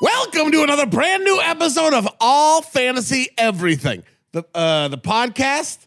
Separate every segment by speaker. Speaker 1: Welcome to another brand new episode of All Fantasy Everything, the uh, the podcast,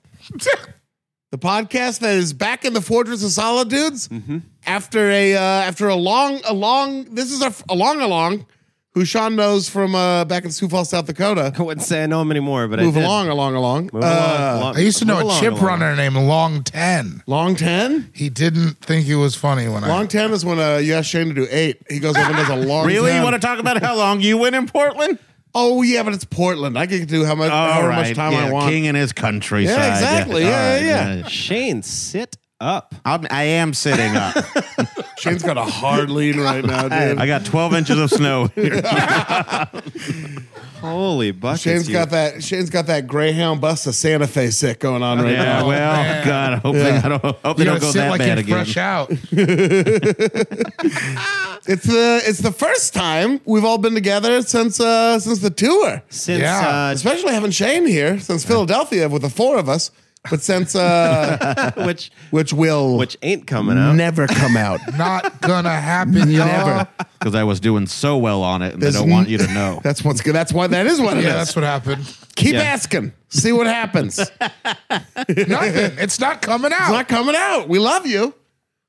Speaker 1: the podcast that is back in the Fortress of Solitudes
Speaker 2: Mm-hmm.
Speaker 1: after a uh, after a long a long this is a, a long a long who Sean knows from uh, back in Sioux Falls, South Dakota.
Speaker 3: I wouldn't say I know him anymore, but
Speaker 1: Move
Speaker 3: I did.
Speaker 1: along, along, along.
Speaker 3: Move
Speaker 1: Uh,
Speaker 3: along, along.
Speaker 4: I used to know
Speaker 3: Move
Speaker 4: a
Speaker 3: along,
Speaker 4: chip
Speaker 3: along.
Speaker 4: runner named Long Ten.
Speaker 1: Long ten.
Speaker 4: He didn't think it was funny when
Speaker 1: Long ten is when uh, you ask Shane to do eight. He goes over and does a long.
Speaker 2: Really? You
Speaker 1: 10.
Speaker 2: want to talk about how long you went in Portland?
Speaker 1: Oh yeah, but it's Portland. I can do how much however much time
Speaker 2: yeah,
Speaker 1: I want.
Speaker 2: King in his countryside.
Speaker 1: Yeah, exactly. Yeah,
Speaker 2: All right,
Speaker 1: yeah,
Speaker 3: Uh, Shane, sit up.
Speaker 2: I'm, I am sitting up.
Speaker 1: Shane's got a hard lean right now, dude.
Speaker 2: I got 12 inches of snow. Here.
Speaker 3: Holy buckets.
Speaker 1: Shane's
Speaker 3: you-
Speaker 1: got that. Shane's got that Greyhound bus to Santa Fe sick going on right
Speaker 2: Yeah,
Speaker 1: now.
Speaker 2: well, God, I hope they, I don't, hope they
Speaker 4: you gotta
Speaker 2: don't go
Speaker 4: sit
Speaker 2: that
Speaker 4: like
Speaker 2: bad
Speaker 4: you're
Speaker 2: again.
Speaker 4: fresh out.
Speaker 1: It's the it's the first time we've all been together since uh since the tour.
Speaker 3: Since uh,
Speaker 4: Yeah.
Speaker 1: Especially having Shane here since Philadelphia with the four of us, but since uh
Speaker 3: uh, which
Speaker 1: which will
Speaker 3: which ain't coming out.
Speaker 1: never come out.
Speaker 4: Not gonna happen, y'all.
Speaker 2: Never. Because I was doing so well on it, and
Speaker 1: There's
Speaker 2: they don't
Speaker 1: n-
Speaker 2: want you to know.
Speaker 1: That's what's good. That's why that is what it is.
Speaker 4: Yeah, that's what happened.
Speaker 1: Keep
Speaker 3: Yeah.
Speaker 1: asking. See what happens. it's
Speaker 4: Nothing. It's not coming out.
Speaker 1: not coming out. We love you.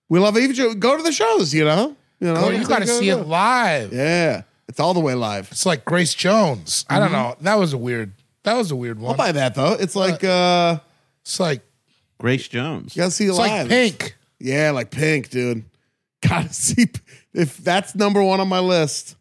Speaker 1: We love you. Go to the shows. You know. You know.
Speaker 4: oh, you gotta see it live.
Speaker 1: Yeah. It's all the way live.
Speaker 4: It's like Grace Jones. I don't know. That was a weird. That was a weird
Speaker 1: I'll
Speaker 4: one.
Speaker 1: buy that though. It's like uh
Speaker 4: It's like
Speaker 2: Grace Jones.
Speaker 1: you gotta see it
Speaker 4: it's
Speaker 1: live.
Speaker 4: like Pink.
Speaker 1: Yeah, like pink, dude. Gotta see if that's number one on my list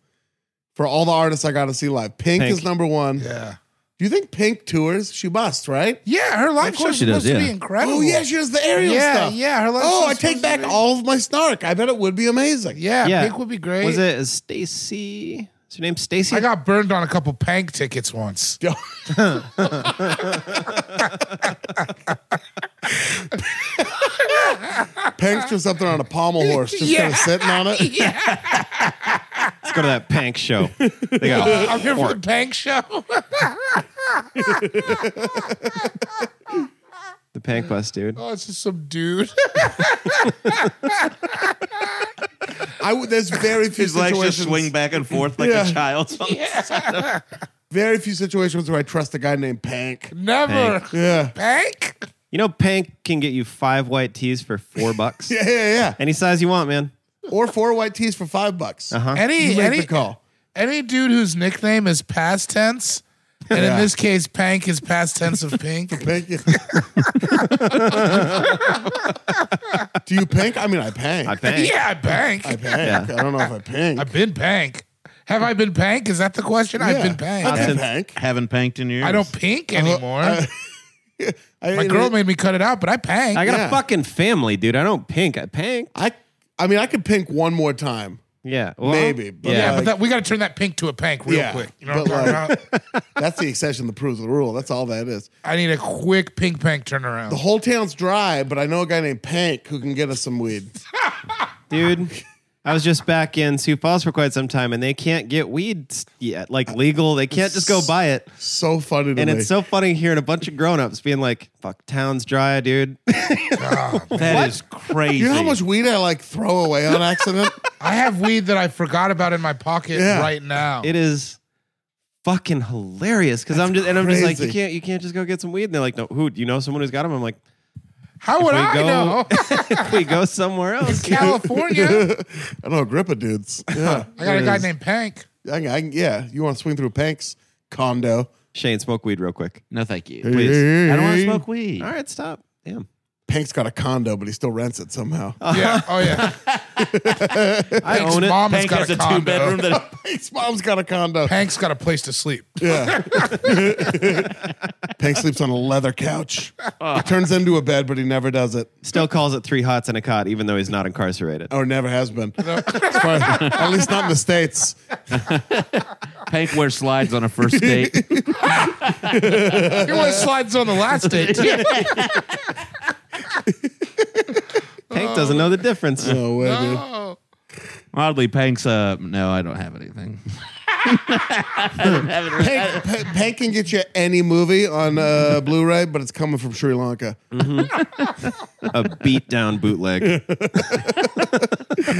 Speaker 1: for all the artists I gotta see live. Pink,
Speaker 3: Pink.
Speaker 1: is number one.
Speaker 4: Yeah.
Speaker 1: Do you think Pink tours? She must, right?
Speaker 4: Yeah, her live
Speaker 2: Of
Speaker 4: show
Speaker 2: course she does,
Speaker 4: supposed to be
Speaker 2: yeah.
Speaker 4: incredible.
Speaker 1: Oh yeah, she does the aerial
Speaker 4: Yeah,
Speaker 1: stuff.
Speaker 4: yeah, her live
Speaker 1: Oh,
Speaker 4: show's
Speaker 1: I take
Speaker 4: supposed to
Speaker 1: back
Speaker 4: be-
Speaker 1: all of my snark. I bet it would be amazing.
Speaker 4: Yeah,
Speaker 3: Yeah.
Speaker 4: Pink would be great.
Speaker 3: Was it Stacy? Is her name Stacy?
Speaker 4: I got burned on a couple Pank tickets once.
Speaker 1: Pink's just up there on a pommel horse, just kind of sitting on it.
Speaker 3: Let's go to that Pank show. They got
Speaker 4: I'm here for the Pank show.
Speaker 3: the Pank bus, dude.
Speaker 4: oh, it's just some dude.
Speaker 1: I would. There's very few
Speaker 2: His legs
Speaker 1: situations.
Speaker 2: just swing back and forth like
Speaker 1: Yeah.
Speaker 2: a child.
Speaker 1: Very few situations where I trust a guy named Pink.
Speaker 4: Never.
Speaker 1: Yeah.
Speaker 4: Pank?
Speaker 3: You know, Pank can get you five white tees for four bucks.
Speaker 1: Yeah, yeah,
Speaker 3: Any size you want, man.
Speaker 1: yeah. Or four white tees
Speaker 2: Uh-huh.
Speaker 1: for five bucks. Uh
Speaker 4: Any
Speaker 1: You make
Speaker 4: any
Speaker 1: the call.
Speaker 4: any dude whose nickname is past tense And
Speaker 1: Yeah.
Speaker 4: in this case, pank is past tense of pink.
Speaker 1: Thank you. Do you pank? I mean, I pank.
Speaker 3: I
Speaker 1: I,
Speaker 3: think.
Speaker 4: Yeah, I bank.
Speaker 1: pank. I don't know if I pank.
Speaker 4: I've been pank. Have I been pank? Is that the question? I've
Speaker 1: Yeah. Uh,
Speaker 4: been pank.
Speaker 1: I've
Speaker 4: I,
Speaker 1: been-
Speaker 2: Haven't-
Speaker 1: Pank.
Speaker 2: Haven't panked in years.
Speaker 4: don't pink anymore.
Speaker 1: I-
Speaker 4: My girl made me cut it out, but I pank.
Speaker 3: I got
Speaker 1: Yeah.
Speaker 3: a fucking family, dude. I don't pink. I pink.
Speaker 1: I, I mean, I could pink one more time.
Speaker 3: Yeah. Well,
Speaker 1: Maybe, but
Speaker 4: yeah,
Speaker 3: yeah.
Speaker 1: like-
Speaker 4: but that, we got to turn that pink to a pank real
Speaker 1: Yeah,
Speaker 4: quick. You know what I'm
Speaker 1: but
Speaker 4: talking
Speaker 1: like-
Speaker 4: about?
Speaker 1: That's the exception that proves the rule. That's all that is.
Speaker 4: I need a quick pink pank turnaround.
Speaker 1: The whole town's dry, but I know a guy named Pank who can get us some weed.
Speaker 3: dude. I was just back in Sioux Falls for quite some time, and they can't get weed yet, like legal. They can't just go buy it.
Speaker 1: So funny to
Speaker 3: And
Speaker 1: me.
Speaker 3: it's so funny hearing a bunch of grown-ups being like, "Fuck, town's dry, dude."
Speaker 1: Ah,
Speaker 2: That is crazy.
Speaker 1: you know how much weed I like throw away on accident?
Speaker 4: I have weed that I forgot about in my pocket
Speaker 1: Yeah.
Speaker 4: right now.
Speaker 3: it is fucking hilarious because I'm just and I'm just like,
Speaker 1: crazy.
Speaker 3: you can't, you can't just go get some weed. And they're like, "No, who? Do you know someone who's got them?" I'm like,
Speaker 4: How would
Speaker 3: we
Speaker 4: I
Speaker 3: go-
Speaker 4: know?
Speaker 3: "If we go somewhere else."
Speaker 4: California.
Speaker 1: I know a grip of dudes. Yeah.
Speaker 4: I got a guy
Speaker 3: is.
Speaker 4: named Pank.
Speaker 1: I, can- I, can- yeah. You want to swing through Pank's condo?
Speaker 3: Shane, smoke weed real quick.
Speaker 2: No, thank you.
Speaker 1: Please.
Speaker 2: I don't want to smoke weed.
Speaker 3: All right, stop. Damn.
Speaker 1: Pank's got a condo, but he still rents it somehow.
Speaker 4: Yeah. Oh yeah.
Speaker 3: I
Speaker 4: Pank's
Speaker 3: own it.
Speaker 4: mom has
Speaker 2: Hank
Speaker 4: got
Speaker 2: has
Speaker 4: a,
Speaker 2: a
Speaker 4: condo.
Speaker 2: two bedroom that
Speaker 1: Pank's mom's got a condo.
Speaker 4: Pank's got a place to sleep.
Speaker 1: Yeah. Pank sleeps on a leather couch. It turns into a bed, but he never does it,
Speaker 3: Still calls it three hots and a cot, even though he's not incarcerated.
Speaker 1: or never has been. As far as- at least not in the states.
Speaker 2: Hank wears slides on a first date.
Speaker 4: You want slides on the last date? too.
Speaker 3: Hank doesn't know the difference.
Speaker 1: No way, dude.
Speaker 4: Oh.
Speaker 2: Oddly, Pank's. Uh, no, I don't have anything.
Speaker 1: Pank, Pank- Pank can get you any movie on uh, Blu-ray, but it's coming from Sri Lanka.
Speaker 3: A beat down bootleg.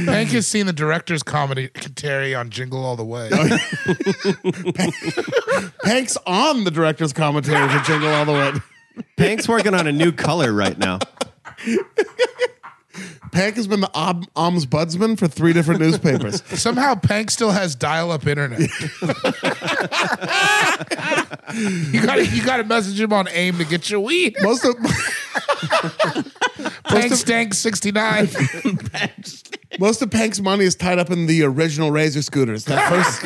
Speaker 4: Pank has seen the director's comedy Terry on Jingle All the Way.
Speaker 2: Oh,
Speaker 1: Pank's on the director's commentary for Jingle All the Way.
Speaker 3: Hank's working on a new color right now.
Speaker 1: Pank has been the om- ombudsman for three different newspapers.
Speaker 4: Somehow Pank still has dial-up internet. you got to you got to message him on AIM to get your weed.
Speaker 1: Most of
Speaker 4: Pank Stank sixty nine.
Speaker 1: most of Pank's money is tied up in the original Razor scooters. That first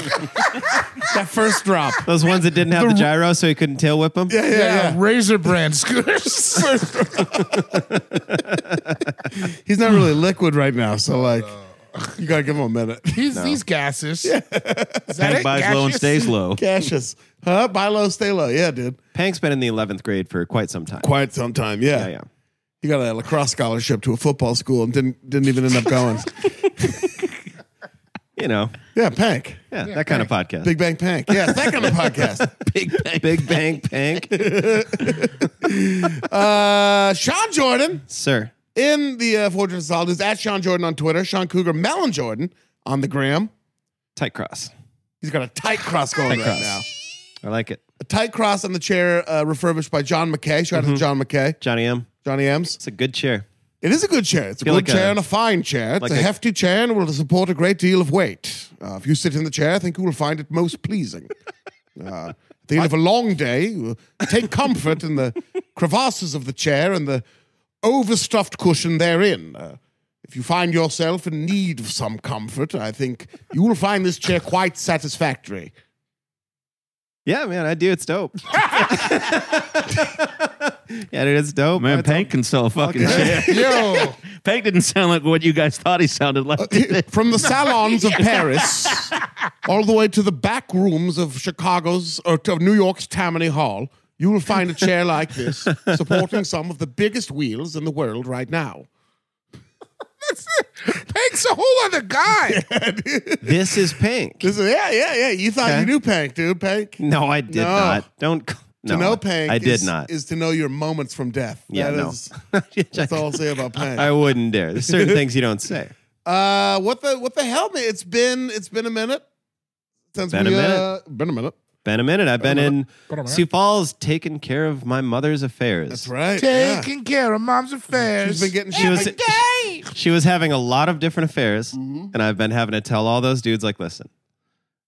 Speaker 1: that first drop.
Speaker 3: Those ones that didn't have the gyro, so he couldn't tail whip them.
Speaker 1: Yeah, yeah, yeah.
Speaker 4: Yeah, Razor brand scooters.
Speaker 1: He's not really liquid right now, so like you gotta give him a minute.
Speaker 4: He's he's gaseous. Is that
Speaker 2: Hank
Speaker 4: it?
Speaker 2: buys low and
Speaker 4: Gaseous?
Speaker 2: stays low.
Speaker 1: Cassius, huh? Buy low, stay low. Yeah, dude.
Speaker 3: Hank's been in the 11th grade for quite some time.
Speaker 1: Quite some time. Yeah,
Speaker 3: Yeah, yeah.
Speaker 1: He got a lacrosse scholarship to a football school and didn't didn't even end up going.
Speaker 3: You know,
Speaker 1: yeah, Pank.
Speaker 3: yeah, that kind of podcast.
Speaker 1: Big Bang Pank. Yeah, that kind of podcast.
Speaker 3: big, bang, big bang, pank.
Speaker 1: Uh, Sean Jordan
Speaker 3: Sir,
Speaker 1: in the uh, Fortress of Solid is at Sean Jordan on Twitter. Sean Cougar Melon Jordan on the gram.
Speaker 3: tight cross.
Speaker 1: He's got a tight cross going right
Speaker 3: cross.
Speaker 1: now.
Speaker 3: I like it.
Speaker 1: A tight cross on the chair uh, refurbished by John McKay. Shout out to John McKay,
Speaker 3: Johnny M.
Speaker 1: Johnny M's.
Speaker 3: It's a good chair.
Speaker 1: It is a good chair. It's a good
Speaker 3: Feel like
Speaker 1: chair
Speaker 3: a-
Speaker 1: and a fine chair. It's
Speaker 3: like
Speaker 1: a,
Speaker 3: a-
Speaker 1: hefty chair and will support a great deal of weight. Uh, if you sit in the chair, I think you will find it most pleasing. Uh, at the end of a long day, you will take comfort in the crevasses of the chair and the overstuffed cushion therein. Uh, if you find yourself in need of some comfort, I think you will find this chair quite satisfactory.
Speaker 3: Yeah, man, I do. It's dope. yeah, dude, it's dope.
Speaker 2: Man,
Speaker 3: It's
Speaker 2: Pank can sell a fucking chair.
Speaker 4: Yo,
Speaker 2: Pank didn't sound like what you guys thought he sounded like. did it?
Speaker 1: From the salons of Paris all the way to the back rooms of Chicago's or to New York's Tammany Hall, you will find a chair like this supporting some of the biggest wheels in the world right now.
Speaker 4: Pank's a whole other guy.
Speaker 3: This is Pank.
Speaker 1: This is, yeah, yeah, yeah. You thought
Speaker 3: Okay.
Speaker 1: you knew Pank, dude. Pank.
Speaker 3: No, I did
Speaker 1: No.
Speaker 3: not. Don't. c- No,
Speaker 1: to know Pank
Speaker 3: I did
Speaker 1: is,
Speaker 3: not.
Speaker 1: is to know your moments from death.
Speaker 3: yeah,
Speaker 1: That
Speaker 3: no.
Speaker 1: is- that's all I'll say about Pank.
Speaker 3: I wouldn't dare. There's certain things you don't say.
Speaker 1: Uh, what the what the hell? man? It's been it's been a minute since
Speaker 3: Been a
Speaker 1: we
Speaker 3: minute.
Speaker 1: uh, been a minute.
Speaker 3: Been a minute. I've been in
Speaker 4: minute.
Speaker 3: Sioux Falls taking care of my mother's affairs.
Speaker 1: That's right. yeah.
Speaker 4: Taking care of mom's
Speaker 1: She's
Speaker 4: affairs.
Speaker 1: been getting
Speaker 3: She was
Speaker 1: Mm-hmm.
Speaker 3: she was having a lot of different affairs, and I've been having to tell all those dudes like, listen,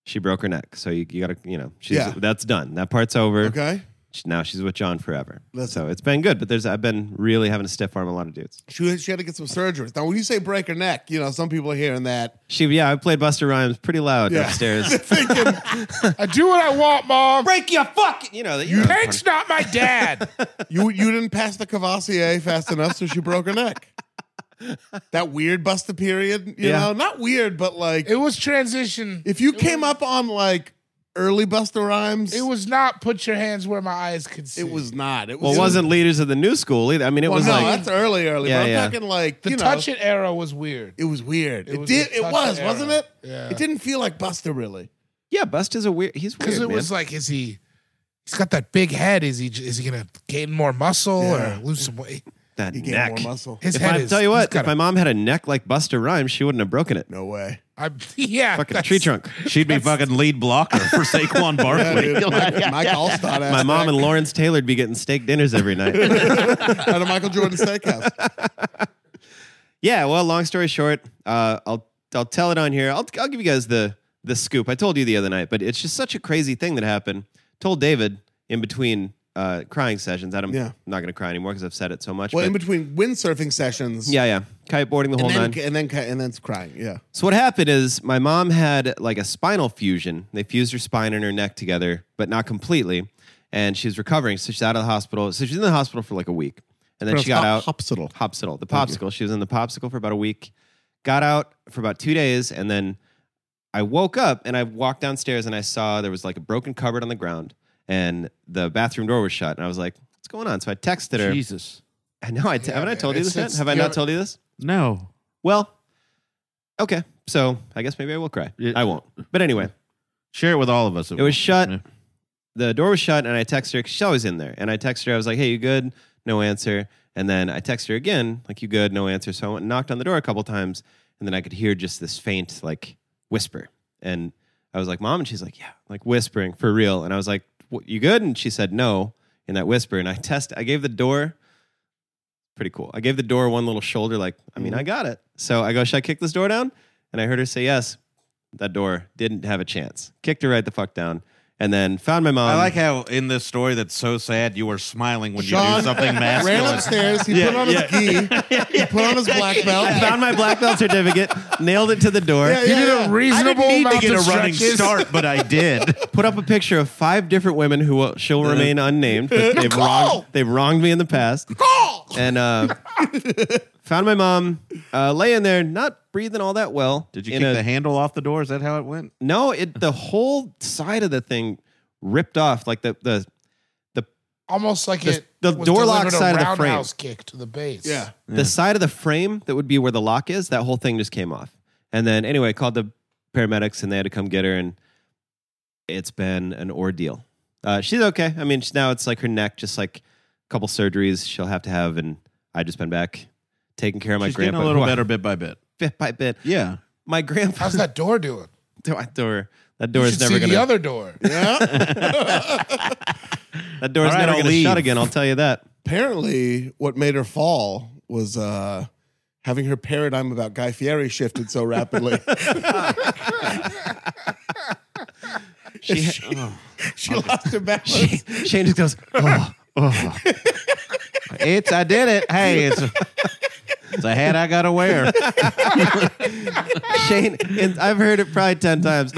Speaker 3: She broke her neck, so you, you gotta you know she's
Speaker 1: Yeah.
Speaker 3: that's done. That part's over.
Speaker 1: Okay.
Speaker 3: She- Now she's with John forever.
Speaker 1: That's-
Speaker 3: so it's been good, but there's I've been really having to stiff arm a lot of dudes.
Speaker 1: She, she had to get some surgeries. Now, when you say break her neck, you know, some people are hearing that.
Speaker 3: She yeah, I played Buster Rhymes pretty loud
Speaker 1: Yeah.
Speaker 3: upstairs.
Speaker 4: I do what I want, mom.
Speaker 3: Break your fucking you know that you
Speaker 4: Hank's not my dad.
Speaker 1: You you didn't pass the Cavassier fast enough, so she broke her neck. That weird Busta period, you
Speaker 3: Yeah.
Speaker 1: know, not weird, but like
Speaker 4: it was transition.
Speaker 1: if you came up on like early Busta Rhymes,
Speaker 4: It was not put your hands where my eyes could see.
Speaker 1: it was not. It was
Speaker 3: well, it wasn't leaders of the new school either. I mean, it
Speaker 1: Well,
Speaker 3: was
Speaker 1: no,
Speaker 3: like
Speaker 1: that's early, early.
Speaker 3: Yeah,
Speaker 1: but I'm
Speaker 3: yeah.
Speaker 1: talking like
Speaker 4: the
Speaker 1: you know,
Speaker 4: touch it era was weird.
Speaker 1: It was weird. It,
Speaker 4: was
Speaker 1: did.
Speaker 4: the
Speaker 1: It
Speaker 4: touch
Speaker 1: was,
Speaker 4: era.
Speaker 1: wasn't it?
Speaker 4: Yeah.
Speaker 1: It didn't feel like Busta really.
Speaker 3: yeah, Busta's a weird. He's
Speaker 4: Because
Speaker 3: weird,
Speaker 4: it was
Speaker 3: man.
Speaker 4: like, is he? He's got that big head. Is he? Is he gonna gain more muscle
Speaker 1: Yeah.
Speaker 4: or lose some weight?
Speaker 3: that
Speaker 1: He gained
Speaker 3: neck.
Speaker 1: more muscle.
Speaker 4: His
Speaker 3: If
Speaker 4: head
Speaker 3: I
Speaker 4: is.
Speaker 3: tell you
Speaker 4: he's
Speaker 3: what,
Speaker 4: got
Speaker 3: if my
Speaker 4: a-
Speaker 3: mom had a neck like Buster Rhymes, she wouldn't have broken it.
Speaker 1: No way.
Speaker 4: I'm- yeah,
Speaker 3: Fucking
Speaker 4: that's-
Speaker 3: tree trunk.
Speaker 2: She'd be fucking lead blocker for Saquon Barkley.
Speaker 1: Dude, Mike, Mike Allstott asked
Speaker 3: My mom
Speaker 1: that
Speaker 3: and Lawrence Taylor'd be getting steak dinners every night.
Speaker 1: at a Michael Jordan steakhouse.
Speaker 3: yeah. Well, long story short, uh, I'll I'll tell it on here. I'll I'll give you guys the the scoop. I told you the other night, but it's just such a crazy thing that happened. Told David in between uh, crying sessions. Adam,
Speaker 1: Yeah.
Speaker 3: I'm not gonna cry anymore because I've said it so much.
Speaker 1: Well, in
Speaker 3: but-
Speaker 1: between windsurfing sessions,
Speaker 3: yeah, yeah. Kiteboarding the whole
Speaker 1: and
Speaker 3: nine.
Speaker 1: then, and then ca- and then it's crying. Yeah.
Speaker 3: So what happened is my mom had like a spinal fusion. They fused her spine and her neck together, but not completely. And she's recovering, so she's out of the hospital. So she's in the hospital for like a week, and then she got out.
Speaker 1: Pronounced hop- hopsital.
Speaker 3: Hopsital. The popsicle. She was in the popsicle for about a week. Got out for about two days, and then I woke up and I walked downstairs and I saw there was like a broken cupboard on the ground, and the bathroom door was shut. And I was like, "What's going on?" So I texted her.
Speaker 2: Jesus.
Speaker 3: I know. I t- haven't I
Speaker 4: man,
Speaker 3: told you
Speaker 4: it's-
Speaker 3: this yet?
Speaker 4: it's-
Speaker 3: Have I not
Speaker 4: you're-
Speaker 3: told you this?
Speaker 2: No.
Speaker 3: Well, okay. So I guess maybe I will cry.
Speaker 2: Yeah.
Speaker 3: I won't. But anyway,
Speaker 2: Share it with all of us.
Speaker 3: it was shut.
Speaker 2: Yeah.
Speaker 3: The door was shut, and I texted her. 'cause She's always in there, and I texted her. I was like, "Hey, you good?" No answer. And then I texted her again, like, "You good?" No answer. So I went and knocked on the door a couple times, and then I could hear just this faint like whisper, and I was like, "Mom," and she's like, "Yeah," like whispering for real. And I was like, "What, "You good?" And she said, "No." In that whisper, and I test. I gave the door. Pretty cool. I gave the door one little shoulder, like, I mean, I got it. So I go, should I kick this door down? And I heard her say yes. That door didn't have a chance. Kicked her right the fuck down. And then found my mom.
Speaker 2: Um,
Speaker 5: I like how in this story that's so sad, you are smiling when you
Speaker 1: Sean
Speaker 5: do something
Speaker 1: Ran
Speaker 5: masculine.
Speaker 1: upstairs. He put on his gi. He put on his black belt.
Speaker 3: I found my black belt certificate, nailed it to the door,
Speaker 1: Yeah, yeah,
Speaker 4: He did
Speaker 1: yeah.
Speaker 4: a reasonable
Speaker 5: I didn't need
Speaker 4: amount
Speaker 5: to get a
Speaker 4: of
Speaker 5: running
Speaker 4: stretches.
Speaker 5: start, but I did.
Speaker 3: put up a picture of five different women who will, she'll remain unnamed. But they've, wronged, they've wronged me in the past. And uh, found my mom uh, laying there, not breathing all that well.
Speaker 5: Did you
Speaker 3: in
Speaker 5: kick
Speaker 3: a-
Speaker 5: the handle off the door? Is that how it went?
Speaker 3: No, it the whole side of the thing ripped off. Like the the
Speaker 4: Almost like
Speaker 3: The-
Speaker 4: it.
Speaker 3: the
Speaker 4: was
Speaker 3: door lock
Speaker 4: delivered a
Speaker 3: side of the frame.
Speaker 4: roundhouse kick to the base.
Speaker 1: Yeah.
Speaker 3: the side of the frame that would be where the lock is, that whole thing just came off. And then anyway, I called the paramedics and they had to come get her and it's been an ordeal. Uh, she's okay. I mean, she's- now it's like her neck, just like a couple surgeries she'll have to have. And I just been back taking care of my
Speaker 5: She's getting
Speaker 3: grandpa.
Speaker 5: a little
Speaker 3: who I-
Speaker 5: better bit by bit.
Speaker 3: bit by bit.
Speaker 5: Yeah.
Speaker 3: My grandpa,
Speaker 4: How's that door doing?
Speaker 3: that door, that
Speaker 4: You
Speaker 3: door is
Speaker 4: should
Speaker 3: never
Speaker 4: see
Speaker 3: going
Speaker 4: the
Speaker 3: to,
Speaker 4: other door.
Speaker 3: that door is
Speaker 5: All right,
Speaker 3: never
Speaker 5: I'll
Speaker 3: going to shut
Speaker 5: leave.
Speaker 3: again. I'll tell you that.
Speaker 1: Apparently, what made her fall was uh, having her paradigm about Guy Fieri shifted so rapidly.
Speaker 3: She,
Speaker 1: she lost her balance.
Speaker 3: she, Shane just goes, oh, oh.
Speaker 5: It's I did it. Hey, it's a, it's a hat I gotta wear.
Speaker 3: Shane, and I've heard it probably 10 times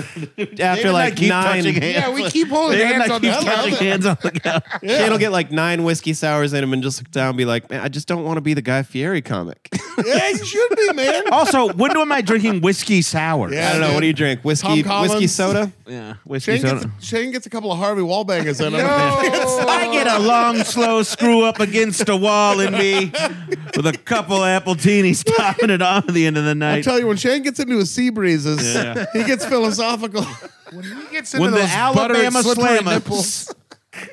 Speaker 3: after like
Speaker 5: keep
Speaker 3: nine.
Speaker 5: touching
Speaker 4: Yeah, we keep holding
Speaker 5: David and
Speaker 4: hands
Speaker 5: I
Speaker 4: on
Speaker 5: keep
Speaker 4: the
Speaker 5: touching hands on the couch.
Speaker 3: Shane will get like nine whiskey sours in him and just look down and be like, man, I just don't want to be the Guy Fieri comic.
Speaker 1: yeah, you should be, man.
Speaker 5: Also, when am I drinking whiskey sour?
Speaker 1: Yeah.
Speaker 3: I don't know. What do you drink? Whiskey,
Speaker 1: Tom
Speaker 3: whiskey
Speaker 1: Collins.
Speaker 3: soda?
Speaker 5: Yeah, whiskey
Speaker 1: Shane gets,
Speaker 5: soda.
Speaker 1: Shane gets a couple of Harvey Wallbangers in him.
Speaker 5: Oh, I get a long, slow screw up against a wall in me with a couple apple teenies topping it off at the end of the
Speaker 1: I
Speaker 5: night.
Speaker 1: tell you, when Shane gets into his sea breezes, he gets philosophical.
Speaker 4: When he gets into
Speaker 5: When the
Speaker 4: those buttered,
Speaker 5: Alabama
Speaker 4: slippery
Speaker 5: slam
Speaker 4: nipples,
Speaker 5: ups.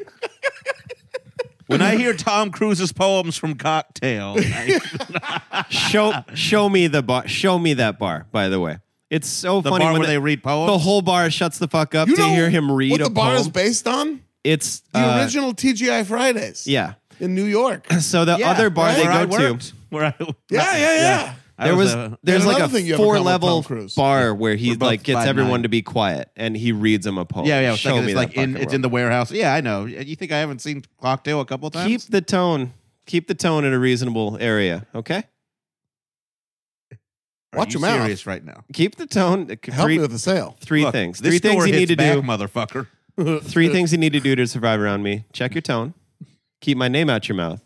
Speaker 5: When I hear Tom Cruise's poems from Cocktail, I-
Speaker 3: Show show me the bar. Show me that bar, by the way. It's so
Speaker 5: the
Speaker 3: funny
Speaker 5: bar
Speaker 3: when
Speaker 5: where they, read poems.
Speaker 3: the whole bar shuts the fuck up to hear him read
Speaker 1: what
Speaker 3: a
Speaker 1: the bar
Speaker 3: poem.
Speaker 1: is based on?
Speaker 3: it's
Speaker 1: The
Speaker 3: uh,
Speaker 1: original TGI Fridays
Speaker 3: Yeah.
Speaker 1: in New York.
Speaker 3: So the other bar
Speaker 5: where
Speaker 3: they
Speaker 5: I
Speaker 3: go to,
Speaker 5: worked, where I
Speaker 1: Yeah, yeah, yeah.
Speaker 5: Yeah. I
Speaker 3: There was,
Speaker 5: uh,
Speaker 3: there's
Speaker 1: And
Speaker 3: like
Speaker 1: another
Speaker 3: a
Speaker 1: thing you have in
Speaker 3: four
Speaker 1: common with
Speaker 3: level
Speaker 1: Tom Cruise.
Speaker 3: bar where he
Speaker 5: We're both
Speaker 3: like gets
Speaker 5: five
Speaker 3: everyone
Speaker 5: nine.
Speaker 3: to be quiet and he reads them a poem.
Speaker 5: yeah, yeah. It's
Speaker 3: Show
Speaker 5: like,
Speaker 3: me
Speaker 5: it's
Speaker 3: that
Speaker 5: like in,
Speaker 3: fucking
Speaker 5: it's in
Speaker 3: world.
Speaker 5: the warehouse. Yeah, I know. You think I haven't seen Cocktail a couple times?
Speaker 3: Keep the tone. Keep the tone in a reasonable area. Okay.
Speaker 5: Are
Speaker 1: Watch
Speaker 5: you
Speaker 1: your mouth.
Speaker 5: serious right now.
Speaker 3: Keep the tone.
Speaker 1: Help
Speaker 3: three
Speaker 1: me with the sale.
Speaker 3: three
Speaker 5: Look,
Speaker 3: things.
Speaker 5: this
Speaker 3: Three things
Speaker 5: door
Speaker 3: you need
Speaker 5: hits
Speaker 3: to
Speaker 5: back,
Speaker 3: do.
Speaker 5: motherfucker.
Speaker 3: Three things you need to do to survive around me. Check your tone. Keep my name out your mouth.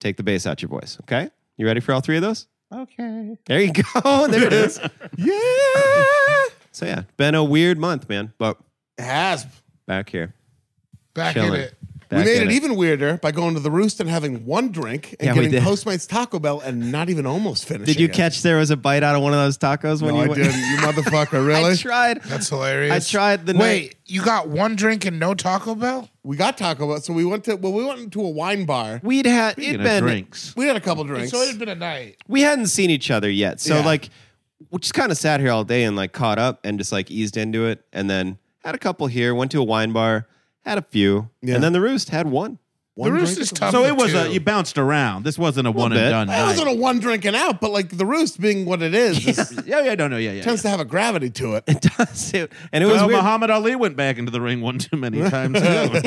Speaker 3: Take the bass out your voice. Okay. You ready for all three of those?
Speaker 5: Okay.
Speaker 3: There you go. There it is. yeah. So yeah, been a weird month, man. But
Speaker 1: It has.
Speaker 3: back here.
Speaker 4: Back in
Speaker 3: Chilling.
Speaker 4: it.
Speaker 3: Back
Speaker 1: we made
Speaker 3: in
Speaker 1: it, even weirder by going to the roost and having one drink and
Speaker 3: Yeah, we
Speaker 1: getting
Speaker 3: did.
Speaker 1: Postmates Taco Bell and not even almost finishing.
Speaker 3: Did you
Speaker 1: it.
Speaker 3: catch there was a bite out of one of those tacos when
Speaker 1: No,
Speaker 3: you
Speaker 1: I
Speaker 3: went?
Speaker 1: didn't. You motherfucker, really?
Speaker 3: I tried.
Speaker 4: That's hilarious.
Speaker 3: I tried the
Speaker 4: Wait,
Speaker 3: night-
Speaker 4: you got one drink and no Taco Bell?
Speaker 1: we got Taco Bell, so we went to well, we went into a wine bar.
Speaker 3: We'd had
Speaker 5: Speaking
Speaker 3: it'd
Speaker 5: of
Speaker 3: been
Speaker 5: drinks.
Speaker 1: We had a couple drinks.
Speaker 4: So it had been a night.
Speaker 3: we hadn't seen each other yet. So
Speaker 1: Yeah.
Speaker 3: like we just kind of sat here all day and like caught up and just like eased into it and then had a couple here, went to a wine bar, had a few,
Speaker 1: Yeah.
Speaker 3: and then the roost had one.
Speaker 1: One
Speaker 4: the roost
Speaker 1: drink
Speaker 4: is
Speaker 1: or
Speaker 4: tough.
Speaker 5: So
Speaker 4: to
Speaker 5: it was a
Speaker 4: do.
Speaker 5: you bounced around. This wasn't a, one
Speaker 3: bit.
Speaker 5: and done.
Speaker 1: something. It wasn't
Speaker 5: night.
Speaker 1: a one drinking out, but like the roost being what it is, it
Speaker 5: yeah, yeah, no, no, yeah, yeah.
Speaker 1: tends to have a gravity to it.
Speaker 3: It does it. And it was
Speaker 5: well,
Speaker 3: weird.
Speaker 5: Muhammad Ali went back into the ring one too many times. too.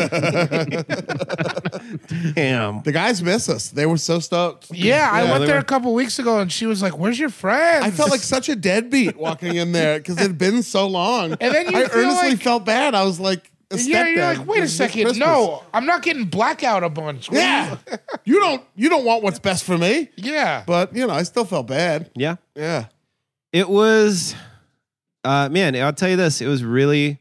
Speaker 3: Damn.
Speaker 1: The guys miss us. They were so stoked.
Speaker 4: Yeah, I
Speaker 3: Yeah,
Speaker 4: went
Speaker 3: they
Speaker 4: there
Speaker 3: were-
Speaker 4: a couple weeks ago and she was like, Where's your friend?
Speaker 1: I felt like such a deadbeat walking in there because it had been so long.
Speaker 4: And then you
Speaker 1: I
Speaker 4: feel
Speaker 1: earnestly
Speaker 4: like-
Speaker 1: felt bad. I was like, a
Speaker 4: Yeah, you're
Speaker 1: stepdad
Speaker 4: like, wait a
Speaker 1: this
Speaker 4: second.
Speaker 1: Christmas."
Speaker 4: No, I'm not getting blackout a bunch. What are
Speaker 1: Yeah. you don't you don't want what's best for me.
Speaker 4: you- Yeah.
Speaker 1: But you know, I still felt bad.
Speaker 3: Yeah.
Speaker 1: Yeah.
Speaker 3: It was uh man, I'll tell you this, it was really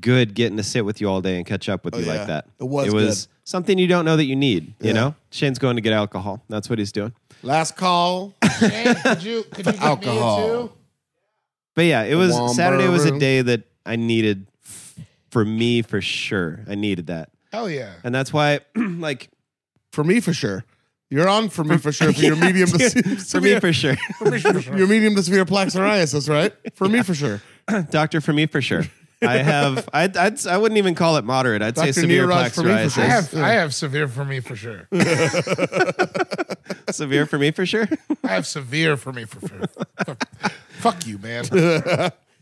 Speaker 3: good getting to sit with you all day and catch up with
Speaker 1: Oh,
Speaker 3: you
Speaker 1: yeah.
Speaker 3: like that.
Speaker 1: It was
Speaker 3: It was something you don't know that you need, you
Speaker 1: Yeah.
Speaker 3: know? Shane's going to get alcohol. That's what he's doing.
Speaker 1: Last call.
Speaker 4: Shane, could you could you get me a
Speaker 1: Alcohol.
Speaker 4: two?
Speaker 3: But yeah, it was
Speaker 1: Womber
Speaker 3: Saturday was a
Speaker 1: room.
Speaker 3: day that I needed f- for me for sure. I needed that.
Speaker 4: Hell yeah.
Speaker 3: And that's why like
Speaker 1: for me for sure. You're on for me for sure for your medium to se-
Speaker 3: for me
Speaker 1: severe,
Speaker 3: for sure.
Speaker 1: your medium to severe plaque psoriasis, right? For me for sure.
Speaker 3: Doctor for me for sure. I have I'd, I'd I wouldn't even call it moderate. I'd say
Speaker 1: Dr.
Speaker 3: severe
Speaker 1: Neeraj
Speaker 3: plaque
Speaker 1: for me for
Speaker 3: psoriasis.
Speaker 1: sure.
Speaker 4: I have I have severe for me for sure.
Speaker 3: severe for me for sure.
Speaker 4: I have severe for me for sure. Fuck- Fuck you, man.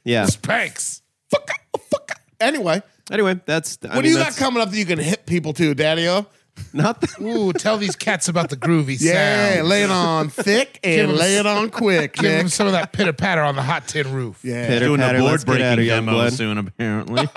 Speaker 3: yeah.
Speaker 4: Spanks.
Speaker 1: Fuck, fuck. Anyway,
Speaker 3: Anyway, that's
Speaker 1: what do you got coming up that you can hit people to, Daddy O?
Speaker 3: Nothing.
Speaker 4: Ooh, tell these cats about the groovy
Speaker 1: Yeah,
Speaker 4: sound.
Speaker 1: lay it on thick and
Speaker 4: him-
Speaker 1: lay it on quick,
Speaker 4: Give them
Speaker 1: Nick.
Speaker 4: some of that pitter patter on the hot tin roof.
Speaker 1: Yeah.
Speaker 3: Pitter
Speaker 5: Doing
Speaker 3: patter,
Speaker 5: a
Speaker 3: let's
Speaker 5: board
Speaker 3: get outta
Speaker 5: breaking
Speaker 3: here,
Speaker 5: demo
Speaker 3: blood.
Speaker 5: soon, apparently.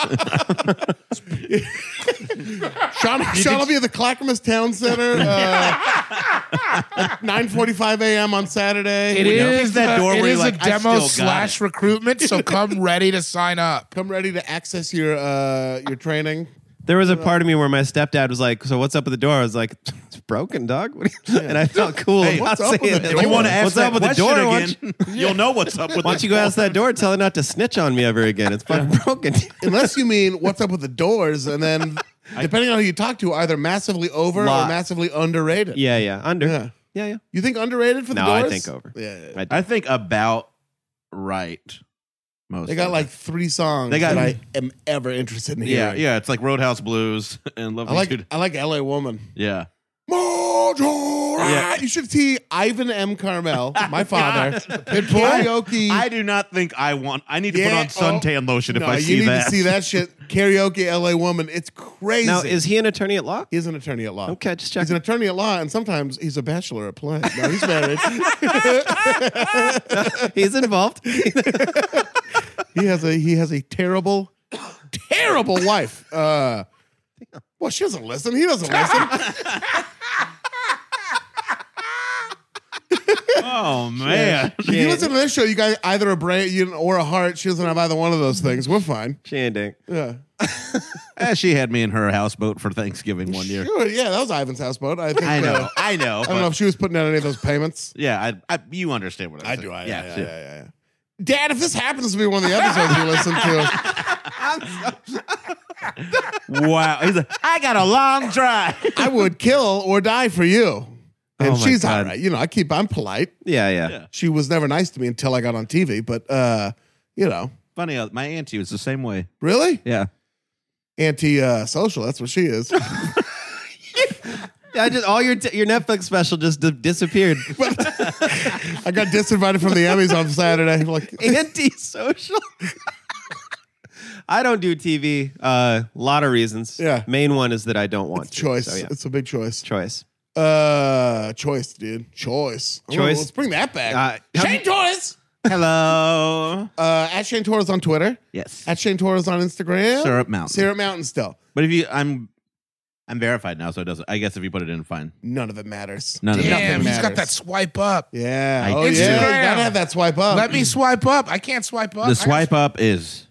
Speaker 1: Sean, Sean will be at the Clackamas Town Center uh, at 9.45 a.m. on Saturday.
Speaker 4: It
Speaker 5: You know,
Speaker 4: is
Speaker 5: kick that
Speaker 4: that
Speaker 5: door
Speaker 4: door. It
Speaker 5: where
Speaker 4: is
Speaker 5: you're
Speaker 4: a
Speaker 5: like, I still
Speaker 4: demo
Speaker 5: got
Speaker 4: slash recruitment, so come ready to sign up.
Speaker 1: Come ready to access your uh, your training.
Speaker 3: There was a part of me where my stepdad was like, "So what's up with the door?" I was like, "It's broken, dog." What do you- And I felt cool.
Speaker 5: Hey,
Speaker 3: about
Speaker 1: what's up with
Speaker 3: saying
Speaker 1: the
Speaker 3: it.
Speaker 1: door?
Speaker 5: if you want to ask
Speaker 3: what's
Speaker 5: that
Speaker 3: up with the
Speaker 5: question
Speaker 3: door why don't you-
Speaker 5: again, you'll know what's up with
Speaker 3: Why don't you go ask that door? Tell her not to snitch on me ever again. It's fucking broken.
Speaker 1: Unless you mean what's up with the doors, and then depending on who you talk to, either massively over
Speaker 3: Lot.
Speaker 1: or massively underrated.
Speaker 3: yeah, yeah. Under.
Speaker 1: Yeah.
Speaker 3: Yeah, yeah.
Speaker 1: You think underrated for the
Speaker 3: No,
Speaker 1: doors?
Speaker 3: I think over.
Speaker 1: Yeah. yeah.
Speaker 3: I do.
Speaker 5: I think about right. Most
Speaker 1: They
Speaker 5: of
Speaker 1: got
Speaker 5: it.
Speaker 1: like three songs
Speaker 5: They got-
Speaker 1: that I am ever interested in
Speaker 5: yeah,
Speaker 1: hearing.
Speaker 5: yeah. It's like Roadhouse Blues and Love
Speaker 1: I like
Speaker 5: Dude.
Speaker 1: I like LA Woman.
Speaker 5: Yeah,
Speaker 1: Mojo
Speaker 5: Yeah.
Speaker 1: You should see Ivan M. Carmel, my father. Pitbull karaoke.
Speaker 5: I do not think I want. I need to
Speaker 1: Yeah, Oh.
Speaker 5: put on suntan lotion if
Speaker 1: no,
Speaker 5: I
Speaker 1: you
Speaker 5: see
Speaker 1: need
Speaker 5: that.
Speaker 1: to see that shit. Karaoke LA Woman. It's crazy.
Speaker 3: Now, is he an attorney at law?
Speaker 1: He's an attorney at law.
Speaker 3: Okay, just
Speaker 1: He's an
Speaker 3: checking.
Speaker 1: attorney at law, and sometimes he's a bachelor at play. No, he's married.
Speaker 3: He's involved.
Speaker 1: he has a he has a terrible, terrible wife. Uh, well, she doesn't listen. He doesn't listen.
Speaker 5: Oh man,
Speaker 1: if you listen to this show, you got either a brain you know, or a heart. She doesn't have either one of those things. We're fine.
Speaker 3: Shanding.
Speaker 1: Yeah,
Speaker 5: Eh, she had me in her houseboat for Thanksgiving one year.
Speaker 1: Sure, yeah, that was Ivan's houseboat. I think.
Speaker 5: I know,
Speaker 1: uh,
Speaker 5: I know.
Speaker 1: I don't know if she was putting out any of those payments.
Speaker 5: yeah, I, I, you understand what I'm saying.
Speaker 1: yeah, yeah, yeah. Dad, if this happens to be one of the episodes you listen to,
Speaker 5: yeah. Wow, he's like, I got a long drive.
Speaker 1: I would kill or die for you. And
Speaker 3: Oh my
Speaker 1: she's
Speaker 3: God.
Speaker 1: all right. You know, I keep. I'm polite.
Speaker 3: Yeah, yeah.
Speaker 5: Yeah.
Speaker 1: She was never nice to me until I got on TV. But uh, you know,
Speaker 5: Funny, uh, my auntie was the same way.
Speaker 1: really
Speaker 5: Yeah,
Speaker 1: anti-social. That's what she is.
Speaker 3: I just all your t- your Netflix special just d- disappeared.
Speaker 1: I got disinvited from the Emmys on Saturday. Like,
Speaker 3: Antisocial. I don't do TV. A lot of reasons.
Speaker 1: Yeah.
Speaker 3: Main one is that I don't want to.
Speaker 1: choice.
Speaker 3: So, yeah.
Speaker 1: It's a big choice.
Speaker 3: Choice.
Speaker 1: Uh, choice, dude. Choice. Ooh,
Speaker 3: Choice.
Speaker 1: let's bring that
Speaker 3: Uh,
Speaker 1: back. Shane Torres.
Speaker 5: Hello.
Speaker 1: Uh, at Shane Torres on Twitter.
Speaker 5: Yes.
Speaker 1: At Shane Torres on Instagram.
Speaker 5: Syrup Mountain.
Speaker 1: Syrup Mountain still.
Speaker 5: But if you, I'm, I'm verified now, so it doesn't. I guess if you put it in, fine.
Speaker 1: None of it matters.
Speaker 5: None of it
Speaker 4: Damn,
Speaker 5: matters.
Speaker 4: he's got that swipe up.
Speaker 1: Yeah.
Speaker 5: I
Speaker 1: oh,
Speaker 5: do.
Speaker 1: yeah. You
Speaker 4: Instagram.
Speaker 1: gotta have that swipe up.
Speaker 4: Let me swipe up. I can't swipe up. I
Speaker 5: The
Speaker 4: got
Speaker 5: swipe up is.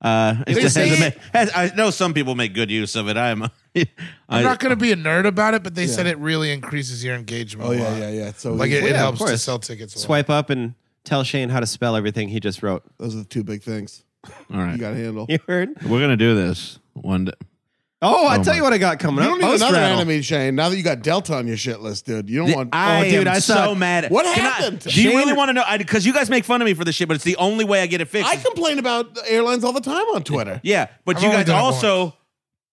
Speaker 5: Uh, it
Speaker 4: They
Speaker 5: just
Speaker 4: say
Speaker 5: has a
Speaker 4: it-
Speaker 5: ma- has, I know some people make good use of it. I'm.
Speaker 4: I'm
Speaker 5: I-
Speaker 4: not going to be a nerd about it, but they
Speaker 1: Yeah.
Speaker 4: said it really increases your engagement.
Speaker 1: Oh
Speaker 4: a
Speaker 1: yeah,
Speaker 4: lot.
Speaker 1: yeah, yeah. So
Speaker 4: Like it,
Speaker 3: Yeah,
Speaker 4: it
Speaker 3: of
Speaker 4: helps to
Speaker 3: course.
Speaker 4: sell tickets. A lot.
Speaker 3: Swipe up and tell Shane how to spell everything he just wrote.
Speaker 1: those are the two big things
Speaker 5: All right.
Speaker 1: you got to handle.
Speaker 3: You heard?
Speaker 5: We're gonna do this one day.
Speaker 3: Oh, I
Speaker 5: Oh
Speaker 3: tell
Speaker 5: my-
Speaker 3: you what I got coming
Speaker 1: You
Speaker 3: up.
Speaker 1: don't need
Speaker 3: Post
Speaker 1: another
Speaker 3: rattle.
Speaker 1: enemy, Shane. Now that you got Delta on your shit list, dude, you don't want.
Speaker 5: I
Speaker 1: oh,
Speaker 5: dude,
Speaker 1: damn,
Speaker 5: am
Speaker 1: suck.
Speaker 5: so mad. at-
Speaker 1: What
Speaker 5: Can I-
Speaker 1: happened?
Speaker 5: do you
Speaker 1: Shane-
Speaker 5: really want to know? Because you guys make fun of me for this shit, but it's the only way I get it fixed.
Speaker 1: I complain about the airlines all the time on Twitter.
Speaker 5: yeah, but
Speaker 4: I've
Speaker 5: you
Speaker 4: only
Speaker 5: guys
Speaker 4: done it
Speaker 5: also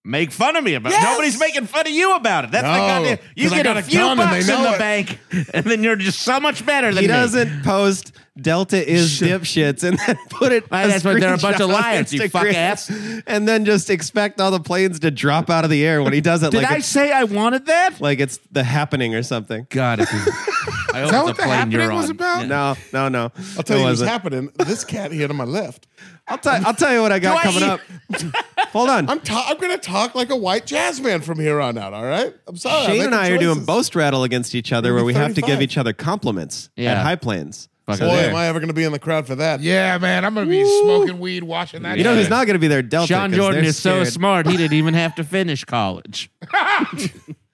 Speaker 5: make fun of me about.
Speaker 1: Yes!
Speaker 5: Nobody's making fun of you about it. That's
Speaker 1: No,
Speaker 5: my goddamn. You
Speaker 1: 'cause I
Speaker 5: get
Speaker 1: got
Speaker 5: a
Speaker 1: it
Speaker 5: few
Speaker 1: done and they
Speaker 5: bucks
Speaker 1: know
Speaker 5: in the
Speaker 1: it.
Speaker 5: bank, and then you're just so much better than
Speaker 3: He
Speaker 5: me.
Speaker 3: doesn't post Delta is dipshits and then put it.
Speaker 5: Right, that's what- they're a bunch of
Speaker 3: screenshot on
Speaker 5: liars, you fuck
Speaker 3: Instagram.
Speaker 5: ass.
Speaker 3: And then just expect all the planes to drop out of the air when he does it.
Speaker 5: Did
Speaker 3: like
Speaker 5: I
Speaker 3: it's,
Speaker 5: say I wanted that?
Speaker 3: like it's the happening or something.
Speaker 5: God, if you, I
Speaker 4: Is
Speaker 5: hope
Speaker 4: that
Speaker 5: it's a
Speaker 4: what the
Speaker 5: plane you're
Speaker 4: happening
Speaker 5: on.
Speaker 4: was about?
Speaker 3: No, no, no.
Speaker 1: I'll tell
Speaker 3: It
Speaker 1: you what's
Speaker 3: wasn't.
Speaker 1: happening. This cat here to my left.
Speaker 3: I'll tell. I'll tell you what I got
Speaker 5: Do I
Speaker 3: coming up. Hold on.
Speaker 1: I'm ta- I'm gonna talk like a white jazz man from here on out. All right. I'm sorry. I'm
Speaker 3: Shane and
Speaker 1: making
Speaker 3: I are doing
Speaker 1: choices.
Speaker 3: boast rattle against each other,
Speaker 1: Maybe
Speaker 3: where we have to
Speaker 1: 35.
Speaker 3: give each other compliments at
Speaker 2: Yeah.
Speaker 3: high planes.
Speaker 2: Fuck
Speaker 3: So
Speaker 2: it.
Speaker 1: Boy,
Speaker 3: there.
Speaker 1: am I ever gonna be in the crowd for that?
Speaker 4: Yeah, man, I'm going to be smoking weed, watching that.
Speaker 3: you know
Speaker 4: shit.
Speaker 3: who's not going to be there? Delta.
Speaker 2: Sean
Speaker 3: 'cause
Speaker 2: Jordan
Speaker 3: they're
Speaker 2: is so
Speaker 3: scared.
Speaker 2: smart, he didn't even have to finish college.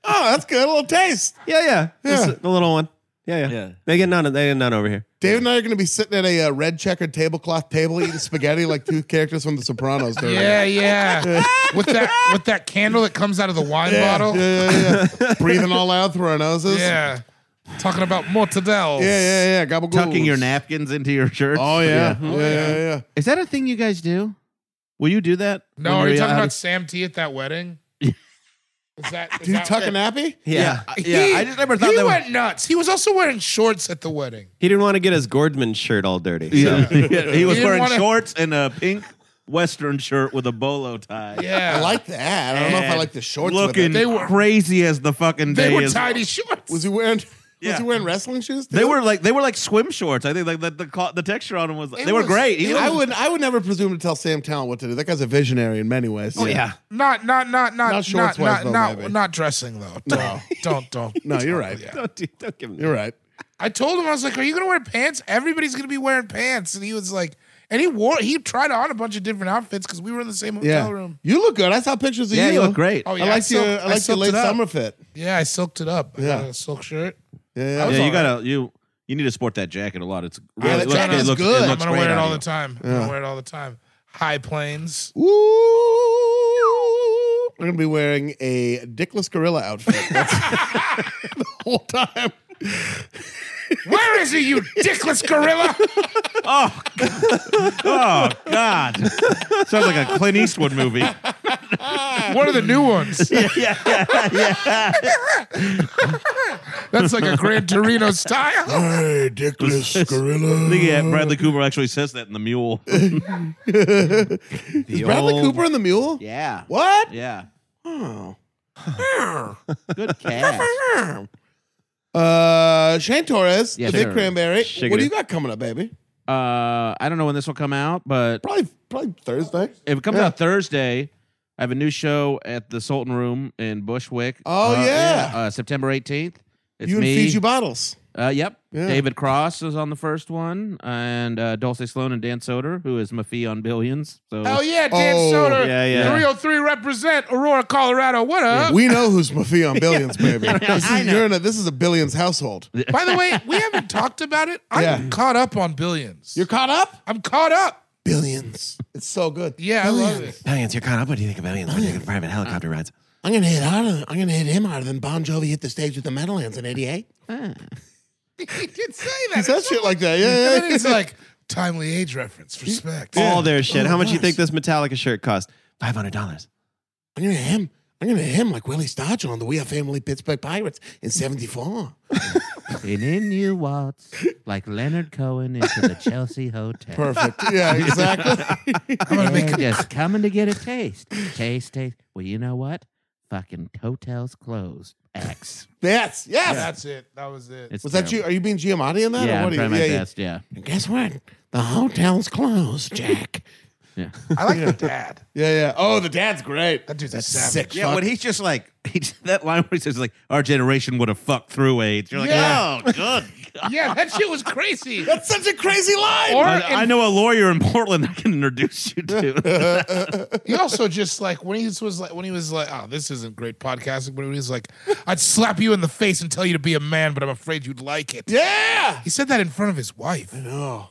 Speaker 1: Oh, that's good. A little taste.
Speaker 3: Yeah, yeah,
Speaker 1: Yeah.
Speaker 3: Just the little one. Yeah, yeah.
Speaker 5: Yeah.
Speaker 3: They get none. They get none over here.
Speaker 1: Dave and I are gonna be sitting at a uh, red checkered tablecloth table eating spaghetti like two characters from The Sopranos. during
Speaker 4: Yeah, yeah. with that with that candle that comes out of the wine
Speaker 1: Yeah,
Speaker 4: bottle.
Speaker 1: Yeah,
Speaker 4: Yeah.
Speaker 1: yeah, yeah. Breathing all out through our noses.
Speaker 4: Talking about mortadels.
Speaker 1: Yeah, yeah, yeah. Gobble
Speaker 5: Tucking
Speaker 1: ghouls.
Speaker 5: your napkins into your shirt.
Speaker 1: Oh yeah. Yeah, yeah, yeah.
Speaker 5: Is that a thing you guys do? Will you do that?
Speaker 4: No,
Speaker 5: when
Speaker 4: are you
Speaker 5: you're
Speaker 4: talking
Speaker 5: out
Speaker 4: about
Speaker 5: of-
Speaker 4: Sam T at that wedding? Is that is
Speaker 1: Do you
Speaker 4: that
Speaker 1: tuck a
Speaker 4: it?
Speaker 1: nappy?
Speaker 5: Yeah.
Speaker 4: He-
Speaker 5: Yeah, I just never thought
Speaker 4: he
Speaker 5: that was-
Speaker 4: went nuts. He was also wearing shorts at the wedding.
Speaker 3: He didn't want to get his Gordman shirt all dirty. So.
Speaker 5: Yeah. he was
Speaker 4: didn't
Speaker 5: wearing
Speaker 4: wanna-
Speaker 5: shorts and a pink western shirt with a bolo tie.
Speaker 4: Yeah,
Speaker 1: I like that. I don't know if I
Speaker 5: And
Speaker 1: like the shorts. with
Speaker 5: looking
Speaker 1: it.
Speaker 4: They were-
Speaker 5: crazy as the fucking day
Speaker 4: they were
Speaker 5: is.
Speaker 4: tiny shorts.
Speaker 1: Was he wearing?
Speaker 5: Yeah.
Speaker 1: Was he wearing wrestling shoes? Too?
Speaker 5: They were like they were like swim shorts. I think like the the, co- the texture on them was
Speaker 1: It
Speaker 5: they were
Speaker 1: was-
Speaker 5: great. He
Speaker 1: it-
Speaker 5: was-
Speaker 1: I would. I would never presume to tell Sam Talent what to do. That guy's a visionary in many ways.
Speaker 3: Oh yeah.
Speaker 4: not not not not
Speaker 1: Not
Speaker 4: not
Speaker 1: shorts
Speaker 4: not
Speaker 1: wise,
Speaker 4: not,
Speaker 1: though,
Speaker 4: not,
Speaker 1: maybe.
Speaker 4: dressing though. Don't don't don't.
Speaker 1: No, you're right.
Speaker 3: Don't, do, don't give him.
Speaker 1: You're right.
Speaker 4: I told him I was like, "Are you gonna wear pants? Everybody's gonna be wearing pants." And he was like, and he wore he tried on a bunch of different outfits because we were in the same hotel
Speaker 1: Yeah.
Speaker 4: room.
Speaker 1: You look good. I saw pictures of
Speaker 5: yeah,
Speaker 1: you.
Speaker 5: you look great.
Speaker 4: Oh
Speaker 1: I
Speaker 4: yeah,
Speaker 1: liked
Speaker 4: silk-
Speaker 1: your. I liked your
Speaker 4: silked
Speaker 1: late
Speaker 4: it up.
Speaker 1: summer fit.
Speaker 4: Yeah, I silked it up. I
Speaker 1: Yeah.
Speaker 4: got a silk shirt.
Speaker 1: Yeah.
Speaker 5: yeah,
Speaker 1: yeah.
Speaker 5: you gotta you you need to sport that jacket a lot. It's really,
Speaker 1: that
Speaker 5: it looks,
Speaker 1: jacket
Speaker 5: it
Speaker 1: is
Speaker 5: looks,
Speaker 1: good.
Speaker 5: It
Speaker 4: I'm
Speaker 5: looks
Speaker 4: gonna
Speaker 5: great
Speaker 4: wear it
Speaker 5: on
Speaker 4: all
Speaker 5: you.
Speaker 4: the time. I'm gonna wear it all the time. High planes.
Speaker 1: Ooh. I'm gonna be wearing a dickless gorilla outfit That's the whole time.
Speaker 4: Where is he, you dickless gorilla?
Speaker 5: Oh God, sounds like a Clint Eastwood movie.
Speaker 4: What are the new ones? yeah, yeah, That's like a Gran Torino style.
Speaker 1: Hey, dickless gorilla.
Speaker 5: I think yeah, Bradley Cooper actually says that in The Mule.
Speaker 3: The
Speaker 1: Bradley
Speaker 3: old-
Speaker 1: Cooper and the Mule?
Speaker 5: yeah.
Speaker 1: What?
Speaker 5: Yeah.
Speaker 1: Oh.
Speaker 5: Good cast.
Speaker 1: Uh, Shane Torres,
Speaker 2: Yeah,
Speaker 1: the Big
Speaker 2: sure.
Speaker 1: Cranberry.
Speaker 3: Shiggity.
Speaker 1: What do you got coming up, baby?
Speaker 2: Uh, I don't know when this will come out, but
Speaker 1: Probably, probably Thursday.
Speaker 2: if it comes
Speaker 1: Yeah.
Speaker 2: out Thursday, I have a new show at the Sultan Room in Bushwick.
Speaker 1: Oh,
Speaker 2: uh,
Speaker 1: yeah.
Speaker 2: uh, September 18th. It's
Speaker 1: you and
Speaker 2: me.
Speaker 1: Fiji Bottles.
Speaker 2: Uh, yep.
Speaker 1: Yeah.
Speaker 2: David Cross is on the first one, and uh, Dulce Sloan and Dan Soder, who is Mafia on Billions. So
Speaker 4: Hell yeah, Dan
Speaker 1: Oh,
Speaker 4: Soder.
Speaker 3: yeah, yeah.
Speaker 4: 303 represent Aurora, Colorado. What up?
Speaker 1: We know who's Mafia on Billions, baby. This
Speaker 2: I
Speaker 1: is,
Speaker 2: know.
Speaker 1: you're in a, this is a Billions household.
Speaker 4: By the way, we haven't talked about it. I'm
Speaker 1: Yeah.
Speaker 4: caught up on 1000000000s
Speaker 1: You're caught up?
Speaker 4: I'm caught up.
Speaker 1: Billions. It's so good.
Speaker 4: Yeah, I love it.
Speaker 3: Billions, you're caught up. What do you think of billions? What do you think of private helicopter rides?
Speaker 1: I'm gonna hit harder. I'm gonna hit him harder than Bon Jovi hit the stage with the Meadowlands in '88.
Speaker 4: he did say that.
Speaker 1: He says
Speaker 4: It's
Speaker 1: shit
Speaker 4: so-
Speaker 1: like that.
Speaker 4: And
Speaker 1: Yeah,
Speaker 4: then
Speaker 1: yeah.
Speaker 4: it's like timely age reference. Respect.
Speaker 3: All their shit.
Speaker 1: Oh,
Speaker 3: How much you
Speaker 1: nice.
Speaker 3: think this Metallica shirt cost? Five hundred dollars.
Speaker 1: I'm gonna hit him. I'm going to him like Willie Stargell on the We Are Family Pittsburgh Pirates in 74.
Speaker 2: And in you waltz, like Leonard Cohen into the Chelsea Hotel.
Speaker 1: Perfect. Yeah, exactly.
Speaker 2: They're just coming to get a taste. Taste, taste. Well, you know what? Fucking hotel's closed. X.
Speaker 1: yes, yes.
Speaker 4: That's it. That was it.
Speaker 2: It's
Speaker 1: Was that you? Are you being Giamatti in that?
Speaker 2: Yeah,
Speaker 1: or
Speaker 2: I'm
Speaker 1: what are
Speaker 2: trying
Speaker 1: you?
Speaker 2: my
Speaker 1: yeah, you-
Speaker 2: best. Yeah.
Speaker 1: And guess what? The hotel's closed, Jack.
Speaker 2: yeah.
Speaker 4: I like the dad.
Speaker 1: yeah, yeah. Oh, the dad's great.
Speaker 4: That dude's a
Speaker 1: That's
Speaker 4: savage.
Speaker 1: sick.
Speaker 5: Yeah,
Speaker 1: fuck.
Speaker 5: when he's just like he, that line where he says like our generation would have fucked through AIDS. You're like,
Speaker 4: Yeah.
Speaker 5: oh, good. God.
Speaker 4: Yeah, that shit was crazy.
Speaker 1: That's such a crazy line.
Speaker 4: Or
Speaker 5: I, I
Speaker 4: in-
Speaker 5: know a lawyer in Portland I can introduce you to.
Speaker 4: he also just like when he was like when he was like, oh, this isn't great podcasting, but when he was like, I'd slap you in the face and tell you to be a man, but I'm afraid you'd like it.
Speaker 1: yeah.
Speaker 4: He said that in front of his wife. His
Speaker 1: No.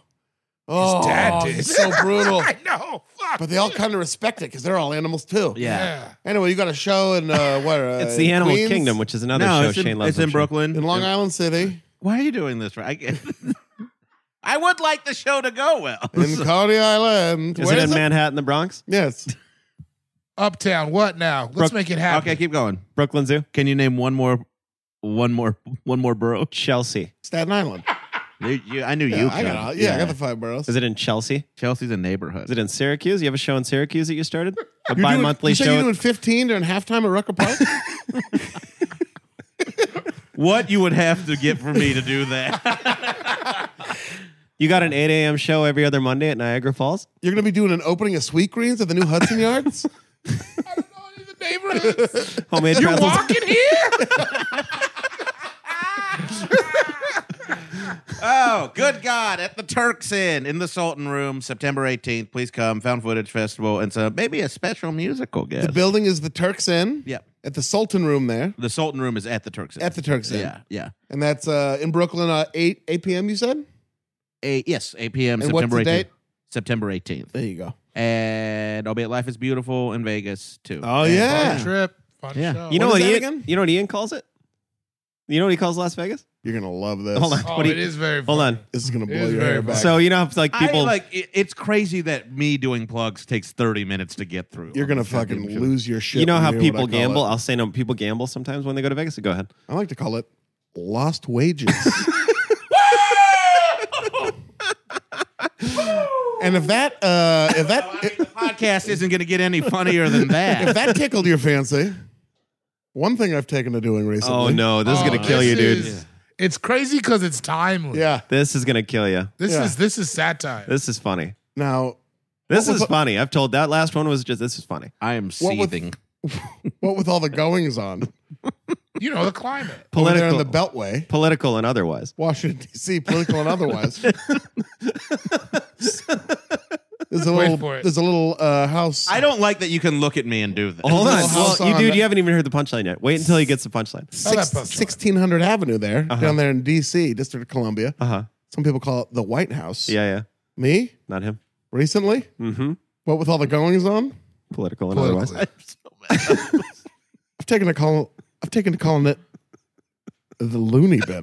Speaker 1: Oh,
Speaker 4: dad did.
Speaker 1: it's so brutal.
Speaker 4: I know. Fuck.
Speaker 1: But they all kind of respect it because they're all animals too.
Speaker 2: Yeah.
Speaker 4: yeah.
Speaker 1: Anyway, you got a show in uh, what? Uh,
Speaker 3: It's the Animal
Speaker 1: Queens?
Speaker 3: Kingdom, which is another
Speaker 5: no,
Speaker 3: show
Speaker 5: it's,
Speaker 3: Shane
Speaker 5: in,
Speaker 3: loves.
Speaker 5: it's in
Speaker 3: I'm sure.
Speaker 5: Brooklyn.
Speaker 1: in Long Island City,
Speaker 5: Why are you doing this? Right? I, I would like the show to go well.
Speaker 1: in Coney Island.
Speaker 3: Is
Speaker 1: Where
Speaker 3: it in
Speaker 1: is
Speaker 3: Manhattan, the Bronx,
Speaker 1: Yes.
Speaker 4: Uptown. What now? Let's
Speaker 5: Brooke-
Speaker 4: make it happen.
Speaker 5: Okay, keep going.
Speaker 3: Brooklyn Zoo,
Speaker 5: Can you name one more, one more, one more borough?
Speaker 3: Chelsea?
Speaker 1: Staten Island.
Speaker 5: You- you- I knew
Speaker 1: Yeah,
Speaker 5: you.
Speaker 1: I
Speaker 5: could.
Speaker 1: got, all- yeah, I got the five boroughs.
Speaker 3: Is it in Chelsea?
Speaker 5: Chelsea's a
Speaker 3: Is
Speaker 5: neighborhood.
Speaker 3: it in Syracuse? You have a show in Syracuse that you started? A
Speaker 1: You're doing-
Speaker 3: bi-monthly
Speaker 1: you say
Speaker 3: show.
Speaker 1: You're doing 15 during halftime at Rucker Park?
Speaker 5: what you would have to get for me to do that?
Speaker 3: you got an 8 a.m. show every other Monday at Niagara Falls.
Speaker 1: you're going to be doing an opening of Sweet Greens at the new Hudson Yards?
Speaker 4: I don't know any of the neighborhoods.
Speaker 3: Homemade
Speaker 4: You're
Speaker 3: pretzels.
Speaker 4: walking here?
Speaker 5: oh, good God! At the Turks Inn in the Sultan Room, September 18th. Please come. Found Footage Festival and so maybe a special musical guest.
Speaker 1: The building is the Turks Inn.
Speaker 5: Yep.
Speaker 1: At the Sultan Room there.
Speaker 5: The Sultan Room is at the Turks Inn.
Speaker 1: At the Turks Inn.
Speaker 5: yeah, yeah.
Speaker 1: And that's uh, in Brooklyn, uh, 8, 8 p.m., you said?
Speaker 5: A, yes, 8 p.m.
Speaker 1: And what's
Speaker 5: September
Speaker 1: the
Speaker 5: 18th.
Speaker 1: date?
Speaker 5: September 18th.
Speaker 1: There you go.
Speaker 5: And I'll be at Life is Beautiful in Vegas too.
Speaker 1: Oh,
Speaker 4: Fun
Speaker 1: yeah.
Speaker 4: trip. Fun
Speaker 5: Yeah.
Speaker 4: show.
Speaker 3: You know
Speaker 1: What
Speaker 3: what,
Speaker 1: is that
Speaker 3: Ian?
Speaker 1: again?
Speaker 3: You know what Ian calls it? You know what he calls Las Vegas?
Speaker 1: You're going to love this.
Speaker 3: Hold on.
Speaker 4: Oh,
Speaker 3: what do
Speaker 4: it
Speaker 3: you-
Speaker 4: is very
Speaker 3: Hold
Speaker 4: fun.
Speaker 3: on.
Speaker 1: This is going to blow
Speaker 4: is
Speaker 1: your
Speaker 4: very
Speaker 1: hair
Speaker 4: fun.
Speaker 1: back.
Speaker 3: So you know, how, like people,
Speaker 5: I, like it- it's crazy that me doing plugs takes 30 minutes to get through.
Speaker 1: you're
Speaker 5: on
Speaker 1: going to
Speaker 5: this goddamn
Speaker 1: fucking
Speaker 5: show.
Speaker 1: lose your shit.
Speaker 3: you know
Speaker 1: when
Speaker 3: how
Speaker 1: hear what I
Speaker 3: people
Speaker 1: call
Speaker 3: gamble.
Speaker 1: it.
Speaker 3: I'll say no. People gamble sometimes when they go to Vegas. Go ahead.
Speaker 1: I like to call it lost wages. and if that, uh, if that,
Speaker 5: The podcast isn't going to get any funnier than
Speaker 1: if
Speaker 5: that.
Speaker 1: that tickled your fancy, one thing I've taken to doing recently.
Speaker 3: Oh no, this is
Speaker 4: Oh,
Speaker 3: gonna kill
Speaker 4: this
Speaker 3: you, dude.
Speaker 4: is- It's crazy because it's timely.
Speaker 1: Yeah.
Speaker 3: This is gonna kill you.
Speaker 4: This
Speaker 1: Yeah.
Speaker 4: is this is satire.
Speaker 3: This is funny.
Speaker 1: Now,
Speaker 3: This
Speaker 1: What
Speaker 3: is
Speaker 1: was-
Speaker 3: funny. I've told that last one was just this is funny.
Speaker 5: I am
Speaker 1: What with-
Speaker 5: seething.
Speaker 1: what with all the goings on
Speaker 4: you know the climate.
Speaker 1: over there in
Speaker 3: Political,
Speaker 1: the Beltway,
Speaker 3: political and otherwise.
Speaker 1: Washington D.C., political and otherwise, there's a little,
Speaker 4: for it.
Speaker 1: there's a little uh, house.
Speaker 5: I don't like that you can look at me and do this.
Speaker 3: Hold on,
Speaker 1: Little
Speaker 3: well,
Speaker 1: house
Speaker 3: you
Speaker 1: on-
Speaker 3: dude, you haven't even heard the punchline yet. Wait until he gets the punchline.
Speaker 1: Six,
Speaker 4: Oh, that post-
Speaker 1: 1600 Avenue there, down there in D.C., District of Columbia.
Speaker 3: Uh huh.
Speaker 1: Some people call it the White House.
Speaker 3: Yeah, yeah.
Speaker 1: Me
Speaker 3: Not him.
Speaker 1: recently,
Speaker 3: Mm-hmm.
Speaker 1: what with all the goings on,
Speaker 3: Political and
Speaker 4: Political.
Speaker 3: otherwise.
Speaker 1: I've taken to call. I've taken to calling it the loony bin.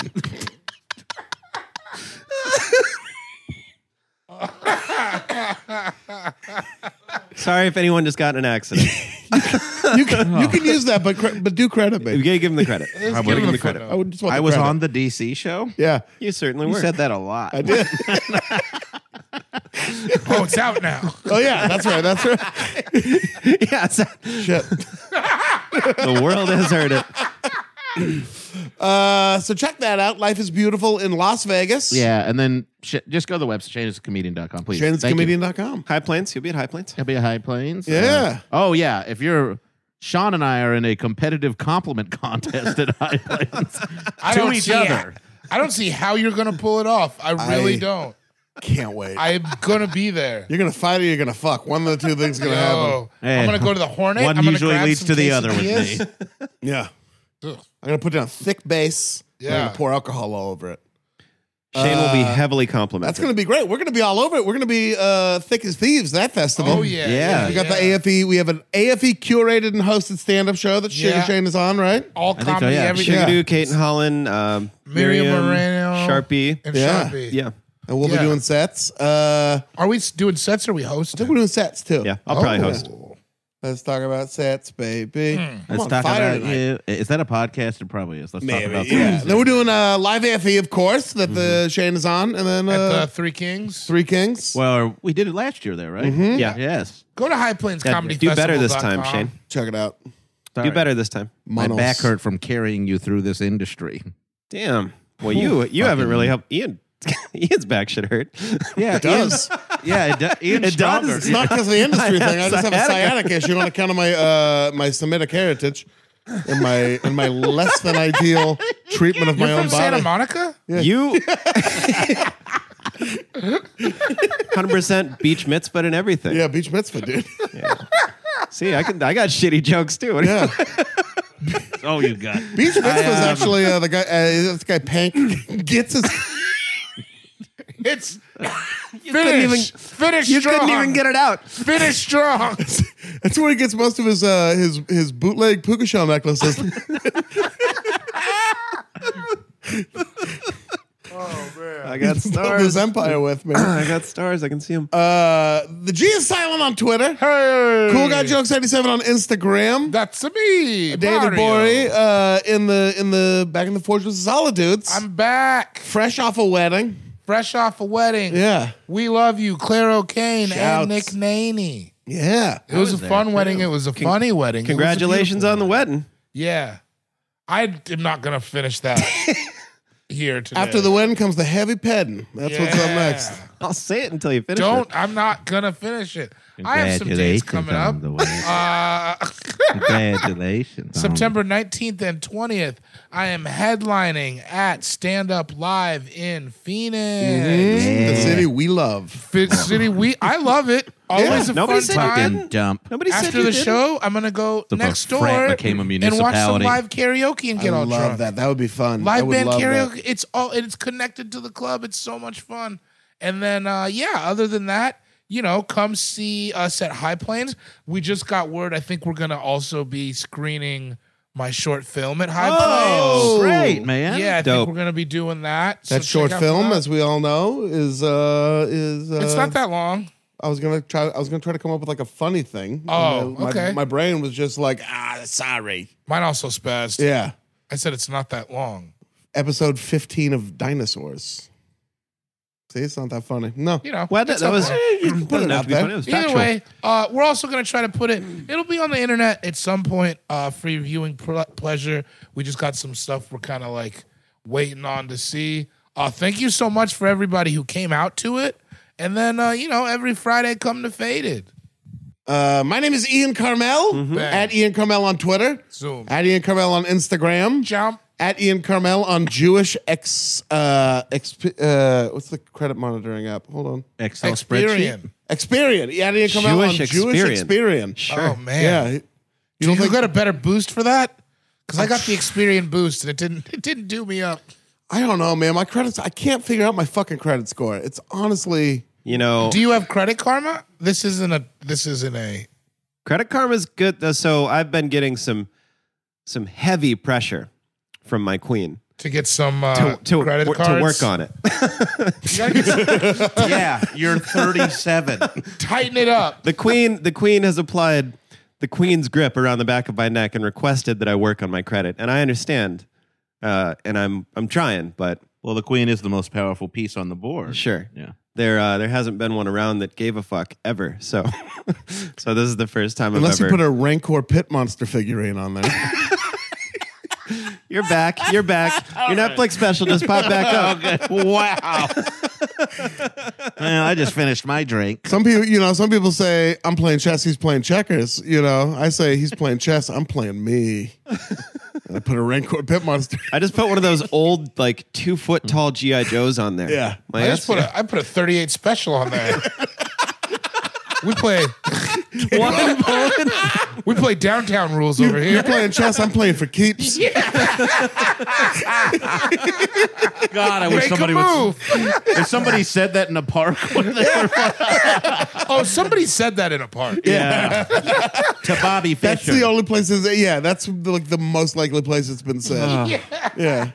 Speaker 3: Sorry if anyone just got in an accident.
Speaker 1: you, can, you can use that, but cre- but do credit
Speaker 3: you
Speaker 1: me.
Speaker 3: gotta give him the credit.
Speaker 4: Let's
Speaker 3: I
Speaker 4: give
Speaker 3: give
Speaker 4: him
Speaker 3: him
Speaker 4: the
Speaker 3: the credit.
Speaker 1: I
Speaker 4: photo.
Speaker 1: would just want
Speaker 5: I
Speaker 1: the
Speaker 5: was
Speaker 1: credit.
Speaker 5: on the DC show.
Speaker 1: Yeah,
Speaker 3: You certainly
Speaker 5: You
Speaker 3: were.
Speaker 5: said that a lot.
Speaker 1: I did.
Speaker 4: Oh, it's out now.
Speaker 1: oh yeah, that's right. That's right.
Speaker 3: yeah, it's-
Speaker 1: Shit.
Speaker 3: the world has heard it.
Speaker 1: Uh, so check that out. Life is beautiful in Las Vegas.
Speaker 2: Yeah. And then sh- just go to the website, shanescomedian.com, please. Thank you.
Speaker 1: Transcomedian.com.
Speaker 3: High Plains. You'll be at High Plains.
Speaker 2: Happy High Plains.
Speaker 1: Yeah.
Speaker 2: Uh, oh yeah. If you're Sean and I are in a competitive compliment contest at High Plains
Speaker 4: I
Speaker 2: to
Speaker 4: don't
Speaker 2: each
Speaker 4: see
Speaker 2: other.
Speaker 4: I don't see how you're gonna pull it off. I really
Speaker 1: I-
Speaker 4: don't.
Speaker 1: Can't wait.
Speaker 4: I'm gonna be there.
Speaker 1: you're gonna fight or you're gonna fuck. One of the two things gonna happen.
Speaker 4: Yo, I'm gonna
Speaker 5: Hey,
Speaker 4: go to the Hornet.
Speaker 5: One
Speaker 4: I'm gonna
Speaker 5: usually
Speaker 4: grab
Speaker 5: leads
Speaker 4: some
Speaker 5: to the other with me.
Speaker 4: quesadillas.
Speaker 1: Yeah.
Speaker 4: Ugh.
Speaker 1: I'm gonna put down thick base. and I'm
Speaker 4: Yeah.
Speaker 1: gonna pour alcohol all over it.
Speaker 3: Shane will be
Speaker 1: Uh,
Speaker 3: heavily complimented.
Speaker 1: That's gonna be great. We're gonna be all over it. We're gonna be uh, thick as thieves that festival.
Speaker 4: Oh yeah,
Speaker 3: Yeah.
Speaker 1: We got the AFE. We have an AFE curated and hosted stand up show that Sugar
Speaker 4: Yeah.
Speaker 1: Shane is on, right?
Speaker 4: all
Speaker 5: so,
Speaker 4: comedy,
Speaker 5: yeah.
Speaker 4: everything,
Speaker 1: Yeah.
Speaker 3: Shigadoo, Kate and Holland, um,
Speaker 4: Miriam
Speaker 3: Miriam,
Speaker 4: Moreno.
Speaker 3: Sharpie.
Speaker 4: and
Speaker 1: Yeah.
Speaker 4: Sharpie.
Speaker 3: Yeah,
Speaker 1: And we'll
Speaker 4: Yeah.
Speaker 1: be doing sets. Uh,
Speaker 4: Are we s- doing sets or are we
Speaker 1: I think
Speaker 4: hosting?
Speaker 1: we're doing sets too.
Speaker 3: yeah. I'll probably
Speaker 1: Oh.
Speaker 3: host.
Speaker 1: Let's talk about sets, baby. I'm
Speaker 5: Let's
Speaker 1: on
Speaker 5: talk
Speaker 1: fire
Speaker 5: about
Speaker 1: tonight.
Speaker 5: you. Is that a podcast? It probably is. Let's talk
Speaker 1: Maybe,
Speaker 5: about
Speaker 1: yeah.
Speaker 5: that.
Speaker 1: Then we're doing uh, live AFE, of course, that the Shane is on, and then
Speaker 4: Mm-hmm. At
Speaker 1: uh,
Speaker 4: the Three Kings.
Speaker 1: Three Kings.
Speaker 5: Well, we did it last year, there, right?
Speaker 1: Mm-hmm.
Speaker 3: Yeah.
Speaker 5: Yes.
Speaker 4: Go to High Plains Comedy
Speaker 3: do better this
Speaker 4: Festival.com.
Speaker 3: time, Shane.
Speaker 1: Check it out.
Speaker 5: Sorry.
Speaker 3: Do better this time.
Speaker 5: My
Speaker 1: Monos.
Speaker 5: back hurt from carrying you through this industry.
Speaker 3: Damn. Well, you you haven't really helped. Ian, Ian's back should hurt.
Speaker 5: Yeah, it
Speaker 1: does.
Speaker 5: Yeah, it, do, Ian's
Speaker 3: It does.
Speaker 5: stronger.
Speaker 1: It's not because of the industry thing. I just have a
Speaker 3: sciatica.
Speaker 1: sciatic issue on account of my uh, my Semitic heritage and my and my less than ideal treatment of my
Speaker 4: You're
Speaker 1: own
Speaker 4: from Santa
Speaker 1: body.
Speaker 4: Monica?
Speaker 3: You. 100% beach mitzvah and everything.
Speaker 1: Yeah, beach mitzvah, dude.
Speaker 3: See, I can. I got shitty jokes too. What do you-
Speaker 1: Yeah,
Speaker 5: Oh, you got.
Speaker 1: beach mitzvah is
Speaker 4: um,
Speaker 1: actually uh, the guy. Uh, this guy Pank gets his.
Speaker 4: It's
Speaker 3: couldn't
Speaker 4: finish.
Speaker 3: even-
Speaker 4: finish
Speaker 3: You
Speaker 4: strong.
Speaker 3: couldn't even get it out.
Speaker 4: finish strong.
Speaker 1: That's where he gets most of his uh, his his bootleg puka shell necklaces.
Speaker 3: I got
Speaker 1: Built his
Speaker 3: stars.
Speaker 1: empire with man.
Speaker 3: I got stars. I can see them.
Speaker 1: Uh, the G is silent on Twitter.
Speaker 4: hey,
Speaker 1: Cool guy jokes eighty seven on Instagram.
Speaker 4: That's me,
Speaker 1: David
Speaker 4: Mario.
Speaker 1: Bory uh, in the in the back in the fortress of solitudes.
Speaker 4: I'm back,
Speaker 1: fresh off a wedding.
Speaker 4: fresh off a wedding.
Speaker 1: Yeah,
Speaker 4: We love you, Claire O'Kane
Speaker 1: Shouts.
Speaker 4: and Nick Naney.
Speaker 1: yeah.
Speaker 4: It was, a fun wedding. It was a funny wedding. It was a
Speaker 3: Congratulations on the wedding.
Speaker 4: beautiful- yeah. I am not going to finish that here today.
Speaker 1: After the wedding comes the heavy petting. That's what's up
Speaker 4: Yeah.
Speaker 1: next.
Speaker 3: I'll say it until you finish.
Speaker 4: Don't.
Speaker 3: It.
Speaker 4: I'm not going to finish it. I have some dates coming up.
Speaker 5: on um, the way.
Speaker 4: Uh,
Speaker 5: Congratulations. on-
Speaker 4: September 19th and 20th, I am headlining at Stand Up Live in Phoenix.
Speaker 1: The city we love.
Speaker 4: Fit City, we I love it. Always a
Speaker 3: Nobody
Speaker 4: fun
Speaker 3: said you
Speaker 4: time.
Speaker 3: didn't.
Speaker 5: Fucking dump.
Speaker 3: Nobody said
Speaker 4: After
Speaker 3: you
Speaker 4: the
Speaker 3: didn't.
Speaker 4: show, I'm gonna go
Speaker 5: The
Speaker 4: next
Speaker 5: frat
Speaker 4: door
Speaker 5: became a
Speaker 4: and watch some
Speaker 5: municipality.
Speaker 4: live karaoke and
Speaker 1: I
Speaker 4: get all
Speaker 1: love
Speaker 4: drunk.
Speaker 1: that. That would be fun. I
Speaker 4: Live
Speaker 1: would
Speaker 4: band
Speaker 1: love
Speaker 4: karaoke.
Speaker 1: that.
Speaker 4: It's all and it's connected to the club. It's so much fun. And then uh yeah, other than that, you know, come see us at High Plains. We just got word. I think we're gonna also be screening my short film at High
Speaker 3: Oh,
Speaker 4: Plains.
Speaker 3: great,
Speaker 5: man.
Speaker 4: Yeah, I
Speaker 3: Dope.
Speaker 4: think we're gonna be doing that. So
Speaker 1: That short
Speaker 4: check out for
Speaker 1: film,
Speaker 4: that.
Speaker 1: as we all know, is uh is uh,
Speaker 4: it's not that long.
Speaker 1: I was gonna try. I was gonna try to come up with like a funny thing.
Speaker 4: Oh,
Speaker 1: And, uh, my,
Speaker 4: okay.
Speaker 1: My brain was just like, ah, sorry.
Speaker 4: Mine also spazzed.
Speaker 1: Yeah.
Speaker 4: I said it's not that long.
Speaker 1: Episode fifteen of dinosaurs. See, it's not that funny. No.
Speaker 4: You know,
Speaker 3: Well, that,
Speaker 4: it's
Speaker 3: that
Speaker 4: not
Speaker 3: was.
Speaker 4: long.
Speaker 3: Doesn't
Speaker 1: put it
Speaker 3: have
Speaker 1: out
Speaker 3: to be
Speaker 1: there.
Speaker 3: funny. It was
Speaker 4: Either
Speaker 3: factual.
Speaker 4: way, uh, we're also going to try to put it. It'll be on the internet at some point uh, for your viewing pl- pleasure. We just got some stuff we're kind of like waiting on to see. Uh, thank you so much for everybody who came out to it, and then uh, you know every Friday come to Faded.
Speaker 1: Uh, my name is Ian Carmel
Speaker 4: Mm-hmm.
Speaker 1: at Ian Carmel on Twitter.
Speaker 4: Zoom.
Speaker 1: At Ian Carmel on Instagram.
Speaker 4: Jump.
Speaker 1: at Ian Carmel on Jewish X. Uh, exp, uh, what's the credit monitoring app? Hold on.
Speaker 3: Oh,
Speaker 5: Excel spreadsheet.
Speaker 4: Experian.
Speaker 1: Experian. Yeah, Ian Carmel
Speaker 3: Jewish
Speaker 1: on Jewish
Speaker 3: Experian.
Speaker 1: Experian.
Speaker 3: Sure.
Speaker 4: Oh
Speaker 1: Yeah.
Speaker 4: man,
Speaker 1: You
Speaker 4: you
Speaker 1: don't
Speaker 4: don't
Speaker 1: think
Speaker 4: got a better boost for that? Because I got the Experian boost and it didn't. It didn't do me up.
Speaker 1: I don't know, man. My credits. I can't figure out my fucking credit score. It's honestly.
Speaker 3: You know,
Speaker 4: Do you have Credit Karma? This isn't a. This isn't a.
Speaker 3: Credit Karma's good though. So I've been getting some some heavy pressure from my queen
Speaker 4: To get some uh,
Speaker 3: to to,
Speaker 4: credit
Speaker 3: wor-
Speaker 4: cards
Speaker 3: to work on it.
Speaker 4: You gotta get some-
Speaker 5: Yeah, you're 37.
Speaker 4: tighten it up.
Speaker 3: The queen the queen has applied the queen's grip around the back of my neck and requested that I work on my credit, and I understand. Uh, and I'm I'm trying, but
Speaker 5: well, the queen is the most powerful piece on the board.
Speaker 3: sure.
Speaker 5: Yeah.
Speaker 3: There, uh, there hasn't been one around that gave a fuck ever. So, so this is the first time
Speaker 1: Unless
Speaker 3: I've
Speaker 1: you
Speaker 3: ever.
Speaker 1: put a Rancor Pit Monster figurine on there.
Speaker 3: you're back. You're back. Your Netflix special just popped back up.
Speaker 5: Wow. well, I just finished my drink.
Speaker 1: some people, you know, some people say I'm playing chess. He's playing checkers. You know, I say he's playing chess. I'm playing me. And I put a Rancor Pit Monster.
Speaker 3: I just put one of those old, like two foot tall GI Joes on there.
Speaker 1: Yeah.
Speaker 3: Like,
Speaker 4: I just
Speaker 3: that's-
Speaker 4: put a I put a 38 special on there. we play
Speaker 3: One bullet.
Speaker 4: we play downtown rules over
Speaker 1: You're
Speaker 4: here.
Speaker 1: playing chess. I'm playing for keeps.
Speaker 5: God, I
Speaker 4: Make
Speaker 5: wish somebody
Speaker 4: a
Speaker 5: would.
Speaker 4: move.
Speaker 5: If somebody said that in a park, would they yeah.
Speaker 4: oh, somebody said that in a park.
Speaker 5: to Bobby Fisher.
Speaker 1: That's the only place. Is, yeah, that's the, like the most likely place it's been said. Yeah,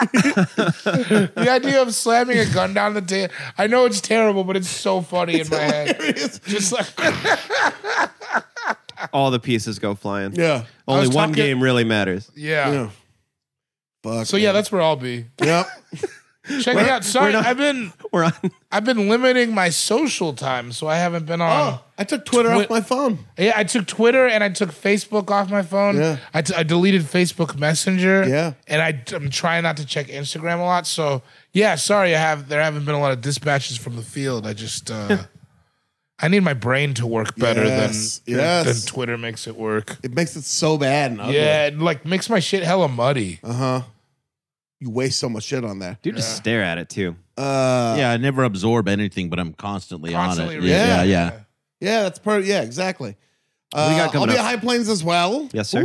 Speaker 4: The idea of slamming a gun down the table. I know it's terrible, but it's so funny in my head. Just like
Speaker 3: all the pieces go flying.
Speaker 1: Yeah.
Speaker 4: I
Speaker 3: Only
Speaker 4: was
Speaker 3: one
Speaker 4: talking-
Speaker 3: game really matters.
Speaker 4: Yeah.
Speaker 1: Yeah. Fuck.
Speaker 4: So yeah,
Speaker 1: man.
Speaker 4: that's where I'll be.
Speaker 1: Yep.
Speaker 4: Check it out. Sorry,
Speaker 3: not-
Speaker 4: I've been
Speaker 3: We're on.
Speaker 4: I've been limiting my social time, so I haven't been on.
Speaker 1: Oh, I took Twitter
Speaker 4: Twi-
Speaker 1: off my phone.
Speaker 4: Yeah, I took Twitter and I took Facebook off my phone.
Speaker 1: Yeah.
Speaker 4: I, t- I deleted Facebook Messenger.
Speaker 1: Yeah.
Speaker 4: and I, am trying not to check Instagram a lot. So yeah, sorry, I have there haven't been a lot of dispatches from the field. I just uh, I need my brain to work better
Speaker 1: Yes,
Speaker 4: than
Speaker 1: yes.
Speaker 4: than Twitter makes it work.
Speaker 1: It makes it so bad and ugly.
Speaker 4: Yeah, it, like makes my shit hella muddy.
Speaker 1: Uh huh. You waste so much shit on that.
Speaker 3: Dude, just stare at it too.
Speaker 1: Uh,
Speaker 5: yeah, I never absorb anything, but I'm constantly,
Speaker 4: Constantly
Speaker 5: on it.
Speaker 4: reading
Speaker 5: Yeah, yeah,
Speaker 1: it.
Speaker 5: yeah.
Speaker 1: yeah, that's part. Yeah, exactly. Uh,
Speaker 3: got
Speaker 1: I'll
Speaker 3: coming
Speaker 1: be
Speaker 3: up?
Speaker 1: at High Plains as well.
Speaker 3: Yes, sir.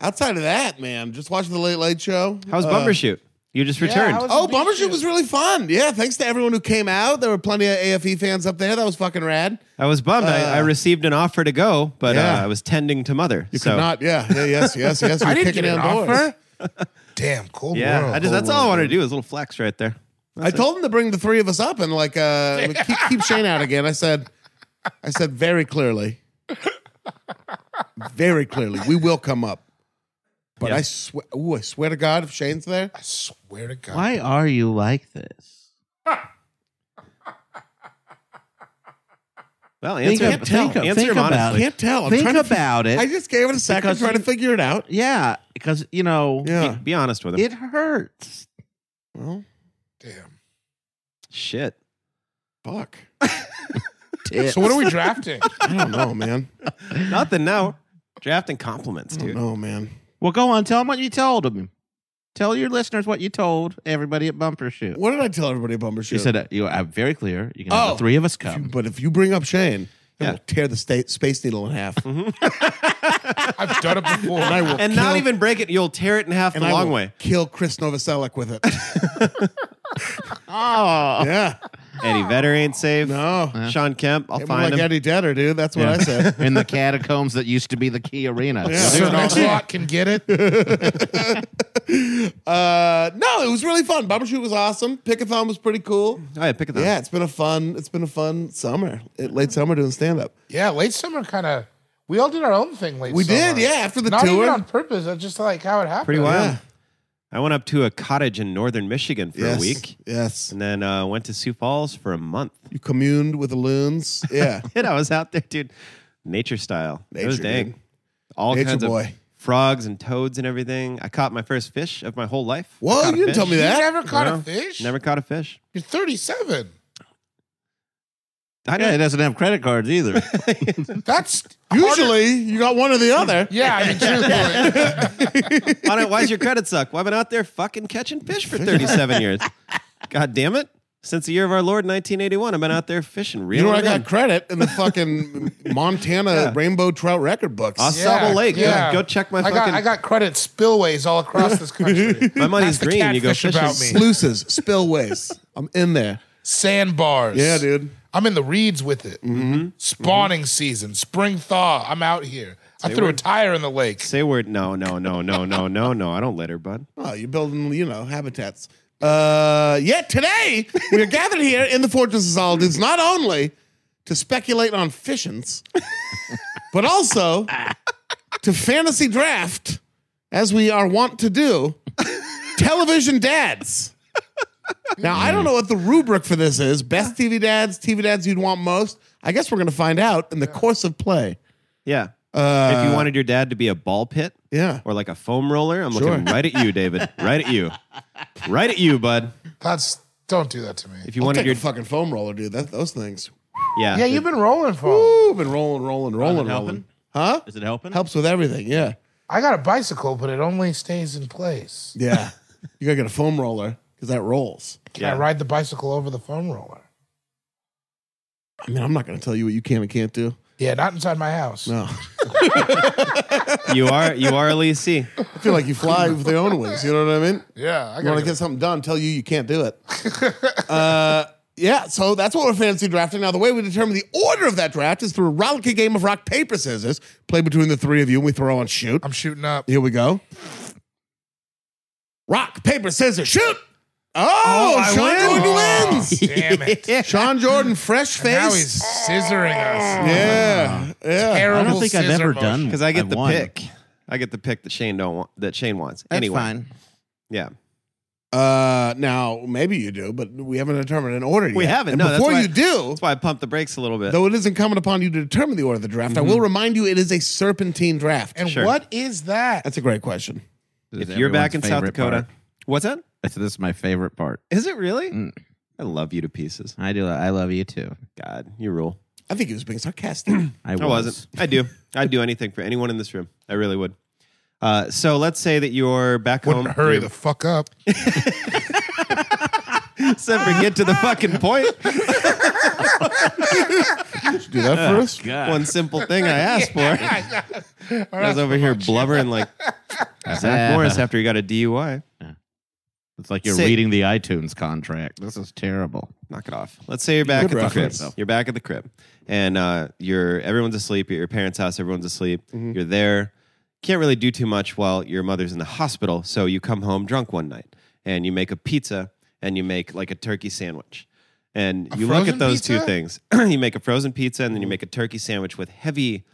Speaker 1: Outside of that, man, just watching the Late Late Show.
Speaker 3: How's
Speaker 1: Uh,
Speaker 3: Bumper Shoot? You just returned.
Speaker 4: how was-
Speaker 1: Oh,
Speaker 4: Big
Speaker 1: Bumper Shoot
Speaker 4: Shoot.
Speaker 1: was really fun. Yeah, thanks to everyone who came out. There were plenty of AFE fans up there. That was fucking rad.
Speaker 3: I was bummed. I, I received an offer to go, but
Speaker 1: Uh, Yeah.
Speaker 3: uh, I was tending to mother.
Speaker 1: You
Speaker 3: so
Speaker 1: could not. Yeah. Yeah. Yes. Yes. Yes.
Speaker 4: I
Speaker 1: You're
Speaker 4: didn't
Speaker 1: kicking
Speaker 4: get an
Speaker 1: in doors.
Speaker 4: offer. Damn, cold
Speaker 3: yeah,
Speaker 4: world.
Speaker 3: I just that's all I wanted to do was a little flex right there.
Speaker 1: I told them to bring the three of us up and like uh, keep, keep Shane out again. I said, I said very clearly, very clearly, we will come up. But I
Speaker 3: Yeah.
Speaker 1: swear, ooh, I swear to God, if Shane's there,
Speaker 4: I swear to God.
Speaker 5: Why are you like this?
Speaker 3: Well, answer,
Speaker 5: think, think,
Speaker 3: answer
Speaker 5: think
Speaker 3: him
Speaker 5: about
Speaker 3: honestly.
Speaker 1: can't tell. I'm
Speaker 5: it. Think
Speaker 1: trying to.
Speaker 5: about it.
Speaker 1: I just gave it a second,
Speaker 5: Because
Speaker 1: trying to
Speaker 5: you-
Speaker 1: figure it out.
Speaker 5: yeah, because you know
Speaker 3: Be,
Speaker 1: Yeah.
Speaker 3: be honest with him.
Speaker 5: it hurts.
Speaker 1: Well,
Speaker 4: Damn.
Speaker 3: Shit.
Speaker 1: fuck.
Speaker 4: So what are we drafting?
Speaker 1: I don't know, man.
Speaker 3: Nothing now. Drafting compliments,
Speaker 1: I don't
Speaker 3: dude.
Speaker 1: know, Oh, man.
Speaker 5: Well, go on. Tell them what you told them. Tell your listeners what you told everybody at Bumper Shoot.
Speaker 1: What did I tell everybody about Bumper Shoot?
Speaker 5: You said uh, you are very clear. You can have
Speaker 1: Oh.
Speaker 5: the three of us
Speaker 1: If you-
Speaker 5: come.
Speaker 1: but if you bring up Shane,
Speaker 3: Yeah.
Speaker 1: I will tear the state, space needle in half, and
Speaker 4: I've done it before.
Speaker 1: I will
Speaker 3: And
Speaker 1: kill,
Speaker 3: not even break it. You'll tear it in half
Speaker 1: and
Speaker 3: the
Speaker 1: I
Speaker 3: long
Speaker 1: will
Speaker 3: way.
Speaker 1: kill Chris Novoselic with it.
Speaker 5: Oh,
Speaker 1: yeah,
Speaker 3: Eddie Vedder ain't safe.
Speaker 1: no.
Speaker 3: Sean Kemp, I'll
Speaker 1: Hit me
Speaker 3: find
Speaker 1: like
Speaker 3: him.
Speaker 1: Eddie Deader, dude. That's what I said.
Speaker 5: in the catacombs that used to be the Key Arena.
Speaker 1: Yeah.
Speaker 4: so no slot can get it.
Speaker 1: uh, no, it was really fun. Bumper shoot was awesome. Pickathon was pretty cool.
Speaker 3: Oh, yeah, pick it up.
Speaker 1: Yeah, it's been a fun. It's been a fun summer. It- late summer doing stand up.
Speaker 4: Yeah, late summer kind of. We all did our own thing late.
Speaker 1: We
Speaker 4: summer.
Speaker 1: did. Yeah, after the
Speaker 4: Not
Speaker 1: tour.
Speaker 4: even on purpose. That's just like how it happened.
Speaker 3: Pretty wild.
Speaker 1: Oh, Yeah.
Speaker 3: I went up to a cottage in northern Michigan for
Speaker 1: yes,
Speaker 3: a week
Speaker 1: Yes,
Speaker 3: and then uh, went to Sioux Falls for a month.
Speaker 1: you communed with the loons. Yeah,
Speaker 3: And I was out there, dude, nature style. it was
Speaker 1: Nature,
Speaker 3: dang.
Speaker 1: dude.
Speaker 3: All
Speaker 1: Nature
Speaker 3: kinds
Speaker 1: boy.
Speaker 3: of frogs and toads and everything. I caught my first fish of my whole life. I
Speaker 1: Whoa,
Speaker 3: caught a
Speaker 1: you didn't tell
Speaker 3: fish.
Speaker 1: me
Speaker 4: You
Speaker 1: that.
Speaker 4: never caught
Speaker 3: No,
Speaker 4: a fish.
Speaker 3: Never caught a fish.
Speaker 4: You're 37.
Speaker 3: I
Speaker 5: Yeah, it
Speaker 3: didn't.
Speaker 5: doesn't have credit cards either.
Speaker 4: That's harder-
Speaker 1: Usually, you got one or the other.
Speaker 4: Yeah, I mean, truthfully.
Speaker 3: Why, don't- why's your credit suck? Well, I've been out there fucking catching fish for 37 years. God damn it. Since the year of our Lord 1981, I've been out there fishing.
Speaker 1: You
Speaker 3: Real
Speaker 1: know, where I got credit in the fucking Montana rainbow trout record books.
Speaker 3: I'll sell
Speaker 4: Yeah,
Speaker 3: the lake. Go-
Speaker 4: yeah.
Speaker 3: Go, check my
Speaker 4: I
Speaker 3: fucking.
Speaker 4: got I got credit spillways all across this country.
Speaker 3: my money's
Speaker 4: That's the
Speaker 3: green. You go
Speaker 4: catfish
Speaker 3: fishing.
Speaker 4: about me.
Speaker 1: Sluices, spillways. I'm in there.
Speaker 4: Sandbars.
Speaker 1: Yeah, dude.
Speaker 4: I'm in the reeds with it. Spawning season, spring thaw. I'm out here. I threw a tire in the lake.
Speaker 3: Say a word. No, no, no, no, no, no, no. I don't litter, bud.
Speaker 1: Oh, you're building, you know, habitats. Uh, yeah, today we are gathered here in the Fortress of Solitudes not only to speculate on fishings, but also to fantasy draft, as we are wont to do, television dads. Now, I don't know what the rubric for this is best TV dads, TV dads you'd want most. I guess we're going to find out in the course of play.
Speaker 3: Yeah.
Speaker 1: Uh,
Speaker 3: if you wanted your dad to be a ball pit
Speaker 1: yeah.
Speaker 3: or like a foam roller, I'm
Speaker 1: Sure.
Speaker 3: looking right at you, David. right at you. Right at you, bud.
Speaker 4: That's don't do that to me.
Speaker 3: If you
Speaker 1: I'll
Speaker 3: wanted
Speaker 1: take
Speaker 3: your
Speaker 1: a fucking foam roller, dude. That, those things.
Speaker 3: yeah,
Speaker 4: Yeah,
Speaker 3: the-
Speaker 4: you've been rolling for. 'em.
Speaker 1: Ooh, been rolling, rolling, rolling,
Speaker 5: helping?
Speaker 1: rolling. Huh?
Speaker 5: Is it helping?
Speaker 1: Helps with everything. Yeah.
Speaker 4: I got a bicycle, but it only stays in place.
Speaker 1: Yeah. you gotta get a foam roller because that rolls.
Speaker 4: Can
Speaker 3: Yeah.
Speaker 4: I ride the bicycle over the foam roller?
Speaker 1: I mean, I'm not gonna tell you what you can and can't do.
Speaker 4: Yeah, not inside my house.
Speaker 1: No.
Speaker 3: you are you are a leasee.
Speaker 1: I feel like you fly with the own wings. You know what I mean?
Speaker 4: Yeah, I
Speaker 1: You want
Speaker 4: gotta
Speaker 1: to
Speaker 4: get
Speaker 1: get something done, tell you you can't do it. uh, yeah, so that's what we're fantasy drafting. Now, the way we determine the order of that draft is through a rollicking game of rock, paper, scissors, played between the three of you, and we throw on shoot.
Speaker 4: I'm shooting up.
Speaker 1: Here we go. Rock, paper, scissors, shoot! Oh,
Speaker 5: I
Speaker 1: Sean
Speaker 5: win?
Speaker 1: Jordan wins.
Speaker 4: Damn it.
Speaker 1: Sean Jordan, fresh face.
Speaker 4: Oh. Now he's scissoring us.
Speaker 1: yeah, yeah.
Speaker 2: I
Speaker 4: Terrible
Speaker 2: don't think I've
Speaker 4: scissor
Speaker 2: ever
Speaker 4: motion.
Speaker 2: done
Speaker 3: because I get the
Speaker 2: won.
Speaker 3: pick. I get the pick that Shane don't want. That Shane wants.
Speaker 2: That's
Speaker 3: anyway,
Speaker 2: fine.
Speaker 3: yeah.
Speaker 1: Uh, now maybe you do, but we haven't determined an order yet.
Speaker 3: We haven't,
Speaker 1: And
Speaker 3: no, that's
Speaker 1: before
Speaker 3: why-
Speaker 1: you do,
Speaker 3: That's why I pumped the brakes a little bit.
Speaker 1: though, it is incumbent upon you to determine the order of the draft. I will remind you, it is a serpentine draft.
Speaker 4: And
Speaker 3: Sure.
Speaker 4: what is that?
Speaker 1: that's a great question.
Speaker 3: if you're back in South Dakota, what's that?
Speaker 2: Part. This is my favorite part.
Speaker 3: Is it really?
Speaker 2: Mm.
Speaker 3: I love you to pieces.
Speaker 2: I do. I love you too.
Speaker 3: God, you rule.
Speaker 1: I think he was being sarcastic.
Speaker 2: I,
Speaker 3: I wasn't. I do. I'd do anything for anyone in this room. I really would. Uh, so let's say that you're back
Speaker 4: Wouldn't
Speaker 3: home.
Speaker 4: hurry
Speaker 3: You're-
Speaker 4: the fuck up.
Speaker 3: Except for get to the fucking point.
Speaker 1: do that for us.
Speaker 3: One simple thing I asked for. I was over here blubbering like Zach Morris after he got a DUI.
Speaker 2: It's like you're
Speaker 3: Sick.
Speaker 2: reading the iTunes contract. This is terrible.
Speaker 3: Knock it off. Let's say you're back
Speaker 1: Good
Speaker 3: at
Speaker 1: reference.
Speaker 3: the crib. You're back at the crib, and uh, you're everyone's asleep. You're at your parents' house. Everyone's asleep.
Speaker 4: Mm-hmm.
Speaker 3: You're there. Can't really do too much while your mother's in the hospital. So you come home drunk one night, and you make a pizza, and you make like a turkey sandwich. And
Speaker 4: A
Speaker 3: you look
Speaker 4: frozen
Speaker 3: at those two
Speaker 4: pizza? Mm-hmm.
Speaker 3: things. you make a frozen pizza, and then you make a turkey sandwich with heavy,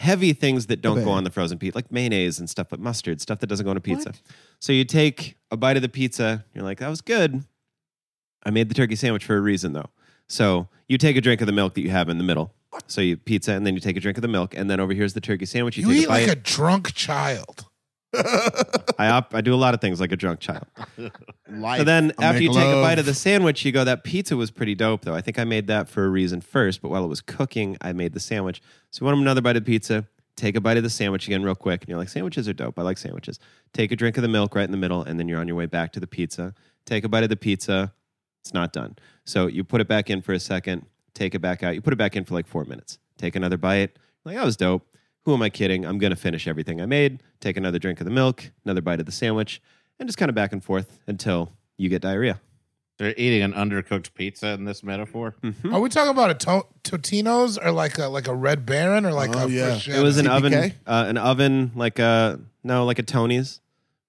Speaker 3: heavy things that don't go on the frozen pizza, like mayonnaise and stuff, but mustard, stuff that doesn't go on a pizza. So you take a bite of the pizza. You're like, that was good. I made the turkey sandwich for a reason, though. So you take a drink of the milk that you have in the middle. So you pizza, and then you take a drink of the milk, and then over here's the turkey sandwich. You,
Speaker 4: You
Speaker 3: take
Speaker 4: eat
Speaker 3: a
Speaker 4: like
Speaker 3: bite.
Speaker 4: a drunk child.
Speaker 3: I op- I do a lot of things like a drunk child.
Speaker 1: Life.
Speaker 3: So then
Speaker 1: I
Speaker 3: after
Speaker 1: make
Speaker 3: you take a
Speaker 1: love.
Speaker 3: bite of the sandwich, you go, that pizza was pretty dope, though. I think I made that for a reason first, but while it was cooking, I made the sandwich. So you want another bite of pizza, take a bite of the sandwich again real quick, and you're like, sandwiches are dope. I like sandwiches. Take a drink of the milk right in the middle, and then you're on your way back to the pizza. Take a bite of the pizza. It's not done. So you put it back in for a second, take it back out. You put it back in for like four minutes. Take another bite. Like, that was dope. Who am I kidding? I'm going to finish everything I made. Take another drink of the milk, another bite of the sandwich, and just kind of back and forth until you get diarrhea.
Speaker 2: They're eating an undercooked pizza in this metaphor.
Speaker 3: Hmm.
Speaker 4: Are we talking about a to- Totino's or like a like a Red Baron or like
Speaker 1: Oh,
Speaker 4: a
Speaker 1: yeah.
Speaker 4: Fresh-
Speaker 3: It was an
Speaker 1: CPK?
Speaker 3: oven, uh, an oven like a, no, like a Tony's.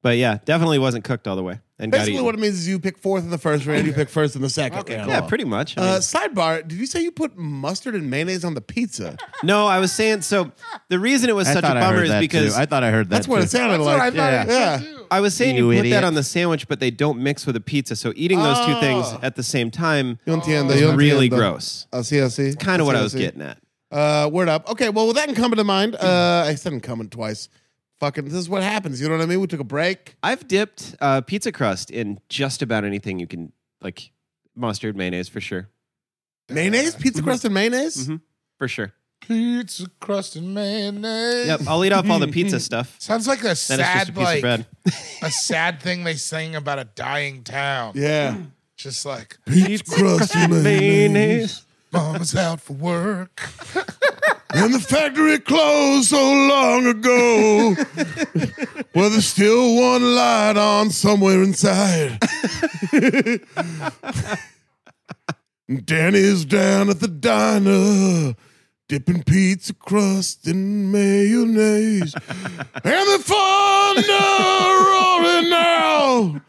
Speaker 3: But yeah, definitely wasn't cooked all the way. And
Speaker 1: Basically,
Speaker 3: got
Speaker 1: what
Speaker 3: eaten.
Speaker 1: it means is you pick fourth in the first round, you pick first in the second round.
Speaker 3: Yeah, pretty much. I mean-
Speaker 1: Uh, sidebar: Did you say you put mustard and mayonnaise on the pizza?
Speaker 3: no, I was saying, so the reason it was
Speaker 2: I
Speaker 3: such a
Speaker 2: thought I
Speaker 3: bummer
Speaker 2: heard
Speaker 3: is
Speaker 2: that
Speaker 3: because
Speaker 2: too. I thought I heard that.
Speaker 1: That's what
Speaker 2: too.
Speaker 1: it sounded
Speaker 4: That's
Speaker 1: like.
Speaker 4: what I thought it
Speaker 1: yeah.
Speaker 4: said too.
Speaker 3: I was saying you,
Speaker 2: You
Speaker 3: put
Speaker 2: idiot.
Speaker 3: that on the sandwich, but they don't mix with a pizza. So eating those two things
Speaker 1: Oh.
Speaker 3: at the same time
Speaker 1: You entiendo,
Speaker 3: is
Speaker 1: you
Speaker 3: really
Speaker 1: entiendo.
Speaker 3: gross.
Speaker 1: I see. I see. It's
Speaker 3: Kind of what I was getting at.
Speaker 1: Uh, word up. Okay. Well, with that incumbent in mind, uh, I said incumbent twice. Fucking, this is what happens. You know what I mean? We took a break.
Speaker 3: I've dipped uh, pizza crust in just about anything you can, like mustard, mayonnaise, for sure,
Speaker 1: Mayonnaise, pizza crust, and mayonnaise.
Speaker 3: Mhm. for sure.
Speaker 4: Pizza crust and mayonnaise.
Speaker 3: Yep, I'll eat off all the pizza stuff.
Speaker 4: Sounds like a
Speaker 3: Then it's just a
Speaker 4: sad
Speaker 3: piece of
Speaker 4: like
Speaker 3: bread.
Speaker 4: a sad thing they sing about a dying town.
Speaker 1: Yeah.
Speaker 4: Just like
Speaker 1: Pizza crust and
Speaker 3: Mayonnaise.
Speaker 4: mama's out for work.
Speaker 1: When the factory closed so long ago, well, there's still one light on somewhere inside. Danny's down at the diner, dipping pizza crust in mayonnaise, and the thunder rolling now.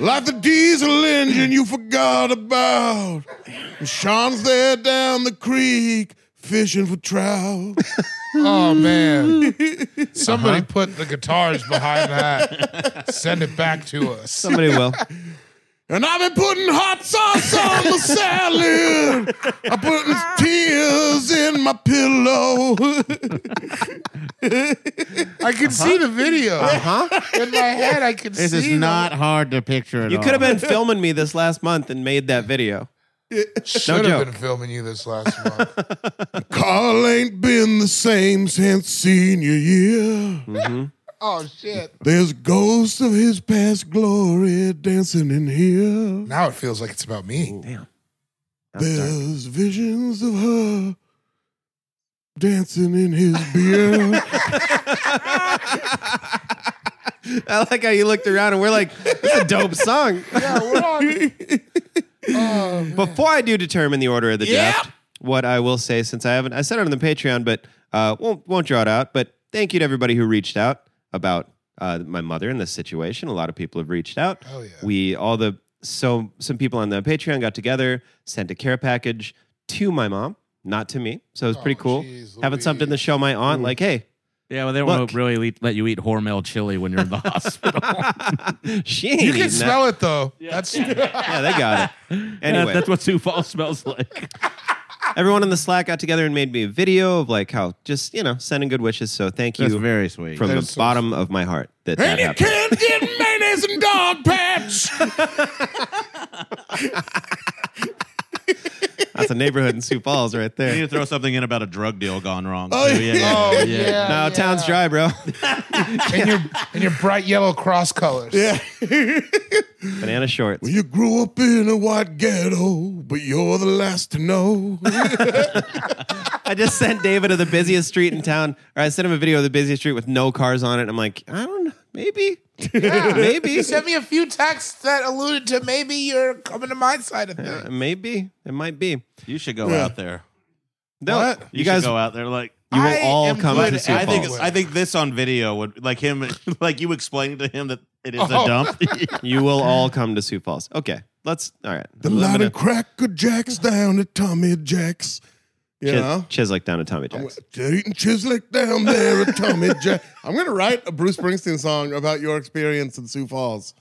Speaker 1: Like the diesel engine you forgot about. And Sean's there down the creek fishing for trout.
Speaker 4: Oh man. Somebody put the guitars behind that. Send it back to us.
Speaker 3: Somebody will.
Speaker 1: And I've been putting hot sauce on the salad. I'm putting tears in my pillow.
Speaker 4: I can see the video.
Speaker 3: Huh?
Speaker 4: In my head I can
Speaker 2: This
Speaker 4: see
Speaker 2: is
Speaker 4: the-
Speaker 2: not hard to picture at
Speaker 3: You
Speaker 2: all.
Speaker 3: could have been filming me this last month and made that video.
Speaker 4: should have
Speaker 3: joke.
Speaker 4: been filming you this last month.
Speaker 1: Carl ain't been the same since senior year.
Speaker 4: oh shit.
Speaker 1: There's ghosts of his past glory dancing in here.
Speaker 4: Now it feels like it's about me.
Speaker 1: There's visions of her dancing in his beer.
Speaker 3: I like how you looked around and we're like, "This is a dope song."
Speaker 4: Yeah, we're on. Oh, man.
Speaker 3: Before I do determine the order of the
Speaker 1: Yep.
Speaker 3: draft, what I will say, since I haven't, I said it on the Patreon, but uh, won't won't draw it out. But thank you to everybody who reached out about uh, my mother in this situation. A lot of people have reached out.
Speaker 4: Hell Oh, yeah.
Speaker 3: We all the so some people on the Patreon got together, sent a care package to my mom, not to me. So it was pretty
Speaker 4: Oh,
Speaker 3: cool.
Speaker 4: jeez
Speaker 3: Having something to
Speaker 4: Louise.
Speaker 3: show my aunt, like, hey,
Speaker 5: Yeah, well, they
Speaker 3: Look.
Speaker 5: won't really le- let you eat Hormel chili when you're in the hospital.
Speaker 3: she ain't
Speaker 4: You
Speaker 3: eating
Speaker 4: can
Speaker 3: that.
Speaker 4: smell it though. That's
Speaker 3: Yeah, they got it. Anyway,
Speaker 5: that's what Sioux Falls smells like.
Speaker 3: everyone in the Slack got together and made me a video of like how just you know sending good wishes. So thank you
Speaker 5: very sweet.
Speaker 3: from the
Speaker 4: That's so-
Speaker 3: bottom of my heart that that
Speaker 1: And you
Speaker 3: happened.
Speaker 1: can't get mayonnaise and dog patch.
Speaker 3: That's a neighborhood in Sioux Falls right there.
Speaker 5: you need to throw something in about a drug deal gone wrong.
Speaker 1: Oh,
Speaker 5: too.
Speaker 1: yeah.
Speaker 4: oh yeah.
Speaker 3: No, town's dry, bro.
Speaker 4: And your and your bright yellow cross colors. Yeah.
Speaker 3: Banana shorts.
Speaker 1: you grew up in a white ghetto, but you're the last to know.
Speaker 3: I just sent David to the busiest street in town, or I sent him a video of the busiest street with no cars on it. I'm like, I don't know, maybe, maybe,
Speaker 4: You sent me a few texts that alluded to maybe you're coming to my side of things.
Speaker 3: Uh, maybe it might be.
Speaker 5: You should go out there.
Speaker 3: No,
Speaker 4: What?
Speaker 3: you, guys,
Speaker 5: should go out there like.
Speaker 3: you will
Speaker 4: I
Speaker 3: all
Speaker 4: am
Speaker 3: come
Speaker 4: good
Speaker 3: to
Speaker 4: at-
Speaker 3: Sioux
Speaker 5: I think
Speaker 3: Falls.
Speaker 5: I think this on video would like him like you explaining to him that it is
Speaker 4: Oh.
Speaker 5: a dump.
Speaker 3: You will all come to Sioux Falls. Okay, let's. All right,
Speaker 1: the line of Cracker Jacks down at Tommy Jack's. You know?
Speaker 3: Chislik down to Tommy Jack's.
Speaker 1: Eating Chislik down there at Tommy Jack. I'm gonna write a Bruce Springsteen song about your experience in Sioux Falls.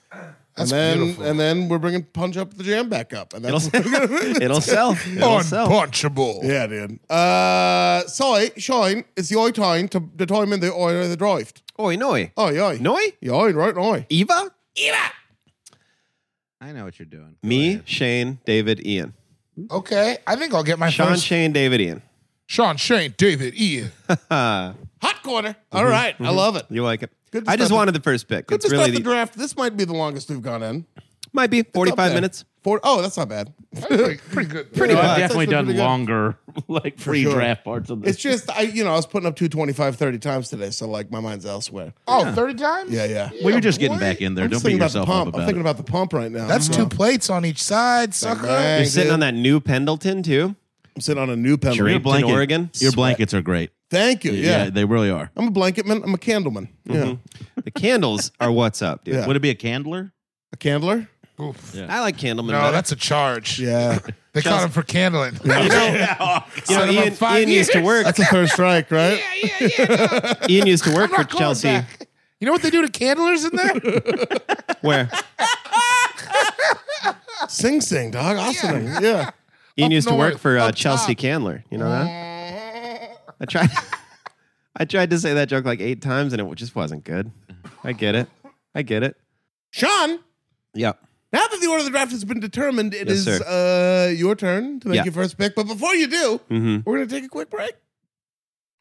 Speaker 1: and then
Speaker 4: beautiful.
Speaker 1: and then we're bringing Punch Up the Jam back up. And
Speaker 3: It'll,
Speaker 1: that's
Speaker 3: it'll sell.
Speaker 4: Oh,
Speaker 3: It'll sell.
Speaker 4: Unpunchable.
Speaker 1: Yeah, dude. Uh soy, shine, it's the time to the time in the oil the drift.
Speaker 3: Oi, noi.
Speaker 1: Oh yeah.
Speaker 3: Noi?
Speaker 1: Yeah, right now.
Speaker 3: Eva?
Speaker 5: I know what you're doing.
Speaker 3: Me, Shane, David, Ian.
Speaker 4: Okay. I think I'll get my
Speaker 3: Sean,
Speaker 4: first
Speaker 3: Shane, David, Ian.
Speaker 4: Sean Shane, David, Ian.
Speaker 1: Hot corner.
Speaker 3: Mm-hmm.
Speaker 1: All right. I love it.
Speaker 3: You like it?
Speaker 1: Good to
Speaker 3: I just
Speaker 1: start the-
Speaker 3: wanted the first pick.
Speaker 1: Good
Speaker 3: it's
Speaker 1: to start
Speaker 3: really
Speaker 1: the
Speaker 3: the,
Speaker 1: draft. This might be the longest we've gone in.
Speaker 3: might be
Speaker 1: Up there.
Speaker 3: 45 minutes.
Speaker 1: Four, oh, that's not bad.
Speaker 4: Pretty, pretty good.
Speaker 3: Pretty
Speaker 5: I've
Speaker 3: much.
Speaker 5: definitely
Speaker 1: actually
Speaker 5: done
Speaker 1: pretty good.
Speaker 5: longer like free
Speaker 1: sure.
Speaker 5: draft parts of this.
Speaker 1: It's just I, you know, I was putting up 225 30 times today, so like my mind's elsewhere.
Speaker 4: Oh, 30 times?
Speaker 1: Yeah, yeah.
Speaker 5: well, you're just getting
Speaker 4: boy.
Speaker 5: back in there.
Speaker 1: I'm
Speaker 5: Don't
Speaker 1: just
Speaker 5: beat
Speaker 1: thinking about the
Speaker 5: yourself up
Speaker 1: pump.
Speaker 5: about
Speaker 1: I'm thinking
Speaker 5: it.
Speaker 1: about the pump right now.
Speaker 4: That's
Speaker 1: Uh-huh.
Speaker 4: two plates on each side, sucker.
Speaker 1: Dang,
Speaker 3: You're sitting
Speaker 1: dude.
Speaker 3: on that new Pendleton, too.
Speaker 1: I'm sitting on a new
Speaker 3: Drink.
Speaker 1: pedal.
Speaker 5: Your
Speaker 3: Brampton,
Speaker 5: blanket-
Speaker 3: Oregon.
Speaker 5: Your
Speaker 3: Sweat.
Speaker 5: blankets are great.
Speaker 1: Thank you. Yeah.
Speaker 5: they really are.
Speaker 1: I'm a blanket man. I'm a candleman. Yeah.
Speaker 3: The candles are what's up, dude.
Speaker 1: Yeah.
Speaker 5: Would it be a candler?
Speaker 1: A candler?
Speaker 4: Oof.
Speaker 3: I like Candleman.
Speaker 4: No,
Speaker 3: better.
Speaker 4: that's a charge.
Speaker 1: Yeah.
Speaker 4: They caught him for candling.
Speaker 3: you know,
Speaker 4: son of a
Speaker 3: Ian,
Speaker 4: five
Speaker 3: Ian used to
Speaker 4: years.
Speaker 3: work.
Speaker 1: That's a third strike, right?
Speaker 4: yeah, yeah, yeah. no.
Speaker 3: Ian used to work for
Speaker 4: Not going
Speaker 3: Chelsea.
Speaker 4: back. You know what they do to candlers in there?
Speaker 3: Where
Speaker 1: Sing sing, dog. Awesome. Yeah.
Speaker 3: Ian used to work
Speaker 4: north,
Speaker 3: for uh,
Speaker 4: up
Speaker 3: Chelsea Candler. You know that? I tried. I tried to say that joke like eight times, and it just wasn't good. I get it. I get it.
Speaker 1: Sean,
Speaker 3: Yep.
Speaker 1: now that the order of the draft has been determined, it
Speaker 3: Yes,
Speaker 1: is uh, your turn to make
Speaker 3: Yeah.
Speaker 1: your first pick. But before you do,
Speaker 4: Mm-hmm.
Speaker 1: we're going to take a quick break.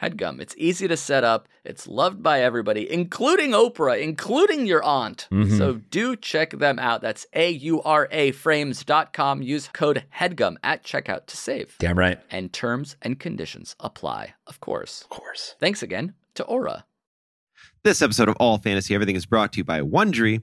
Speaker 6: HEADGUM. It's easy to set up, it's loved by everybody, including Oprah, including your aunt.
Speaker 7: Mm-hmm.
Speaker 6: So do check them out. That's A U R A frames.com. Use code HEADGUM at checkout to save.
Speaker 7: Damn right.
Speaker 6: And terms and conditions apply, of course.
Speaker 7: Of course.
Speaker 6: Thanks again to Aura.
Speaker 3: This episode of All Fantasy Everything is brought to you by Wondery.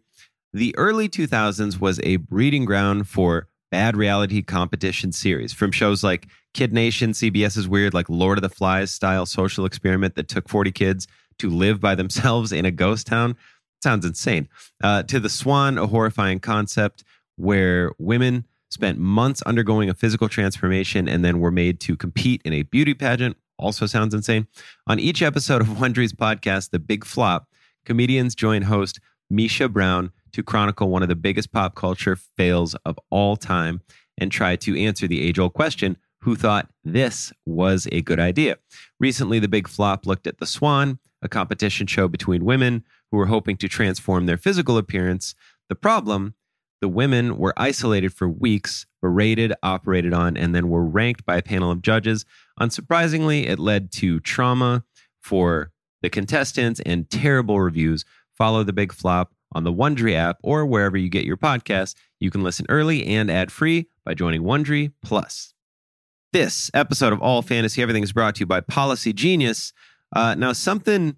Speaker 3: The early 2000s was a breeding ground for bad reality competition series from shows like Kid Nation, CBS's weird, like Lord of the Flies style social experiment that took 40 kids to live by themselves in a ghost town. Sounds insane. Uh, to The Swan, a horrifying concept where women spent months undergoing a physical transformation and then were made to compete in a beauty pageant. Also sounds insane. On each episode of Wondry's podcast, The Big Flop, comedians join host Misha Brown to chronicle one of the biggest pop culture fails of all time and try to answer the age old question who thought this was a good idea? Recently, The Big Flop looked at The Swan, a competition show between women who were hoping to transform their physical appearance. The problem the women were isolated for weeks, berated, operated on, and then were ranked by a panel of judges. Unsurprisingly, it led to trauma for the contestants and terrible reviews. Follow the big flop on the Wondry app or wherever you get your podcasts. You can listen early and ad free by joining Wondry Plus. This episode of All Fantasy Everything is brought to you by Policy Genius. Uh, now, something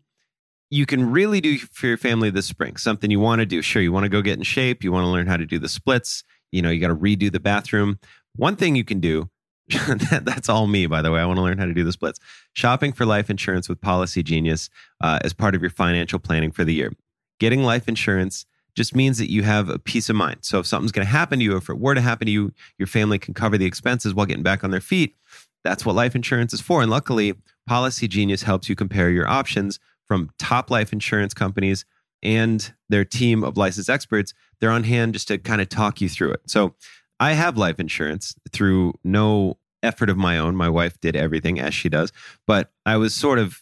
Speaker 3: you can really do for your family this spring, something you want to do. Sure, you want to go get in shape, you want to learn how to do the splits, you know, you got to redo the bathroom. One thing you can do, that, that's all me, by the way. I want to learn how to do the splits. Shopping for life insurance with Policy Genius uh, as part of your financial planning for the year. Getting life insurance just means that you have a peace of mind. So if something's going to happen to you, if it were to happen to you, your family can cover the expenses while getting back on their feet. That's what life insurance is for. And luckily, Policy Genius helps you compare your options from top life insurance companies and their team of licensed experts. They're on hand just to kind of talk you through it. So I have life insurance through no effort of my own. My wife did everything as she does, but I was sort of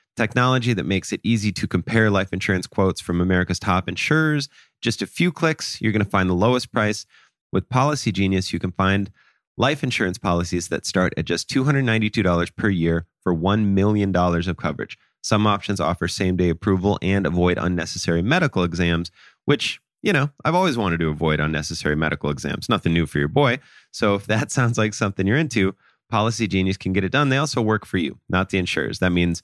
Speaker 3: technology that makes it easy to compare life insurance quotes from America's top insurers. Just a few clicks, you're going to find the lowest price. With Policy Genius, you can find life insurance policies that start at just $292 per year for $1 million of coverage. Some options offer same day approval and avoid unnecessary medical exams, which you know, I've always wanted to avoid unnecessary medical exams. Nothing new for your boy. So if that sounds like something you're into, Policy Genius can get it done. They also work for you, not the insurers. That means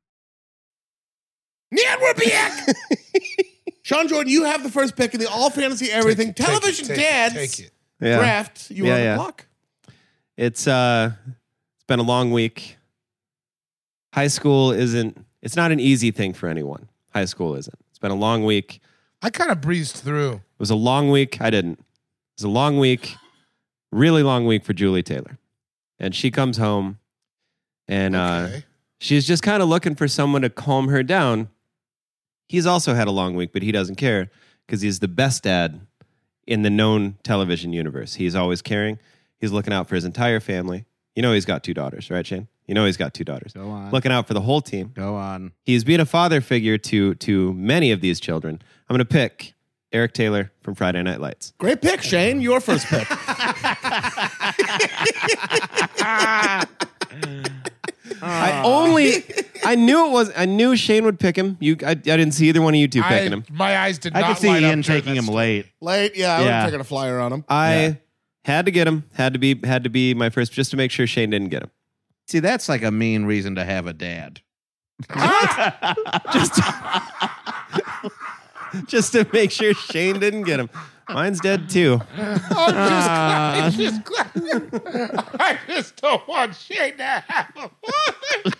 Speaker 1: Ned Werbiak! Sean Jordan, you have the first pick in the all fantasy everything
Speaker 4: Take it,
Speaker 1: television
Speaker 4: take it,
Speaker 1: dads
Speaker 4: Take it.
Speaker 1: draft. You
Speaker 3: Yeah,
Speaker 1: on
Speaker 3: yeah.
Speaker 1: the block?
Speaker 3: It's uh it's been a long week. High school isn't it's not an easy thing for anyone. High school isn't. It's been a long week.
Speaker 4: I kind of breezed through.
Speaker 3: It was a long week. I didn't. It was a long week, really long week for Julie Taylor. And she comes home and uh,
Speaker 4: Okay.
Speaker 3: she's just kind of looking for someone to calm her down. He's also had a long week, but he doesn't care because he's the best dad in the known television universe. He's always caring, he's looking out for his entire family. You know, he's got two daughters, right, Shane? You know, he's got two daughters.
Speaker 2: Go on.
Speaker 3: Looking out for the whole team.
Speaker 2: Go on.
Speaker 3: He's been a father figure to to many of these children. I'm going to pick Eric Taylor from Friday Night Lights.
Speaker 1: Great pick, Shane. Your first pick.
Speaker 3: I only I knew it was I knew Shane would pick him. You I, I didn't see either one of you two
Speaker 4: I,
Speaker 3: picking him.
Speaker 4: My eyes did
Speaker 2: I
Speaker 4: not
Speaker 2: can see
Speaker 4: light up
Speaker 2: Ian
Speaker 4: during
Speaker 2: taking
Speaker 4: that
Speaker 2: him
Speaker 4: story.
Speaker 2: late.
Speaker 1: Late, yeah, I would
Speaker 2: Yeah.
Speaker 1: have taken a flyer on him.
Speaker 3: I had to get him. Had to be had to be my first just to make sure Shane didn't get him.
Speaker 2: See, that's like a mean reason to have a dad.
Speaker 3: Just to make sure Shane didn't get him. Mine's dead too.
Speaker 4: I'm just glad. I just, glad. I just don't want Shane to have him.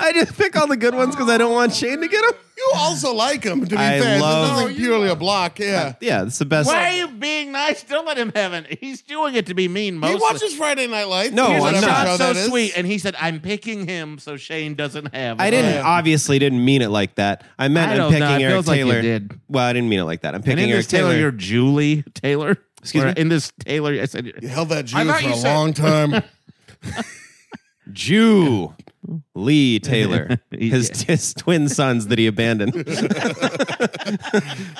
Speaker 3: I just pick all the good ones because I don't want Shane to get them.
Speaker 1: You also like him, to be
Speaker 3: I
Speaker 1: fair.
Speaker 3: love-
Speaker 1: it's nothing purely a block, yeah.
Speaker 3: Yeah, it's the best.
Speaker 2: Why are you being nice? Don't let him have it. He's doing it to be mean
Speaker 1: He
Speaker 2: mostly.
Speaker 1: watches Friday Night Lights.
Speaker 3: No,
Speaker 1: or
Speaker 3: I'm
Speaker 2: Here's a
Speaker 1: whatever
Speaker 3: not.
Speaker 1: show
Speaker 2: shot so
Speaker 1: that is.
Speaker 2: sweet, and he said, "I'm picking him, so Shane doesn't have."
Speaker 3: I
Speaker 2: it."
Speaker 3: didn't
Speaker 1: Yeah.
Speaker 3: obviously didn't mean it like that. I meant
Speaker 2: I
Speaker 3: I am
Speaker 2: don't
Speaker 3: picking
Speaker 2: know. It
Speaker 3: Eric
Speaker 2: feels like you
Speaker 3: Taylor.
Speaker 2: did.
Speaker 3: Well, I didn't mean it like that. I'm
Speaker 2: And
Speaker 3: picking
Speaker 2: in
Speaker 3: Eric
Speaker 2: this Taylor,
Speaker 3: Taylor.
Speaker 2: you're Julie Taylor.
Speaker 3: Excuse
Speaker 2: Or
Speaker 3: me?
Speaker 2: In this Taylor, I said,
Speaker 1: You held that
Speaker 4: I
Speaker 1: Jew
Speaker 4: thought
Speaker 1: for
Speaker 4: you
Speaker 1: a
Speaker 4: said-
Speaker 1: long time.
Speaker 3: Jew Lee Taylor, his, his twin sons that he abandoned.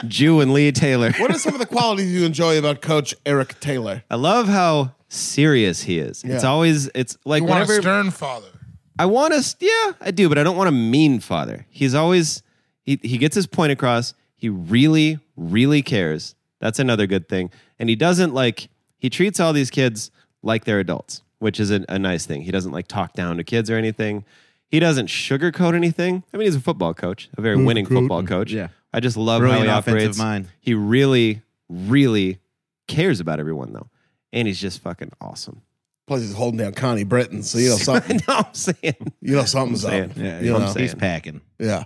Speaker 3: Jew and Lee Taylor.
Speaker 1: what are some of the qualities you enjoy about Coach Eric Taylor?
Speaker 3: I love how serious he is. It's
Speaker 1: Yeah.
Speaker 3: always it's like
Speaker 4: You want a
Speaker 3: whenever
Speaker 4: stern father.
Speaker 3: I want to, yeah, I do, but I don't want a mean father. He's always he he gets his point across. He really, really cares. That's another good thing. And he doesn't like he treats all these kids like they're adults, which is a, a nice thing. He doesn't like talk down to kids or anything. He doesn't sugarcoat anything. I mean, he's a football coach, a very winning football coach.
Speaker 5: Mm, Yeah.
Speaker 3: I just love
Speaker 5: Brilliant
Speaker 3: how he
Speaker 5: offensive
Speaker 3: operates.
Speaker 5: mind.
Speaker 3: He really, really cares about everyone though, and he's just fucking awesome.
Speaker 1: Plus, he's holding down Connie Britton, so you know
Speaker 3: I
Speaker 1: something.
Speaker 3: know what I'm saying.
Speaker 1: You know something's
Speaker 3: I'm
Speaker 1: up.
Speaker 3: saying.
Speaker 5: Yeah,
Speaker 1: you
Speaker 5: he's-
Speaker 1: know.
Speaker 5: he's packing.
Speaker 1: Yeah.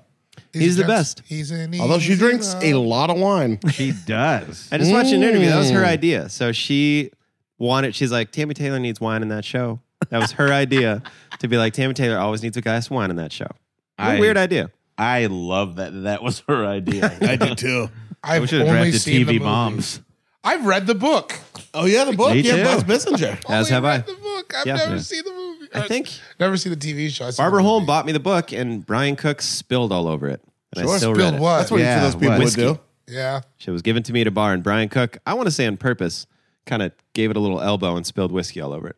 Speaker 3: He's the
Speaker 4: just-
Speaker 3: best.
Speaker 4: He's an
Speaker 1: Although she
Speaker 4: easy
Speaker 1: drinks a
Speaker 4: love.
Speaker 1: lot of wine.
Speaker 5: She does.
Speaker 3: I just watched an interview. That was her idea. So she wanted, she's like, Tammy Taylor needs wine in that show. That was her idea to be like, Tammy Taylor always needs a glass of wine in that show. What a
Speaker 5: I-
Speaker 3: weird idea.
Speaker 5: I love that that was her idea.
Speaker 1: I do too.
Speaker 4: I've
Speaker 5: we should have
Speaker 4: only
Speaker 5: drafted
Speaker 4: seen the
Speaker 5: TV
Speaker 4: movie.
Speaker 5: moms.
Speaker 4: I've read the book.
Speaker 1: Oh, yeah, the book.
Speaker 5: Me
Speaker 1: yeah,
Speaker 5: too.
Speaker 1: Buzz Bissinger.
Speaker 3: As
Speaker 4: Only
Speaker 3: have
Speaker 4: read
Speaker 3: I.
Speaker 4: The book. I've
Speaker 3: Yeah.
Speaker 4: never
Speaker 3: Yeah.
Speaker 4: seen the movie.
Speaker 3: I think
Speaker 4: never seen the TV show. I seen
Speaker 3: Barbara
Speaker 4: the
Speaker 3: Holm
Speaker 4: movie.
Speaker 3: bought me the book and Brian Cook spilled all over it. And I
Speaker 1: Sure.
Speaker 3: still read
Speaker 4: Spilled
Speaker 3: it.
Speaker 4: what?
Speaker 1: That's what each
Speaker 5: Yeah,
Speaker 1: of those people
Speaker 3: whiskey.
Speaker 1: would do.
Speaker 4: yeah.
Speaker 3: She was given to me at a bar and Brian Cook, I want to say on purpose, kind of gave it a little elbow and spilled whiskey all over it.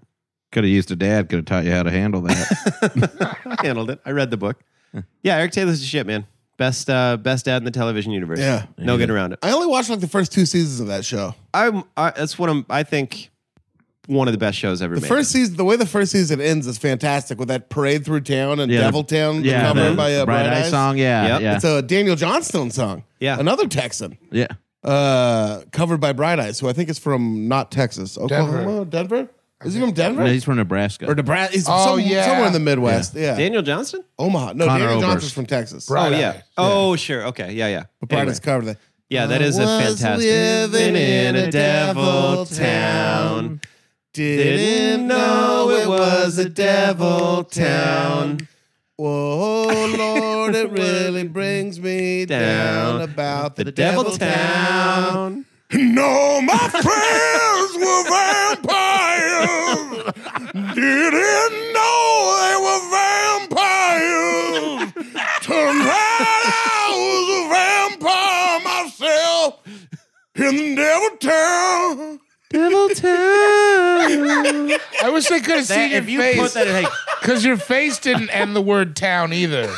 Speaker 5: Could have used a dad. Could have taught you how to handle that.
Speaker 3: Handled it. I read the book. Yeah, Eric Taylor's the shit, man. Best uh, best dad in the television universe.
Speaker 1: Yeah.
Speaker 3: No getting around it.
Speaker 1: I only watched like the first two seasons of that show.
Speaker 3: I'm. I, that's what I'm. I think one of the best shows ever
Speaker 1: The
Speaker 3: made.
Speaker 1: first season, the way the first season ends is fantastic with that parade through town and
Speaker 5: Yeah, the-
Speaker 1: Devil Town the
Speaker 5: yeah,
Speaker 1: cover
Speaker 5: the
Speaker 1: by uh,
Speaker 5: Bright Eyes song. Yeah,
Speaker 3: Yep.
Speaker 5: yeah,
Speaker 1: It's a Daniel Johnstone song.
Speaker 3: Yeah.
Speaker 1: Another Texan.
Speaker 5: yeah.
Speaker 1: Uh, covered by Bright Eyes, who I think is from not Texas, Oklahoma, Denver. Is he from Denver?
Speaker 5: No, he's from Nebraska.
Speaker 1: or Nebraska? He's
Speaker 4: Oh,
Speaker 1: some-
Speaker 4: yeah.
Speaker 1: somewhere in the Midwest. Yeah.
Speaker 3: Daniel Johnston.
Speaker 1: Omaha. No,
Speaker 5: Connor
Speaker 1: Daniel
Speaker 5: Oberst.
Speaker 1: Johnson's from Texas.
Speaker 4: Right.
Speaker 3: Oh
Speaker 4: Eyes.
Speaker 3: yeah. Oh sure. Okay. Yeah yeah.
Speaker 1: But Bright
Speaker 3: Anyway.
Speaker 1: Eyes covered that.
Speaker 3: Yeah, that is
Speaker 1: I
Speaker 3: a
Speaker 1: was
Speaker 3: fantastic.
Speaker 1: living in a devil town. Didn't know it was a devil town. Whoa, Lord, it really brings me down,
Speaker 3: Down.
Speaker 1: about the,
Speaker 3: The devil
Speaker 1: town.
Speaker 3: town.
Speaker 1: No, my friends were vampires. Didn't know they were vampires. Tonight I was a vampire myself in the devil town.
Speaker 3: Devil town.
Speaker 4: I wish they could have seen your
Speaker 5: if you
Speaker 4: face
Speaker 5: put that, in, hey,
Speaker 4: because your face didn't end the word town either.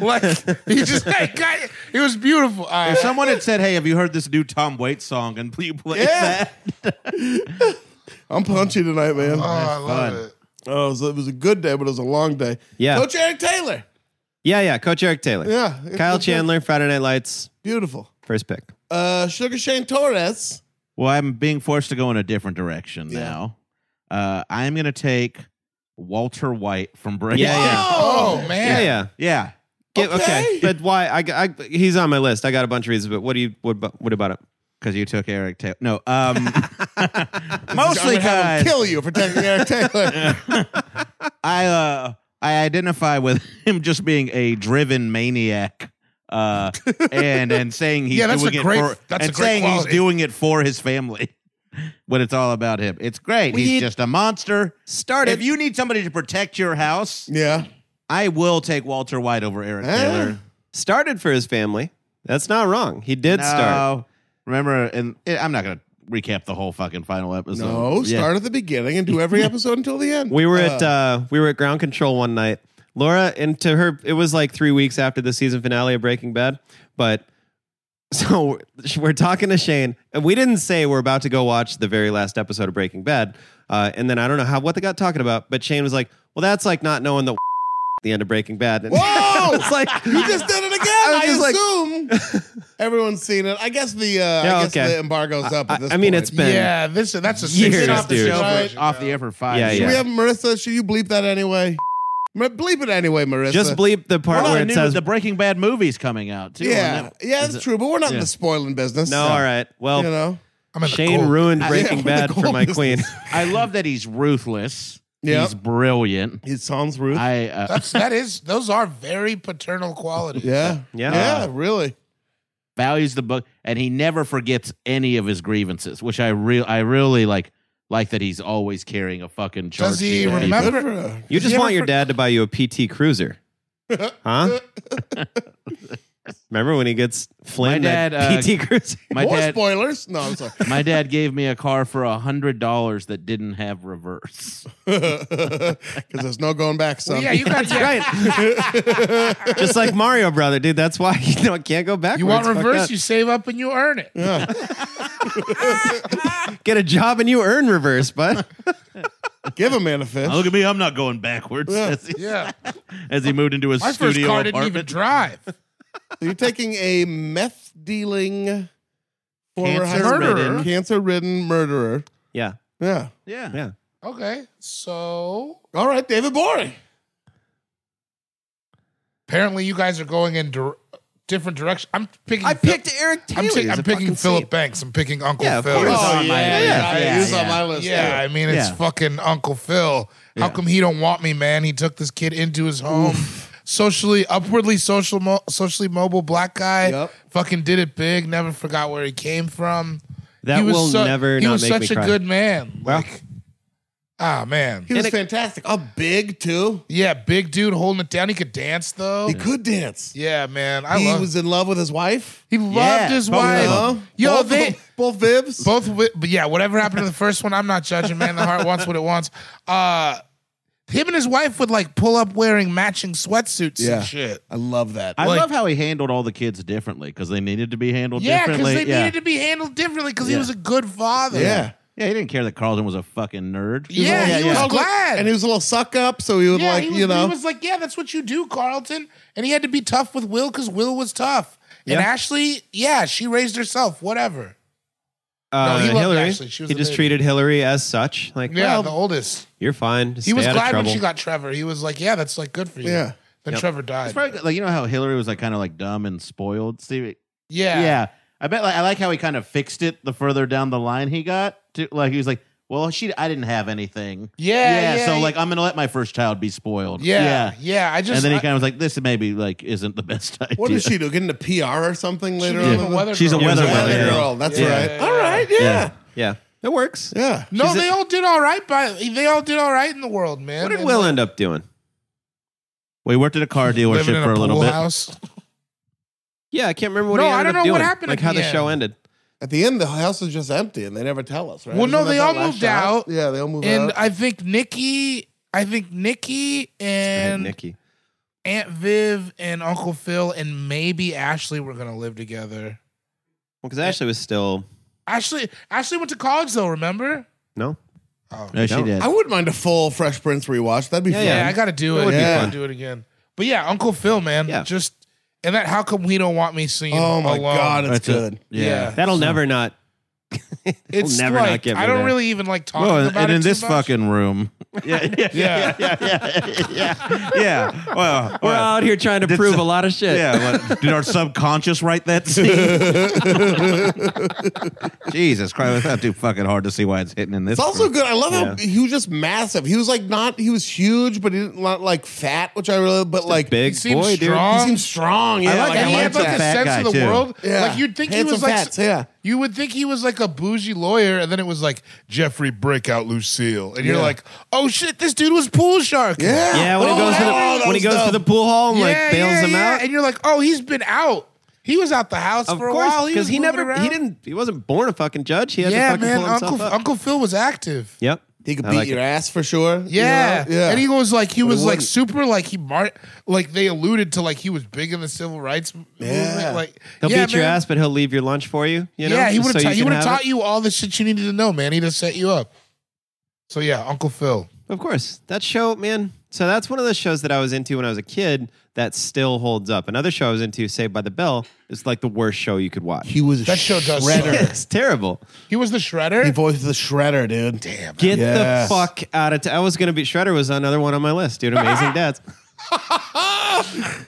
Speaker 4: like you just like, got it. It was beautiful. All right.
Speaker 5: if someone had said, "Hey, have you heard this new Tom Waits song?" and you play
Speaker 1: Yeah.
Speaker 5: that,
Speaker 1: I'm punchy tonight, man.
Speaker 4: oh, I love
Speaker 5: fun.
Speaker 4: it.
Speaker 1: Oh, it was, it was a good day, but it was a long day.
Speaker 3: Yeah.
Speaker 1: Coach Eric Taylor.
Speaker 3: yeah yeah. Coach Eric Taylor.
Speaker 1: Yeah.
Speaker 3: Kyle Chandler. Friday Night Lights.
Speaker 1: Beautiful.
Speaker 3: First pick.
Speaker 1: Uh, Sugar Shane Torres.
Speaker 5: well, I'm being forced to go in a different direction now. Uh, I'm going to take Walter White from Breaking.
Speaker 3: Yeah, yeah.
Speaker 4: Oh, man.
Speaker 3: Yeah yeah.
Speaker 5: yeah.
Speaker 3: Get- okay.
Speaker 1: Okay.
Speaker 3: But why? I, I he's on my list. I got a bunch of reasons. But what do you? What, about- what about it?
Speaker 5: Because you took Eric Taylor. No, um, mostly
Speaker 1: I'm gonna have him
Speaker 5: because
Speaker 1: kill you for taking Eric Taylor.
Speaker 5: I uh I identify with him just being a driven maniac. Uh, and and saying he's
Speaker 4: Yeah, that's
Speaker 5: doing
Speaker 4: a
Speaker 5: it
Speaker 4: great-
Speaker 5: for
Speaker 4: that's a
Speaker 5: and
Speaker 4: great
Speaker 5: saying
Speaker 4: quality.
Speaker 5: he's doing it for his family when it's all about him. It's great.
Speaker 3: We
Speaker 5: he's
Speaker 3: need-
Speaker 5: just a monster.
Speaker 3: Start
Speaker 5: If you need somebody to protect your house,
Speaker 1: yeah.
Speaker 5: I will take Walter White over Eric
Speaker 1: Eh?
Speaker 5: Taylor.
Speaker 3: started for his family. That's not wrong. He did start.
Speaker 5: No. Remember, and eh, I'm not gonna recap the whole fucking final episode.
Speaker 1: No,
Speaker 5: Yeah.
Speaker 1: start at the beginning and do every episode until the end.
Speaker 3: We were at uh, we were at ground control one night. Laura and to her, it was like three weeks after the season finale of Breaking Bad. But so we're talking to Shane, and we didn't say we're about to go watch the very last episode of Breaking Bad. Uh, and then I don't know how what they got talking about, but Shane was like, "Well, that's like not knowing the the end of Breaking Bad." And
Speaker 1: Whoa!
Speaker 3: it's like
Speaker 1: you just did it again.
Speaker 3: was
Speaker 1: I,
Speaker 3: just like-
Speaker 1: assume everyone's seen it. I guess the uh,
Speaker 3: Yeah,
Speaker 1: I guess
Speaker 3: okay.
Speaker 1: the embargo's up
Speaker 3: I,
Speaker 1: at this
Speaker 3: I mean,
Speaker 1: point.
Speaker 3: it's been
Speaker 4: yeah, this that's a
Speaker 3: Years,
Speaker 4: six
Speaker 3: dude.
Speaker 5: Off the,
Speaker 4: dude.
Speaker 5: show for-
Speaker 1: Right.
Speaker 5: off the air for five.
Speaker 3: Yeah,
Speaker 5: years.
Speaker 1: Should
Speaker 3: yeah.
Speaker 1: we have Marissa? Should you bleep that anyway? I'm gonna bleep it anyway, Marissa.
Speaker 3: Just bleep the part
Speaker 5: Well,
Speaker 3: where
Speaker 5: I
Speaker 3: it
Speaker 5: knew
Speaker 3: says
Speaker 5: the Breaking Bad movie's coming out too.
Speaker 1: Yeah,
Speaker 5: and that-
Speaker 1: yeah, that's true. But we're not in
Speaker 3: yeah.
Speaker 1: the spoiling business.
Speaker 3: no. All right. Well,
Speaker 1: you know,
Speaker 4: I'm in the
Speaker 3: Shane
Speaker 4: cold.
Speaker 3: ruined
Speaker 5: I-
Speaker 3: Breaking
Speaker 1: yeah,
Speaker 3: Bad for
Speaker 1: gold
Speaker 3: my
Speaker 1: is-
Speaker 3: queen.
Speaker 5: I love that he's ruthless.
Speaker 1: Yeah.
Speaker 5: He's brilliant.
Speaker 1: It sounds rude.
Speaker 5: I uh,
Speaker 4: That's that is those are very paternal qualities.
Speaker 1: yeah,
Speaker 3: Yeah.
Speaker 1: yeah, really.
Speaker 5: values the book, and he never forgets any of his grievances, which I real I really like. Like that he's always carrying a fucking charge.
Speaker 4: Does he
Speaker 5: sheet of people.
Speaker 4: remember?
Speaker 3: You
Speaker 4: Did
Speaker 3: just
Speaker 4: you
Speaker 3: want
Speaker 4: ever
Speaker 3: your
Speaker 4: for-
Speaker 3: dad to buy you a PT Cruiser, huh? Remember when he gets Flynn
Speaker 5: My
Speaker 3: that
Speaker 5: dad, uh,
Speaker 3: PT Cruiser?
Speaker 5: My
Speaker 1: More
Speaker 5: dad,
Speaker 1: spoilers. No, I'm sorry.
Speaker 5: my dad gave me a car for a hundred dollars that didn't have reverse.
Speaker 1: Because there's no going back, son.
Speaker 4: Well, yeah, you got yeah.
Speaker 3: just like Mario Brother, dude. That's why you know, it can't go backwards.
Speaker 4: You want
Speaker 3: Fuck
Speaker 4: reverse?
Speaker 3: that.
Speaker 4: You save up and you earn it.
Speaker 3: get a job and you earn reverse, but
Speaker 1: Give a man a fish.
Speaker 5: Now look at me, I'm not going backwards. As he,
Speaker 4: Yeah,
Speaker 5: as he moved into his
Speaker 4: my first
Speaker 5: studio
Speaker 4: car didn't even
Speaker 5: apartment.
Speaker 4: drive.
Speaker 1: So you're taking a meth dealing, former high school-
Speaker 5: Cancer-ridden.
Speaker 1: cancer-ridden murderer.
Speaker 3: yeah,
Speaker 1: Yeah.
Speaker 5: yeah.
Speaker 3: yeah.
Speaker 4: Okay, so
Speaker 1: All right, David Boring.
Speaker 4: apparently you guys are going in dir- different direction. I'm picking.
Speaker 3: I
Speaker 4: Phil-
Speaker 3: picked Eric Taylor.
Speaker 4: I'm, ta-
Speaker 3: as
Speaker 4: I'm
Speaker 3: a
Speaker 4: picking
Speaker 3: fucking
Speaker 4: Philip
Speaker 3: saint.
Speaker 4: Banks. I'm picking Uncle
Speaker 3: Yeah, of
Speaker 4: Phil.
Speaker 3: course.
Speaker 5: on my
Speaker 1: yeah,
Speaker 5: list.
Speaker 1: yeah,
Speaker 5: Oh, Yeah,
Speaker 1: he was on
Speaker 5: yeah.
Speaker 1: my list.
Speaker 4: Yeah, I mean it's
Speaker 5: Yeah.
Speaker 4: fucking Uncle Phil. How
Speaker 5: Yeah.
Speaker 4: come he don't want me, man? He took this kid into his home. Socially upwardly social mo- socially mobile black guy.
Speaker 1: Yep.
Speaker 4: Fucking did it big, never forgot where he came from.
Speaker 3: That
Speaker 4: he was
Speaker 3: will
Speaker 4: su-
Speaker 3: never
Speaker 4: He
Speaker 3: not
Speaker 4: was
Speaker 3: make
Speaker 4: such
Speaker 3: me
Speaker 4: a
Speaker 3: cry.
Speaker 4: good man.
Speaker 3: Well,
Speaker 4: Like ah man.
Speaker 1: He was fantastic. A big too.
Speaker 4: Yeah, big dude holding it down. He could dance though.
Speaker 1: He could dance.
Speaker 4: yeah, man. I
Speaker 1: he
Speaker 4: love
Speaker 1: was in love with his wife. uh,
Speaker 4: He loved
Speaker 5: Yeah,
Speaker 4: his
Speaker 5: both
Speaker 4: wife.
Speaker 5: of
Speaker 4: Yo,
Speaker 1: both,
Speaker 4: they
Speaker 1: both Vibs.
Speaker 4: Both, wi- but yeah, whatever happened to the first one, I'm not judging. Man, the heart wants what it wants. Uh, him and his wife would like pull up wearing matching sweatsuits
Speaker 1: Yeah.
Speaker 4: and shit.
Speaker 1: I love that.
Speaker 5: I
Speaker 4: Like-
Speaker 5: love how he handled all the kids differently because they needed to be handled
Speaker 4: Yeah, because
Speaker 5: differently.
Speaker 4: they needed to be handled differently because he
Speaker 5: Yeah.
Speaker 4: was a good father.
Speaker 1: yeah.
Speaker 5: yeah, he didn't care that Carlton was a fucking nerd.
Speaker 4: Yeah, he was glad.
Speaker 1: And he was a little suck up, so he would
Speaker 4: Yeah,
Speaker 1: like,
Speaker 4: he was,
Speaker 1: you know.
Speaker 4: he was like, yeah, that's what you do, Carlton. And he had to be tough with Will because Will was tough. And
Speaker 3: Yeah.
Speaker 4: Ashley, yeah, she raised herself. Whatever.
Speaker 3: Uh,
Speaker 4: he loved
Speaker 3: Hillary.
Speaker 4: Ashley. She was
Speaker 3: he
Speaker 4: the
Speaker 3: just
Speaker 4: baby.
Speaker 3: treated Hillary as such. Like,
Speaker 4: Yeah,
Speaker 3: well,
Speaker 4: the oldest.
Speaker 3: you're fine. Just
Speaker 4: He was
Speaker 3: stay out of
Speaker 4: glad when
Speaker 3: trouble.
Speaker 4: she got Trevor. He was like, yeah, that's like good for you.
Speaker 1: Yeah.
Speaker 4: Then
Speaker 3: Yep.
Speaker 4: Trevor died.
Speaker 5: It's probably like you know how Hillary was like kind of like dumb and spoiled. See, yeah.
Speaker 4: yeah.
Speaker 5: I bet like I like how he kind of fixed it the further down the line he got to. Like he was like, well, she, I didn't have anything.
Speaker 4: Yeah, yeah,
Speaker 5: so
Speaker 4: yeah.
Speaker 5: like, I'm gonna let my first child be spoiled.
Speaker 4: Yeah. Yeah. I just.
Speaker 5: and then he
Speaker 4: I-
Speaker 5: kind of was like, this maybe like isn't the best idea.
Speaker 1: What did she do? Get into PR or something later
Speaker 4: became
Speaker 1: on?
Speaker 4: a weather
Speaker 5: She's a
Speaker 4: girl.
Speaker 5: weather
Speaker 1: Yeah,
Speaker 5: girl.
Speaker 1: weather
Speaker 5: yeah.
Speaker 1: girl. That's
Speaker 4: Yeah.
Speaker 1: right.
Speaker 4: Yeah.
Speaker 1: All right. Yeah. Yeah.
Speaker 3: yeah, it works.
Speaker 4: No,
Speaker 3: She's a-
Speaker 4: they all did all right. By they all did all right in the world, man.
Speaker 3: What did
Speaker 4: They
Speaker 3: Will
Speaker 4: were
Speaker 3: end up doing?
Speaker 5: We worked at a car
Speaker 4: living
Speaker 5: dealership
Speaker 4: in
Speaker 5: for a, little
Speaker 4: pool
Speaker 5: bit.
Speaker 4: House.
Speaker 3: Yeah, I can't remember what
Speaker 4: No,
Speaker 3: he ended
Speaker 4: I don't
Speaker 3: up
Speaker 4: know what
Speaker 3: doing,
Speaker 4: happened
Speaker 3: Like
Speaker 4: at
Speaker 3: how
Speaker 4: the
Speaker 3: the show
Speaker 4: end.
Speaker 3: ended.
Speaker 1: At the end, the house is just empty, and they never tell us, right?
Speaker 4: Well, no,
Speaker 1: Isn't that
Speaker 4: they
Speaker 1: that
Speaker 4: all
Speaker 1: last
Speaker 4: moved
Speaker 1: shot?
Speaker 4: out.
Speaker 1: Yeah, they all moved
Speaker 4: And
Speaker 1: out.
Speaker 4: I think Nikki, I think Nikki and
Speaker 3: Nikki.
Speaker 4: Aunt Viv and Uncle Phil and maybe Ashley were gonna live together.
Speaker 3: Well, because Ashley was still
Speaker 4: Ashley, Ashley went to college though. Remember?
Speaker 3: no.
Speaker 5: No, she
Speaker 3: No.
Speaker 5: did.
Speaker 1: I wouldn't mind a full Fresh Prince rewatch. That'd be
Speaker 3: Yeah,
Speaker 1: fun.
Speaker 4: Yeah, I gotta do it.
Speaker 1: would be
Speaker 4: yeah,
Speaker 1: fun.
Speaker 4: do it again. But yeah, Uncle Phil, man,
Speaker 3: Yeah.
Speaker 4: just and that. How come we don't want me singing?
Speaker 1: Oh my
Speaker 4: alone?
Speaker 1: god, it's
Speaker 5: That's it.
Speaker 1: good.
Speaker 5: Yeah.
Speaker 4: Yeah.
Speaker 3: That'll never not. It'll
Speaker 4: It's
Speaker 3: never
Speaker 4: like
Speaker 3: not get me
Speaker 4: I don't
Speaker 3: there.
Speaker 4: really even like talking
Speaker 5: Well, and,
Speaker 4: about it
Speaker 5: in
Speaker 4: too
Speaker 5: this
Speaker 4: much.
Speaker 5: fucking room. Yeah, yeah,
Speaker 4: Yeah.
Speaker 5: yeah, yeah, yeah. yeah. Well,
Speaker 3: We're
Speaker 5: well,
Speaker 3: out here trying to
Speaker 5: Did
Speaker 3: prove
Speaker 5: so-
Speaker 3: a lot of shit.
Speaker 5: yeah. What, did our subconscious write that scene? Jesus Christ, it's not too fucking hard to see why it's hitting in this.
Speaker 1: It's also
Speaker 5: room.
Speaker 1: good. I love how
Speaker 3: Yeah.
Speaker 1: he was just massive. He was like not he was huge, but he didn't not like fat, which I really but like
Speaker 3: Big
Speaker 4: He seems
Speaker 3: boy, dude.
Speaker 4: strong.
Speaker 1: He seems strong. Yeah,
Speaker 5: like
Speaker 1: like,
Speaker 5: that
Speaker 4: and
Speaker 1: I
Speaker 4: he
Speaker 5: like
Speaker 4: had like
Speaker 5: that.
Speaker 4: a
Speaker 5: Fat
Speaker 4: sense
Speaker 5: guy,
Speaker 4: of the
Speaker 5: too.
Speaker 4: world.
Speaker 1: Yeah.
Speaker 4: Like you'd think
Speaker 1: Handsome
Speaker 4: he was like
Speaker 1: fats, yeah.
Speaker 4: You would think he was like a bougie lawyer, and then it was like Jeffrey Breakout Lucille, and you're
Speaker 1: Yeah.
Speaker 4: like, oh shit, this dude was pool shark.
Speaker 1: Yeah.
Speaker 3: Yeah, when
Speaker 1: Oh,
Speaker 3: he goes to
Speaker 1: that
Speaker 3: the when he
Speaker 1: was
Speaker 3: goes to
Speaker 1: dope.
Speaker 3: the pool hall and
Speaker 4: Yeah,
Speaker 3: like bails
Speaker 4: yeah,
Speaker 3: him
Speaker 4: yeah.
Speaker 3: out.
Speaker 4: and you're like, oh, he's been out. He was out the house
Speaker 3: of
Speaker 4: for a
Speaker 3: course,
Speaker 4: while
Speaker 3: because he,
Speaker 4: was moving
Speaker 3: never
Speaker 4: around.
Speaker 3: he didn't he wasn't born a fucking judge. He had
Speaker 4: Yeah,
Speaker 3: to fucking
Speaker 4: man,
Speaker 3: pull himself
Speaker 4: Uncle
Speaker 3: up.
Speaker 4: Uncle Phil was active.
Speaker 3: yep,
Speaker 1: He could
Speaker 3: I
Speaker 1: beat
Speaker 3: like
Speaker 1: your
Speaker 3: it.
Speaker 1: ass for sure. you
Speaker 4: Yeah.
Speaker 1: know? Yeah.
Speaker 4: And he was like, he was like
Speaker 1: wouldn't.
Speaker 4: super, like he mar- like they alluded to, like he was big in the civil rights m- movement. Like
Speaker 3: He'll
Speaker 4: yeah,
Speaker 3: beat your
Speaker 4: man.
Speaker 3: ass, but he'll leave your lunch for you. You know,
Speaker 4: yeah, he
Speaker 3: just
Speaker 4: would have
Speaker 3: so
Speaker 4: ta- he
Speaker 3: can
Speaker 4: would have
Speaker 3: have
Speaker 4: taught
Speaker 3: it.
Speaker 4: you all the shit you needed to know, man. He'd have set you up. So yeah, Uncle Phil.
Speaker 3: Of course, that show, man, So that's one of the shows that I was into when I was a kid that still holds up. Another show I was into, Saved by the Bell, is like the worst show you could watch.
Speaker 1: He was a
Speaker 4: That show does
Speaker 1: shredder.
Speaker 3: it's terrible.
Speaker 4: He was the shredder.
Speaker 1: He voiced the shredder, dude. Damn.
Speaker 3: Get the fuck out of town. I was going to be Shredder was another one on my list, dude. Amazing Dads.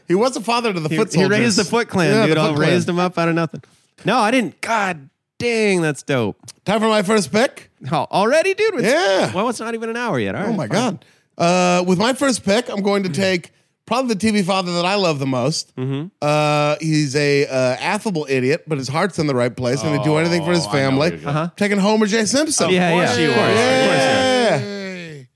Speaker 1: He was a father to the
Speaker 3: He,
Speaker 1: foot
Speaker 3: he
Speaker 1: soldiers.
Speaker 3: raised the Foot Clan,
Speaker 1: Yeah,
Speaker 3: dude.
Speaker 1: the
Speaker 3: I
Speaker 1: Foot Clan.
Speaker 3: raised him up out of nothing. No, I didn't. God dang, that's dope.
Speaker 1: Time for my first pick.
Speaker 3: Oh, already, dude? It's-
Speaker 1: Yeah.
Speaker 3: Well, it's not even an hour yet. All right.
Speaker 1: Oh my god. Uh, with my first pick, I'm going to take probably the TV father that I love the most. Uh, he's a uh, affable idiot, but his heart's in the right place, and he'd do anything for his family. Uh-huh. Taking Homer J. Simpson.
Speaker 3: Yeah, yeah.
Speaker 4: Of course he was.
Speaker 1: Yeah.
Speaker 4: Hey.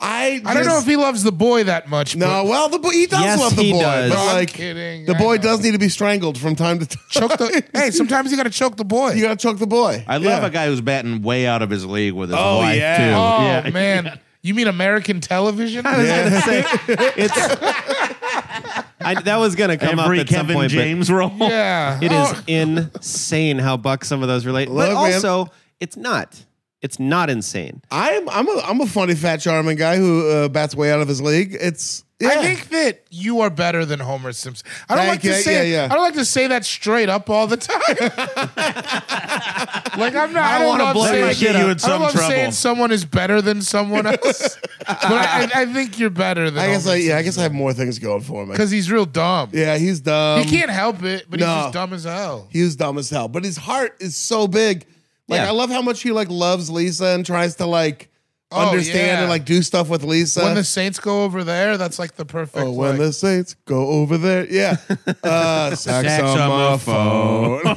Speaker 1: I
Speaker 4: I don't
Speaker 1: just-
Speaker 4: know if he loves the boy that much.
Speaker 1: No,
Speaker 4: but-
Speaker 1: well, the boy he does
Speaker 3: Yes,
Speaker 1: love the
Speaker 3: he
Speaker 1: boy,
Speaker 3: does.
Speaker 1: but
Speaker 3: No,
Speaker 4: I'm
Speaker 1: like
Speaker 4: kidding.
Speaker 1: the
Speaker 4: I
Speaker 1: boy
Speaker 4: know.
Speaker 1: does need to be strangled from time to time.
Speaker 4: choke the. hey, sometimes you gotta choke the boy.
Speaker 1: you gotta choke the boy.
Speaker 5: I love
Speaker 1: Yeah.
Speaker 5: a guy who's batting way out of his league with his
Speaker 1: Oh,
Speaker 5: wife
Speaker 1: yeah.
Speaker 5: too.
Speaker 4: oh man, you mean American television?
Speaker 3: gonna say, it's, I, that was going to come
Speaker 5: Every
Speaker 3: up at some
Speaker 5: Kevin
Speaker 3: point, but-
Speaker 5: James role.
Speaker 4: yeah,
Speaker 3: It
Speaker 4: Oh,
Speaker 3: is insane how buck some of those relate. but
Speaker 1: Look, man.
Speaker 3: also, it's not. It's not insane.
Speaker 1: I'm I'm a I'm a funny fat charming guy who uh, bats way out of his league. It's yeah.
Speaker 4: I think that you are better than Homer Simpson. I don't
Speaker 1: Thank
Speaker 4: like to
Speaker 1: you.
Speaker 4: say.
Speaker 1: Yeah, yeah.
Speaker 4: I don't like to say that straight up all the time. like I'm not. I don't,
Speaker 3: wanna
Speaker 4: love
Speaker 3: blow
Speaker 4: saying,
Speaker 3: my kid
Speaker 4: I
Speaker 5: you
Speaker 4: don't
Speaker 5: in some
Speaker 4: love
Speaker 5: trouble.
Speaker 4: saying someone is better than someone else, but I, I, I think you're better than.
Speaker 1: I guess
Speaker 4: Homer
Speaker 1: I yeah I guess I have more things going for me.
Speaker 4: because he's real dumb.
Speaker 1: Yeah, he's dumb.
Speaker 4: he can't help it, but
Speaker 1: no.
Speaker 4: he's just dumb as hell.
Speaker 1: He was dumb as hell, but his heart is so big. Like
Speaker 3: Yeah.
Speaker 1: I love how much he like loves Lisa and tries to like
Speaker 4: Oh,
Speaker 1: understand
Speaker 4: yeah.
Speaker 1: and like do stuff with Lisa.
Speaker 4: when the Saints go over there, that's like the perfect.
Speaker 1: Oh, when
Speaker 4: like-
Speaker 1: the Saints go over there, yeah, uh, saxophone.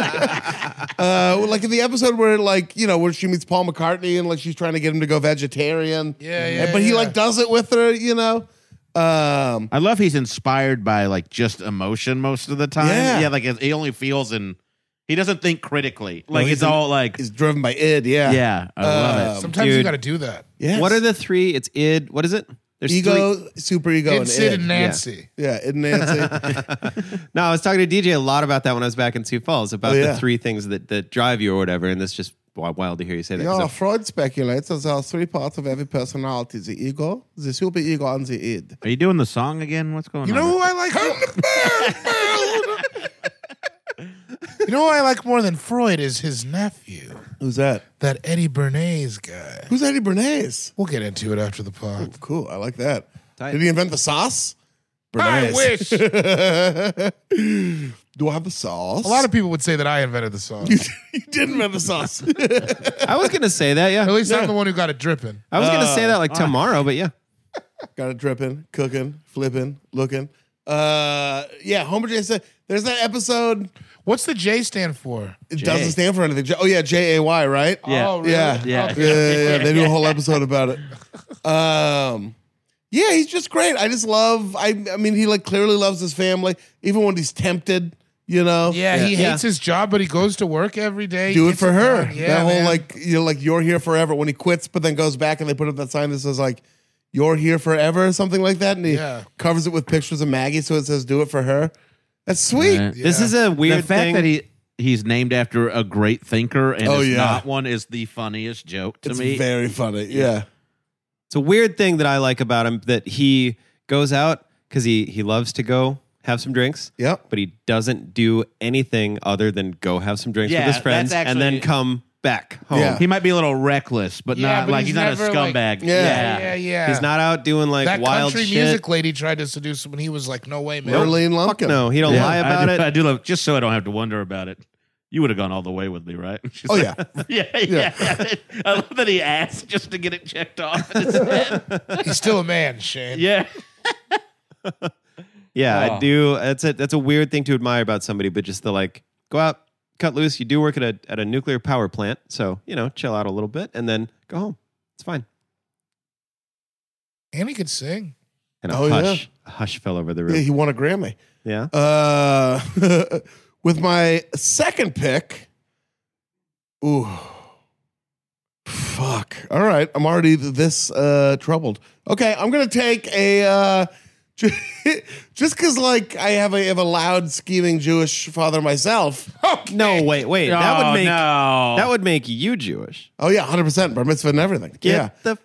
Speaker 1: uh, well, like in the episode where, like you know, where she meets Paul McCartney and like she's trying to get him to go vegetarian.
Speaker 4: Yeah, yeah,
Speaker 1: And- But he
Speaker 4: yeah.
Speaker 1: like does it with her, you know. Um,
Speaker 5: I love he's inspired by like just emotion most of the time.
Speaker 1: Yeah.
Speaker 5: like it- he only feels and he doesn't think critically. Like
Speaker 3: he's
Speaker 5: it's all like
Speaker 1: he's driven by id. Yeah,
Speaker 5: yeah, I love
Speaker 3: Um,
Speaker 1: um,
Speaker 5: it.
Speaker 4: sometimes you
Speaker 3: dude.
Speaker 4: got to do that.
Speaker 1: Yes.
Speaker 3: What are the three? It's id. What is it? There's
Speaker 1: ego,
Speaker 3: three-
Speaker 1: super ego,
Speaker 4: It's Sid
Speaker 1: and
Speaker 4: and
Speaker 1: id.
Speaker 4: Nancy.
Speaker 1: Yeah, id and Nancy.
Speaker 3: No, I was talking to DJ a lot about that when I was back in Sioux Falls about
Speaker 1: Oh, yeah.
Speaker 3: the three things that, that drive you or whatever. And that's just wi- wild to hear you say that.
Speaker 1: Yeah,
Speaker 3: 'cause
Speaker 1: Freud speculates that there are three parts of every personality: the ego, the superego, and the id.
Speaker 5: Are you doing the song again? What's going
Speaker 4: You
Speaker 5: on?
Speaker 4: know who I like? you know who I like more than Freud is his nephew,
Speaker 1: Who's that?
Speaker 4: that Eddie Bernays guy.
Speaker 1: Who's Eddie Bernays?
Speaker 4: We'll get into it after the pod.
Speaker 1: Cool, I like that.
Speaker 3: Tight.
Speaker 1: Did he invent the sauce?
Speaker 4: I
Speaker 1: Bernays.
Speaker 4: wish a
Speaker 1: Do I have the sauce?
Speaker 4: lot of people would say that I invented the song.
Speaker 1: you didn't invent the sauce.
Speaker 3: I was going to say that, yeah.
Speaker 4: At least I'm the one who got it dripping.
Speaker 3: I was going to say that
Speaker 1: Uh,
Speaker 3: like tomorrow, but yeah.
Speaker 1: Got it dripping, cooking, flipping, looking. Uh, yeah, Homer J said there's that episode.
Speaker 4: What's the J stand for?
Speaker 1: It doesn't stand for anything. J- Oh yeah, J A Y, right?
Speaker 5: Yeah.
Speaker 4: Oh, really?
Speaker 1: Yeah.
Speaker 5: Yeah.
Speaker 4: Okay.
Speaker 1: yeah, yeah, yeah. They do a whole episode about it. Um, yeah, he's just great. I just love. I, I mean, he like clearly loves his family, even when he's tempted. You know,
Speaker 4: Yeah, he
Speaker 3: Yeah.
Speaker 4: hates his job, but he goes to work every day.
Speaker 1: do it
Speaker 4: Gets
Speaker 1: for her.
Speaker 4: done. Yeah,
Speaker 1: that whole
Speaker 4: man.
Speaker 1: like, you know, like you're here forever. When he quits, but then goes back and they put up that sign that says like, "You're here forever" or something like that, and he
Speaker 4: Yeah.
Speaker 1: covers it with pictures of Maggie, so it says "Do it for her." That's sweet.
Speaker 5: Right.
Speaker 3: This
Speaker 4: Yeah.
Speaker 3: is a
Speaker 5: The
Speaker 3: weird
Speaker 5: fact
Speaker 3: thing.
Speaker 5: that he he's named after a great thinker and
Speaker 1: Oh,
Speaker 5: is
Speaker 1: yeah.
Speaker 5: not one is the funniest joke to
Speaker 1: It's
Speaker 5: me.
Speaker 1: very funny. Yeah.
Speaker 3: It's a weird thing that I like about him that he goes out because he, he loves to go have some drinks.
Speaker 1: Yep.
Speaker 3: But he doesn't do anything other than go have some drinks
Speaker 5: Yeah,
Speaker 3: with his friends
Speaker 5: that's
Speaker 3: and then
Speaker 5: actually-
Speaker 3: come back home.
Speaker 1: Yeah.
Speaker 5: Oh, he might be a little reckless, but
Speaker 4: Yeah,
Speaker 5: not
Speaker 4: but
Speaker 5: like
Speaker 4: he's
Speaker 5: he's, not a
Speaker 4: never, like-
Speaker 5: scumbag.
Speaker 1: Yeah.
Speaker 4: yeah, yeah, yeah.
Speaker 3: He's not out doing like
Speaker 4: that
Speaker 3: wild
Speaker 4: country
Speaker 3: shit.
Speaker 4: music lady tried to seduce him, and he was like, "No way, man."
Speaker 1: Marlene Lumpkin.
Speaker 3: No, he don't
Speaker 5: Yeah,
Speaker 3: lie about
Speaker 5: I do,
Speaker 3: it.
Speaker 5: I do love just so I don't have to wonder about it. You would have gone all the way with me, right? She's
Speaker 1: Oh
Speaker 5: like,
Speaker 1: yeah.
Speaker 5: yeah, yeah, I love that he asked just to get it checked off. in his head.
Speaker 4: He's still a man, Shane.
Speaker 5: yeah.
Speaker 3: yeah, I
Speaker 7: Oh.
Speaker 3: do. That's a that's a weird thing to admire about somebody, but just the like go out, cut loose. You do work at a at a nuclear power plant, so you know, chill out a little bit and then go home. It's fine.
Speaker 4: and he could sing.
Speaker 3: And a
Speaker 1: Oh, yeah.
Speaker 3: hush a hush fell over the
Speaker 1: yeah.
Speaker 3: room.
Speaker 1: He won a Grammy.
Speaker 3: Yeah.
Speaker 1: Uh, with my second pick. Ooh. Fuck. All right. I'm already this uh, troubled. Okay. I'm going to take a. Uh, ju- just because, like, I have a, have a loud, scheming Jewish father myself.
Speaker 3: No, wait, wait. that would make
Speaker 5: Oh, no.
Speaker 3: that would make you Jewish.
Speaker 1: Oh, yeah. 100% bar mitzvah and everything.
Speaker 3: Get
Speaker 1: yeah.
Speaker 3: the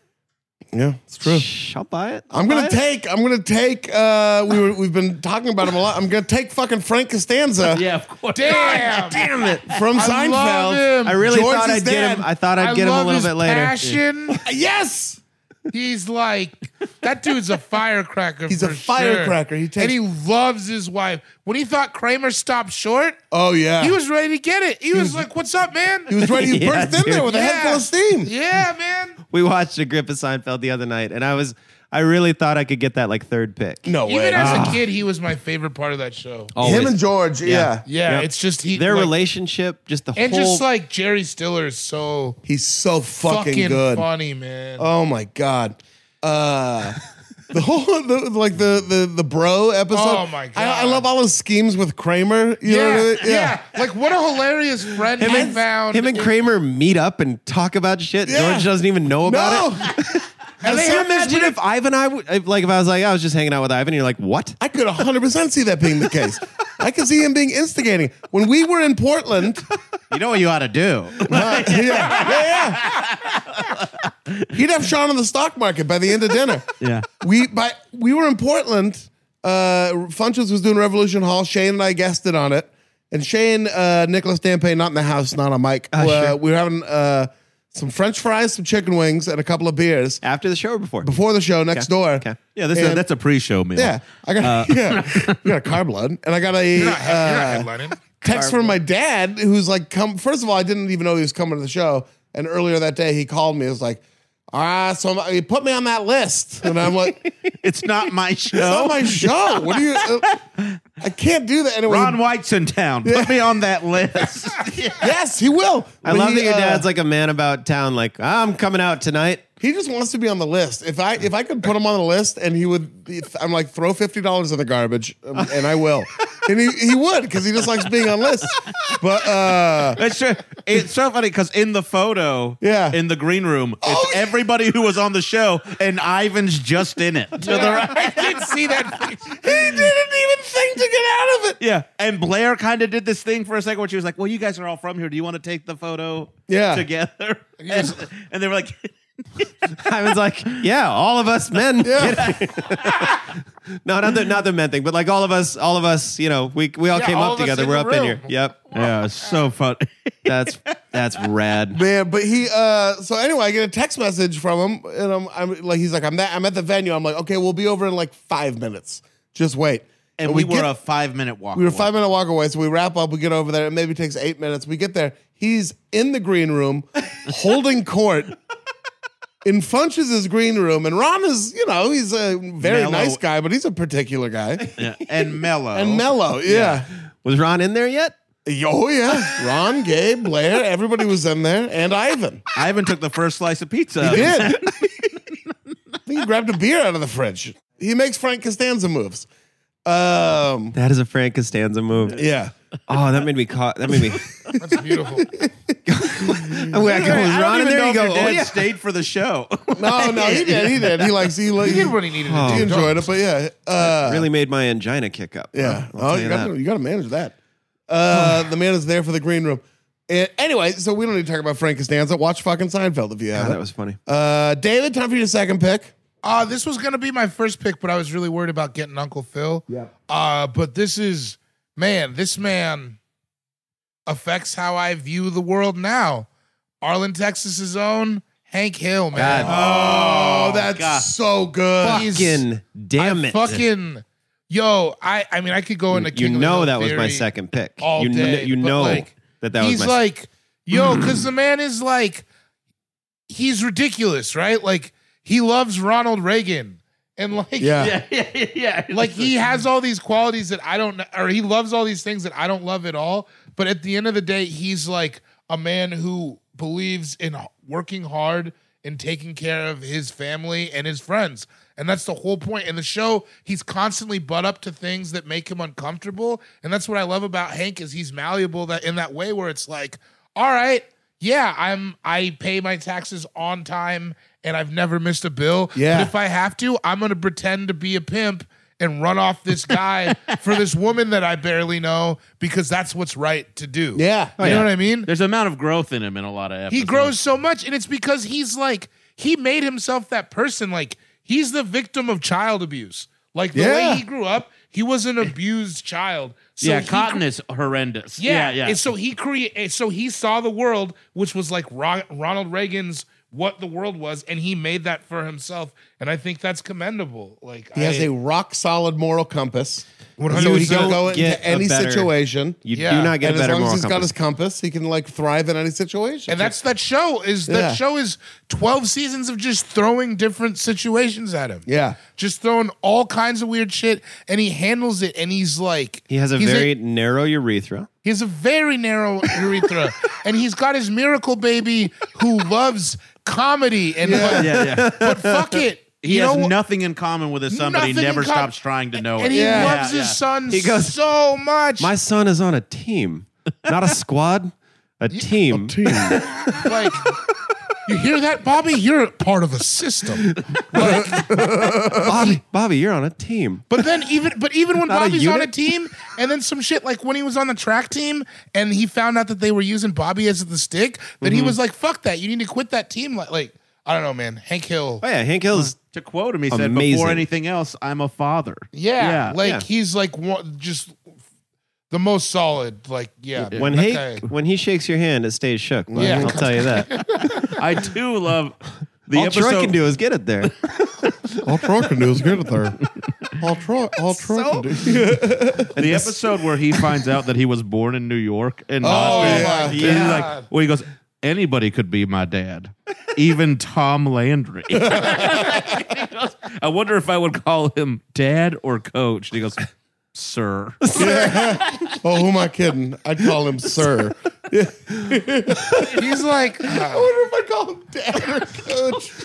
Speaker 1: Yeah, it's true.
Speaker 3: Shh, I'll buy it.
Speaker 1: I'm gonna take. I'm gonna take. Uh, we were, we've been talking about him a lot. I'm gonna take fucking Frank Costanza
Speaker 2: Yeah, of course.
Speaker 4: Damn.
Speaker 3: Damn it!
Speaker 1: from
Speaker 4: I
Speaker 1: Seinfeld.
Speaker 4: love him.
Speaker 3: I really
Speaker 1: George
Speaker 3: thought
Speaker 1: is
Speaker 3: I'd get
Speaker 1: dead.
Speaker 3: him. I thought I'd
Speaker 4: I
Speaker 3: get him a
Speaker 4: love
Speaker 3: little
Speaker 4: his
Speaker 3: bit later.
Speaker 4: Passion.
Speaker 1: Yes,
Speaker 4: He's like that dude's a firecracker.
Speaker 1: He's a
Speaker 4: for sure.
Speaker 1: firecracker. He takes-
Speaker 4: and he loves his wife. When he thought Kramer stopped short,
Speaker 1: Oh yeah.
Speaker 4: he was ready to get it. He, was, like, "What's up, man?"
Speaker 1: He was ready. He
Speaker 3: Yeah,
Speaker 1: burst in there
Speaker 3: dude.
Speaker 1: with a head full of steam.
Speaker 4: Yeah, man.
Speaker 3: We watched a grip of Seinfeld the other night, and I was I really thought I could get that like third pick.
Speaker 1: No way. Uh,
Speaker 4: Even
Speaker 3: Ah.
Speaker 4: as a kid, he was my favorite part of that show.
Speaker 3: Always.
Speaker 1: Him and George. Yeah.
Speaker 4: Yeah,
Speaker 3: Oh, Yep.
Speaker 4: it's just he
Speaker 3: their
Speaker 4: like-
Speaker 3: relationship, just the
Speaker 4: and
Speaker 3: whole.
Speaker 4: just like Jerry Stiller is so
Speaker 1: He's so fucking,
Speaker 4: fucking,
Speaker 1: good.
Speaker 4: funny, man.
Speaker 1: Oh my god. Uh the whole the, like the, the the bro episode.
Speaker 4: Oh, my
Speaker 1: I, I
Speaker 4: God.
Speaker 1: love all his schemes with Kramer. You know
Speaker 4: yeah,
Speaker 1: what I mean?
Speaker 4: yeah, Like what a hilarious friend
Speaker 3: him
Speaker 4: he
Speaker 3: and,
Speaker 4: found.
Speaker 3: him and
Speaker 4: in-
Speaker 3: Kramer meet up and talk about shit.
Speaker 1: Yeah.
Speaker 3: George doesn't even know about it.
Speaker 1: No.
Speaker 3: Can
Speaker 1: And
Speaker 3: you
Speaker 1: some-
Speaker 3: imagine if Ivan and I, w- if, like, if I was like, I was just hanging out with Ivan, you're like, what?
Speaker 1: I could 100% see that being the case. I could see him being instigating. When we were in Portland,
Speaker 3: You know what you ought to do?
Speaker 1: Uh, yeah, yeah, yeah. He'd have Sean in the stock market by the end of dinner.
Speaker 5: Yeah.
Speaker 1: We by we were in Portland. Uh, Funches was doing Revolution Hall. Shane and I guested on it. And Shane, uh, Nicholas Dampay, not in the house, not on mic.
Speaker 5: Ah,
Speaker 1: Uh,
Speaker 3: sure.
Speaker 1: We were having uh, some French fries, some chicken wings, and a couple of beers
Speaker 3: After the show or before?
Speaker 1: before the show next door.
Speaker 3: Okay.
Speaker 5: Yeah, this is
Speaker 1: And-
Speaker 5: that's a Uh, pre-show meal.
Speaker 1: Yeah, I got yeah, I got a car blood, and I got a
Speaker 4: You're not, you're
Speaker 1: uh,
Speaker 4: not headlining.
Speaker 1: text from my dad who's like come first of all i didn't even know he was coming to the show and earlier that day he called me it was like ah so I'm, you put me on that list and i'm like it's
Speaker 5: It's not my show.
Speaker 1: not my show what do you uh, i can't do that and it was-
Speaker 5: Ron White's in town. Put me on that list.
Speaker 1: yes he uh, will
Speaker 3: I love that your dad's like a man about town, like, I'm coming out tonight.
Speaker 1: he just wants to be on the list if i if i could put him on the list and he would if- i'm like throw $50 in the garbage um, and i will and he, he would because he just likes being on lists but uh
Speaker 5: That's true. It's so funny because in the photo,
Speaker 1: Yeah.
Speaker 5: in the green room, it's
Speaker 1: yeah.
Speaker 5: everybody who was on the show, and Ivan's just in it. To the right.
Speaker 4: I did see that.
Speaker 1: he didn't even think to get out of it
Speaker 5: Yeah. And Blair kind of did this thing for a second where she was like, Well, you guys are all from here. Do you want to take the photo
Speaker 1: Yeah.
Speaker 5: together? And, and they were like,
Speaker 3: Ivan's like, yeah, all of us men.
Speaker 1: Yeah.
Speaker 3: no, not the, not the men thing, but like all of us, all of us, you know, we, we all
Speaker 4: Yeah,
Speaker 3: came
Speaker 4: all
Speaker 3: up
Speaker 4: of us
Speaker 3: together.
Speaker 4: in
Speaker 3: We're
Speaker 4: the
Speaker 3: up in
Speaker 4: room.
Speaker 3: here. Yep.
Speaker 5: Yeah, it's so fun.
Speaker 3: That's, that's rad.
Speaker 1: Man, but he uh so anyway, I get a text message from him and I'm I'm like he's like I'm that I'm at the venue. I'm like, "Okay, we'll be over in like 5 minutes. Just wait."
Speaker 5: And we, were
Speaker 1: get-
Speaker 5: a five minute walk.
Speaker 1: we were
Speaker 5: away.
Speaker 1: 5 minute walk away, so we wrap up, we get over there, it maybe takes 8 minutes. We get there. He's in the green room holding court in Funches' green room and Ron is, you know, he's a very
Speaker 5: Mellow.
Speaker 1: nice guy, but he's a particular guy.
Speaker 5: Yeah. And mellow.
Speaker 1: And mellow, yeah.
Speaker 3: Was Ron in there yet?
Speaker 1: Oh yeah. Ron, Gabe, Blair, everybody was in there and Ivan.
Speaker 5: Ivan took the first slice of pizza.
Speaker 1: He did. I think he grabbed a beer out of the fridge. He makes Frank Costanza moves. Um,
Speaker 3: That is a Frank Costanza move.
Speaker 1: yeah.
Speaker 3: Oh, that made me caught. That made me.
Speaker 4: That's beautiful.
Speaker 3: I was
Speaker 5: I don't
Speaker 3: Ron in
Speaker 5: even
Speaker 3: there.
Speaker 5: know
Speaker 3: You
Speaker 5: if
Speaker 3: go,
Speaker 5: your
Speaker 3: oh
Speaker 5: dad
Speaker 3: yeah.
Speaker 5: stayed for the show.
Speaker 1: No, no, he did. He did. He likes. He, li-
Speaker 4: He did what he needed
Speaker 3: Oh.
Speaker 4: to
Speaker 1: he
Speaker 4: do.
Speaker 1: enjoyed it, but yeah. Uh,
Speaker 3: Really made my angina kick up.
Speaker 1: Yeah.
Speaker 3: I'll
Speaker 1: oh,
Speaker 3: tell
Speaker 1: you
Speaker 3: you
Speaker 1: got
Speaker 3: that.
Speaker 1: to you got to manage that. Uh, the man is there for the green room. And anyway, so we don't need to talk about Frank Costanza. Watch fucking Seinfeld if you
Speaker 3: God, that
Speaker 1: haven't.
Speaker 3: was funny.
Speaker 1: Uh, David, time for your second pick.
Speaker 4: Uh, this was gonna be my first pick, but I was really worried about getting Uncle Phil. Yeah. Uh, but this is man, this man affects how I view the world now. Arlen, Texas's own Hank Hill, man.
Speaker 1: Oh, that's
Speaker 5: God.
Speaker 1: so good.
Speaker 4: Oh, He's-
Speaker 3: Fucking damn
Speaker 4: I
Speaker 3: it.
Speaker 4: Fucking yo, I I mean I could go into
Speaker 3: you
Speaker 4: King of the
Speaker 3: know
Speaker 4: Hill
Speaker 3: that was my
Speaker 4: theory.
Speaker 3: second pick.
Speaker 4: all
Speaker 3: you kn-
Speaker 4: day,
Speaker 3: you
Speaker 4: but,
Speaker 3: know
Speaker 4: like,
Speaker 3: that that was
Speaker 4: he's
Speaker 3: my
Speaker 4: like, yo, because the man is like, he's ridiculous, right? Like he loves Ronald Reagan, and like,
Speaker 1: Yeah.
Speaker 5: yeah, yeah.
Speaker 4: like he has all these qualities that I don't, or he loves all these things that I don't love at all. But at the end of the day, he's like a man who believes in h- working hard and taking care of his family and his friends. And that's the whole point. In the show, he's constantly butt up to things that make him uncomfortable. And that's what I love about Hank is he's malleable that in that way where it's like, all right, yeah, I'm I pay my taxes on time and I've never missed a bill.
Speaker 1: Yeah.
Speaker 4: But if I have to, I'm gonna pretend to be a pimp and run off this guy for this woman that I barely know because that's what's right to do.
Speaker 1: Yeah.
Speaker 3: Oh,
Speaker 4: You know what I mean?
Speaker 5: There's an amount of growth in him in a lot of episodes.
Speaker 4: He grows so much, and it's because he's like he made himself that person. Like he's the victim of child abuse. Like the
Speaker 1: Yeah.
Speaker 4: way he grew up, he was an abused child. So
Speaker 5: yeah,
Speaker 4: he
Speaker 5: cotton is horrendous.
Speaker 4: yeah,
Speaker 5: Yeah, yeah.
Speaker 4: And so he create. So he saw the world, which was like Ron- Ronald Reagan's "What the World Was," and he made that for himself. And I think that's commendable. Like
Speaker 1: He has
Speaker 4: I-
Speaker 1: a rock solid moral compass.
Speaker 4: 100%.
Speaker 1: So he can go
Speaker 3: Get
Speaker 1: into
Speaker 3: a
Speaker 1: any
Speaker 3: better-
Speaker 1: situation.
Speaker 3: You
Speaker 4: Yeah.
Speaker 3: do not get
Speaker 1: and
Speaker 3: a
Speaker 1: as
Speaker 3: better
Speaker 1: long as
Speaker 3: moral
Speaker 1: he's got
Speaker 3: compass.
Speaker 1: his compass, he can like thrive in any situation.
Speaker 4: and that's that show is that
Speaker 1: Yeah.
Speaker 4: show is 12 seasons of just throwing different situations at him.
Speaker 1: yeah.
Speaker 4: Just throwing all kinds of weird shit and he handles it and he's like
Speaker 3: He has a
Speaker 4: he's
Speaker 3: very narrow urethra.
Speaker 4: He has a very narrow urethra, and he's got his miracle baby who loves comedy and but, but fuck it,
Speaker 5: he
Speaker 4: you
Speaker 5: has
Speaker 4: know,
Speaker 5: nothing in common with his son, but he
Speaker 4: Nothing in
Speaker 5: never
Speaker 4: com-
Speaker 5: stops trying to know
Speaker 4: and
Speaker 5: it.
Speaker 4: he
Speaker 1: Yeah.
Speaker 4: loves his son
Speaker 3: Oh, He goes,
Speaker 4: so much.
Speaker 3: My son is on a team, not a squad, a team.
Speaker 4: like, you hear that, Bobby? You're part of a system.
Speaker 3: Bobby, Bobby, you're on a team.
Speaker 4: But then even but even when
Speaker 3: Not a
Speaker 4: Bobby's on a
Speaker 3: unit?
Speaker 4: team, and then some shit like when he was on the track team and he found out that they were using Bobby as the stick, then
Speaker 3: Mm-hmm.
Speaker 4: he was like, "Fuck that! You need to quit that team." Like, like I don't know, man. Hank Hill.
Speaker 3: Oh yeah, Hank Hill's
Speaker 5: to quote him, he said,
Speaker 3: Amazing.
Speaker 5: "Before anything else, I'm a father."
Speaker 4: Yeah,
Speaker 5: Yeah.
Speaker 4: like
Speaker 3: Yeah.
Speaker 4: he's like one, just the most solid. Like yeah,
Speaker 3: when
Speaker 4: that
Speaker 3: he
Speaker 4: guy-
Speaker 3: when he shakes your hand, it stays shook. bud.
Speaker 4: Yeah.
Speaker 3: I'll tell you that.
Speaker 5: I do love the
Speaker 3: All
Speaker 5: episode.
Speaker 3: Troy can do is get it there.
Speaker 1: All Troy can do is get it there. All Troy, all Troy can do.
Speaker 5: the episode where he finds out that he was born in New York and
Speaker 1: Oh,
Speaker 5: not
Speaker 1: yeah.
Speaker 5: He's like, well, he goes, anybody could be my dad, even Tom Landry. He goes, I wonder if I would call him dad or coach. And he goes, sir.
Speaker 1: Oh, who am I kidding? I'd call him sir.
Speaker 4: he's like
Speaker 1: I
Speaker 4: uh,
Speaker 1: wonder if I'd call him dad or coach.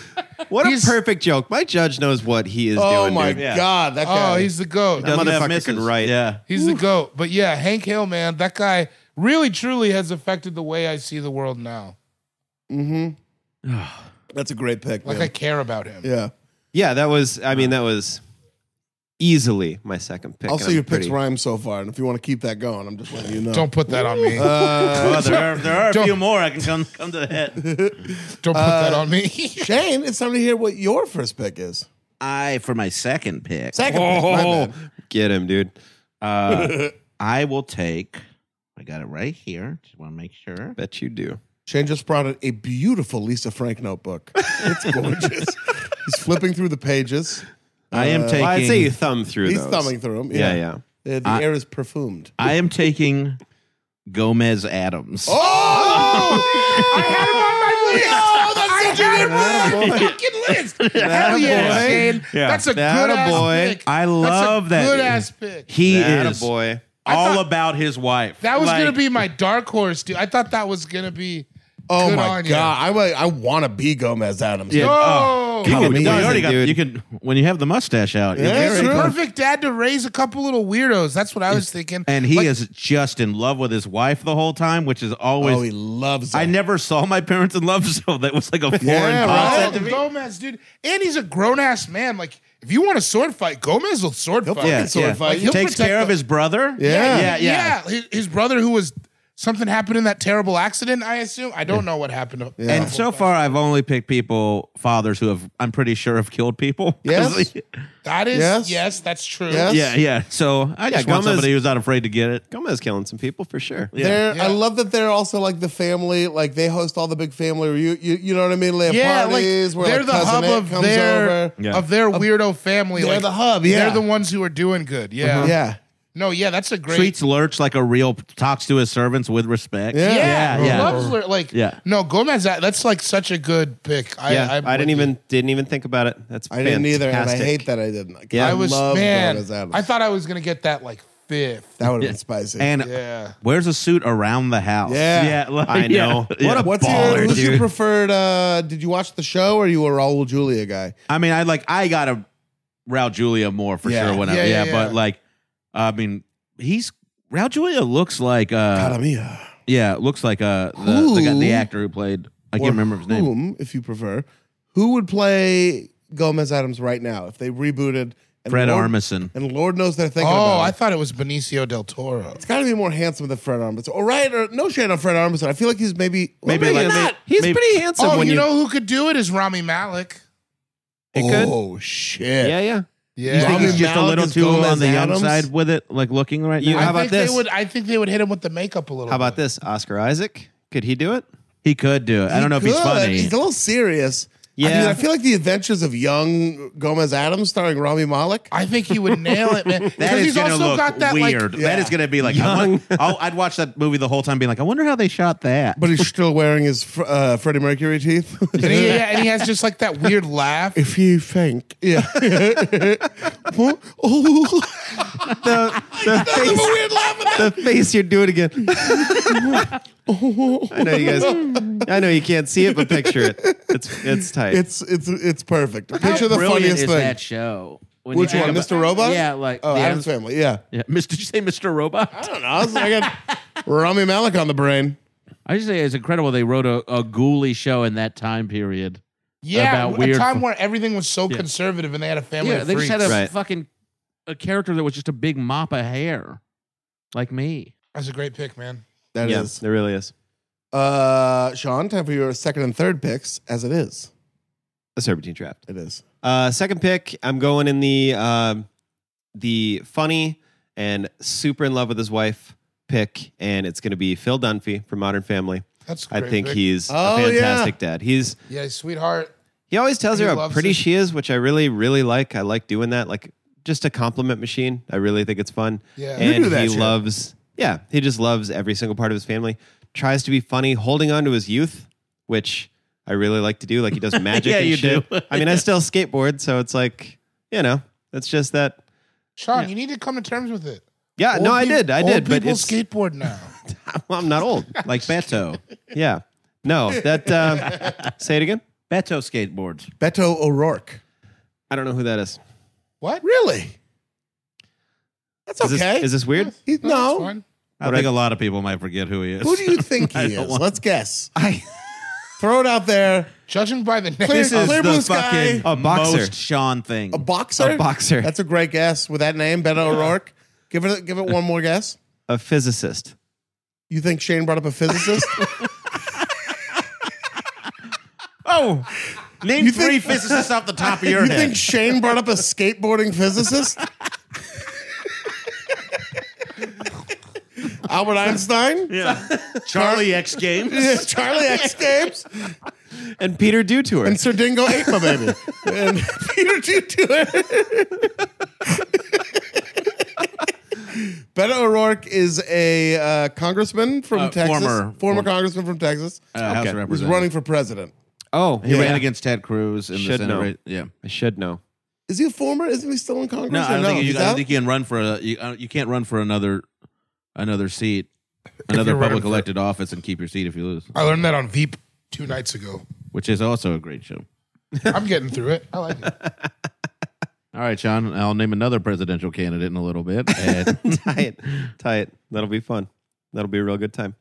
Speaker 3: What
Speaker 4: He's-
Speaker 3: a perfect joke. My judge knows what he is
Speaker 1: Oh
Speaker 3: doing.
Speaker 1: my
Speaker 3: dude.
Speaker 1: God, that guy.
Speaker 4: oh, he's the goat.
Speaker 3: That
Speaker 5: Doesn't have
Speaker 3: motherfucker
Speaker 5: misses.
Speaker 3: can write.
Speaker 5: Yeah.
Speaker 4: He's the goat. But yeah, Hank Hill, man, that guy really truly has affected the way I see the world now.
Speaker 1: that's a great pick.
Speaker 4: Like
Speaker 1: man.
Speaker 4: I care about him.
Speaker 1: yeah.
Speaker 3: Yeah, that was I mean, that was easily my second pick.
Speaker 1: Also,
Speaker 3: and
Speaker 1: your
Speaker 3: I'm pretty-
Speaker 1: picks rhyme so far, and if you want to keep that going, I'm just letting you know.
Speaker 4: Don't put that on me.
Speaker 5: Well, there are, there are a
Speaker 4: Don't-
Speaker 5: few more I can come, come to the head.
Speaker 4: Don't put that
Speaker 5: Uh,
Speaker 4: on me.
Speaker 1: Shane, it's time to hear what your first pick is.
Speaker 5: I, for my second pick,
Speaker 1: Second pick, my bad.
Speaker 3: Get him, dude.
Speaker 5: I will take, I got it right here. Just want to make sure.
Speaker 3: Bet you do.
Speaker 1: Shane just brought in a beautiful Lisa Frank notebook. It's gorgeous. he's flipping through the pages. Uh,
Speaker 5: I am taking.
Speaker 3: Well, I'd say you thumb through
Speaker 1: He's
Speaker 3: those.
Speaker 1: thumbing through them.
Speaker 3: Yeah,
Speaker 1: Yeah,
Speaker 3: yeah.
Speaker 1: Uh, the air is perfumed.
Speaker 5: I am taking Gomez Adams. Oh,
Speaker 4: I had him on my list.
Speaker 5: Oh,
Speaker 4: that's a good list. Hell yeah,
Speaker 3: boy.
Speaker 4: Shane.
Speaker 5: Yeah.
Speaker 4: That's a good
Speaker 3: That a
Speaker 4: ass
Speaker 3: boy.
Speaker 4: pick.
Speaker 5: I love that.
Speaker 4: Good
Speaker 5: dude.
Speaker 4: ass pick.
Speaker 5: He
Speaker 3: That a
Speaker 5: is
Speaker 3: boy.
Speaker 5: all about his wife.
Speaker 4: That was gonna
Speaker 5: Like,
Speaker 4: be my dark horse, dude. I thought that was gonna be.
Speaker 1: Oh
Speaker 4: Good
Speaker 1: my
Speaker 4: on
Speaker 1: god,
Speaker 4: ya.
Speaker 1: I wa- I want to be Gomez Adams.
Speaker 5: Yeah.
Speaker 4: Oh,
Speaker 5: You can,
Speaker 3: Colin
Speaker 5: you
Speaker 3: Johnson,
Speaker 5: already got,
Speaker 3: dude.
Speaker 5: you can when you have the mustache out. you're
Speaker 1: Yeah,
Speaker 5: very
Speaker 1: true.
Speaker 5: good.
Speaker 4: perfect dad to raise a couple little weirdos. That's what I was thinking.
Speaker 5: And he
Speaker 4: Like,
Speaker 5: is just in love with his wife the whole time, which is always.
Speaker 1: Oh, he loves. It.
Speaker 5: I never saw my parents in love, so that was like a foreign
Speaker 1: Yeah, right.
Speaker 5: concept.
Speaker 4: Oh, Gomez, dude, and he's a grown ass man. Like, if you want a sword fight, Gomez will sword
Speaker 1: He'll
Speaker 4: fight.
Speaker 1: fucking sword
Speaker 5: yeah.
Speaker 1: fight.
Speaker 4: Like, he'll
Speaker 5: Takes
Speaker 4: protect
Speaker 5: care of
Speaker 4: the-
Speaker 5: his brother.
Speaker 1: Yeah.
Speaker 5: yeah, yeah.
Speaker 4: His, his brother, who was something happened in that terrible accident, I assume. I don't know what happened. to-
Speaker 1: Yeah.
Speaker 5: And so far, I've only picked people, fathers who have, I'm pretty sure, have killed people.
Speaker 1: Yes.
Speaker 4: that is yes,
Speaker 1: Yes.
Speaker 4: that's true.
Speaker 1: Yes.
Speaker 5: yeah, yeah. So I just want
Speaker 3: Gomez-
Speaker 5: somebody who's not afraid to get it.
Speaker 3: Gomez killing some people for sure.
Speaker 1: They're,
Speaker 4: Yeah.
Speaker 1: I love that they're also like the family, like they host all the big family. You, you, you know what I mean? They have
Speaker 4: Yeah, like
Speaker 1: parties where
Speaker 4: they're
Speaker 1: like
Speaker 4: the
Speaker 1: cousin
Speaker 4: hub
Speaker 1: Aunt
Speaker 4: of
Speaker 1: comes
Speaker 4: their
Speaker 1: over.
Speaker 5: Yeah.
Speaker 4: of their weirdo family.
Speaker 1: They're
Speaker 4: like,
Speaker 1: the hub, yeah.
Speaker 4: they're the ones who are doing good. Yeah,
Speaker 1: Yeah,
Speaker 4: No, yeah, that's a great.
Speaker 5: Uh-huh. Treats Lurch like a real, talks to his servants with respect.
Speaker 1: Yeah.
Speaker 4: yeah,
Speaker 5: Yeah, yeah.
Speaker 4: loves Lur- like
Speaker 5: Yeah.
Speaker 4: no Gomez. that- That's like such a good pick. I,
Speaker 3: Yeah,
Speaker 4: I'm
Speaker 3: I, didn't
Speaker 4: with you.
Speaker 3: even didn't even think about it. That's
Speaker 1: I didn't either, and I
Speaker 3: fantastic.
Speaker 1: hate that I didn't. Like,
Speaker 3: Yeah.
Speaker 4: I was
Speaker 1: love
Speaker 4: man.
Speaker 1: Gomez Adams.
Speaker 4: I thought I was gonna get that like fifth.
Speaker 1: that would have been spicy.
Speaker 5: And
Speaker 4: Yeah.
Speaker 5: wears a suit around the house.
Speaker 1: Yeah.
Speaker 5: yeah like-
Speaker 3: I know.
Speaker 5: yeah.
Speaker 3: What a
Speaker 1: What's
Speaker 3: baller,
Speaker 1: your, who's your
Speaker 3: dude.
Speaker 1: preferred? Uh, did you watch the show, or you were Raul Julia guy?
Speaker 5: I mean, I like I got a Raul Julia more for
Speaker 1: Yeah.
Speaker 5: sure. When I,
Speaker 4: Yeah, yeah,
Speaker 5: yeah,
Speaker 4: yeah.
Speaker 5: but like, I mean, he's Raul Julia looks like uh,
Speaker 1: Caramia.
Speaker 5: yeah, looks like uh, the, the, guy- the
Speaker 1: Who-
Speaker 5: actor who played. I
Speaker 1: Or
Speaker 5: can't remember his name.
Speaker 1: Whom, if you prefer, who would play Gomez Adams right now if they rebooted And
Speaker 2: Fred
Speaker 1: Lord-
Speaker 2: Armisen.
Speaker 1: And Lord knows they're thinking about
Speaker 4: Oh,
Speaker 1: it.
Speaker 4: I thought it was Benicio del Toro.
Speaker 1: It's got to be more handsome than Fred Armisen. Or right, or no shade on Fred Armisen. I feel like he's maybe well,
Speaker 3: Maybe
Speaker 1: maybe,
Speaker 3: like-
Speaker 1: not.
Speaker 3: He's
Speaker 2: Maybe-
Speaker 3: pretty handsome.
Speaker 4: oh,
Speaker 3: when
Speaker 4: you, know who could do it is Rami Malek.
Speaker 3: it could.
Speaker 1: oh shit!
Speaker 3: Yeah, yeah.
Speaker 4: Yeah,
Speaker 2: You think he's just a
Speaker 1: Malik
Speaker 2: little
Speaker 1: is
Speaker 2: too
Speaker 1: Gomez
Speaker 2: on the young
Speaker 1: Adams?
Speaker 2: side with it, like looking right
Speaker 3: You-
Speaker 2: now?
Speaker 3: How
Speaker 4: I
Speaker 3: about
Speaker 4: think
Speaker 3: this?
Speaker 4: They would, I think they would hit him with the makeup a little.
Speaker 3: How about
Speaker 4: bit.
Speaker 3: this? Oscar Isaac? Could he do it?
Speaker 2: He could do it. I don't know if he's
Speaker 1: Good.
Speaker 2: funny.
Speaker 1: He's a little serious. I mean,
Speaker 3: Yeah.
Speaker 1: I, feel like the adventures of young Gomez Adams starring Rami Malek.
Speaker 4: I think he would nail it, man.
Speaker 2: That
Speaker 4: Because
Speaker 2: is
Speaker 4: he's
Speaker 2: gonna
Speaker 4: also
Speaker 2: look
Speaker 4: got that
Speaker 2: weird.
Speaker 4: like
Speaker 2: That is gonna be like I want, I'll, I'd watch that movie the whole time, being like, I wonder how they shot that.
Speaker 1: But he's still wearing his fr- uh, Freddie Mercury teeth.
Speaker 4: and he, yeah, and he has just like that weird laugh.
Speaker 1: if you think, yeah. Huh? oh,
Speaker 3: The, the, face,
Speaker 1: weird laugh.
Speaker 3: the face you're doing again. I know you guys. I know you can't see it, but picture it. It's it's tight.
Speaker 1: It's it's it's perfect. Picture the funniest thing.
Speaker 5: show? When
Speaker 1: Which
Speaker 5: you
Speaker 1: one,
Speaker 5: think
Speaker 1: Mr. Robot?
Speaker 5: Yeah, like
Speaker 1: Oh,
Speaker 5: the
Speaker 1: Adam's
Speaker 5: Adams,
Speaker 1: Family. Yeah.
Speaker 5: yeah. Mis- Did you say Mr. Robot?
Speaker 1: I don't know. I, was, I got Rami Malek on the brain.
Speaker 5: I just say it's incredible they wrote a, a ghouly show in that time period.
Speaker 4: Yeah,
Speaker 5: About
Speaker 4: a
Speaker 5: weird-
Speaker 4: time where everything was so conservative and they had a family.
Speaker 5: Yeah,
Speaker 4: of
Speaker 5: they just
Speaker 4: freaks.
Speaker 5: had a
Speaker 3: Right.
Speaker 5: fucking a character that was just a big mop of hair, like me.
Speaker 4: That's a great pick, man.
Speaker 1: That is.
Speaker 3: yeah, it really is.
Speaker 1: Uh, Sean, time for your second and third picks. As it is,
Speaker 3: A serpentine draft.
Speaker 1: it is.
Speaker 3: Uh, second pick, I'm going in the um, the funny and super in love with his wife pick, and it's going to be Phil Dunphy from Modern Family.
Speaker 4: That's a
Speaker 3: I
Speaker 4: great
Speaker 3: think
Speaker 4: pick.
Speaker 3: he's
Speaker 1: Oh,
Speaker 3: a
Speaker 1: yeah.
Speaker 3: fantastic dad. He's
Speaker 4: Yeah, sweetheart.
Speaker 3: he always tells
Speaker 4: He
Speaker 3: her how
Speaker 4: loves
Speaker 3: pretty
Speaker 4: it.
Speaker 3: she is, which I really really like. I like doing that, like just a compliment machine. I really think it's fun.
Speaker 4: Yeah. You
Speaker 3: and
Speaker 1: do that
Speaker 3: he
Speaker 1: shit.
Speaker 3: loves. Yeah, he just loves every single part of his family. Tries to be funny, holding on to his youth, which I really like to do. Like he does magic
Speaker 5: Yeah,
Speaker 3: and
Speaker 5: you
Speaker 3: shit.
Speaker 5: do.
Speaker 3: I mean, I still skateboard, so it's like you know, it's just that.
Speaker 4: Sean, you need to come to terms with it.
Speaker 3: Yeah, Uh, no,
Speaker 4: Old
Speaker 3: I
Speaker 4: peop-
Speaker 3: did, I
Speaker 4: old
Speaker 3: did, but
Speaker 4: people
Speaker 3: it's
Speaker 4: skateboard now.
Speaker 3: I'm not old.
Speaker 2: Like Beto,
Speaker 3: Yeah, no, that. Uh, say it again.
Speaker 2: Beto skateboards.
Speaker 1: Beto O'Rourke.
Speaker 3: I don't know who that is.
Speaker 4: What?
Speaker 1: Really? That's
Speaker 3: Is this,
Speaker 1: okay.
Speaker 3: is this weird?
Speaker 1: He-
Speaker 4: that's
Speaker 1: no.
Speaker 4: fine.
Speaker 2: I think a lot of people might forget who he is.
Speaker 1: Who do you think he
Speaker 2: I don't
Speaker 1: is?
Speaker 2: want-
Speaker 1: Let's guess.
Speaker 3: I,
Speaker 1: Throw it out there.
Speaker 4: Judging by the name,
Speaker 1: This
Speaker 2: This is
Speaker 1: Clear
Speaker 2: the
Speaker 1: Blue Sky.
Speaker 2: fucking
Speaker 3: A boxer.
Speaker 2: most Sean thing.
Speaker 1: A boxer.
Speaker 3: A boxer.
Speaker 1: That's a great guess with that name, Beto O'Rourke. Give it. Give it one more guess.
Speaker 3: a physicist.
Speaker 1: You think Shane brought up a physicist?
Speaker 2: oh, name
Speaker 1: You think-
Speaker 2: three physicists off the top of your
Speaker 1: you
Speaker 2: head.
Speaker 1: think Shane brought up a skateboarding physicist? Albert Einstein?
Speaker 2: Charlie X Games.
Speaker 1: Yeah, Charlie X Games
Speaker 3: And Peter Dutour.
Speaker 1: and Sir Dingo ate my baby. And Peter Tutor. Beto O'Rourke is a uh, congressman from
Speaker 2: Uh,
Speaker 1: Texas.
Speaker 2: former-
Speaker 1: former congressman from Texas.
Speaker 2: Uh, House
Speaker 3: Okay.
Speaker 2: of
Speaker 1: Who's
Speaker 2: Representatives.
Speaker 1: running for president.
Speaker 3: oh,
Speaker 2: He
Speaker 3: yeah.
Speaker 2: ran against Ted Cruz in the
Speaker 3: Should
Speaker 2: Senate.
Speaker 3: know.
Speaker 2: race- Yeah.
Speaker 3: I should know.
Speaker 1: Is he a former? Isn't he still in Congress?
Speaker 2: No,
Speaker 1: or
Speaker 2: I don't think you,
Speaker 1: He's
Speaker 2: I don't
Speaker 1: out?
Speaker 2: think you can run for a you, I don't- you can't run for another another seat, another
Speaker 4: you're running
Speaker 2: public
Speaker 4: for-
Speaker 2: elected office, and keep your seat if you lose,
Speaker 4: I learned that on Veep two nights ago.
Speaker 2: which is also a great show.
Speaker 4: I'm getting through it. I like it.
Speaker 2: All right, Sean, I'll name another presidential candidate in a little bit. And
Speaker 3: tie it. Tie it. That'll be fun. That'll be a real good time.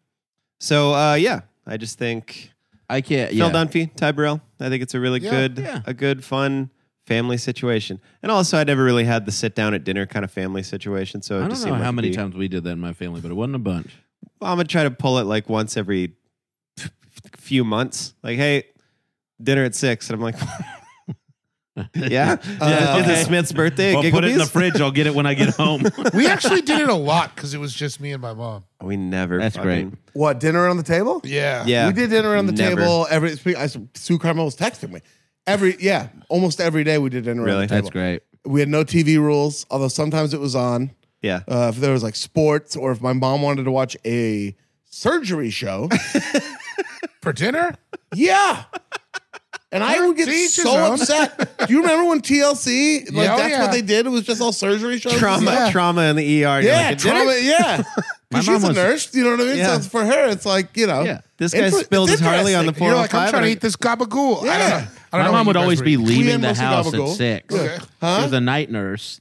Speaker 3: So uh, yeah, I just think
Speaker 2: I can't.
Speaker 3: Phil
Speaker 2: Yeah.
Speaker 3: Dunphy, Ty Burrell. I think it's a really
Speaker 4: Yeah,
Speaker 3: good,
Speaker 2: yeah.
Speaker 3: a good fun family situation. And also, I never really had the sit down at dinner kind of family situation. So it
Speaker 2: I
Speaker 3: just
Speaker 2: don't
Speaker 3: seemed
Speaker 2: know
Speaker 3: like
Speaker 2: how
Speaker 3: it'd
Speaker 2: many
Speaker 3: be-
Speaker 2: times we did that in my family, but it wasn't a bunch.
Speaker 3: I'm gonna try to pull it like once every f- few months. Like, hey, dinner at six, and I'm like, yeah, yeah. It's
Speaker 2: okay.
Speaker 3: Smith's birthday. at Gigglebee's?
Speaker 2: fridge. I'll get it when I get home.
Speaker 4: We actually did it a lot because it was just me and my mom.
Speaker 3: We never.
Speaker 2: That's
Speaker 3: fucking-
Speaker 1: What, dinner on the table?
Speaker 4: Yeah.
Speaker 3: Yeah,
Speaker 1: We did dinner on the
Speaker 3: Never.
Speaker 1: table every. I, Sue Carmel was texting me every. Yeah, almost every day we did dinner.
Speaker 3: Really?
Speaker 1: on the table.
Speaker 2: That's great.
Speaker 1: We had no TV rules, although sometimes it was on.
Speaker 3: Yeah.
Speaker 1: Uh, if there was like sports, or if my mom wanted to watch a surgery show,
Speaker 4: For dinner?
Speaker 3: Oh,
Speaker 1: yeah. And I would get
Speaker 4: To each his
Speaker 1: so
Speaker 4: own.
Speaker 1: upset. Do you remember when TLC? Like
Speaker 4: Yeah, oh,
Speaker 1: that's
Speaker 4: yeah.
Speaker 1: what they did. It was just all surgery shows. and
Speaker 3: trauma,
Speaker 1: stuff?
Speaker 3: trauma in the ER. You're
Speaker 1: Yeah,
Speaker 3: like, "A dinner?"
Speaker 1: trauma. Yeah. 'Cause
Speaker 2: mom
Speaker 1: she's a
Speaker 2: was-
Speaker 1: nurse. You know what I mean?
Speaker 3: Yeah.
Speaker 1: So it's for her, it's like you know.
Speaker 2: Yeah.
Speaker 3: This guy
Speaker 1: It's- it's
Speaker 3: spilled his Harley on the
Speaker 1: interesting.
Speaker 3: floor.
Speaker 4: You're like, I'm trying to eat this gabagool. I don't know.
Speaker 1: Yeah.
Speaker 4: I don't know what
Speaker 2: My mom
Speaker 4: you
Speaker 2: would
Speaker 4: guys
Speaker 2: always
Speaker 4: were
Speaker 2: be
Speaker 4: eating.
Speaker 2: leaving
Speaker 1: had
Speaker 2: the
Speaker 1: mostly
Speaker 2: house at
Speaker 1: gabagool.
Speaker 2: six.
Speaker 4: Okay.
Speaker 2: She
Speaker 1: Huh?
Speaker 2: was a night nurse,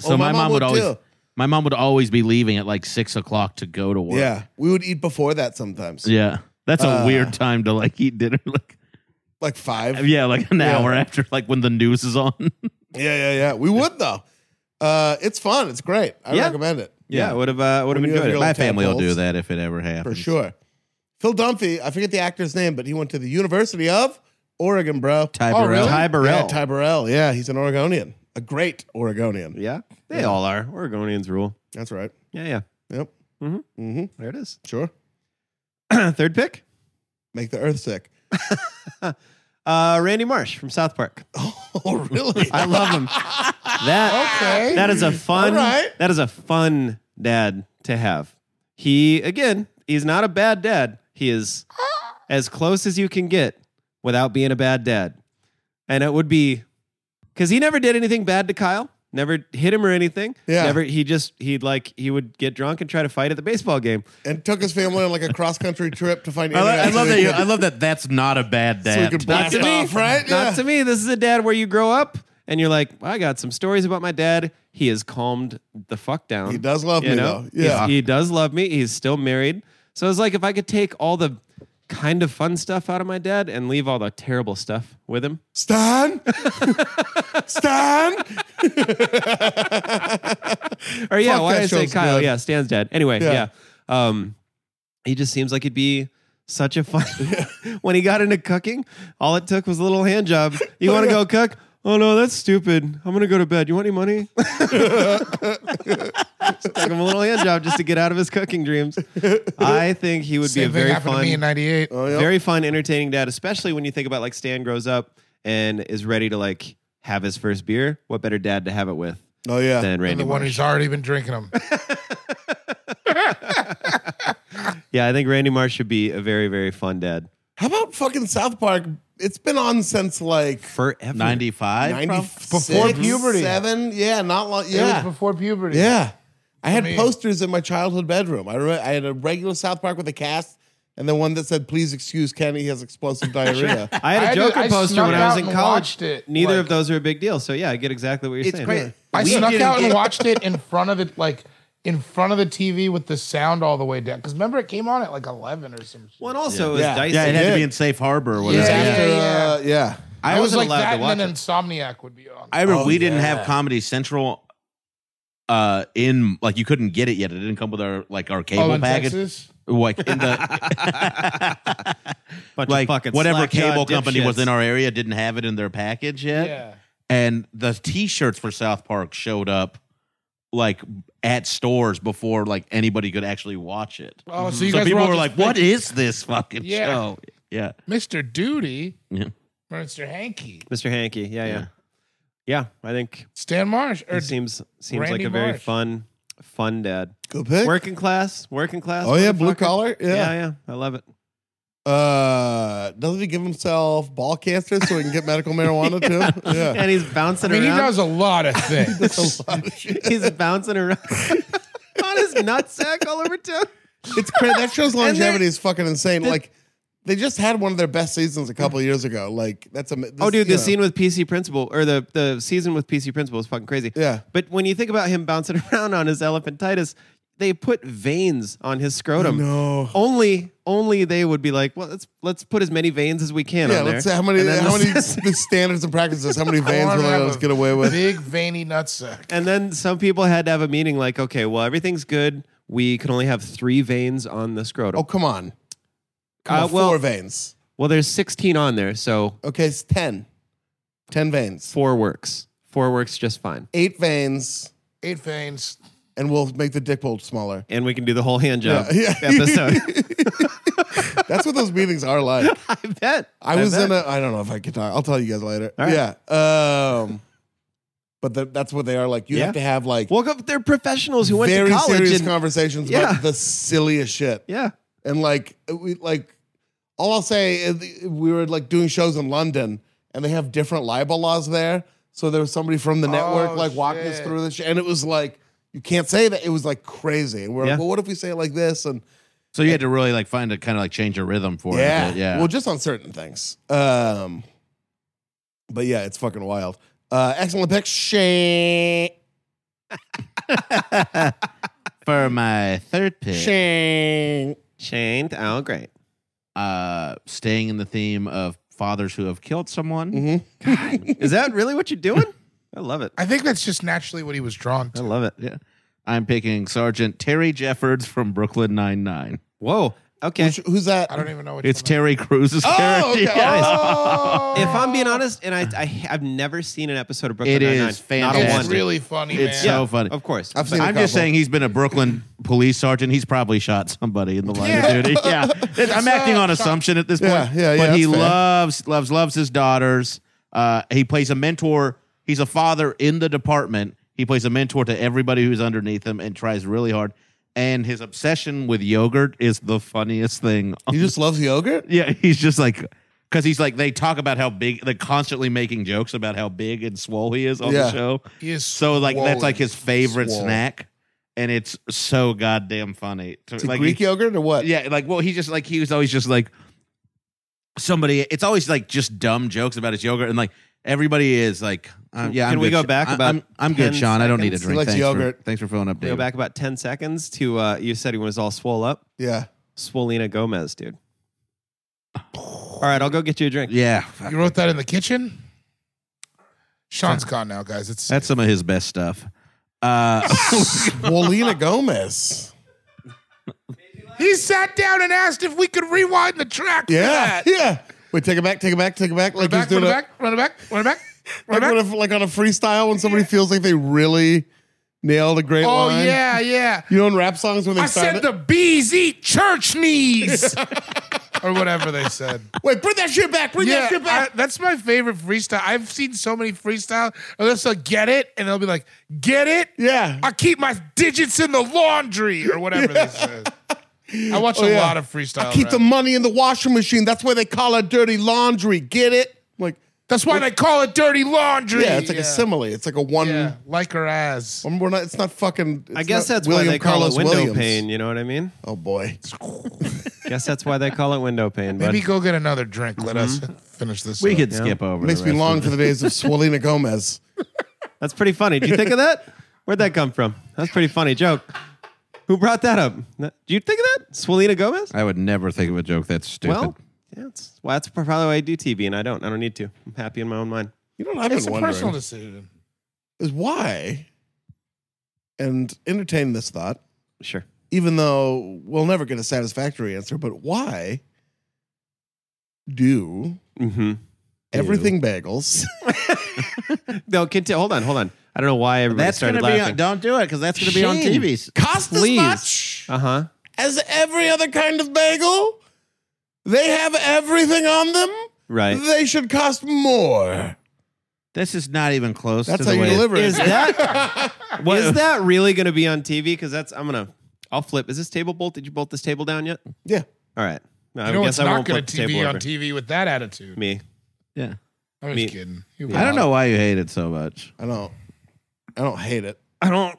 Speaker 2: so
Speaker 1: Oh,
Speaker 2: my, mom would always.
Speaker 1: too.
Speaker 2: My mom would always be leaving at like six o'clock to go to work.
Speaker 1: Yeah, we would eat before that sometimes.
Speaker 2: Yeah. That's a
Speaker 1: Uh,
Speaker 2: weird time to like eat dinner. Like,
Speaker 1: Like five.
Speaker 2: yeah, like an
Speaker 1: Yeah.
Speaker 2: hour after, like when the news is on.
Speaker 1: Yeah, yeah, yeah. We would though. Uh, it's fun. It's great. I
Speaker 3: Yeah.
Speaker 1: recommend it
Speaker 3: Yeah, would have uh, would have
Speaker 1: When you
Speaker 3: enjoyed
Speaker 1: have your
Speaker 3: it.
Speaker 1: own
Speaker 3: My
Speaker 1: tab-
Speaker 3: family.
Speaker 2: Family will do
Speaker 1: Tadpoles.
Speaker 2: that if it ever
Speaker 1: for
Speaker 2: happens.
Speaker 1: sure. Phil Dunphy, I forget the actor's name, but he went to the University of Oregon, bro.
Speaker 2: Ty
Speaker 4: Oh,
Speaker 2: Burrell.
Speaker 4: really?
Speaker 3: Ty Burrell.
Speaker 1: Yeah, Ty Burrell. Yeah, he's an Oregonian, a great Oregonian.
Speaker 3: Yeah, they all are. Oregonians rule.
Speaker 1: That's right.
Speaker 3: Yeah, yeah.
Speaker 1: Yep.
Speaker 3: Mhm.
Speaker 1: Mm-hmm.
Speaker 3: There it is.
Speaker 1: Sure.
Speaker 3: Third pick,
Speaker 1: Make the earth sick.
Speaker 3: uh, Randy Marsh from South Park.
Speaker 1: Oh, really?
Speaker 3: I love him. that
Speaker 1: okay.
Speaker 3: that is a fun.
Speaker 1: All right.
Speaker 3: That is a fun dad to have. He again, he's not a bad dad. He is as close as you can get without being a bad dad. And it would be because he never did anything bad to Kyle. Never hit him or anything.
Speaker 1: Yeah.
Speaker 3: Never. He just he'd like he would get drunk and try to fight at the baseball game.
Speaker 1: and took his family on like a cross country trip to find.
Speaker 2: I, lo- I
Speaker 1: internet so
Speaker 2: love
Speaker 1: they
Speaker 2: that. You,
Speaker 1: could-
Speaker 2: I love that. That's not a bad
Speaker 1: so we
Speaker 2: dad.
Speaker 1: could blast off, right?
Speaker 3: Not
Speaker 1: Yeah.
Speaker 3: to me. This is a dad where you grow up and you're like, I got some stories about my dad. He has calmed the fuck down.
Speaker 1: He does love
Speaker 3: you
Speaker 1: me
Speaker 3: know?
Speaker 1: though. Yeah.
Speaker 3: He's- he does love me. He's still married. So it's like if I could take all the kind of fun stuff out of my dad and leave all the terrible stuff with him.
Speaker 1: Stan. Stan.
Speaker 3: Or yeah,
Speaker 1: Fuck
Speaker 3: why did
Speaker 1: that
Speaker 3: I say
Speaker 1: show's
Speaker 3: Kyle?
Speaker 1: good.
Speaker 3: Yeah, Stan's dad. Anyway,
Speaker 1: Yeah.
Speaker 3: yeah. Um, he just seems like he'd be such a fun. when he got into cooking, all it took was a little hand job. You want to go cook? Oh no, that's stupid. I'm gonna go to bed. You want any money? just took him a little hand job just to get out of his cooking dreams. I think he would
Speaker 4: Same
Speaker 3: be a
Speaker 4: thing
Speaker 3: very
Speaker 4: happened
Speaker 3: fun.
Speaker 4: to me in '98.
Speaker 3: very fun, entertaining dad, especially when you think about like Stan grows up and is ready to like have his first beer. What better dad to have it with
Speaker 1: Oh yeah.
Speaker 3: than Randy?
Speaker 4: the one
Speaker 3: Marsh?
Speaker 4: who's already been drinking them.
Speaker 3: Yeah, I think Randy Marsh should be a very, very fun dad
Speaker 1: How about fucking South Park? It's been on since like
Speaker 3: forever.
Speaker 2: Ninety-five.
Speaker 1: ninety
Speaker 4: Before puberty.
Speaker 1: Seven. Yeah. Not long.
Speaker 4: It was
Speaker 1: Yeah.
Speaker 4: before puberty.
Speaker 1: Yeah. I had
Speaker 4: mean-
Speaker 1: posters in my childhood bedroom. I, re- I had a regular South Park with a cast, and then one that said, "Please excuse Kenny, he has explosive diarrhea."
Speaker 3: I had a
Speaker 4: I did-
Speaker 3: Joker
Speaker 4: I
Speaker 3: poster
Speaker 4: snuck
Speaker 3: when I was
Speaker 4: out
Speaker 3: in
Speaker 4: and
Speaker 3: college.
Speaker 4: watched it,
Speaker 3: Neither
Speaker 4: like-
Speaker 3: of those are a big deal. So yeah, I get exactly what you're saying.
Speaker 4: I snuck
Speaker 2: didn't
Speaker 4: out and
Speaker 2: get-
Speaker 4: watched it in front of it, like in front of the TV with the sound all the way down. Because remember, it came on at like eleven or some shit.
Speaker 3: Well, and also
Speaker 1: Yeah.
Speaker 3: it was
Speaker 2: Yeah,
Speaker 3: Dyson.
Speaker 2: it had
Speaker 1: Yeah.
Speaker 2: to be in safe harbor or
Speaker 4: Yeah,
Speaker 2: whatever.
Speaker 1: After,
Speaker 4: yeah,
Speaker 1: uh, yeah.
Speaker 4: I, was
Speaker 3: wasn't
Speaker 4: like
Speaker 3: allowed
Speaker 4: that,
Speaker 3: to watch
Speaker 4: and then
Speaker 3: it.
Speaker 4: Insomniac would be on.
Speaker 2: I remember
Speaker 1: Oh,
Speaker 2: we didn't
Speaker 1: yeah.
Speaker 2: have Comedy Central. Uh, in like you couldn't get it yet. It didn't come with our like our cable
Speaker 4: oh, in
Speaker 2: package.
Speaker 4: Texas.
Speaker 2: Like in the
Speaker 3: Bunch of
Speaker 2: like
Speaker 3: fucking
Speaker 2: whatever
Speaker 3: slack-jawed
Speaker 2: cable company was
Speaker 3: dipshits.
Speaker 2: in our area didn't have it in their package yet.
Speaker 4: Yeah.
Speaker 2: and the t-shirts for south park showed up like at stores before like anybody could actually watch it
Speaker 4: Oh, so you
Speaker 2: Mhm. so
Speaker 4: guys
Speaker 2: people
Speaker 4: were,
Speaker 2: were like what is this fucking
Speaker 4: Yeah.
Speaker 2: show yeah
Speaker 4: Mr. Duty,
Speaker 2: Yeah.
Speaker 4: or Mr. Hanky,
Speaker 3: Mr. Hanky. Yeah, yeah, yeah. I think
Speaker 4: Stan Marsh, or
Speaker 3: it seems seems
Speaker 4: Randy
Speaker 3: like a very
Speaker 4: Marsh.
Speaker 3: fun, fun dad.
Speaker 1: Good pick.
Speaker 3: Working class, working class.
Speaker 1: Oh yeah, blue
Speaker 3: motherfucker.
Speaker 1: collar.
Speaker 3: Yeah.
Speaker 1: Yeah.
Speaker 3: yeah, I love it.
Speaker 1: Uh, doesn't he give himself ball cancer so he can get medical marijuana too? Yeah. Oh,
Speaker 3: And he's bouncing
Speaker 4: I mean, he
Speaker 3: around.
Speaker 4: does a lot of things.
Speaker 3: he's bouncing around on his nutsack all over town.
Speaker 1: It's crazy. That show's longevity
Speaker 3: they're-
Speaker 1: is fucking insane. like they just had one of their best seasons a couple years ago. Like that's a this,
Speaker 3: Oh, dude, the
Speaker 1: you know.
Speaker 3: scene with PC Principal or the the season with PC Principal is fucking crazy.
Speaker 1: Yeah.
Speaker 3: But when you think about him bouncing around on his elephantitis, they put veins on his scrotum.
Speaker 1: No.
Speaker 3: Only only they would be like, well, let's let's put as many veins as we can.
Speaker 1: Yeah,
Speaker 3: on
Speaker 1: let's see
Speaker 3: there.
Speaker 1: how many
Speaker 3: And then
Speaker 1: how
Speaker 3: let's-
Speaker 1: many the standards and practices, how many
Speaker 4: I
Speaker 1: veins
Speaker 4: wanna
Speaker 1: will they
Speaker 4: have
Speaker 1: let us
Speaker 4: a
Speaker 1: get away with?
Speaker 4: Big veiny nutsack.
Speaker 3: And then some people had to have a meeting like, okay, well, everything's good. We can only have three veins on the scrotum.
Speaker 1: Oh come on. Come
Speaker 3: Uh,
Speaker 1: on,
Speaker 3: well-
Speaker 1: four veins.
Speaker 3: Well, there's 16 on there, so
Speaker 1: Okay, it's ten. Ten veins.
Speaker 3: four works. Four works just fine,
Speaker 1: Eight veins,
Speaker 4: Eight veins.
Speaker 1: and we'll make the dick hole smaller.
Speaker 3: and we can do the whole hand job
Speaker 1: Yeah, yeah.
Speaker 3: episode.
Speaker 1: That's what those meetings are like.
Speaker 3: I bet.
Speaker 1: I was
Speaker 3: bet.
Speaker 1: in a. I don't know if I can talk. I'll tell you guys later.
Speaker 3: All right.
Speaker 1: Yeah. Um, but the, that's what they are like. You
Speaker 3: Yeah.
Speaker 1: have to have like
Speaker 3: Well, they're professionals who went
Speaker 1: very
Speaker 3: to college.
Speaker 1: serious
Speaker 3: and-
Speaker 1: conversations
Speaker 3: Yeah.
Speaker 1: about the silliest shit.
Speaker 3: yeah,
Speaker 1: And like, we, like, all I'll say is we were like doing shows in London, and they have different libel laws there. So there was somebody from the network
Speaker 4: Oh,
Speaker 1: like walking us
Speaker 4: shit.
Speaker 1: through this, shit, and it was like you can't say that. It was like crazy. And we're
Speaker 3: Yeah.
Speaker 1: like, well, what if we say it like this? And
Speaker 2: so you had to really like find a kind of like change your rhythm for it
Speaker 1: yeah.
Speaker 2: a bit, yeah
Speaker 1: Well, just on certain things. Um, but yeah, it's fucking wild. Uh, excellent pick, Shane.
Speaker 2: for my third pick
Speaker 1: Shane.
Speaker 3: Shane. Oh, great.
Speaker 2: uh staying in the theme of fathers who have killed someone
Speaker 3: Is that really what you're doing? I love it.
Speaker 4: I think that's just naturally what he was drawn
Speaker 3: I
Speaker 4: to.
Speaker 3: love it.
Speaker 2: Yeah. I'm picking Sergeant Terry Jeffords from Brooklyn Nine Nine.
Speaker 3: Whoa. Okay.
Speaker 1: Which- who's that?
Speaker 4: I don't even know what
Speaker 2: It's Terry Cruz's character.
Speaker 1: Oh, okay.
Speaker 2: Yeah.
Speaker 1: Oh.
Speaker 3: If I'm being honest, and I, I I've never seen an episode of Brooklyn
Speaker 2: It
Speaker 3: Nine-Nine.
Speaker 2: is
Speaker 3: Not a
Speaker 2: fantastic.
Speaker 3: one.
Speaker 4: It's really funny, man.
Speaker 2: It's so funny.
Speaker 3: Of course.
Speaker 1: I've seen
Speaker 2: I'm just
Speaker 1: couple.
Speaker 2: saying he's been a Brooklyn police sergeant. He's probably shot somebody in the line
Speaker 4: Yeah.
Speaker 2: of duty. Yeah, It- I'm acting on assumption at this point.
Speaker 1: Yeah, yeah, yeah,
Speaker 2: But he
Speaker 1: that's fair.
Speaker 2: loves loves loves his daughters. Uh, he plays a mentor. He's a father in the department. He plays a mentor to everybody who's underneath him and tries really hard. And his obsession with yogurt is the funniest thing.
Speaker 1: He just loves yogurt?
Speaker 2: Yeah, he's just like. Because he's like, they talk about how big, they're constantly making jokes about how big and swole he is on
Speaker 1: Yeah.
Speaker 2: the show.
Speaker 4: He is
Speaker 2: So like that's
Speaker 4: swollen.
Speaker 2: like his favorite
Speaker 4: Swole.
Speaker 2: snack, and it's so goddamn funny. To-
Speaker 1: Is it
Speaker 2: like
Speaker 1: Greek
Speaker 2: he-
Speaker 1: yogurt or what?
Speaker 2: yeah, like well, he just like he was always just like somebody. It's always like just dumb jokes about his yogurt, and like everybody is like, um, yeah.
Speaker 3: Can
Speaker 2: I'm
Speaker 3: we
Speaker 2: good,
Speaker 3: go
Speaker 2: Sha-
Speaker 3: back
Speaker 2: I-
Speaker 3: about
Speaker 2: I'm, I'm good,
Speaker 3: 10
Speaker 2: Sean. I don't need a
Speaker 3: seconds? He
Speaker 2: drink.
Speaker 1: likes
Speaker 2: thanks
Speaker 1: yogurt.
Speaker 2: For, thanks for filling up,
Speaker 3: Go
Speaker 2: Dave.
Speaker 3: back about ten seconds to uh, you said he was all swole up.
Speaker 1: Yeah.
Speaker 3: Swolina Gomez, dude. All right, I'll go get you a drink.
Speaker 2: Yeah,
Speaker 4: You wrote that in the kitchen? Sean's gone now, guys. It's
Speaker 2: that's some of his best stuff. Uh,
Speaker 4: Oh
Speaker 1: Molina Gomez.
Speaker 4: he sat down and asked if we could rewind the track. for
Speaker 1: Yeah.
Speaker 4: that.
Speaker 1: Yeah. Wait, take it back, take it back, take it back.
Speaker 4: Run it
Speaker 1: Like he's
Speaker 4: back,
Speaker 1: doing a,
Speaker 4: run it back, run it back, run it back,
Speaker 1: like,
Speaker 4: run it back.
Speaker 1: on a, like on a freestyle when somebody feels like they really nailed a great
Speaker 4: Oh
Speaker 1: line.
Speaker 4: yeah, yeah.
Speaker 1: You know in rap songs when they
Speaker 4: I
Speaker 1: start
Speaker 4: said
Speaker 1: it-
Speaker 4: the bees eat church knees. or whatever they said.
Speaker 1: Wait, bring that shit back. Bring that shit back.
Speaker 4: I- that's my favorite freestyle. I've seen so many freestyle. And they'll say, get it, and they'll be like, get it?
Speaker 1: yeah.
Speaker 4: I keep my digits in the laundry or whatever they said. I watch
Speaker 1: Oh,
Speaker 4: a
Speaker 1: yeah.
Speaker 4: lot of freestyle.
Speaker 1: I keep
Speaker 4: rap.
Speaker 1: the money in the washing machine. That's why they call it dirty laundry. Get it? I'm like,
Speaker 4: That's why they call it dirty laundry.
Speaker 1: yeah, it's like a Oh, simile. It's like a one.
Speaker 4: Yeah, like her ass.
Speaker 1: one- We're not. It's not fucking.
Speaker 3: I
Speaker 1: it's
Speaker 3: guess
Speaker 1: not
Speaker 3: that's
Speaker 1: William
Speaker 3: why they call
Speaker 1: Carlos
Speaker 3: it window
Speaker 1: Williams.
Speaker 3: pane. You know what I mean?
Speaker 1: Oh boy.
Speaker 3: guess that's why they call it window pane. But
Speaker 4: Maybe go get another drink. Let
Speaker 1: Mm-hmm.
Speaker 4: us finish this.
Speaker 2: we
Speaker 4: up.
Speaker 2: could skip over.
Speaker 1: Makes
Speaker 2: the
Speaker 1: me
Speaker 2: rest
Speaker 1: long
Speaker 2: of
Speaker 1: for the days of Swolina Gomez.
Speaker 3: that's pretty funny. Did you think of that? Where'd that come from? That's a pretty funny joke. Who brought that up? Did you think of that? Swolina Gomez?
Speaker 2: it. I would never think of a joke that's stupid.
Speaker 3: Well, yeah, that's why that's probably why I do TV, and I don't. I don't need to. I'm happy in my own mind.
Speaker 1: You know what I've
Speaker 4: It's a
Speaker 1: been wondering
Speaker 4: personal decision.
Speaker 1: is why, and entertain this thought,
Speaker 3: Sure.
Speaker 1: even though we'll never get a satisfactory answer. But why do
Speaker 3: Mm-hmm.
Speaker 1: everything bagels?
Speaker 3: No, continue. Hold on, hold on. I don't know why everybody
Speaker 2: that's gonna
Speaker 3: started
Speaker 2: be. On,
Speaker 3: laughing.
Speaker 2: don't do it because that's gonna be on
Speaker 3: Shane.
Speaker 2: TVs.
Speaker 1: cost
Speaker 3: Please.
Speaker 1: as much
Speaker 3: Uh
Speaker 2: Uh-huh.
Speaker 3: huh.
Speaker 1: as every other kind of bagel. They have everything on them.
Speaker 3: Right.
Speaker 1: They should cost more.
Speaker 2: This is not even close. to
Speaker 1: That's how
Speaker 2: the
Speaker 1: you
Speaker 2: way it-
Speaker 1: deliver it.
Speaker 3: Is that is that really going to be on TV? Because that's I'm gonna I'll flip. Is this table bolt? Did you bolt this table down yet?
Speaker 1: yeah.
Speaker 3: All right. No,
Speaker 4: You know, it's not going
Speaker 3: flip
Speaker 4: to
Speaker 3: the table
Speaker 4: TV on
Speaker 3: over.
Speaker 4: TV with that attitude.
Speaker 3: Me.
Speaker 2: Yeah.
Speaker 4: I'm just
Speaker 3: Me-
Speaker 4: kidding.
Speaker 2: I don't know why you hate it so much.
Speaker 1: I don't. I don't hate it.
Speaker 3: I don't.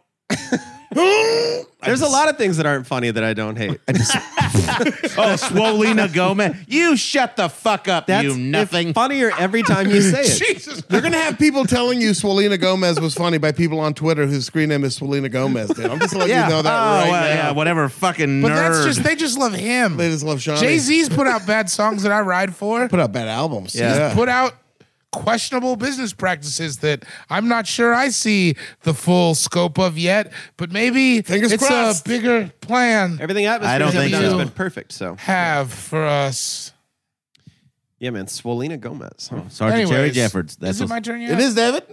Speaker 3: There's a lot of things that aren't funny that I don't hate.
Speaker 2: Oh, Swolina Gomez. You shut the fuck up,
Speaker 3: That's
Speaker 2: you nothing.
Speaker 3: it's funnier every time you say it.
Speaker 4: Jesus.
Speaker 1: You're gonna have people telling you Swolina Gomez was funny by people on Twitter whose screen name is Swolina Gomez. Dude, I'm just letting you know that
Speaker 2: oh,
Speaker 1: right
Speaker 2: well,
Speaker 1: now.
Speaker 2: yeah, whatever fucking
Speaker 4: But
Speaker 2: nerd.
Speaker 4: that's just they just love him.
Speaker 1: They just love Shawnee.
Speaker 4: Jay Z's put out bad songs that I ride for.
Speaker 1: put out bad albums.
Speaker 3: Yeah.
Speaker 4: put out questionable business practices that I'm not sure I see the full scope of yet, but maybe
Speaker 1: Fingers
Speaker 4: it's
Speaker 1: crossed.
Speaker 4: a bigger plan
Speaker 3: Everything atmosphere
Speaker 2: I don't
Speaker 3: I've
Speaker 2: think
Speaker 3: done has
Speaker 4: so.
Speaker 3: been perfect. So
Speaker 4: have for us.
Speaker 3: yeah, man. Swolina Gomez. huh?
Speaker 2: Sergeant Terry
Speaker 4: Anyways,
Speaker 2: Jeffords. That's
Speaker 4: Is it
Speaker 2: what's-
Speaker 4: my turn yet?
Speaker 1: It is David.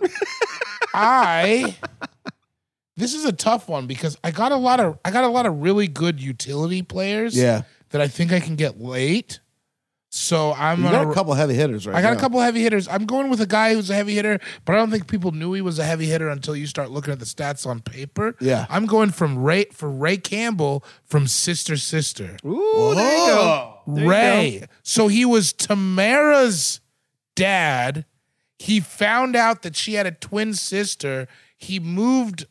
Speaker 4: I This is a tough one because I got a lot of I got a lot of really good utility players
Speaker 1: Yeah.
Speaker 4: that I think I can get late. So I'm
Speaker 1: You
Speaker 4: gonna
Speaker 1: got a couple heavy hitters right
Speaker 4: I got a
Speaker 1: now.
Speaker 4: couple heavy hitters. I'm going with a guy who's a heavy hitter, but I don't think people knew he was a heavy hitter until you start looking at the stats on paper.
Speaker 1: Yeah.
Speaker 4: I'm going from Ray for Ray Campbell from Sister Sister.
Speaker 3: Ooh, there you go.
Speaker 4: Ray. So he was Tamara's dad. He found out that she had a twin sister. He moved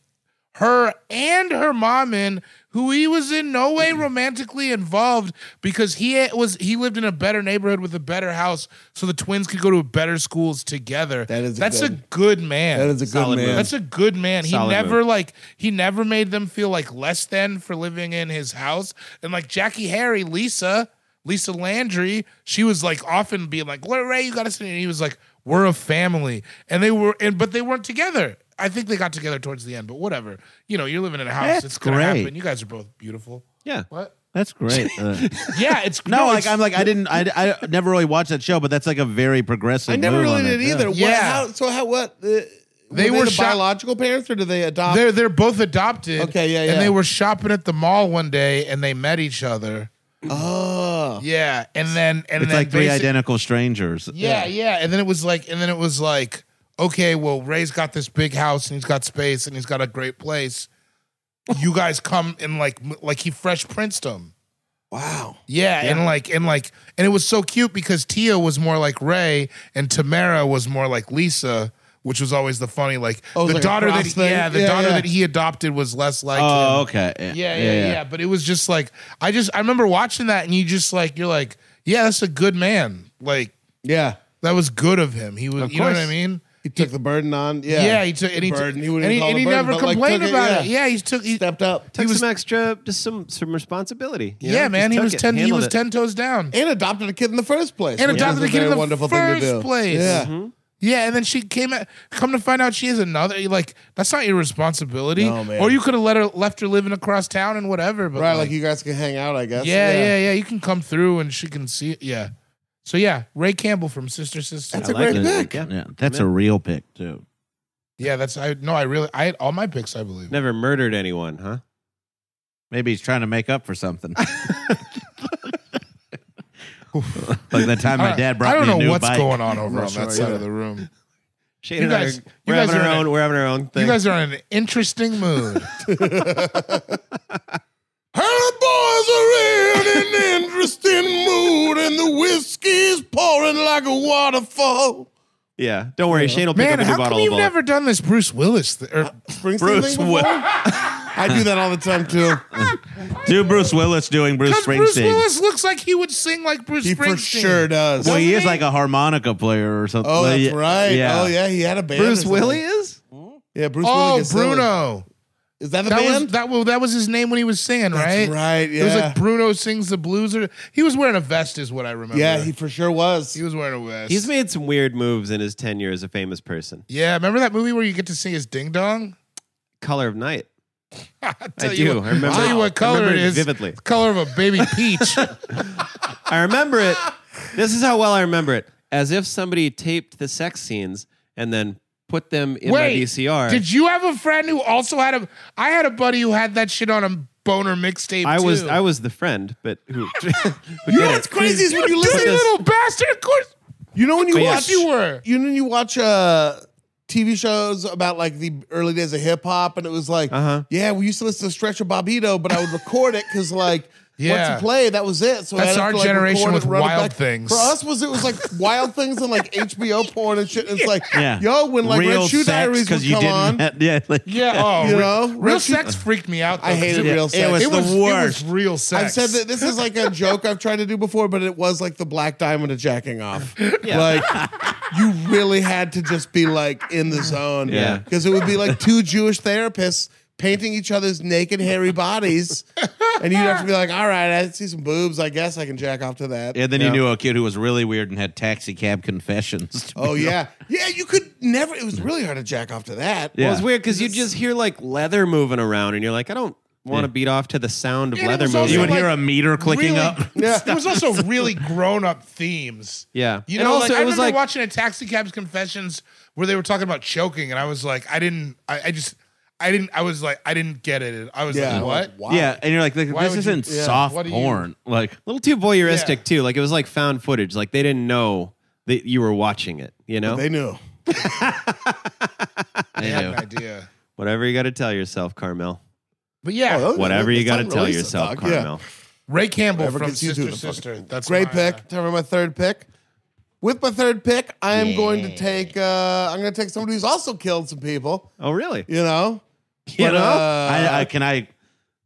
Speaker 4: her and her mom in, who he was in no way romantically involved because he was he lived in a better neighborhood with a better house, so the twins could go to better schools together.
Speaker 1: That is a
Speaker 4: that's a
Speaker 1: good-
Speaker 4: good man.
Speaker 1: That is a good
Speaker 3: Solid
Speaker 1: man.
Speaker 3: move.
Speaker 4: That's a good man.
Speaker 3: Solid
Speaker 4: he never
Speaker 3: move.
Speaker 4: like he never made them feel like less than for living in his house. And like Jackie Harry, Lisa, Lisa Landry, she was like often being like, "Well, Ray, you got to sit." in," And he was like, We're a family, and they were, and but they weren't together. I think they got together towards the end, but whatever. You know, you're living in a house.
Speaker 2: That's
Speaker 4: it's gonna
Speaker 2: great.
Speaker 4: happen. You guys are both beautiful.
Speaker 3: Yeah.
Speaker 4: What?
Speaker 2: That's great. Uh,
Speaker 4: Yeah, it's
Speaker 2: no, like
Speaker 4: it's-
Speaker 2: I'm like I didn't. I, I never really watched that show, but that's like a very progressive.
Speaker 1: I never
Speaker 2: move on
Speaker 1: really
Speaker 2: that,
Speaker 1: did
Speaker 2: yeah.
Speaker 1: either. What,
Speaker 4: Yeah.
Speaker 1: how, so how? What? Uh,
Speaker 4: They were
Speaker 1: the
Speaker 4: shot-
Speaker 1: biological parents, or did they adopt?
Speaker 4: They're they're both adopted.
Speaker 1: Okay, yeah, yeah.
Speaker 4: And they were shopping at the mall one day, and they met each other.
Speaker 1: oh,
Speaker 4: Yeah, and then and
Speaker 2: It's
Speaker 4: then
Speaker 2: like three
Speaker 4: basic-
Speaker 2: identical strangers.
Speaker 4: Yeah, yeah, and then it was like, and then it was like, okay, well, Ray's got this big house, and he's got space, and he's got a great place. You guys come and like, m- like he fresh princed him.
Speaker 1: wow.
Speaker 4: Yeah, and like, and like, and it was so cute because Tia was more like Ray, and Tamara was more like Lisa. Which was always the funny, like
Speaker 1: Oh, it was
Speaker 4: the
Speaker 1: like a
Speaker 4: daughter
Speaker 1: cross
Speaker 4: that he,
Speaker 1: thing?
Speaker 4: yeah, the
Speaker 1: Yeah,
Speaker 4: daughter
Speaker 1: yeah.
Speaker 4: that he adopted was less like him.
Speaker 2: Oh, okay.
Speaker 4: Yeah, yeah, yeah, But it was just like I just I remember watching that, and you just like you're like, yeah, that's a good man. Like
Speaker 1: Yeah,
Speaker 4: that was good of him. He was, you know what I
Speaker 1: course.
Speaker 4: mean?
Speaker 1: he took the burden on. Yeah,
Speaker 4: Yeah, he took and he, took-
Speaker 1: burden. He
Speaker 4: and
Speaker 1: wouldn't
Speaker 4: he,
Speaker 1: call
Speaker 4: and
Speaker 1: it
Speaker 4: he
Speaker 1: a burden,
Speaker 4: never
Speaker 1: but, like,
Speaker 4: complained
Speaker 1: took it,
Speaker 4: about
Speaker 1: yeah.
Speaker 4: it. Yeah, he took. He,
Speaker 1: stepped up.
Speaker 3: Took
Speaker 4: was-
Speaker 3: some extra, just some some responsibility. you
Speaker 4: yeah,
Speaker 3: know? Just
Speaker 4: man, he
Speaker 3: took
Speaker 4: was
Speaker 3: it,
Speaker 4: ten. He
Speaker 3: handled
Speaker 4: was
Speaker 3: it.
Speaker 4: ten toes down.
Speaker 1: and adopted a kid in the first place.
Speaker 4: And
Speaker 1: which
Speaker 4: adopted
Speaker 1: is
Speaker 4: a kid in
Speaker 1: very
Speaker 4: the
Speaker 1: wonderful thing to
Speaker 4: first
Speaker 1: do.
Speaker 4: place. Mm-hmm.
Speaker 1: Yeah.
Speaker 4: Yeah, and then she came. At, come to find out, she is another. you're Like that's not your responsibility.
Speaker 1: No, man.
Speaker 4: Or you could have let her left her living across town and whatever. But
Speaker 1: Right, like you guys can hang out, I guess.
Speaker 4: yeah, yeah, yeah, You can come through and she can see. Yeah. So yeah, Ray Campbell from Sister Sister.
Speaker 1: That's a
Speaker 3: I like it.
Speaker 1: great pick.
Speaker 3: Yeah.
Speaker 2: Yeah, that's a real pick too.
Speaker 4: yeah, that's I. No, I really. I had all my picks. I believe.
Speaker 3: Never murdered anyone, huh?
Speaker 2: Maybe he's trying to make up for something. like that time my
Speaker 4: I-
Speaker 2: dad brought
Speaker 4: I don't
Speaker 2: me a
Speaker 4: know
Speaker 2: new
Speaker 4: what's
Speaker 2: bike.
Speaker 4: going on over
Speaker 1: not
Speaker 4: on
Speaker 1: sure
Speaker 4: that side
Speaker 1: either.
Speaker 4: of the room.
Speaker 3: Shane
Speaker 4: You
Speaker 3: and I
Speaker 4: guys-
Speaker 3: are-
Speaker 4: you
Speaker 3: we're
Speaker 4: guys
Speaker 3: having our
Speaker 4: are in
Speaker 3: own.
Speaker 4: a-
Speaker 3: We're having our own thing.
Speaker 4: You guys are in an interesting mood.
Speaker 1: Her boys are in an interesting mood, and the whiskey's pouring like a waterfall.
Speaker 3: yeah, don't worry, Shane will pick
Speaker 4: Man,
Speaker 3: up a new
Speaker 4: how
Speaker 3: bottle
Speaker 4: come
Speaker 3: of
Speaker 4: you've
Speaker 3: vodka.
Speaker 4: never done this Bruce Willis? Th-
Speaker 1: Uh,
Speaker 4: or,
Speaker 1: Springsteen Bruce thing before? I do that all the time too.
Speaker 2: Dude, Bruce Willis doing Bruce
Speaker 4: because Bruce
Speaker 2: Springsteen.
Speaker 4: Willis looks like he would sing like Bruce
Speaker 1: He
Speaker 4: Springsteen.
Speaker 1: for sure does.
Speaker 2: well, he is like a harmonica player or something.
Speaker 1: oh, that's
Speaker 2: Yeah.
Speaker 1: right.
Speaker 2: Yeah.
Speaker 1: Oh yeah, he had a band. or
Speaker 3: Bruce
Speaker 1: something.
Speaker 3: Willie is.
Speaker 1: Yeah, Bruce Willie.
Speaker 4: Oh,
Speaker 1: gets silly.
Speaker 4: Bruno.
Speaker 1: Is that the
Speaker 4: That
Speaker 1: band?
Speaker 4: was that. Well, that was his name when he was singing,
Speaker 1: That's
Speaker 4: right?
Speaker 1: right. Yeah.
Speaker 4: It was like Bruno sings the blues, or he was wearing a vest, is what I remember.
Speaker 1: yeah, he for sure was.
Speaker 4: he was wearing a vest.
Speaker 3: He's made some weird moves in his tenure as a famous person.
Speaker 4: Yeah, remember that movie where you get to sing his ding dong?
Speaker 3: Color of Night.
Speaker 4: I,
Speaker 3: I do. I remember.
Speaker 4: tell you what color
Speaker 3: I remember
Speaker 4: it is.
Speaker 3: vividly.
Speaker 4: Color of a baby peach.
Speaker 3: I remember it. This is how well I remember it. As if somebody taped the sex scenes and then put them in
Speaker 4: Wait,
Speaker 3: my VCR.
Speaker 4: Did you have a friend who also had a? I had a buddy who had that shit on a boner mixtape.
Speaker 3: I was
Speaker 4: too.
Speaker 3: I was the friend, but who? who
Speaker 1: You
Speaker 3: did
Speaker 1: know what's
Speaker 3: it.
Speaker 1: crazy is when you listen
Speaker 4: dirty
Speaker 1: to this.
Speaker 4: little bastard. Of course,
Speaker 1: You know when you
Speaker 3: Oh, yeah.
Speaker 1: watch
Speaker 4: you were.
Speaker 1: you know when you watch uh TV shows about like the early days of hip hop, and it was like,
Speaker 3: Uh-huh.
Speaker 1: yeah, we used to listen to Stretch of Bobito, but I would record it because like.
Speaker 4: Yeah.
Speaker 1: Once you play, that was it. So I
Speaker 4: That's
Speaker 1: had to,
Speaker 4: our
Speaker 1: like,
Speaker 4: generation
Speaker 1: record it,
Speaker 4: with
Speaker 1: run it
Speaker 4: Wild
Speaker 1: back.
Speaker 4: Things.
Speaker 1: For us, was it was like wild things and like HBO porn and shit. It's like,
Speaker 2: Yeah.
Speaker 1: yo, when like
Speaker 2: real
Speaker 1: Red Shoe
Speaker 2: sex,
Speaker 1: Diaries would
Speaker 2: 'cause you
Speaker 1: come
Speaker 2: didn't
Speaker 1: on,
Speaker 2: have- yeah, like,
Speaker 4: yeah. Oh,
Speaker 1: You
Speaker 4: real,
Speaker 1: know?
Speaker 4: real
Speaker 1: Real
Speaker 4: sex freaked me out. Though,
Speaker 1: I
Speaker 4: 'cause
Speaker 1: hated
Speaker 4: it,
Speaker 1: real sex.
Speaker 2: was
Speaker 4: It was
Speaker 2: the worst.
Speaker 4: It was real sex.
Speaker 1: I've said that this is like a joke I've tried to do before, but it was like the black diamond of jacking off. Like you really had to just be like in the zone.
Speaker 3: Yeah.
Speaker 1: Because it would be like two Jewish therapists painting each other's naked hairy bodies. and you'd have to be like, all right, I see some boobs. I guess I can jack off to that.
Speaker 2: And then you knew a kid who was really weird and had taxi cab confessions.
Speaker 1: Oh yeah. Yeah, you could never it was really hard to jack off to that.
Speaker 3: Well, it's weird because you just hear like leather moving around, and you're like, I don't want to beat off to the sound of
Speaker 4: Yeah, it
Speaker 3: leather
Speaker 4: was also
Speaker 3: moving.
Speaker 2: you would
Speaker 4: like,
Speaker 2: hear a meter clicking
Speaker 4: really,
Speaker 2: up.
Speaker 4: Yeah. There was also really grown up themes.
Speaker 3: yeah,
Speaker 4: You
Speaker 3: and
Speaker 4: know,
Speaker 3: also
Speaker 4: like, I
Speaker 3: it was
Speaker 4: remember
Speaker 3: like
Speaker 4: watching a Taxi Cab's Confessions where they were talking about choking, and I was like, I didn't, I, I just, I didn't, I was like, I didn't get it. I was
Speaker 1: Yeah.
Speaker 4: like, what?
Speaker 1: Wow.
Speaker 2: Yeah, and you're like, like,
Speaker 4: Why
Speaker 2: this
Speaker 4: would you-
Speaker 2: isn't
Speaker 4: yeah,
Speaker 2: soft
Speaker 4: what do you-
Speaker 2: porn. Like,
Speaker 3: a little too voyeuristic
Speaker 4: Yeah.
Speaker 3: too. Like it was like found footage. Like they didn't know that you were watching it. You know,
Speaker 1: They knew.
Speaker 4: I had an idea.
Speaker 3: whatever you got to tell yourself, Carmel.
Speaker 4: But yeah,
Speaker 1: Oh,
Speaker 3: Whatever you
Speaker 1: that's
Speaker 3: got to
Speaker 1: not
Speaker 3: tell
Speaker 1: released,
Speaker 3: yourself,
Speaker 1: dog. Yeah.
Speaker 3: Carmel.
Speaker 4: Ray Campbell
Speaker 1: Whatever
Speaker 4: from
Speaker 1: gets you
Speaker 4: Sister
Speaker 1: through the fucking-
Speaker 4: Sister. That's
Speaker 1: Great
Speaker 4: my, uh,
Speaker 1: pick. Time for my third pick. With my third pick, I am going to take. Uh, I'm going to take somebody who's also killed some people.
Speaker 3: Oh, really?
Speaker 1: You know. You
Speaker 2: I, I can I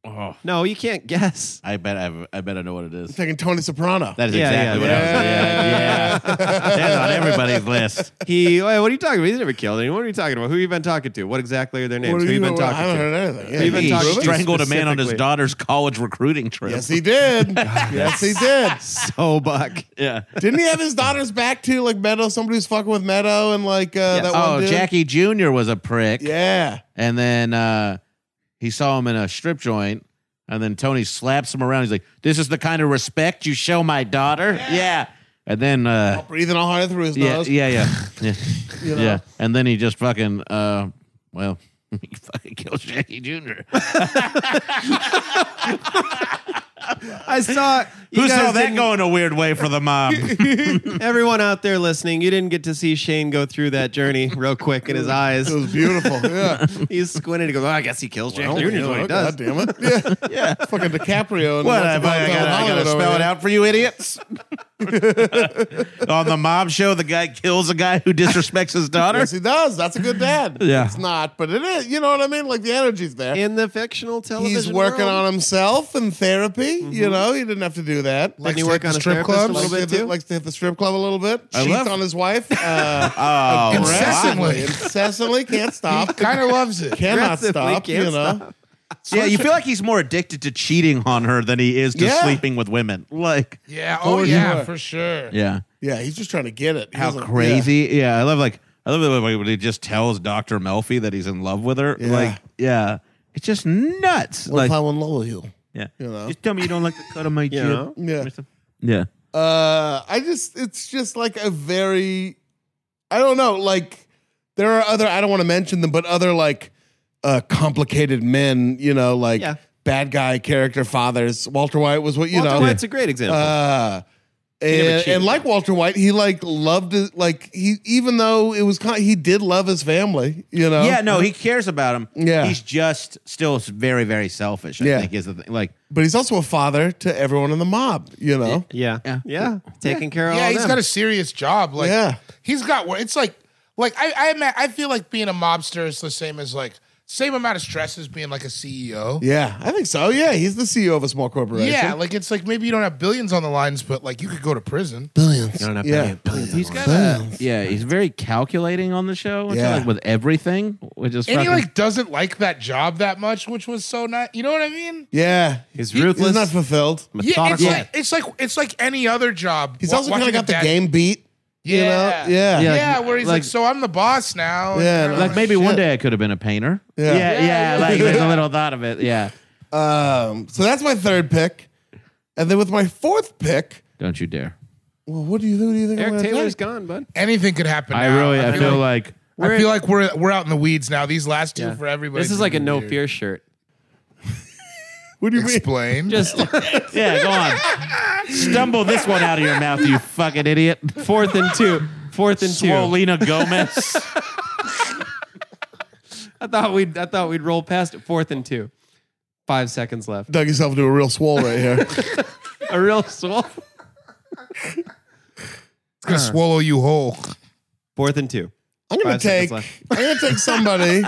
Speaker 2: Oh,
Speaker 3: No, you can't guess.
Speaker 5: I bet I've, I bet I know what it
Speaker 1: I'm
Speaker 5: is.
Speaker 1: taking Tony Soprano.
Speaker 5: That is
Speaker 3: Yeah,
Speaker 5: exactly
Speaker 3: yeah,
Speaker 5: what I was. Yeah, yeah. That's on everybody's list.
Speaker 3: He, "Hey, what are you talking about? He's never killed anyone. What are you talking about? Who you been talking to? What exactly are their names?
Speaker 1: What do
Speaker 3: Who you been
Speaker 1: know- I
Speaker 3: talking
Speaker 1: haven't
Speaker 3: to?
Speaker 1: heard anything. Yeah,
Speaker 3: Who you been
Speaker 5: He
Speaker 3: talking to
Speaker 5: strangled a man on his
Speaker 3: specifically?
Speaker 5: daughter's college recruiting trip.
Speaker 1: Yes, he did. yes, he did.
Speaker 3: So Buck.
Speaker 5: yeah.
Speaker 1: Didn't he have his daughter's back too? Like Meadow, somebody was fucking with Meadow and like uh,
Speaker 3: Yes.
Speaker 1: that one
Speaker 5: Oh,
Speaker 1: dude.
Speaker 5: Jackie Jr. was a prick.
Speaker 1: Yeah.
Speaker 5: And then uh, he saw him in a strip joint. And then Tony slaps him around. He's like, This is the kind of respect you show my daughter? Yeah. And then, uh,
Speaker 1: Breathing all hard through his
Speaker 5: yeah,
Speaker 1: nose.
Speaker 5: yeah, yeah, yeah,
Speaker 1: You know?
Speaker 5: yeah. And then he just fucking, uh, well, he fucking kills Jackie Jr.
Speaker 3: I saw. You
Speaker 5: Who
Speaker 3: guys
Speaker 5: saw that
Speaker 3: didn't-
Speaker 5: going a weird way for the mom?
Speaker 3: Everyone out there listening, you didn't get to see Shane go through that journey real quick in his eyes.
Speaker 1: It was beautiful. Yeah.
Speaker 3: He's squinted. He goes, oh, I guess he kills Jack Jr. is what he does.
Speaker 1: God damn it. Yeah. yeah. Fucking DiCaprio. And
Speaker 5: What?
Speaker 1: Once
Speaker 5: I, I,
Speaker 1: Upon a Time in
Speaker 5: gotta, I
Speaker 1: Hollywood
Speaker 5: gotta
Speaker 1: over
Speaker 5: spell it
Speaker 1: here.
Speaker 5: out for you idiots. On the mob show, the guy kills a guy who disrespects his daughter.
Speaker 1: Yes, he does. That's a good dad.
Speaker 5: Yeah.
Speaker 1: It's not, but it is. You know what I mean? Like the energy's there.
Speaker 3: In the fictional television
Speaker 1: He's working
Speaker 3: world.
Speaker 1: on himself and therapy.
Speaker 5: Mm-hmm.
Speaker 1: You know, he didn't have to do that.
Speaker 3: Didn't he
Speaker 4: to
Speaker 3: work
Speaker 4: hit
Speaker 3: on
Speaker 4: the
Speaker 3: a
Speaker 4: strip
Speaker 3: therapist
Speaker 4: clubs?
Speaker 3: a little
Speaker 1: Likes
Speaker 3: bit
Speaker 1: to hit the-
Speaker 3: too?
Speaker 1: likes to hit the strip club a little bit.
Speaker 5: I
Speaker 1: Cheats
Speaker 5: love-
Speaker 1: on his wife. Uh,
Speaker 5: Oh,
Speaker 4: Incessantly.
Speaker 1: incessantly can't stop.
Speaker 4: Kind of loves it.
Speaker 1: cannot
Speaker 3: Aggressively
Speaker 1: stop.
Speaker 3: can't
Speaker 1: you know,
Speaker 3: stop.
Speaker 5: yeah. You feel like he's more addicted to cheating on her than he is to
Speaker 1: Yeah.
Speaker 5: sleeping with women. Like,
Speaker 4: Yeah. Oh,
Speaker 1: For
Speaker 4: yeah,
Speaker 1: sure.
Speaker 4: for sure.
Speaker 5: yeah,
Speaker 1: yeah, he's just trying to get it. He
Speaker 5: how
Speaker 1: doesn't-
Speaker 5: crazy. Yeah. I love like I love the way when he just tells Doctor Melfi that he's in love with her.
Speaker 1: Yeah.
Speaker 5: Like, yeah, it's just nuts.
Speaker 1: Yeah. What
Speaker 5: Like,
Speaker 1: if I want lower you?
Speaker 5: yeah.
Speaker 1: You know.
Speaker 5: Just tell me you don't like the cut of my
Speaker 3: You
Speaker 5: jib.
Speaker 3: know?
Speaker 1: Yeah.
Speaker 5: Yeah.
Speaker 1: Uh, I just, it's just like a very, I don't know, like there are other, I don't want to mention them, but other like uh, complicated men, you know, like
Speaker 3: Yeah.
Speaker 1: bad guy character fathers. Walter White was what, you
Speaker 3: Walter
Speaker 1: know.
Speaker 3: White's a great example.
Speaker 1: Uh,
Speaker 3: never
Speaker 1: and,
Speaker 3: cheated.
Speaker 1: and like Walter White, he like loved it. Like he, even though it was kind, he did love his family. You know,
Speaker 5: Yeah, no, he cares about him.
Speaker 1: Yeah.
Speaker 5: he's just still very, very selfish. I
Speaker 1: Yeah.
Speaker 5: think is the thing. Like,
Speaker 1: But he's also a father to everyone in the mob. You know,
Speaker 3: yeah.
Speaker 5: yeah.
Speaker 3: yeah. Taking care of
Speaker 4: Yeah,
Speaker 3: all
Speaker 4: he's
Speaker 3: them.
Speaker 4: got a serious job. Like,
Speaker 1: Yeah.
Speaker 4: he's got work. It's like, like I, I, ima- I feel like being a mobster is the same as like same amount of stress as being like a CEO.
Speaker 1: yeah, I think so. Oh, Yeah, he's the CEO of a small corporation.
Speaker 4: Yeah, like it's like maybe you don't have billions on the lines, but like you could go to prison.
Speaker 1: billions.
Speaker 3: No, no,
Speaker 1: yeah,
Speaker 3: billion, billion.
Speaker 5: he's got a, yeah, he's very calculating on the show. which I
Speaker 1: Yeah.
Speaker 5: like, with everything, which is
Speaker 4: And he
Speaker 5: fucking-
Speaker 4: like doesn't like that job that much, which was so not. You know what I mean?
Speaker 1: yeah.
Speaker 3: He's
Speaker 1: He's
Speaker 3: ruthless.
Speaker 1: not fulfilled.
Speaker 4: Yeah, it's
Speaker 3: methodical.
Speaker 4: like it's like it's like any other job.
Speaker 1: He's
Speaker 4: Wa-
Speaker 1: also kind
Speaker 4: watching
Speaker 1: of got
Speaker 4: a
Speaker 1: the
Speaker 4: dad-
Speaker 1: game beat. You
Speaker 4: Yeah.
Speaker 1: know? Yeah.
Speaker 4: Yeah,
Speaker 5: Yeah.
Speaker 4: where he's like,
Speaker 5: like-
Speaker 4: so I'm the boss now. and
Speaker 1: Yeah,
Speaker 4: I'm
Speaker 5: like maybe
Speaker 1: shit.
Speaker 5: one day I could have been a painter.
Speaker 1: Yeah.
Speaker 5: yeah,
Speaker 4: Yeah,
Speaker 5: yeah, like
Speaker 4: yeah.
Speaker 5: there's a little thought of it. Yeah,
Speaker 1: Um, so that's my third pick, and then with my fourth pick,
Speaker 5: don't you dare.
Speaker 1: well, what do you who do you think? I'm
Speaker 3: Eric
Speaker 1: gonna
Speaker 3: Taylor's
Speaker 1: take?
Speaker 3: gone, bud.
Speaker 4: anything could happen.
Speaker 5: I
Speaker 4: now.
Speaker 5: really,
Speaker 3: uh,
Speaker 5: I
Speaker 4: feel
Speaker 5: feel like
Speaker 4: I feel like we're we're out in the weeds now. These last two
Speaker 3: Yeah.
Speaker 4: for everybody.
Speaker 3: This is like a no fear shirt.
Speaker 1: What do you mean?
Speaker 4: Explain.
Speaker 3: Just
Speaker 5: yeah, go on, stumble this one out of your mouth, you fucking idiot.
Speaker 3: fourth and two. Fourth and two.
Speaker 5: Swolina Gomez.
Speaker 3: I thought we'd I thought we'd roll past it. Fourth and two. Five seconds left.
Speaker 1: Dug yourself into a real swole right here.
Speaker 3: A real soul.
Speaker 4: It's gonna swallow you whole.
Speaker 3: Fourth and two.
Speaker 1: I'm gonna
Speaker 3: Five seconds
Speaker 1: take. I'm gonna take somebody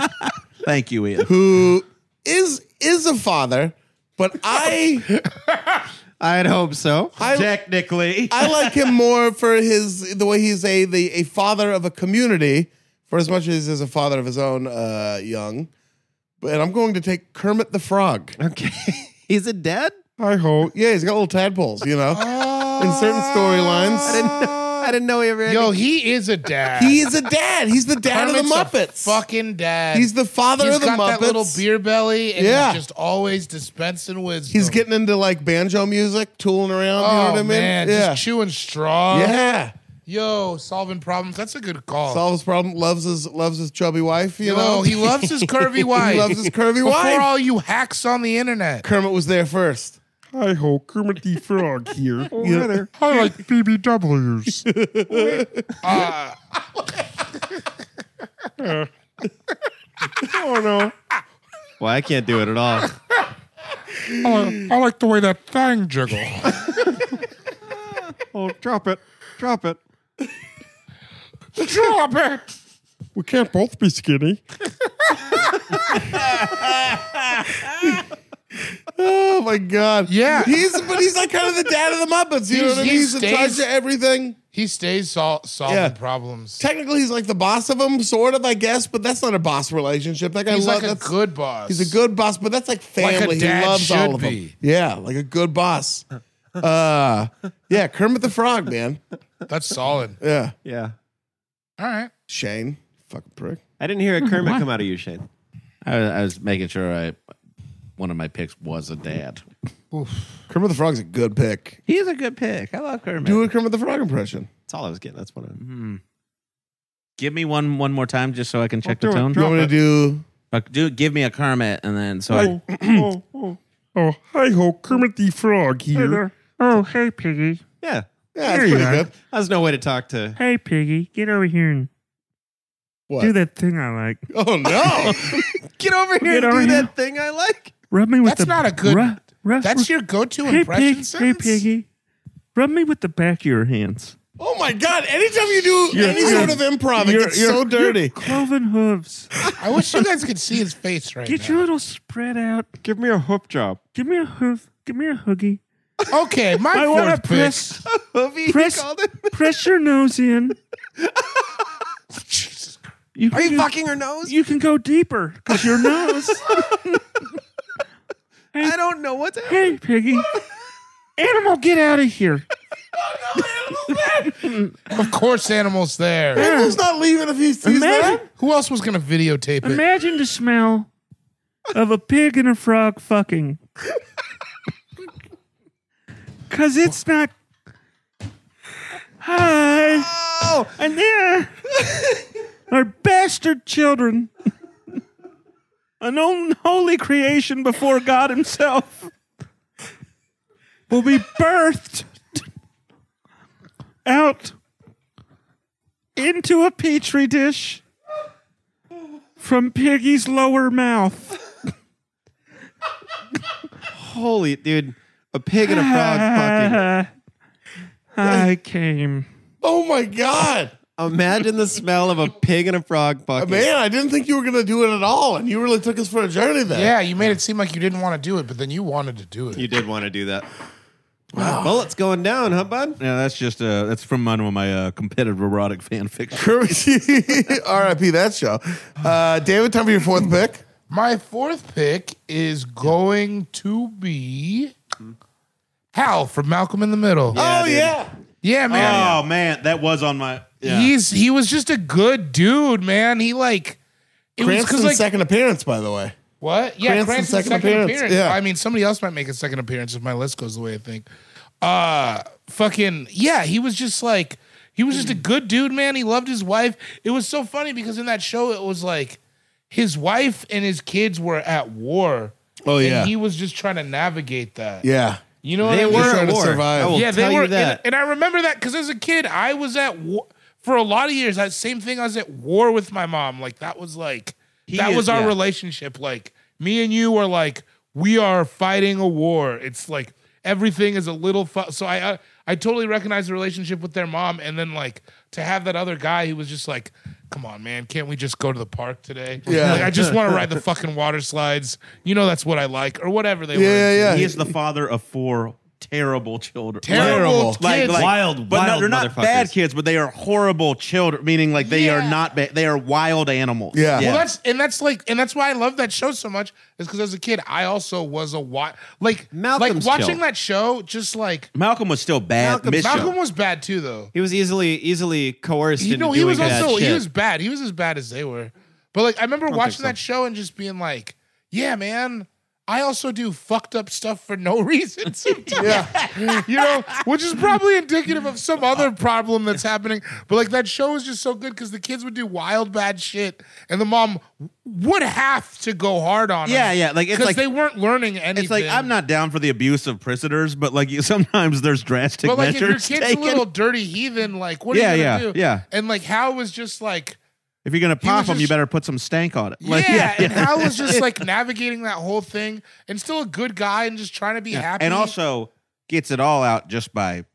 Speaker 5: Thank you, Ian.
Speaker 1: who is is a father, but I
Speaker 3: I'd hope so.
Speaker 1: I
Speaker 5: Technically,
Speaker 1: I like him more for his the way he's a the a father of a community for as much as he's a father of his own uh, young. But I'm going to take Kermit the Frog.
Speaker 3: Okay. He's a dad?
Speaker 1: I hope. Yeah, he's got little tadpoles, you know, in certain
Speaker 3: I
Speaker 1: storylines.
Speaker 3: didn't know, I didn't know he ever had
Speaker 4: Yo, he is a dad.
Speaker 1: He is a dad. He's the dad of the
Speaker 4: Kermit's a
Speaker 1: Muppets.
Speaker 4: fucking dad.
Speaker 1: He's the father
Speaker 4: He's
Speaker 1: of the
Speaker 4: got
Speaker 1: Muppets.
Speaker 4: that little beer belly, and
Speaker 1: Yeah.
Speaker 4: he's just always dispensing wisdom.
Speaker 1: He's getting into like banjo music, tooling around.
Speaker 4: Oh
Speaker 1: you know what I mean?
Speaker 4: man,
Speaker 1: yeah.
Speaker 4: just chewing straw.
Speaker 1: yeah.
Speaker 4: Yo, solving problems. That's a good call.
Speaker 1: Solves problem. Loves his loves his chubby wife. You
Speaker 4: Yo,
Speaker 1: know
Speaker 4: he loves his curvy wife.
Speaker 1: He loves his curvy
Speaker 4: Before
Speaker 1: wife.
Speaker 4: all you hacks on the internet.
Speaker 1: Kermit was there first.
Speaker 8: Hi ho, Kermit the Frog here.
Speaker 1: Yeah.
Speaker 8: I like BBWs. oh no,
Speaker 3: Well, I can't do it at all.
Speaker 8: I, I like the way that thang jiggle.
Speaker 3: oh, drop it. Drop it.
Speaker 8: Drop it. We can't both be skinny.
Speaker 1: Oh my god.
Speaker 4: Yeah.
Speaker 1: He's but he's like kind of the dad of the Muppets. You know
Speaker 4: He's-
Speaker 1: what I mean?
Speaker 4: he
Speaker 1: He's in charge
Speaker 4: stays-
Speaker 1: of everything.
Speaker 4: He stays sol- solving
Speaker 1: Yeah.
Speaker 4: problems.
Speaker 1: Technically, he's like the boss of them, sort of, I guess. But that's not a boss relationship. That guy
Speaker 4: He's
Speaker 1: loves.
Speaker 4: like a good boss.
Speaker 1: He's a good boss, but that's like
Speaker 4: Like a
Speaker 1: family.
Speaker 4: dad
Speaker 1: he loves
Speaker 4: should
Speaker 1: all of
Speaker 4: be.
Speaker 1: them. Yeah, like a good boss. Uh, yeah, Kermit the Frog, man.
Speaker 4: That's solid.
Speaker 1: Yeah,
Speaker 3: Yeah.
Speaker 4: All right.
Speaker 1: Shane, fucking prick.
Speaker 3: I didn't hear a Kermit come out of you, Shane.
Speaker 2: I, I was making sure I one of my picks was a dad.
Speaker 1: Kermit the Frog's a good pick.
Speaker 2: He's a good pick. I love Kermit.
Speaker 1: Do a Kermit the Frog impression.
Speaker 3: That's all I was getting. That's what I'm.
Speaker 2: Give me one one more time just so I can check
Speaker 3: do
Speaker 2: the
Speaker 3: it,
Speaker 2: tone.
Speaker 1: Do you want me to do?
Speaker 5: Uh,
Speaker 2: Like, do give me a Kermit and then so I,
Speaker 5: oh, oh, oh, hi ho, Kermit the Frog here. Oh, hey, Piggy.
Speaker 3: Yeah.
Speaker 1: Yeah,
Speaker 5: There
Speaker 1: it's
Speaker 5: you
Speaker 1: pretty
Speaker 5: are.
Speaker 1: good.
Speaker 3: That's no way to talk to.
Speaker 5: Hey, Piggy, get over here and
Speaker 1: What?
Speaker 5: do that thing I like.
Speaker 1: Oh no!
Speaker 3: Get over here and
Speaker 5: Get
Speaker 3: do
Speaker 5: over here.
Speaker 3: that thing I like.
Speaker 5: Rub me with
Speaker 4: That's
Speaker 5: the
Speaker 4: not a good-
Speaker 5: ru- ru-
Speaker 4: That's your go-to
Speaker 5: hey,
Speaker 4: impression
Speaker 5: pig, hey,
Speaker 4: sentence?
Speaker 5: Piggy, rub me with the back of your hands.
Speaker 1: oh my god! Anytime you do
Speaker 5: You're-
Speaker 1: any
Speaker 5: you're-
Speaker 1: sort of improv, it
Speaker 5: Your-
Speaker 1: gets
Speaker 5: your-
Speaker 1: so
Speaker 5: your
Speaker 1: dirty.
Speaker 5: Cloven hooves.
Speaker 4: I wish you guys could see his face right
Speaker 5: Get
Speaker 4: now.
Speaker 5: your little spread out.
Speaker 3: Give me a hoop job.
Speaker 5: Give me a hoof. Give me a hoogie.
Speaker 4: okay, my
Speaker 5: I want
Speaker 4: fourth
Speaker 5: to
Speaker 4: pick.
Speaker 5: press,
Speaker 3: Hoovy,
Speaker 5: Press-
Speaker 3: he called it.
Speaker 5: press your nose in. You
Speaker 3: Are you
Speaker 5: can-
Speaker 3: fucking her nose?
Speaker 5: You can go deeper because your nose.
Speaker 3: I don't know what's happening.
Speaker 5: hey, Piggy. Animal, get out of here.
Speaker 4: Of course, animals there.
Speaker 1: Who's not leaving if he sees
Speaker 5: Imagine-
Speaker 1: that?
Speaker 4: Who else was going to videotape it?
Speaker 5: Imagine the smell of a pig and a frog fucking. Cause it's not. Hi. And there are bastard children. An unholy creation before God Himself will be birthed out into a petri dish from Piggy's lower mouth.
Speaker 3: Holy dude, a pig and a frog
Speaker 5: Uh, I came.
Speaker 1: Oh my god!
Speaker 3: fucking. Imagine the smell of a pig and a frog fucking.
Speaker 1: Man, I didn't think you were gonna do it at all, and you really took us for a journey there.
Speaker 4: yeah, you made it seem like you didn't want to do it, but then you wanted to do it.
Speaker 3: You did want to do that. Bullets going down, huh, bud?
Speaker 2: yeah, that's just uh that's from one of my uh, competitive erotic fan fiction.
Speaker 1: R.I.P. That show. Uh, David, time for your fourth pick.
Speaker 4: My fourth pick is going to be Hal from Malcolm in the Middle. Yeah,
Speaker 1: oh yeah,
Speaker 2: Oh,
Speaker 4: man.
Speaker 2: man, that was on my
Speaker 4: He's he was just a good dude, man. He like it was
Speaker 1: Cranston's
Speaker 4: because like
Speaker 1: second appearance, by the way.
Speaker 4: What? Yeah,
Speaker 1: Cranston's
Speaker 4: Cranston's second,
Speaker 1: second
Speaker 4: appearance.
Speaker 1: appearance, yeah.
Speaker 4: I mean, somebody else might make a second appearance if my list goes the way I think. Uh fucking yeah, he was just like he was just a good dude, man. He loved his wife. It was so funny because in that show it was like his wife and his kids were at war.
Speaker 1: Oh
Speaker 4: And he was just trying to navigate that.
Speaker 1: yeah.
Speaker 4: You know what
Speaker 3: They
Speaker 4: I mean?
Speaker 3: were
Speaker 1: Just
Speaker 3: at
Speaker 1: trying to
Speaker 3: war. Oh,
Speaker 1: survive.
Speaker 3: I will
Speaker 4: yeah,
Speaker 3: tell
Speaker 4: they were
Speaker 3: you that.
Speaker 4: And, and I remember that because as a kid, I was at war for a lot of years. That same thing, I was at war with my mom. Like that was like that
Speaker 2: is-
Speaker 4: was our
Speaker 2: yeah.
Speaker 4: relationship. Like me and you are like we are fighting a war. It's like everything is a little fu- so. I I, I totally recognize the relationship with their mom, and then like to have that other guy who was just like. Come on, man! Can't we just go to the park today?
Speaker 1: Yeah.
Speaker 4: like, I just want to ride the fucking water slides. You know that's what I like, or whatever they were.
Speaker 1: Yeah, yeah,
Speaker 2: He
Speaker 1: yeah.
Speaker 2: is the father of four terrible children.
Speaker 4: Terrible,
Speaker 2: Like,
Speaker 4: kids.
Speaker 2: like
Speaker 3: Wild,
Speaker 2: but no,
Speaker 3: wild
Speaker 2: they're not
Speaker 3: motherfuckers.
Speaker 2: bad kids, but they are horrible children. Meaning, like they
Speaker 4: Yeah.
Speaker 2: are not bad. They are wild animals.
Speaker 1: Yeah.
Speaker 4: Well, that's and that's like and that's why I love that show so much is because as a kid I also was a wa- like
Speaker 3: Malcolm's
Speaker 4: like watching
Speaker 3: chill.
Speaker 4: that show just like
Speaker 2: Malcolm was still bad.
Speaker 3: Malcolm-
Speaker 2: mid-show.
Speaker 4: Malcolm was bad too though.
Speaker 3: He was easily easily coerced
Speaker 4: You
Speaker 3: into
Speaker 4: know
Speaker 3: doing
Speaker 4: he was
Speaker 3: bad
Speaker 4: also
Speaker 3: shit.
Speaker 4: he was bad. He was as bad as they were. But like I remember watching that show and just being like, yeah, man. I also do fucked up stuff for no reason sometimes. You know, which is probably indicative of some other problem that's happening. But like that show is just so good because the kids would do wild bad shit and the mom would have to go hard on 'em.
Speaker 2: Yeah, yeah, like, it's
Speaker 4: because
Speaker 2: like-
Speaker 4: they weren't learning anything.
Speaker 2: It's like I'm not down for the abuse of prisoners, but like you, sometimes there's drastic
Speaker 4: But like, if your
Speaker 2: measures
Speaker 4: kid's
Speaker 2: taken.
Speaker 4: a little dirty heathen, like, what are
Speaker 2: Yeah,
Speaker 4: you gonna
Speaker 2: yeah,
Speaker 4: do?
Speaker 2: yeah.
Speaker 4: And like, Hal was just like,
Speaker 2: if you're gonna pop
Speaker 4: was
Speaker 2: them, you
Speaker 4: just-
Speaker 2: better put some stank on it. Like,
Speaker 4: yeah, And Hal was just like navigating that whole thing, and still a good guy, and just trying to be happy.
Speaker 2: and also gets it all out just by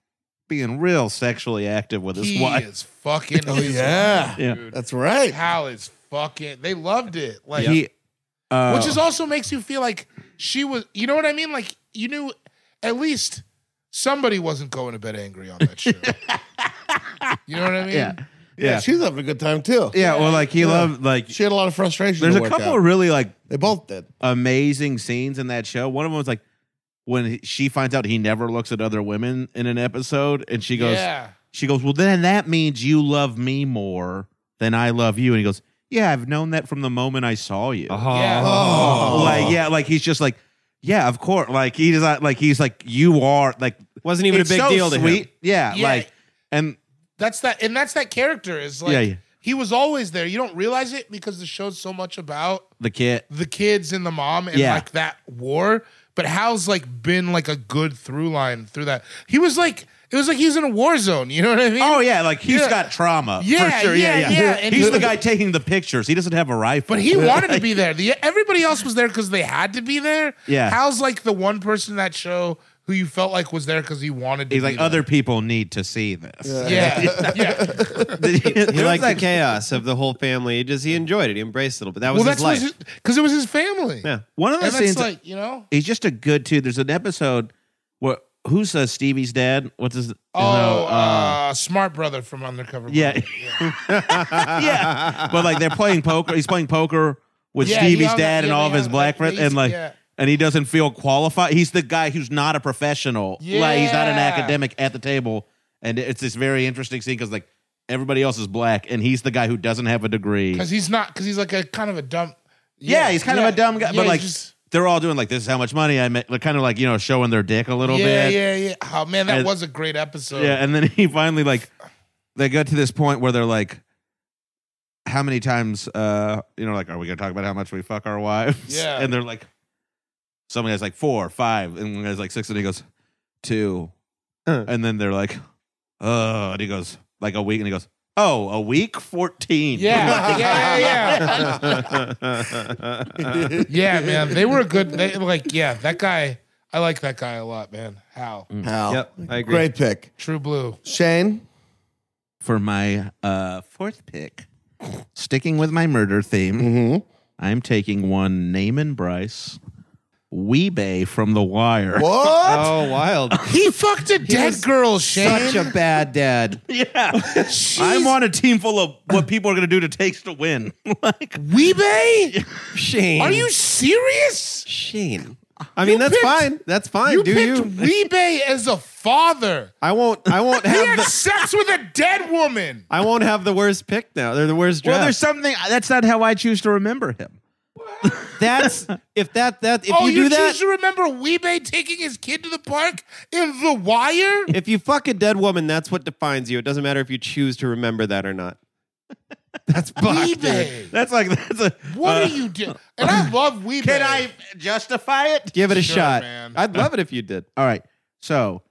Speaker 2: being real sexually active with his
Speaker 4: he
Speaker 2: wife.
Speaker 4: is fucking. oh
Speaker 1: yeah.
Speaker 2: Yeah.
Speaker 1: That's right.
Speaker 4: Hal is fucking. They loved it, like,
Speaker 2: He, uh,
Speaker 4: which is also makes you feel like she was you know what I mean? Like you knew at least somebody wasn't going to bed angry on that show. you know what I mean?
Speaker 2: Yeah.
Speaker 1: Yeah, she's having a good time too.
Speaker 2: Yeah, or like he loved like
Speaker 1: She had a lot of frustration.
Speaker 2: there's
Speaker 1: to
Speaker 2: a
Speaker 1: work
Speaker 2: couple
Speaker 1: out.
Speaker 2: of really like
Speaker 1: they both did.
Speaker 2: amazing scenes in that show. One of them was like when he- she finds out he never looks at other women in an episode, and she goes,
Speaker 4: Yeah.
Speaker 2: she goes, well, then that means you love me more than I love you. And he goes, yeah, I've known that from the moment I saw you.
Speaker 4: Yeah.
Speaker 1: Oh,
Speaker 2: Like, yeah, like he's just like, yeah, of course. Like he's not like he's like you are like
Speaker 3: Wasn't even
Speaker 2: it's
Speaker 3: a big
Speaker 2: so
Speaker 3: deal to
Speaker 2: sweet.
Speaker 3: him.
Speaker 2: Yeah,
Speaker 4: Yeah.
Speaker 2: like and
Speaker 4: That's that, and that's that character is like
Speaker 2: Yeah, yeah.
Speaker 4: he was always there. You don't realize it because the show's so much about
Speaker 2: the kid.
Speaker 4: the kids and the mom and
Speaker 2: Yeah.
Speaker 4: like that war. But Hal's like been like a good through line through that. He was like it was like he was in a war zone. You know what I mean?
Speaker 2: Oh yeah, like he's
Speaker 4: Yeah.
Speaker 2: got trauma.
Speaker 4: Yeah,
Speaker 2: for sure. Yeah,
Speaker 4: yeah,
Speaker 2: yeah.
Speaker 4: yeah. And
Speaker 2: he's
Speaker 4: he-
Speaker 2: the guy taking the pictures. He doesn't have a rifle.
Speaker 4: But he wanted to be there. The, everybody else was there because they had to be there.
Speaker 2: Yeah.
Speaker 4: Hal's like the one person in that show who you felt like was there because he wanted to.
Speaker 2: He's
Speaker 4: be
Speaker 2: like,
Speaker 4: there.
Speaker 2: other people need to see this.
Speaker 4: Yeah, yeah.
Speaker 3: He
Speaker 2: It was
Speaker 3: liked
Speaker 2: like-
Speaker 3: the chaos of the whole family. He just he enjoyed it. He embraced it a little bit. That was
Speaker 4: Well, that's
Speaker 3: his life.
Speaker 4: because it was his family.
Speaker 3: yeah.
Speaker 2: One of the
Speaker 4: and that's
Speaker 2: scenes,
Speaker 4: like you know.
Speaker 2: he's just a good too. There's an episode where who's uh, Stevie's dad? What's his?
Speaker 4: Oh,
Speaker 2: no,
Speaker 4: uh, smart brother from Undercover.
Speaker 2: yeah,
Speaker 4: Brother.
Speaker 2: yeah. But like they're playing poker. He's playing poker with
Speaker 4: Yeah, he
Speaker 2: Stevie's
Speaker 4: hung out-
Speaker 2: dad and
Speaker 4: yeah,
Speaker 2: all of
Speaker 4: they
Speaker 2: his
Speaker 4: hung
Speaker 2: black
Speaker 4: out-
Speaker 2: friends,
Speaker 4: he's-
Speaker 2: and like,
Speaker 4: yeah.
Speaker 2: and he doesn't feel qualified. He's the guy who's not a professional. Like he's not an
Speaker 4: Yeah.
Speaker 2: academic at the table, and it's this very interesting scene because like everybody else is black, and he's the guy who doesn't have a degree.
Speaker 4: Because he's not. Because he's like a kind of a dumb.
Speaker 2: Yeah, he's kind
Speaker 4: yeah,
Speaker 2: of a dumb guy,
Speaker 4: yeah,
Speaker 2: but
Speaker 4: he's
Speaker 2: like
Speaker 4: just-
Speaker 2: they're all doing like this is how much money I make, like, kind of like you know showing their dick a little
Speaker 4: yeah,
Speaker 2: bit.
Speaker 4: yeah, yeah. Oh man, that
Speaker 2: And-
Speaker 4: was a great episode.
Speaker 2: Yeah, and then he finally like they got to this point where they're like, how many times uh you know like are we gonna talk about how much we fuck our wives?
Speaker 4: Yeah.
Speaker 2: and they're like, somebody has like four, five, and one guy's like six, and he goes two,
Speaker 3: Huh.
Speaker 2: and then they're like, oh, and he goes like a week, and he goes. Oh, a week fourteen.
Speaker 4: yeah, yeah, yeah, yeah. Yeah, man, they were good. They like, yeah, that guy. I like that guy a lot, man. How
Speaker 2: Mm.
Speaker 1: Hal.
Speaker 3: Yep, I agree.
Speaker 1: Great pick,
Speaker 4: True Blue.
Speaker 1: Shane.
Speaker 2: For my uh, fourth pick, sticking with my murder theme,
Speaker 1: Mm-hmm.
Speaker 2: I'm taking one Naaman Bryce, Weebay from The Wire.
Speaker 1: What?
Speaker 3: Oh, wild.
Speaker 4: He fucked a dead girl, Shane.
Speaker 2: Such a bad dad. Yeah. I'm on a team full of what people are going to do to takes to win. like,
Speaker 4: Weebay?
Speaker 3: Shane.
Speaker 4: Are you serious?
Speaker 3: Shane? I mean, that's
Speaker 4: picked-
Speaker 3: fine. That's fine.
Speaker 4: You
Speaker 3: Do
Speaker 4: picked
Speaker 3: you?
Speaker 4: Weebay as a father.
Speaker 3: I won't. I won't
Speaker 4: He
Speaker 3: have
Speaker 4: had
Speaker 3: the.
Speaker 4: sex with a dead woman.
Speaker 3: I won't have the worst pick now. They're the worst draft.
Speaker 2: well, there's something that's not how I choose to remember him.
Speaker 3: that's if that that if
Speaker 4: oh,
Speaker 3: you
Speaker 4: you,
Speaker 3: do that.
Speaker 4: choose to remember Weebay taking his kid to the park in The Wire?
Speaker 3: if you fuck a dead woman, that's what defines you. It doesn't matter if you choose to remember that or not. That's fucked. dude.
Speaker 4: Weebay.
Speaker 2: That's like, that's a.
Speaker 4: What
Speaker 2: uh,
Speaker 4: are you doing? And I love Weebay.
Speaker 2: Can I justify it?
Speaker 3: Give it a
Speaker 4: Sure,
Speaker 3: shot.
Speaker 4: man.
Speaker 3: I'd love it if you did.
Speaker 2: All right. So,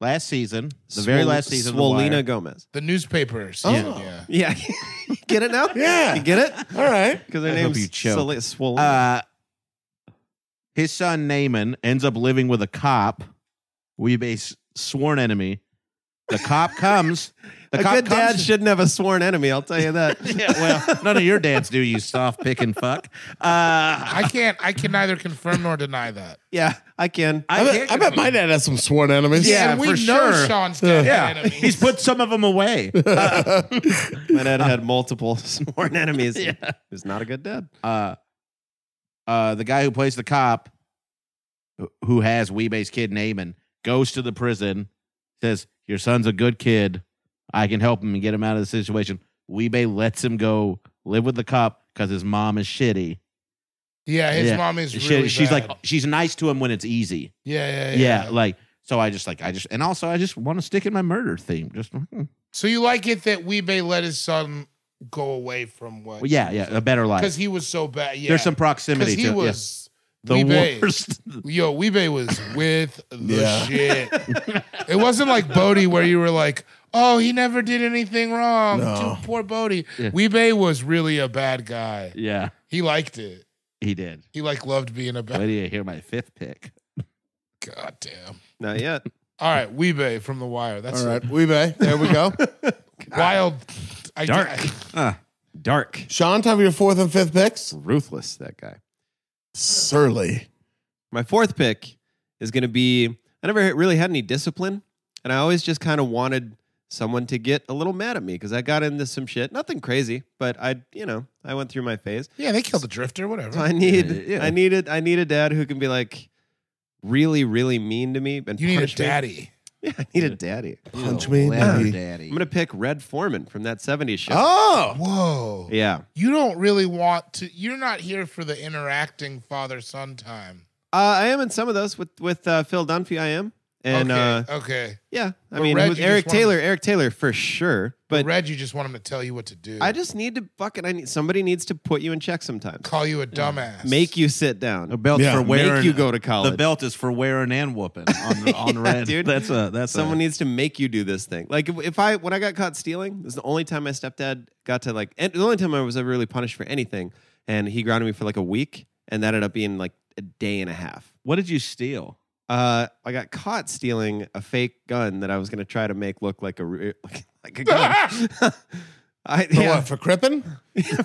Speaker 2: last season, the very
Speaker 3: Swol-
Speaker 2: last season, of The
Speaker 3: Swolina
Speaker 2: Wire-
Speaker 3: Gomez.
Speaker 4: The newspapers.
Speaker 1: Oh.
Speaker 4: Yeah.
Speaker 3: Yeah, get it now.
Speaker 1: Yeah.
Speaker 3: you get it
Speaker 1: All right.
Speaker 3: because their
Speaker 2: I hope
Speaker 3: name's
Speaker 2: you choke.
Speaker 3: Soli- Swolina.
Speaker 2: Uh, his son Naaman ends up living with a cop. We base sworn enemy. The cop comes. The
Speaker 3: a
Speaker 2: cop
Speaker 3: good dad
Speaker 2: comes-
Speaker 3: shouldn't have a sworn enemy. I'll tell you that.
Speaker 2: Yeah, well, none of your dads do. You soft picking fuck. Uh,
Speaker 4: I can't. I can neither confirm nor deny that.
Speaker 3: yeah, I can.
Speaker 1: I, bet, I bet my dad has some sworn enemies.
Speaker 2: Yeah,
Speaker 4: and we
Speaker 2: for
Speaker 4: know
Speaker 2: sure.
Speaker 4: Sean's got
Speaker 2: yeah,
Speaker 4: enemies.
Speaker 2: he's put some of them away.
Speaker 3: My dad had multiple sworn enemies. He was not a good dad.
Speaker 2: Uh, uh, the guy who plays the cop, who- who has Weebay's kid Naaman, goes to the prison. Says, "Your son's a good kid. I can help him and get him out of the situation." Weebay lets him go live with the cop because his mom is shitty.
Speaker 4: yeah, his
Speaker 2: Yeah.
Speaker 4: mom is
Speaker 2: She-
Speaker 4: really.
Speaker 2: she's
Speaker 4: bad.
Speaker 2: like she's nice to him when it's easy.
Speaker 4: yeah, yeah,
Speaker 2: Yeah,
Speaker 4: yeah,
Speaker 2: like so I just like I just and also I just want to stick in my murder theme. Just hmm.
Speaker 4: So you like it that Weebay let his son go away from what?
Speaker 2: Well, yeah, yeah, a better life.
Speaker 4: because he was so bad. Yeah,
Speaker 2: There's some proximity
Speaker 4: because
Speaker 2: to
Speaker 4: he
Speaker 2: it, yeah.
Speaker 4: was
Speaker 2: the
Speaker 4: Weebay.
Speaker 2: worst.
Speaker 4: Yo, Weebay was with the
Speaker 1: Yeah.
Speaker 4: shit. it wasn't like Bodie where you were like, oh, he never did anything wrong.
Speaker 1: No.
Speaker 4: Dude, poor Bodie.
Speaker 2: Yeah.
Speaker 4: Weebay was really a bad guy.
Speaker 2: yeah,
Speaker 4: He liked it.
Speaker 2: he did.
Speaker 4: He like loved being a
Speaker 2: Wait
Speaker 4: bad.
Speaker 2: do you hear my fifth pick?
Speaker 4: God damn.
Speaker 3: Not yet.
Speaker 4: All right, Weebay from The Wire. That's
Speaker 1: All right. We may. There we go.
Speaker 4: wild. I,
Speaker 3: Dark.
Speaker 4: I-
Speaker 3: Dark,
Speaker 1: Sean, time for your fourth and fifth picks.
Speaker 3: ruthless. That guy.
Speaker 1: Surly.
Speaker 3: My fourth pick is going to be I never really had any discipline, and I always just kind of wanted someone to get a little mad at me because I got into some shit. Nothing crazy, but I, you know, I went through my phase.
Speaker 4: Yeah, they killed the drifter, whatever.
Speaker 3: So I need,
Speaker 5: Yeah, yeah.
Speaker 3: I needed, I need a dad who can be like really, really mean to me. And
Speaker 4: You need a
Speaker 3: punch me.
Speaker 4: daddy.
Speaker 3: Yeah, I need a daddy.
Speaker 1: Punch me in the
Speaker 5: Leather
Speaker 1: knee.
Speaker 5: daddy.
Speaker 3: I'm gonna pick Red Foreman from that '70s show.
Speaker 1: Oh,
Speaker 4: Whoa.
Speaker 3: Yeah,
Speaker 4: You don't really want to. You're not here for the interacting father son time.
Speaker 3: uh, I am in some of those with with uh, Phil Dunphy. I am, and uh,
Speaker 4: okay. okay.
Speaker 3: yeah, I
Speaker 4: But
Speaker 3: mean
Speaker 4: Red,
Speaker 3: with
Speaker 4: you just
Speaker 3: Eric
Speaker 4: wanna-
Speaker 3: Taylor, Eric Taylor for sure. But
Speaker 4: Red, you just want him to tell you what to do.
Speaker 3: I just need to fucking. I need somebody needs to put you in check sometimes.
Speaker 4: call you a dumbass.
Speaker 3: Make you sit down.
Speaker 5: A belt
Speaker 1: Yeah,
Speaker 5: for
Speaker 1: make
Speaker 5: wearing.
Speaker 3: you go to college.
Speaker 5: The belt is for wearing and whooping on, on red.
Speaker 3: dude.
Speaker 5: That's a that's
Speaker 3: Someone
Speaker 5: a,
Speaker 3: needs to make you do this thing. Like if, if I when I got caught stealing, it was the only time my stepdad got to like and the only time I was ever really punished for anything. And he grounded me for like a week, and that ended up being like a day and a half.
Speaker 5: What did you steal?
Speaker 3: Uh, I got caught stealing a fake gun that I was gonna try to make look like a re- like, like a gun. I,
Speaker 1: For
Speaker 3: Oh, yeah.
Speaker 1: what? For crippin?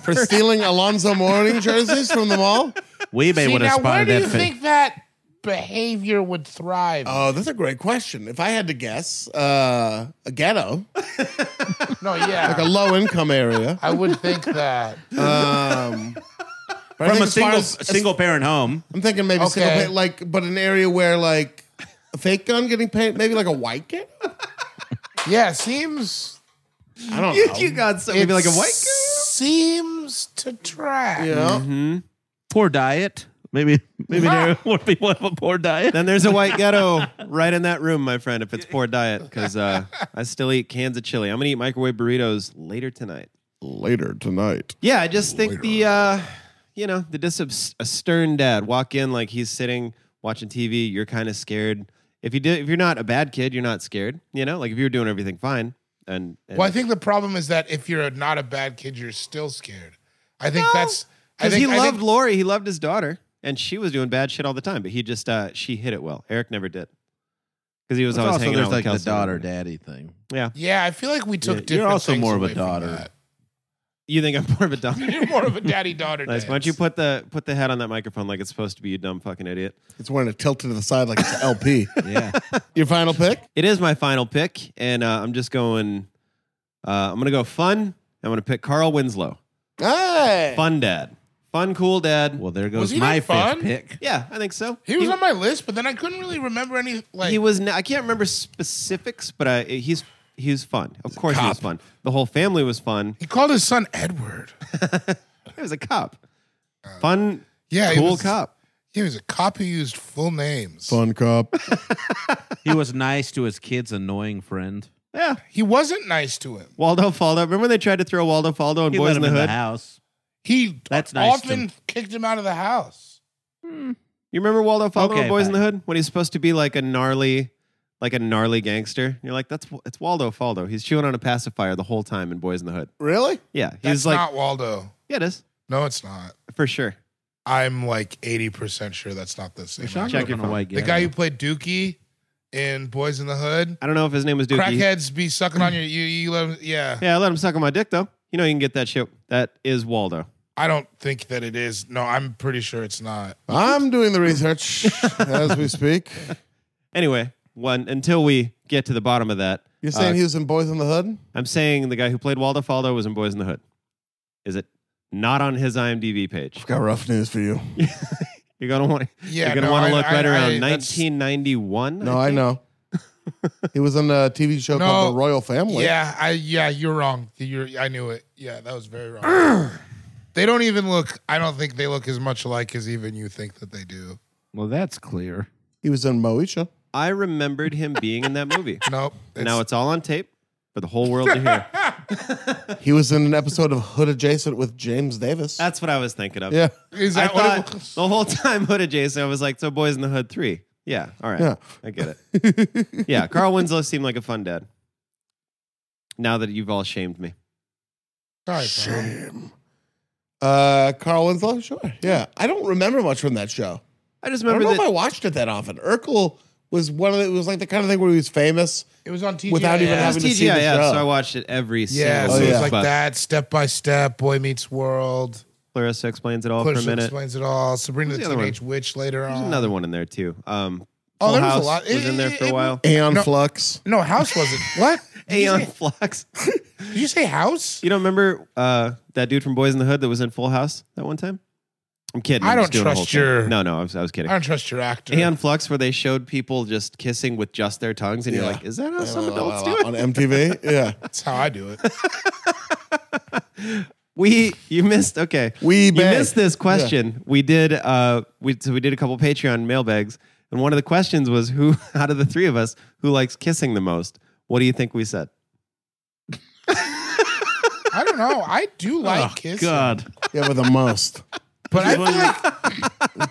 Speaker 1: for stealing Alonzo Mourning jerseys from the mall?
Speaker 5: Weebay
Speaker 4: See,
Speaker 5: would have
Speaker 4: now, where
Speaker 5: spotted
Speaker 4: do you
Speaker 5: that thing.
Speaker 4: think that behavior would thrive?
Speaker 1: Oh, that's a great question. If I had to guess, uh, a ghetto,
Speaker 4: no, yeah.
Speaker 1: like a low income area.
Speaker 4: I would think that.
Speaker 1: Um, but I think
Speaker 5: From a
Speaker 1: as far
Speaker 5: single
Speaker 1: as-
Speaker 5: single parent home.
Speaker 1: I'm thinking maybe single
Speaker 4: Okay.
Speaker 1: pa- like, but an area where like a fake gun getting paid, maybe like a white ghetto.
Speaker 4: Yeah, seems.
Speaker 1: I don't
Speaker 3: you,
Speaker 1: know.
Speaker 3: you got something maybe like a
Speaker 4: it
Speaker 3: white
Speaker 4: Seems to track.
Speaker 1: You know?
Speaker 3: girl. hmm
Speaker 5: Poor diet. Maybe maybe there
Speaker 2: Ah!
Speaker 5: would be one of a poor diet.
Speaker 3: Then there's a white ghetto right in that room, my friend. If it's poor diet, because uh, I still eat cans of chili. I'm gonna eat microwave burritos later tonight.
Speaker 1: Later tonight.
Speaker 3: Yeah, I just think the uh, you know the dis a stern dad walk in like he's sitting watching TV. You're kind of scared. If you do, if you're not a bad kid, you're not scared. You know, like if you're doing everything fine. And, and
Speaker 4: Well, I think the problem is that if you're not a bad kid, you're still scared. I think that's. I
Speaker 3: because
Speaker 4: think
Speaker 3: he
Speaker 4: I
Speaker 3: loved
Speaker 4: think-
Speaker 3: Lori, he loved his daughter, and she was doing bad shit all the time. But he just uh, she hit it well. Eric never did because he was
Speaker 5: But
Speaker 3: always
Speaker 5: also
Speaker 3: hanging
Speaker 5: there's
Speaker 3: out
Speaker 5: like the
Speaker 3: with Kelsey.
Speaker 5: daughter daddy thing.
Speaker 4: yeah, I feel like we took
Speaker 5: Yeah, you're
Speaker 4: different.
Speaker 5: also
Speaker 4: things
Speaker 5: more of a
Speaker 4: away from
Speaker 5: daughter.
Speaker 4: that.
Speaker 3: You think I'm more of a daughter?
Speaker 4: You're more of a daddy daughter.
Speaker 3: Nice. Why don't you put the put the head on that microphone like it's supposed to be, you dumb fucking idiot?
Speaker 1: It's wearing a tilt to the side like it's an LP.
Speaker 5: Yeah.
Speaker 1: Your final pick?
Speaker 3: It is my final pick, and uh, I'm just going. Uh, I'm gonna go fun. I'm gonna pick Carl Winslow.
Speaker 1: Hey.
Speaker 3: Fun dad, fun cool dad.
Speaker 5: Well, there
Speaker 4: Was
Speaker 5: goes
Speaker 4: he
Speaker 5: my
Speaker 4: not fun?
Speaker 5: fifth pick.
Speaker 3: yeah, I think so.
Speaker 4: He was on my list, but then I couldn't really remember any. Like
Speaker 3: he was. n- I can't remember specifics, but I, he's he's fun. Of course, he was fun. The whole family was fun.
Speaker 4: he called his son Edward.
Speaker 3: He was a cop. Fun,
Speaker 4: Uh, Yeah, he
Speaker 3: cool
Speaker 4: was-
Speaker 3: cop.
Speaker 4: He was a cop who used full names.
Speaker 1: Fun cop.
Speaker 5: He was nice to his kid's annoying friend.
Speaker 3: Yeah,
Speaker 4: He wasn't nice to him.
Speaker 3: Waldo Faldo. Remember when they tried to throw Waldo Faldo and
Speaker 5: He
Speaker 3: Boys in
Speaker 5: let him
Speaker 3: the
Speaker 5: in the
Speaker 3: Hood?
Speaker 5: house.
Speaker 4: He
Speaker 5: That's nice to
Speaker 4: often
Speaker 5: him.
Speaker 4: kicked him out of the house.
Speaker 3: You remember Waldo Faldo
Speaker 5: Okay,
Speaker 3: in Boys in the
Speaker 5: fine.
Speaker 3: Hood when he's supposed to be like a gnarly, like a gnarly gangster? You're like, that's it's Waldo Faldo. He's chewing on a pacifier the whole time in Boys in the Hood.
Speaker 1: really?
Speaker 3: Yeah, he's
Speaker 4: That's
Speaker 3: like,
Speaker 4: not Waldo.
Speaker 3: yeah, it is
Speaker 4: No, it's not.
Speaker 3: for sure.
Speaker 4: I'm like 80% sure that's not the same.
Speaker 5: Sean
Speaker 4: actor.
Speaker 3: Check
Speaker 5: grew
Speaker 3: your
Speaker 5: up in a
Speaker 3: phone.
Speaker 5: white
Speaker 4: The
Speaker 5: ghetto.
Speaker 4: guy who played Dookie in Boys in the Hood.
Speaker 3: I don't know if his name was Dookie.
Speaker 4: Crackheads be sucking on your you. You let 'em- yeah.
Speaker 3: Yeah, I let him suck on my dick though. You know you can get that shit. That is Waldo.
Speaker 4: I don't think that it is. No, I'm pretty sure it's not.
Speaker 1: I'm doing the research as we speak.
Speaker 3: Anyway, when until we get to the bottom of that,
Speaker 1: You're saying
Speaker 3: Uh,
Speaker 1: he was in Boys in the Hood?
Speaker 3: I'm saying the guy who played Waldo Faldo was in Boys in the Hood. Is it not on his IMDb page?
Speaker 1: I've got rough news for you.
Speaker 3: You're gonna want.
Speaker 4: Yeah,
Speaker 3: you're gonna
Speaker 4: no,
Speaker 3: want to
Speaker 4: I-
Speaker 3: look
Speaker 4: I-
Speaker 3: right
Speaker 4: I-
Speaker 3: around
Speaker 4: that's-
Speaker 3: 1991.
Speaker 1: No, I
Speaker 3: think.
Speaker 1: know. he was on a TV show called
Speaker 4: No.
Speaker 1: The Royal Family.
Speaker 4: Yeah, I yeah, you're wrong. You're I knew it. Yeah, that was very wrong. they don't even look. I don't think they look as much alike as even you think that they do.
Speaker 5: Well, that's clear.
Speaker 1: He was in Moesha.
Speaker 3: I remembered him being in that movie.
Speaker 4: Nope. It's,
Speaker 3: now it's all on tape for the whole world to hear.
Speaker 1: He was in an episode of Hood Adjacent with James Davis.
Speaker 3: That's what I was thinking of.
Speaker 1: yeah.
Speaker 4: is
Speaker 3: I
Speaker 4: that what it
Speaker 3: thought
Speaker 4: was?
Speaker 3: the whole time Hood adjacent, I was like, so Boys in the Hood 3. Yeah. All right.
Speaker 1: Yeah.
Speaker 3: I get it. yeah. Carl Winslow seemed like a fun dad. Now that you've all shamed me.
Speaker 4: Sorry, bro.
Speaker 1: Shame. Uh, Carl Winslow, sure. Yeah, I don't remember much from that show.
Speaker 3: I just
Speaker 1: I don't
Speaker 3: remember
Speaker 1: know if I
Speaker 3: that.
Speaker 1: watched it that often. Urkel was one of the, it was like the kind of thing where he was famous.
Speaker 4: It was on TV
Speaker 1: Without even
Speaker 3: It was
Speaker 1: having to see the
Speaker 3: TGIF,
Speaker 1: show.
Speaker 3: so I watched it every
Speaker 4: Yeah,
Speaker 3: single
Speaker 4: so
Speaker 1: Oh,
Speaker 4: it
Speaker 3: week.
Speaker 4: was
Speaker 1: yeah.
Speaker 4: like
Speaker 3: but
Speaker 4: that, step by step, Boy Meets World.
Speaker 3: Clarissa explains it all
Speaker 4: Clarissa
Speaker 3: Oh, for a minute.
Speaker 4: explains it all. Sabrina
Speaker 3: Who's
Speaker 4: the
Speaker 3: the other
Speaker 4: Teenage Witch later
Speaker 3: There's
Speaker 4: on.
Speaker 3: another one in there too. Um,
Speaker 4: Oh,
Speaker 3: Full
Speaker 4: there was a
Speaker 3: House
Speaker 4: lot.
Speaker 3: Was in there for
Speaker 4: It-
Speaker 3: a while.
Speaker 1: Aeon
Speaker 4: No.
Speaker 1: Flux.
Speaker 4: No, House wasn't. What? Did you
Speaker 3: Aeon
Speaker 4: say-
Speaker 3: Flux.
Speaker 4: Did you say House?
Speaker 3: You don't remember uh, that dude from Boys in the Hood that was in Full House that one time? I'm kidding.
Speaker 4: I
Speaker 3: I'm just
Speaker 4: don't
Speaker 3: doing a whole
Speaker 4: trust
Speaker 3: thing.
Speaker 4: your-
Speaker 3: No, no, I was, I was kidding.
Speaker 4: I don't trust your actor.
Speaker 3: Aeon Flux, where they showed people just kissing with just their tongues, and you're
Speaker 1: Yeah.
Speaker 3: like, is that how some adults do it?
Speaker 1: on MTV. Yeah,
Speaker 4: That's how I do it.
Speaker 3: We you missed okay.
Speaker 1: We
Speaker 3: you
Speaker 1: beg.
Speaker 3: missed this question. We did uh we so we did a couple Patreon mailbags, and one of the questions was who out of the three of us who likes kissing the most? What do you think we said?
Speaker 4: I don't know. I
Speaker 3: Oh,
Speaker 4: do like kissing,
Speaker 2: God.
Speaker 1: yeah, but the most.
Speaker 4: but I feel like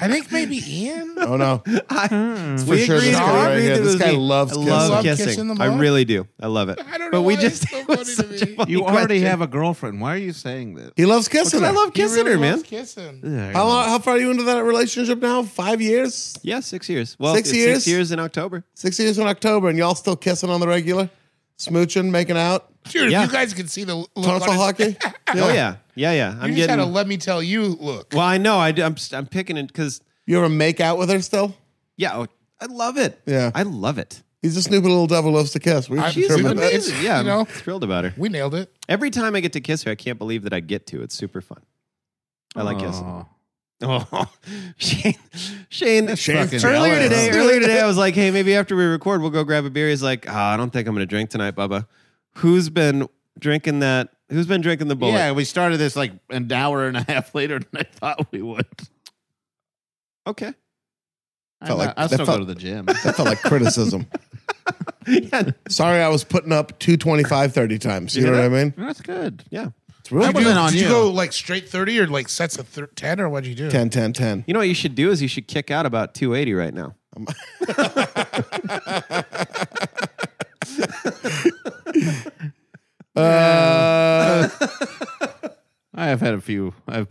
Speaker 4: I think maybe Ian.
Speaker 1: Oh no,
Speaker 3: I,
Speaker 1: Mm. for sure this guy right here. This guy loves
Speaker 3: I
Speaker 1: kissing.
Speaker 3: love
Speaker 4: Love
Speaker 3: kissing.
Speaker 4: kissing the
Speaker 3: I
Speaker 4: most?
Speaker 3: really do. I love it.
Speaker 4: I don't know
Speaker 3: but we
Speaker 4: why
Speaker 3: just
Speaker 4: it's so
Speaker 3: it was
Speaker 4: funny to
Speaker 3: such a
Speaker 4: me.
Speaker 3: funny
Speaker 5: You already
Speaker 3: question.
Speaker 5: have a girlfriend. Why are you saying this?
Speaker 1: He loves kissing.
Speaker 3: I
Speaker 1: her.
Speaker 3: love
Speaker 4: He
Speaker 3: kissing
Speaker 4: really
Speaker 3: her, man.
Speaker 4: loves Kissing.
Speaker 1: How long, How far are you into that relationship now? Five years,
Speaker 3: Yeah, six years. Well,
Speaker 1: Six
Speaker 3: it's
Speaker 1: years?
Speaker 3: Six years in October.
Speaker 1: six years in October, and y'all still kissing on the regular, smooching, making out,
Speaker 4: Dude,
Speaker 3: Yeah.
Speaker 4: if you guys can see the look
Speaker 1: tonsil
Speaker 4: on his-
Speaker 1: hockey.
Speaker 3: Oh yeah, yeah, yeah.
Speaker 4: You
Speaker 3: I'm
Speaker 4: just
Speaker 3: getting.
Speaker 4: had a let me tell you look.
Speaker 3: well, I know. I, am I'm picking it because
Speaker 1: You ever make out with her still?
Speaker 3: yeah, oh, I love it.
Speaker 1: Yeah.
Speaker 3: I love it.
Speaker 1: He's a stupid little devil loves to kiss. We
Speaker 4: I'm
Speaker 1: should
Speaker 4: She's
Speaker 1: remember that.
Speaker 4: amazing.
Speaker 3: amazing. Yeah,
Speaker 4: you
Speaker 3: I'm
Speaker 4: know?
Speaker 3: thrilled about her.
Speaker 4: we nailed it.
Speaker 3: Every time I get to kiss her, I can't believe that I get to. It's super fun. I like kissing. Oh, Shane, Shane,
Speaker 5: fucking
Speaker 3: Earlier
Speaker 5: jealous.
Speaker 3: today, earlier today, I was like, "Hey, maybe after we record, we'll go grab a beer." He's like, "Ah, "I don't think I'm going to drink tonight, Bubba." Who's been drinking that? Who's been drinking the bullet?
Speaker 5: Yeah, we started this like an hour and a half later than I thought we would.
Speaker 3: Okay.
Speaker 1: Felt
Speaker 5: I felt
Speaker 1: like-
Speaker 5: I
Speaker 1: that
Speaker 5: still
Speaker 1: felt-
Speaker 5: go to the gym.
Speaker 1: That felt like criticism.
Speaker 3: yeah.
Speaker 1: Sorry, I was putting up 225 30 times. You, know what I mean?
Speaker 5: That's good.
Speaker 3: Yeah.
Speaker 1: It's really
Speaker 4: Did
Speaker 5: wasn't
Speaker 4: you,
Speaker 1: good.
Speaker 5: on
Speaker 4: did you
Speaker 5: you.
Speaker 4: go like straight 30 or like sets of thir- 10 or what'd you do?
Speaker 1: 10, 10, 10.
Speaker 3: You know what you should do is you should kick out about 280 right now.
Speaker 1: Uh,
Speaker 5: I have had a few. I've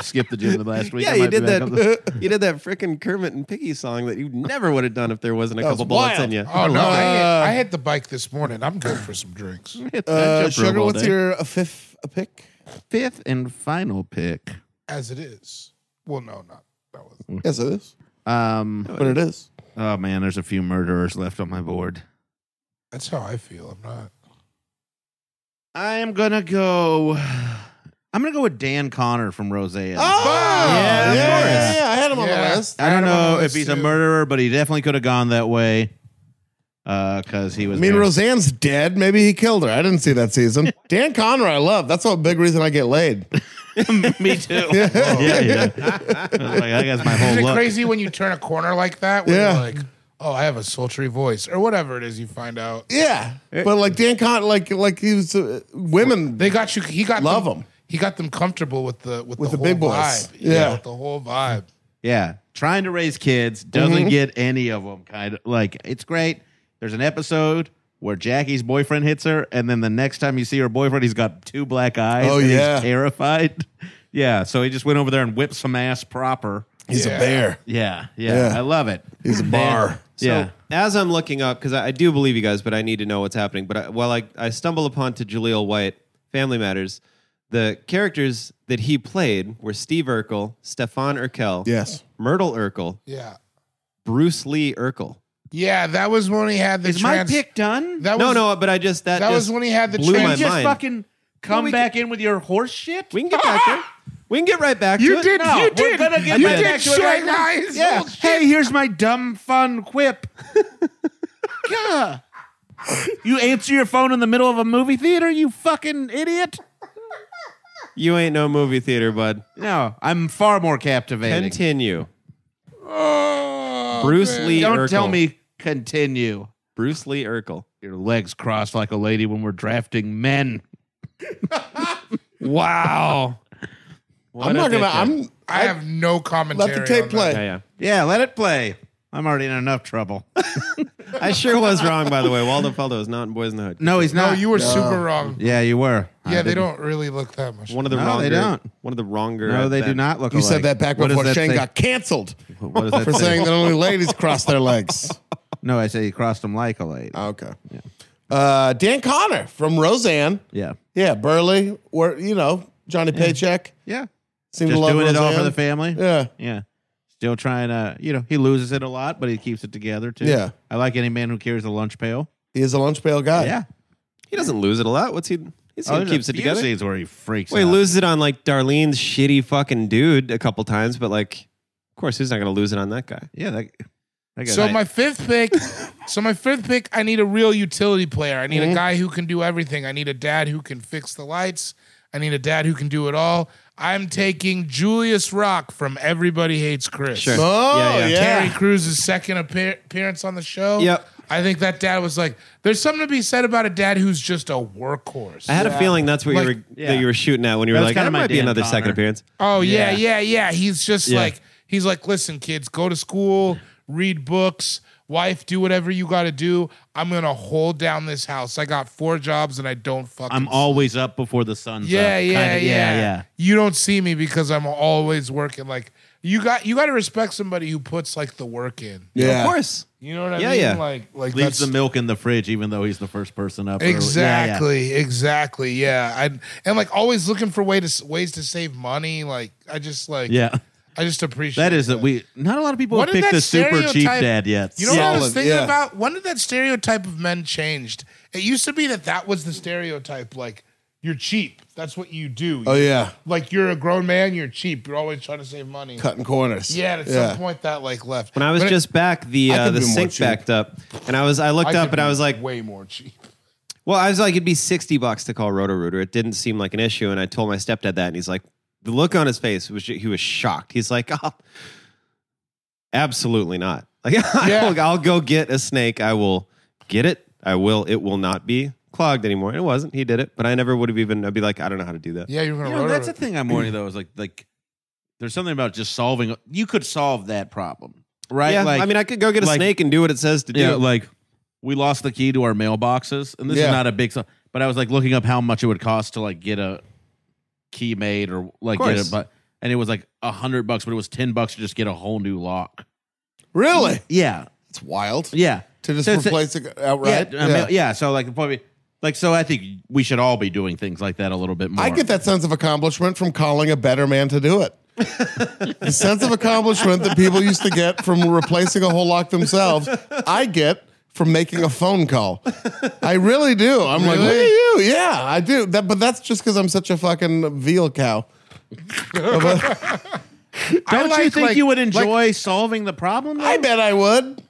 Speaker 5: skipped the gym the last week.
Speaker 3: yeah,
Speaker 5: I
Speaker 3: you
Speaker 5: might be
Speaker 3: did
Speaker 5: back
Speaker 3: that.
Speaker 5: on the-
Speaker 3: you did that freaking Kermit and Piggy song that you never would have done if there wasn't a
Speaker 1: That was
Speaker 3: couple bullets
Speaker 1: wild.
Speaker 3: in you.
Speaker 4: Oh, no. I,
Speaker 1: Uh,
Speaker 4: hit, I hit the bike this morning. I'm good for some drinks.
Speaker 1: uh,
Speaker 5: That jumper
Speaker 1: Sugar,
Speaker 5: all
Speaker 1: what's
Speaker 5: day.
Speaker 1: your a fifth a pick?
Speaker 5: fifth and final pick?
Speaker 4: As it is. Well, no, not. That was
Speaker 1: Yes, it is.
Speaker 5: Um,
Speaker 1: But it is.
Speaker 5: oh man, there's a few murderers left on my board.
Speaker 4: That's how I feel. I'm not.
Speaker 5: I am gonna go. I'm gonna go with Dan Connor from
Speaker 1: yeah,
Speaker 5: Rosea.
Speaker 3: of
Speaker 1: yeah,
Speaker 3: course.
Speaker 1: yeah, I had him on
Speaker 4: Yeah.
Speaker 1: the list.
Speaker 5: I don't
Speaker 4: Adam
Speaker 5: know
Speaker 4: Alvarez,
Speaker 5: if he's a
Speaker 4: too.
Speaker 5: murderer, but he definitely could have gone that way. Uh, because he
Speaker 1: I
Speaker 5: was.
Speaker 1: mean,
Speaker 5: very-
Speaker 1: Roseanne's dead. Maybe he killed her. I didn't see that season. Dan Conner, I love. That's a big reason I get laid.
Speaker 5: Me too. yeah, yeah. I was like, I guess my whole
Speaker 4: Isn't it
Speaker 5: look.
Speaker 4: crazy when you turn a corner like that? Where
Speaker 1: Oh, Yeah.
Speaker 4: you're like, oh, I have a sultry voice or whatever it is you find out.
Speaker 1: Yeah, but like Dan Conner, like like he was uh, women.
Speaker 4: They got you. He got
Speaker 1: Love
Speaker 4: them,
Speaker 1: 'em.
Speaker 4: He got them comfortable with the with,
Speaker 1: With
Speaker 4: the,
Speaker 1: the
Speaker 4: whole
Speaker 1: big boys.
Speaker 4: Vibe.
Speaker 1: Yeah.
Speaker 4: with the whole vibe.
Speaker 5: Yeah, trying to raise kids doesn't get any of them. Kind of like it's great. There's an episode where Jackie's boyfriend hits her, and then the next time you see her boyfriend, he's got two black eyes.
Speaker 1: Oh,
Speaker 5: and
Speaker 1: yeah.
Speaker 5: he's terrified. Yeah, so he just went over there and whipped some ass proper.
Speaker 1: He's
Speaker 4: Yeah.
Speaker 1: a bear.
Speaker 5: Yeah, yeah,
Speaker 1: Yeah.
Speaker 5: I love it.
Speaker 1: He's a bar.
Speaker 3: So
Speaker 5: yeah,
Speaker 3: as I'm looking up, because I, I do believe you guys, but I need to know what's happening. But I, while I, I stumble upon to Jaleel White, Family Matters, the characters that he played were Steve Urkel, Stefan Urkel,
Speaker 1: Yes.
Speaker 3: Myrtle Urkel,
Speaker 4: Yeah,
Speaker 3: Bruce Lee Urkel.
Speaker 4: yeah. That was when he had the
Speaker 5: is
Speaker 4: trans.
Speaker 5: my pick done?
Speaker 4: That
Speaker 3: no,
Speaker 4: was,
Speaker 3: no, but I just that
Speaker 4: That
Speaker 3: just
Speaker 4: was when he had the
Speaker 3: blew
Speaker 4: trans.
Speaker 3: my
Speaker 5: you just
Speaker 3: mind.
Speaker 5: fucking come
Speaker 3: we
Speaker 5: back in with your horse shit.
Speaker 3: we can get back there. We can get right back to it.
Speaker 5: No, we're gonna get
Speaker 3: you
Speaker 5: right
Speaker 3: did
Speaker 5: back to it right now.
Speaker 4: guys.
Speaker 5: Yeah. Hey, here's my dumb fun quip. yeah. You answer your phone in the middle of a movie theater, you fucking idiot.
Speaker 3: You ain't no movie theater, bud.
Speaker 5: No, I'm far more captivating.
Speaker 3: Continue.
Speaker 5: Oh,
Speaker 3: Bruce Lee.
Speaker 5: Don't
Speaker 3: Urkel.
Speaker 5: tell me continue.
Speaker 3: Bruce Lee Urkel.
Speaker 5: Your legs crossed like a lady when we're drafting men.
Speaker 3: Wow.
Speaker 1: I'm not gonna. I'm.
Speaker 4: I have no commentary.
Speaker 1: Let the tape
Speaker 4: on
Speaker 1: play.
Speaker 3: Yeah, yeah.
Speaker 5: Yeah, let it play. I'm already in enough trouble.
Speaker 3: I sure was wrong, by the way. Waldo Faldo is not in Boys in the Hood.
Speaker 5: No, he's
Speaker 4: That.
Speaker 5: not.
Speaker 4: No, you were super wrong.
Speaker 5: Yeah, you were.
Speaker 4: Yeah, they don't really look that much.
Speaker 3: One of the
Speaker 5: No,
Speaker 3: wronger.
Speaker 5: they don't.
Speaker 3: One of the wronger.
Speaker 5: No,
Speaker 3: I've
Speaker 5: they do
Speaker 3: been.
Speaker 5: not look.
Speaker 1: You said
Speaker 5: alike.
Speaker 1: that back
Speaker 5: What does
Speaker 1: before
Speaker 5: that
Speaker 1: Shane
Speaker 5: say?
Speaker 1: got canceled
Speaker 5: What does that
Speaker 1: for
Speaker 5: say?
Speaker 1: saying that only ladies cross their legs.
Speaker 5: No, I say he crossed him like a lady.
Speaker 1: Okay. Uh, Dan Connor from Roseanne.
Speaker 5: yeah.
Speaker 1: Yeah, Burley. Where you know Johnny Paycheck.
Speaker 5: Yeah.
Speaker 1: Seemed to
Speaker 5: Just
Speaker 1: love
Speaker 5: doing it all
Speaker 1: Roseanne.
Speaker 5: for the family.
Speaker 1: Yeah.
Speaker 5: Yeah. Still trying to, you know, he loses it a lot, but he keeps it together too.
Speaker 1: Yeah.
Speaker 5: I like any man who carries a lunch pail.
Speaker 1: He is a lunch pail guy.
Speaker 5: yeah.
Speaker 3: He doesn't lose it a lot. What's he? He's,
Speaker 5: Oh,
Speaker 3: he
Speaker 5: there's
Speaker 3: keeps
Speaker 5: a
Speaker 3: it
Speaker 5: few
Speaker 3: together.
Speaker 5: Scenes where he freaks.
Speaker 3: Well, he
Speaker 5: out.
Speaker 3: loses it on like Darlene's shitty fucking dude a couple times, but like, of course, he's not going to lose it on that guy.
Speaker 5: Yeah. That, that guy-
Speaker 4: So my fifth pick, so my fifth pick, I need a real utility player. I need a guy who can do everything. I need a dad who can fix the lights. I need a dad who can do it all. I'm taking Julius Rock from Everybody Hates Chris.
Speaker 3: Sure.
Speaker 1: Oh,
Speaker 3: Yeah,
Speaker 1: yeah.
Speaker 3: yeah.
Speaker 4: Terry Crews' second appear- appearance on the show.
Speaker 3: Yep.
Speaker 4: I think that dad was like, there's something to be said about a dad who's just a workhorse.
Speaker 3: I had a feeling that's what you
Speaker 4: Like-
Speaker 3: were
Speaker 5: Yeah.
Speaker 3: that you were shooting at when you were
Speaker 5: That was
Speaker 3: like,
Speaker 5: kinda
Speaker 3: that
Speaker 5: my
Speaker 3: might be
Speaker 5: Dan
Speaker 3: another second
Speaker 5: Connor.
Speaker 3: appearance.
Speaker 4: Oh yeah, yeah,
Speaker 5: Yeah.
Speaker 4: yeah. He's just
Speaker 3: Yeah.
Speaker 4: like he's like, listen, kids, go to school, read books, wife, do whatever you got to do. I'm gonna hold down this house. I got four jobs and I don't fucking.
Speaker 5: I'm always up before the sun's up.
Speaker 4: Yeah,
Speaker 5: Kinda-
Speaker 4: yeah, yeah,
Speaker 5: yeah.
Speaker 4: You don't see me because I'm always working. Like you got, you got to respect somebody who puts like the work in.
Speaker 1: Yeah.
Speaker 3: Of course.
Speaker 4: You know what I
Speaker 3: Yeah,
Speaker 4: mean?
Speaker 3: yeah.
Speaker 4: Like, like that's
Speaker 5: Leaves the milk in the fridge, even though he's the first person up. early. Yeah, yeah.
Speaker 4: Exactly, exactly. Yeah, I, and like always looking for way to ways to save money. Like I just like
Speaker 5: Yeah.
Speaker 4: I just appreciate
Speaker 5: That is that we. Not a lot of people
Speaker 4: What
Speaker 5: have
Speaker 4: did
Speaker 5: picked
Speaker 4: that
Speaker 5: the super cheap
Speaker 4: stereotype-
Speaker 5: dad yet.
Speaker 4: You know what I was
Speaker 1: Solid,
Speaker 4: thinking
Speaker 1: yeah.
Speaker 4: about? When did that stereotype of men changed? It used to be that that was the stereotype. Like you're cheap. That's what you do.
Speaker 1: Oh yeah.
Speaker 4: Like you're a grown man. You're cheep. You're always trying to save money.
Speaker 1: Cutting corners.
Speaker 4: Yeah. and At
Speaker 1: yeah.
Speaker 4: some point, that like left.
Speaker 3: When I was
Speaker 4: But it-
Speaker 3: just back, the
Speaker 1: I
Speaker 3: uh,
Speaker 1: could
Speaker 3: the
Speaker 1: be more
Speaker 3: sink
Speaker 1: cheap.
Speaker 3: backed up, and I was I looked
Speaker 4: could
Speaker 3: up and I
Speaker 4: be
Speaker 3: was like,
Speaker 4: way more cheap.
Speaker 3: well, I was like, it'd be sixty bucks to call Roto Rooter. It didn't seem like an issue, and I told my stepdad that, and he's like, the look on his face was ju- he was shocked. He's like, oh, absolutely not. Like,
Speaker 4: Yeah.
Speaker 3: I'll, I'll go get a snake. I will get it. I will. It will not be clogged anymore. And it wasn't. He did it, but I never would have even. I'd be like, I don't know how to do that.
Speaker 4: Yeah, you're gonna.
Speaker 5: You know,
Speaker 4: rotor
Speaker 5: that's the
Speaker 4: it.
Speaker 5: thing I'm worried though is like like there's something about just solving. You could solve that problem, right?
Speaker 3: Yeah,
Speaker 5: like,
Speaker 3: I mean, I could go get a
Speaker 5: like-
Speaker 3: snake and do what it says to do.
Speaker 5: yeah, like we lost the key to our mailboxes, and this
Speaker 1: Yeah.
Speaker 5: is not a big. so- But I was like looking up how much it would cost to like get a key made or like
Speaker 3: Of
Speaker 5: get
Speaker 3: course.
Speaker 5: a but, and it was like a hundred bucks, but it was ten bucks to just get a whole new lock.
Speaker 1: Really?
Speaker 5: Yeah,
Speaker 1: It's wild.
Speaker 5: yeah.
Speaker 1: To just
Speaker 5: So it's-
Speaker 1: replace it outright.
Speaker 5: Yeah, I mean, yeah. So like the point, be- like so, I think we should all be doing things like that a little bit more.
Speaker 1: I get that sense of accomplishment from calling a better man to do it. the sense of accomplishment that people used to get from replacing a whole lock themselves, I get from making a phone call. I really do. I'm like, look at you. Yeah, I do. That, but that's just because I'm such a fucking veal cow.
Speaker 5: Don't you
Speaker 4: like-
Speaker 5: think
Speaker 4: like-
Speaker 5: you would enjoy solving the problem? though?
Speaker 1: I bet I would.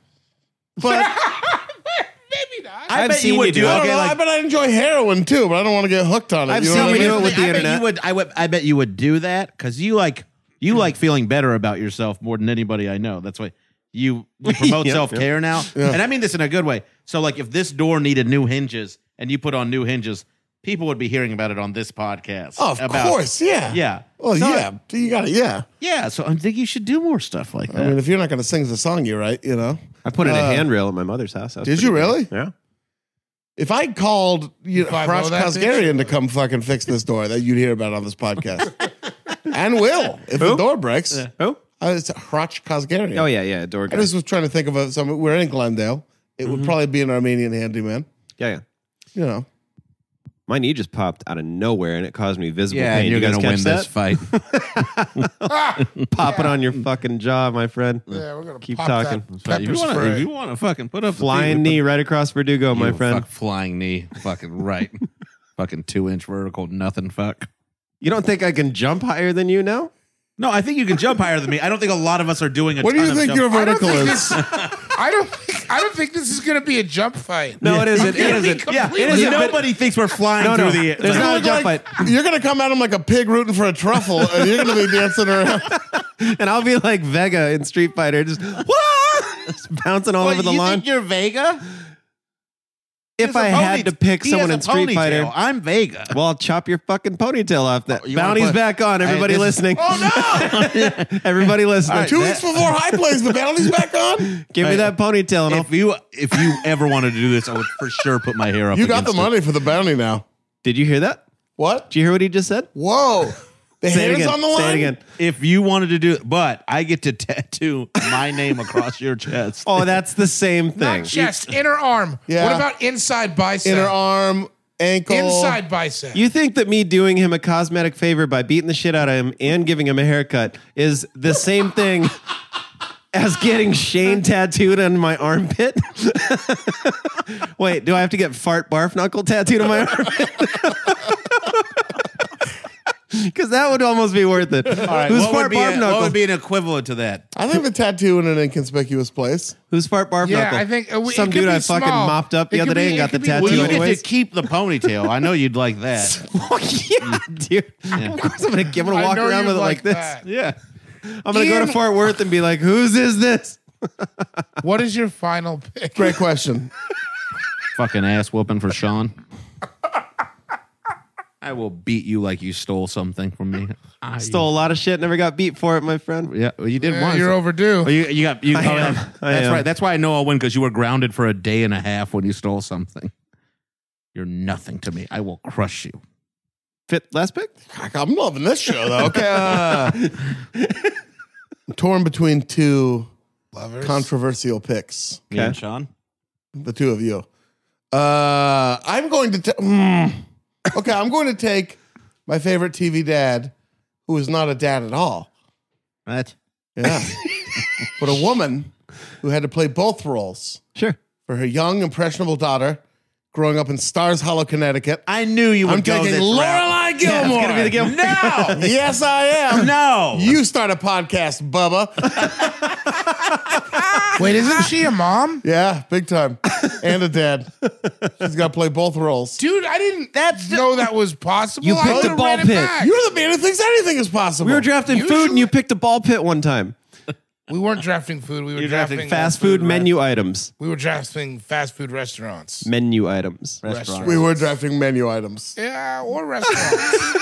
Speaker 1: But
Speaker 4: Maybe not.
Speaker 5: I
Speaker 3: I've
Speaker 5: bet
Speaker 3: seen
Speaker 5: you
Speaker 3: you
Speaker 5: would
Speaker 3: do
Speaker 5: do.
Speaker 3: it.
Speaker 1: I, don't
Speaker 5: Okay,
Speaker 1: know,
Speaker 5: like-
Speaker 1: I bet I'd enjoy heroin too, but I don't want to get hooked on it.
Speaker 3: I've
Speaker 1: you know
Speaker 3: seen
Speaker 1: what
Speaker 3: we
Speaker 1: I mean?
Speaker 3: do it with the
Speaker 5: I Bet
Speaker 3: internet.
Speaker 5: you would, I, would, I bet you would do that because you like you like feeling better about yourself more than anybody I know. That's why you, you promote
Speaker 3: Yep,
Speaker 5: self care now, and I mean this in a good way. So like, if this door needed new hinges and you put on new hinges, people would be hearing about it on this podcast.
Speaker 3: Oh,
Speaker 1: Of
Speaker 5: about,
Speaker 1: course, yeah.
Speaker 5: yeah.
Speaker 1: Well,
Speaker 5: So-
Speaker 1: yeah. You got to, yeah.
Speaker 5: yeah. So I think you should do more stuff like
Speaker 1: I
Speaker 5: that.
Speaker 1: mean, if you're not going to sing the song you write, you know.
Speaker 3: I put in a
Speaker 1: Uh,
Speaker 3: handrail at my mother's house. That was
Speaker 1: did you
Speaker 3: pretty good.
Speaker 1: really?
Speaker 3: Yeah.
Speaker 1: If I called you know,
Speaker 4: Five-O
Speaker 1: Harash
Speaker 4: that
Speaker 1: Kazgarian to come fucking fix this door, that you'd hear about on this podcast, and will if the door breaks.
Speaker 3: Oh.
Speaker 1: I was Harash Kazgarian.
Speaker 3: Oh yeah, yeah. Door
Speaker 1: I
Speaker 3: guy.
Speaker 1: just was trying to think of a, some. We're in Glendale. It
Speaker 4: Mm-hmm.
Speaker 1: would probably be an Armenian handyman.
Speaker 3: Yeah, yeah.
Speaker 1: You know,
Speaker 3: My knee just popped out of nowhere and it caused me visible
Speaker 5: yeah,
Speaker 3: pain.
Speaker 5: and
Speaker 3: you
Speaker 5: you're
Speaker 3: guys
Speaker 5: gonna
Speaker 3: catch
Speaker 5: win
Speaker 3: that?
Speaker 5: this fight.
Speaker 3: Pop it on your fucking jaw, my friend.
Speaker 4: yeah, we're gonna
Speaker 3: Keep
Speaker 4: pop
Speaker 3: talking.
Speaker 4: that
Speaker 5: But if
Speaker 4: pepper
Speaker 5: you wanna-
Speaker 4: spray.
Speaker 5: if you want to fucking put up the
Speaker 3: Flying
Speaker 5: thing, we
Speaker 3: knee right across Verdugo, my
Speaker 5: You
Speaker 3: friend.
Speaker 5: Fuck flying knee. Fucking right. fucking two inch vertical. Nothing. Fuck.
Speaker 3: You don't think I can jump higher than you now?
Speaker 5: No, I think you can jump higher than me. I don't think a lot of us are doing a
Speaker 1: what do
Speaker 5: ton
Speaker 1: you
Speaker 5: of
Speaker 1: think
Speaker 5: jump-
Speaker 1: your
Speaker 4: I don't
Speaker 1: vertical
Speaker 4: think
Speaker 1: is?
Speaker 4: this. I don't. Think, I don't think this is gonna be a jump fight.
Speaker 3: No, it isn't.
Speaker 4: I'm gonna
Speaker 3: It
Speaker 4: be
Speaker 3: isn't. Yeah, it
Speaker 4: completely-
Speaker 3: isn't.
Speaker 5: Nobody thinks we're flying
Speaker 3: No,
Speaker 5: through
Speaker 3: no.
Speaker 5: the
Speaker 3: There's
Speaker 5: it's like-
Speaker 3: not a jump
Speaker 1: Like,
Speaker 3: fight.
Speaker 1: you're gonna come at him like a pig rooting for a truffle, and you're gonna be dancing around.
Speaker 3: And I'll be like Vega in Street Fighter, just, just bouncing all
Speaker 5: What,
Speaker 3: over the
Speaker 5: you
Speaker 3: lawn.
Speaker 5: Think you're Vega.
Speaker 3: If I had to pick someone in Street Fighter,
Speaker 5: I'm Vega.
Speaker 3: well, I'll chop your fucking ponytail off. That
Speaker 5: Oh, you wanna
Speaker 3: bounty's
Speaker 5: put-
Speaker 3: back on.
Speaker 5: Hey,
Speaker 3: Everybody
Speaker 5: this is-
Speaker 3: listening.
Speaker 1: Oh no!
Speaker 3: Everybody listening.
Speaker 1: Two weeks before High plays, the bounty's back on.
Speaker 3: Give me
Speaker 5: Hey.
Speaker 3: that ponytail and I'll
Speaker 5: if you if you ever wanted to do this, I would for sure put my hair up.
Speaker 1: You got the
Speaker 5: against it.
Speaker 1: money for the bounty now.
Speaker 3: Did you hear that?
Speaker 1: What?
Speaker 3: Did you hear what he just said?
Speaker 1: Whoa. The
Speaker 3: Say it
Speaker 1: hair's
Speaker 3: again.
Speaker 1: on the line.
Speaker 3: Say it again.
Speaker 5: If you wanted to do, but I get to tattoo my name across your chest.
Speaker 3: Oh, that's the same
Speaker 4: Not
Speaker 3: thing.
Speaker 4: chest, inner arm.
Speaker 1: Yeah.
Speaker 4: What about inside bicep?
Speaker 1: Inner arm, ankle.
Speaker 4: Inside bicep.
Speaker 3: You think that me doing him a cosmetic favor by beating the shit out of him and giving him a haircut is the same thing as getting Shane tattooed on my armpit? Wait, do I have to get fart barf knuckle tattooed on my armpit? Because that would almost be worth it.
Speaker 5: All right,
Speaker 3: Who's
Speaker 5: what, would
Speaker 3: fart
Speaker 5: be
Speaker 3: barf
Speaker 5: a- what
Speaker 3: knuckle?
Speaker 5: would be an equivalent to that?
Speaker 1: I think the tattoo in an inconspicuous place.
Speaker 3: Who's fart barf
Speaker 4: yeah,
Speaker 3: knuckle?
Speaker 4: I think uh, we- it
Speaker 3: some
Speaker 4: could
Speaker 3: dude
Speaker 4: be
Speaker 3: I fucking
Speaker 4: small.
Speaker 3: mopped up the
Speaker 4: It
Speaker 3: other
Speaker 4: could
Speaker 3: day
Speaker 4: be-
Speaker 3: and
Speaker 4: it
Speaker 3: got the
Speaker 4: could be
Speaker 3: tattoo
Speaker 5: Well, you
Speaker 4: weird.
Speaker 5: get
Speaker 3: anyways.
Speaker 5: to keep the ponytail. I know you'd like that.
Speaker 3: Oh, yeah, dude. Of course, I'm gonna give him a
Speaker 4: I
Speaker 3: walk
Speaker 4: know
Speaker 3: around
Speaker 4: you
Speaker 3: with it like this.
Speaker 4: that.
Speaker 5: Yeah.
Speaker 3: I'm gonna go to
Speaker 4: Ian-
Speaker 3: Fort Worth and be like, "Whose is this?"
Speaker 4: What is your final pick?
Speaker 1: Great question.
Speaker 5: Fucking ass whooping for Sean. I will beat you like you stole something from me. I,
Speaker 3: Stole a lot of shit, never got beat for it, my friend.
Speaker 5: Yeah, well, you did
Speaker 4: Uh,
Speaker 5: once.
Speaker 4: You're overdue.
Speaker 5: Oh, you, you got you.
Speaker 3: I
Speaker 5: oh,
Speaker 3: am.
Speaker 5: that-
Speaker 3: I
Speaker 5: that's
Speaker 3: am.
Speaker 5: right. That's why I know I'll win because you were grounded for a day and a half when you stole something. You're nothing to me. I will crush you.
Speaker 3: Fit last pick?
Speaker 1: Fuck, I'm loving this show though. Okay. uh, I'm torn between two
Speaker 4: Lovers.
Speaker 1: controversial picks.
Speaker 5: Me and Sean.
Speaker 1: The two of you. Uh, I'm going to. ta- mm. Okay, I'm going to take my favorite TV dad, who is not a dad at all.
Speaker 5: What?
Speaker 1: Yeah. but a woman who had to play both roles
Speaker 3: Sure.
Speaker 1: for her young, impressionable daughter growing up in Stars Hollow, Connecticut.
Speaker 5: I knew you would
Speaker 1: I'm
Speaker 5: go
Speaker 1: taking
Speaker 5: this route.
Speaker 1: Lorelai Gilmore.
Speaker 3: gonna be the Gilmore.
Speaker 1: No. yes, I am.
Speaker 5: No.
Speaker 1: You start a podcast, Bubba.
Speaker 4: Wait, isn't she a mom?
Speaker 1: Yeah, big time. And a dad. She's got to play both roles.
Speaker 4: Dude, I didn't know that was possible.
Speaker 3: You
Speaker 4: I
Speaker 3: picked a
Speaker 4: would've
Speaker 3: ball
Speaker 4: ran it
Speaker 3: pit.
Speaker 4: back.
Speaker 1: You're the man who thinks anything is possible.
Speaker 3: We were drafting food, and you picked a ball pit one time.
Speaker 4: We weren't drafting food. We were
Speaker 3: You're
Speaker 4: drafting,
Speaker 3: drafting, fast food,
Speaker 4: re-
Speaker 3: menu items.
Speaker 4: We were drafting fast food restaurants.
Speaker 3: Menu items.
Speaker 4: Restaurants.
Speaker 1: we were drafting menu items.
Speaker 4: Yeah, or restaurants.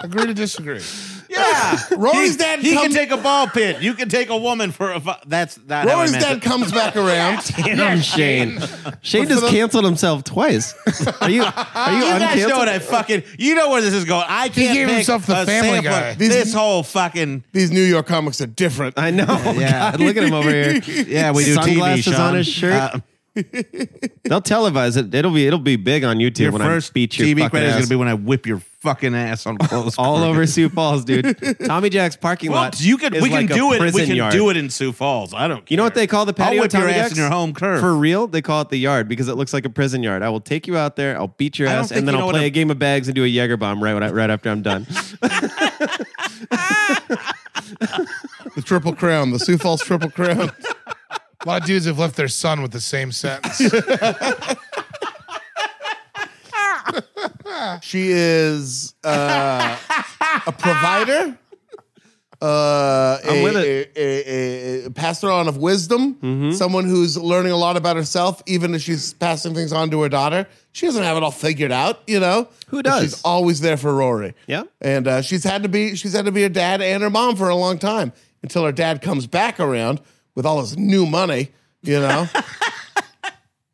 Speaker 4: Agree to disagree.
Speaker 5: Yeah.
Speaker 1: Rory's dad
Speaker 5: He can
Speaker 1: comes.
Speaker 5: take a ball pit. You can take a woman for a. Fu- that's not how I
Speaker 1: Rory's
Speaker 5: meant
Speaker 1: dad
Speaker 5: it.
Speaker 1: comes back around.
Speaker 3: Damn, Shane. Shane just canceled himself twice. Are you? Are you,
Speaker 5: You guys know
Speaker 3: uncanceled?
Speaker 5: what I fucking. You know where this is going. I can't
Speaker 4: gave
Speaker 5: pick
Speaker 4: himself the
Speaker 5: a
Speaker 4: Family
Speaker 5: sample.
Speaker 4: Guy.
Speaker 5: This whole fucking.
Speaker 1: These New York comics are different.
Speaker 3: I know.
Speaker 5: Yeah.
Speaker 3: God, look at him over here.
Speaker 5: Yeah, we do
Speaker 3: Sunglasses
Speaker 5: TV, Sean.
Speaker 3: on his shirt.
Speaker 5: Uh,
Speaker 3: They'll televise it. It'll be it'll be big on YouTube
Speaker 5: your
Speaker 3: when I
Speaker 5: first
Speaker 3: beat your
Speaker 5: TV
Speaker 3: fucking
Speaker 5: credit is
Speaker 3: ass
Speaker 5: going to be when I whip your fucking ass on clothes.
Speaker 3: all over Sioux Falls, dude. Tommy Jack's parking
Speaker 5: Well,
Speaker 3: lot.
Speaker 5: you can.
Speaker 3: is
Speaker 5: We can
Speaker 3: like a
Speaker 5: do it. We
Speaker 3: prison
Speaker 5: can
Speaker 3: yard.
Speaker 5: do it in Sioux Falls. I don't.
Speaker 3: You know what they call the
Speaker 5: I'll
Speaker 3: patio?
Speaker 5: whip your
Speaker 3: Tommy
Speaker 5: ass
Speaker 3: Jacks?
Speaker 5: in your home curve.
Speaker 3: For real, they call it the yard because it looks like a prison yard. I will take you out there. I'll beat your
Speaker 5: I don't
Speaker 3: ass,
Speaker 5: think
Speaker 3: and then
Speaker 5: you
Speaker 3: I'll
Speaker 5: know what
Speaker 3: play
Speaker 5: a-
Speaker 3: a game of bags and do a Jager bomb right when I, right after I'm done.
Speaker 1: The Triple Crown, the Sioux Falls Triple Crown.
Speaker 4: A lot of dudes have left their son with the same sentence.
Speaker 1: She is uh, a provider, uh,
Speaker 3: I'm
Speaker 1: a,
Speaker 3: with Mm-hmm.
Speaker 1: A, a- a- a pastor on of wisdom, someone who's learning a lot about herself, even as she's passing things on to her daughter. She doesn't have it all figured out, you know.
Speaker 3: Who
Speaker 1: But
Speaker 3: does?
Speaker 1: She's always there for Rory.
Speaker 3: Yeah.
Speaker 1: and uh, she's had to be she's had to be her dad and her mom for a long time until her dad comes back around with all his new money, you know.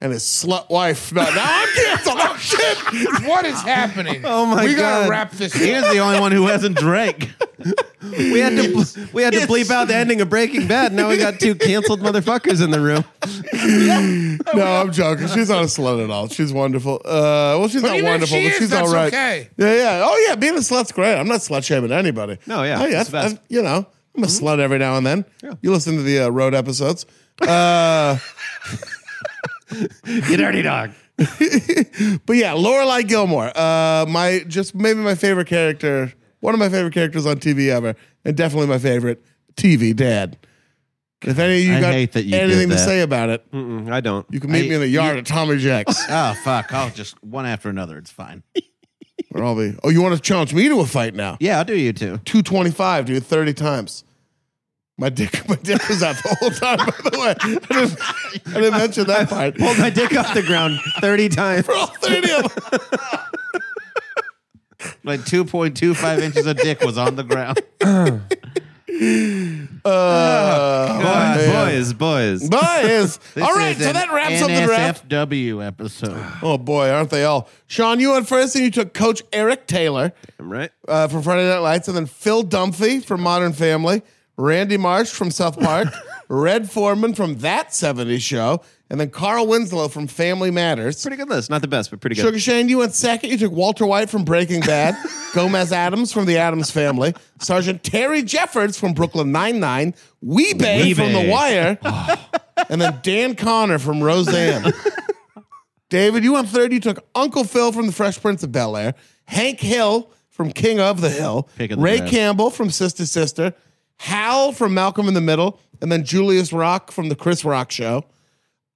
Speaker 1: And his slut wife. No, no, I'm canceled. Oh, shit.
Speaker 4: what is happening?
Speaker 3: Oh, my
Speaker 4: We
Speaker 3: God.
Speaker 4: gotta wrap this
Speaker 5: Ian's
Speaker 4: up.
Speaker 5: the only one who hasn't drank.
Speaker 3: we had to ble- we had to bleep out the ending of Breaking Bad. Now we got two canceled motherfuckers in the room.
Speaker 1: No, I'm joking. She's not a slut at all. She's wonderful. Uh, well, she's
Speaker 4: But
Speaker 1: not
Speaker 4: even if
Speaker 1: wonderful,
Speaker 4: she
Speaker 1: but
Speaker 4: is,
Speaker 1: she's
Speaker 4: that's
Speaker 1: all right.
Speaker 4: okay.
Speaker 1: Yeah, yeah. Oh, yeah. Being a slut's great. I'm not slut shaming anybody.
Speaker 3: No, yeah,
Speaker 1: Oh, yeah.
Speaker 3: it's the
Speaker 1: that's-
Speaker 3: best.
Speaker 1: you know, I'm a
Speaker 4: Mm-hmm.
Speaker 1: slut every now and then. You listen to the uh, road episodes. Uh,
Speaker 3: You dirty dog.
Speaker 1: but yeah, Lorelai Gilmore. Uh, my just maybe my favorite character, one of my favorite characters on TV ever, and definitely my favorite TV dad. If any of you
Speaker 5: I
Speaker 1: got
Speaker 5: hate that you did
Speaker 1: anything to
Speaker 5: that.
Speaker 1: say about it,
Speaker 3: Mm-mm, Mm, I don't.
Speaker 1: you can meet
Speaker 5: I-
Speaker 1: me in the yard at Tommy Jack's.
Speaker 5: Oh fuck! I'll just one after another. It's fine.
Speaker 1: Or I'll be. Oh, you want to challenge me to a fight now?
Speaker 5: Yeah, I'll do you too.
Speaker 1: 225, dude, 30 times. My dick, my dick was out the whole time, by the way. I didn't, I didn't mention that part.
Speaker 3: Pulled my dick off the ground thirty times.
Speaker 1: All 30 of them.
Speaker 5: Like two point two five inches of dick was on the ground.
Speaker 1: Uh,
Speaker 3: Boys,
Speaker 1: man.
Speaker 3: boys, boys.
Speaker 1: Boys.
Speaker 5: This
Speaker 1: All right,
Speaker 5: is
Speaker 1: so
Speaker 5: an
Speaker 1: that wraps up the draft.
Speaker 5: NSFW episode.
Speaker 1: Oh, boy, aren't they all? Sean, you went first, and you took Coach Eric Taylor
Speaker 3: Right?
Speaker 1: uh, from Friday Night Lights, and then Phil Dunphy from Modern Family, Randy Marsh from South Park, Red Foreman from That 70s Show, and then Carl Winslow from Family Matters.
Speaker 3: Pretty good list. Not the best, but pretty good.
Speaker 1: Sugar Shane, you went second. You took Walter White from Breaking Bad, Gomez Adams from The Adams Family, Sergeant Terry Jeffords from Brooklyn Nine-Nine, Weebay from The Wire,
Speaker 5: Oh.
Speaker 1: and then Dan Connor from Roseanne. David, you went third. You took Uncle Phil from The Fresh Prince of Bel-Air, Hank Hill from King of the Hill,
Speaker 5: Pick of the
Speaker 1: Ray
Speaker 5: draft.
Speaker 1: Campbell from Sister Sister, Hal from Malcolm in the Middle, and then Julius Rock from The Chris Rock Show.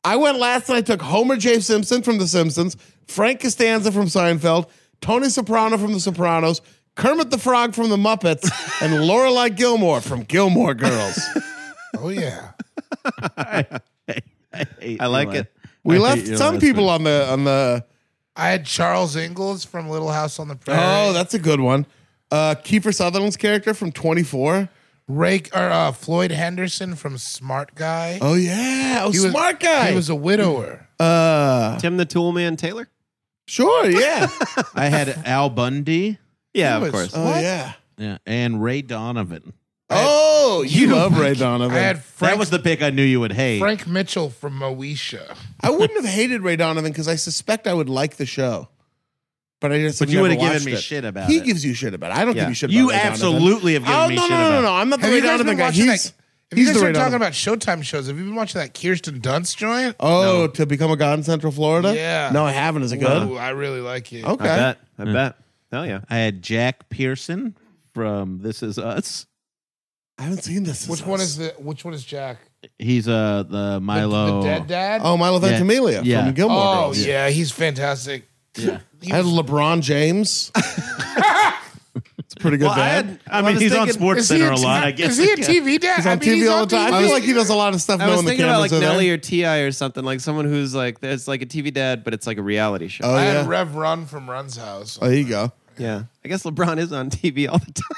Speaker 1: I went last and I took Homer J. Simpson from The Simpsons, Frank Costanza from Seinfeld, Tony Soprano from The Sopranos, Kermit the Frog from The Muppets, and Lorelai Gilmore from Gilmore Girls.
Speaker 4: Oh yeah.
Speaker 3: I like it.
Speaker 1: We left some people on the on the
Speaker 4: I had Charles Ingalls from Little House on the Prairie.
Speaker 1: Oh, that's a good one. Uh Kiefer Sutherland's character from 24.
Speaker 4: Ray or uh, Floyd Henderson from Smart Guy.
Speaker 1: Oh yeah. Oh
Speaker 4: was-
Speaker 1: smart guy.
Speaker 4: He was a widower.
Speaker 1: uh
Speaker 3: Tim the Toolman Taylor?
Speaker 1: sure, yeah.
Speaker 5: I had Al Bundy
Speaker 3: Yeah,
Speaker 4: He
Speaker 3: of
Speaker 4: was-
Speaker 3: course.
Speaker 1: oh yeah.
Speaker 5: yeah, and Ray Donovan.
Speaker 1: Oh, you, love Ray Donovan.
Speaker 4: I had
Speaker 5: that
Speaker 4: Frank,
Speaker 5: was the pick I knew you would hate.
Speaker 4: Frank Mitchell from Moesha.
Speaker 1: I wouldn't have hated Ray Donovan because I suspect I would like the show. But I just
Speaker 5: But you
Speaker 1: would
Speaker 5: would've
Speaker 1: have
Speaker 5: given me shit about
Speaker 1: he
Speaker 5: it.
Speaker 1: gives you shit about it. I don't give you shit about
Speaker 5: you
Speaker 1: Ray Donovan.
Speaker 5: absolutely have given
Speaker 1: Oh,
Speaker 5: me
Speaker 1: no,
Speaker 5: shit
Speaker 1: no, no,
Speaker 5: about
Speaker 1: no, no. I'm not the
Speaker 4: Have
Speaker 1: Ray
Speaker 4: you guys
Speaker 1: Donovan
Speaker 4: been
Speaker 1: guy.
Speaker 4: watching
Speaker 1: He's,
Speaker 4: that? If you
Speaker 1: he's
Speaker 4: guys
Speaker 1: the Ray
Speaker 4: are talking
Speaker 1: Donovan.
Speaker 4: about Showtime shows, have you been watching that Kirsten Dunst joint?
Speaker 1: oh, to become a god in Central Florida?
Speaker 4: Yeah.
Speaker 1: No, I haven't. Is it good?
Speaker 4: Ooh, I really like it.
Speaker 3: I
Speaker 1: Okay.
Speaker 3: bet. I bet. Hell yeah.
Speaker 5: I had Jack Pearson from This Is Us.
Speaker 1: I haven't seen this.
Speaker 4: Which one is the? Which one is Jack?
Speaker 5: He's uh the
Speaker 4: The-
Speaker 5: Milo.
Speaker 4: the dead dad.
Speaker 1: Oh, Milo
Speaker 5: Yeah.
Speaker 1: Ventimiglia
Speaker 5: Yeah.
Speaker 1: from Gilmore
Speaker 4: Oh,
Speaker 1: Girls.
Speaker 4: yeah, he's fantastic.
Speaker 5: Yeah.
Speaker 4: He
Speaker 1: I had
Speaker 4: was-
Speaker 1: LeBron James. it's a pretty good
Speaker 3: Well, I
Speaker 1: dad.
Speaker 3: had-
Speaker 5: I
Speaker 3: well,
Speaker 5: mean,
Speaker 3: was
Speaker 5: he's on
Speaker 3: thinking-
Speaker 5: Sports
Speaker 4: is he
Speaker 5: Center
Speaker 4: a
Speaker 5: a
Speaker 4: t-
Speaker 5: lot. I
Speaker 4: Is
Speaker 5: guess.
Speaker 4: he a TV dad?
Speaker 1: He's on
Speaker 4: I mean,
Speaker 1: TV
Speaker 4: he's
Speaker 1: all
Speaker 4: on
Speaker 1: the time.
Speaker 4: TV.
Speaker 1: I feel like he does a lot of stuff
Speaker 3: I was
Speaker 1: knowing the
Speaker 3: thinking about
Speaker 1: cameras
Speaker 3: like
Speaker 1: are there.
Speaker 3: Nelly or Ti or something like someone who's like it's like a TV dad, but it's like a reality show.
Speaker 1: Oh,
Speaker 4: I had
Speaker 1: yeah.
Speaker 4: Rev Run from Run's house.
Speaker 1: Oh, there you go.
Speaker 3: yeah, I guess LeBron is on TV all the time.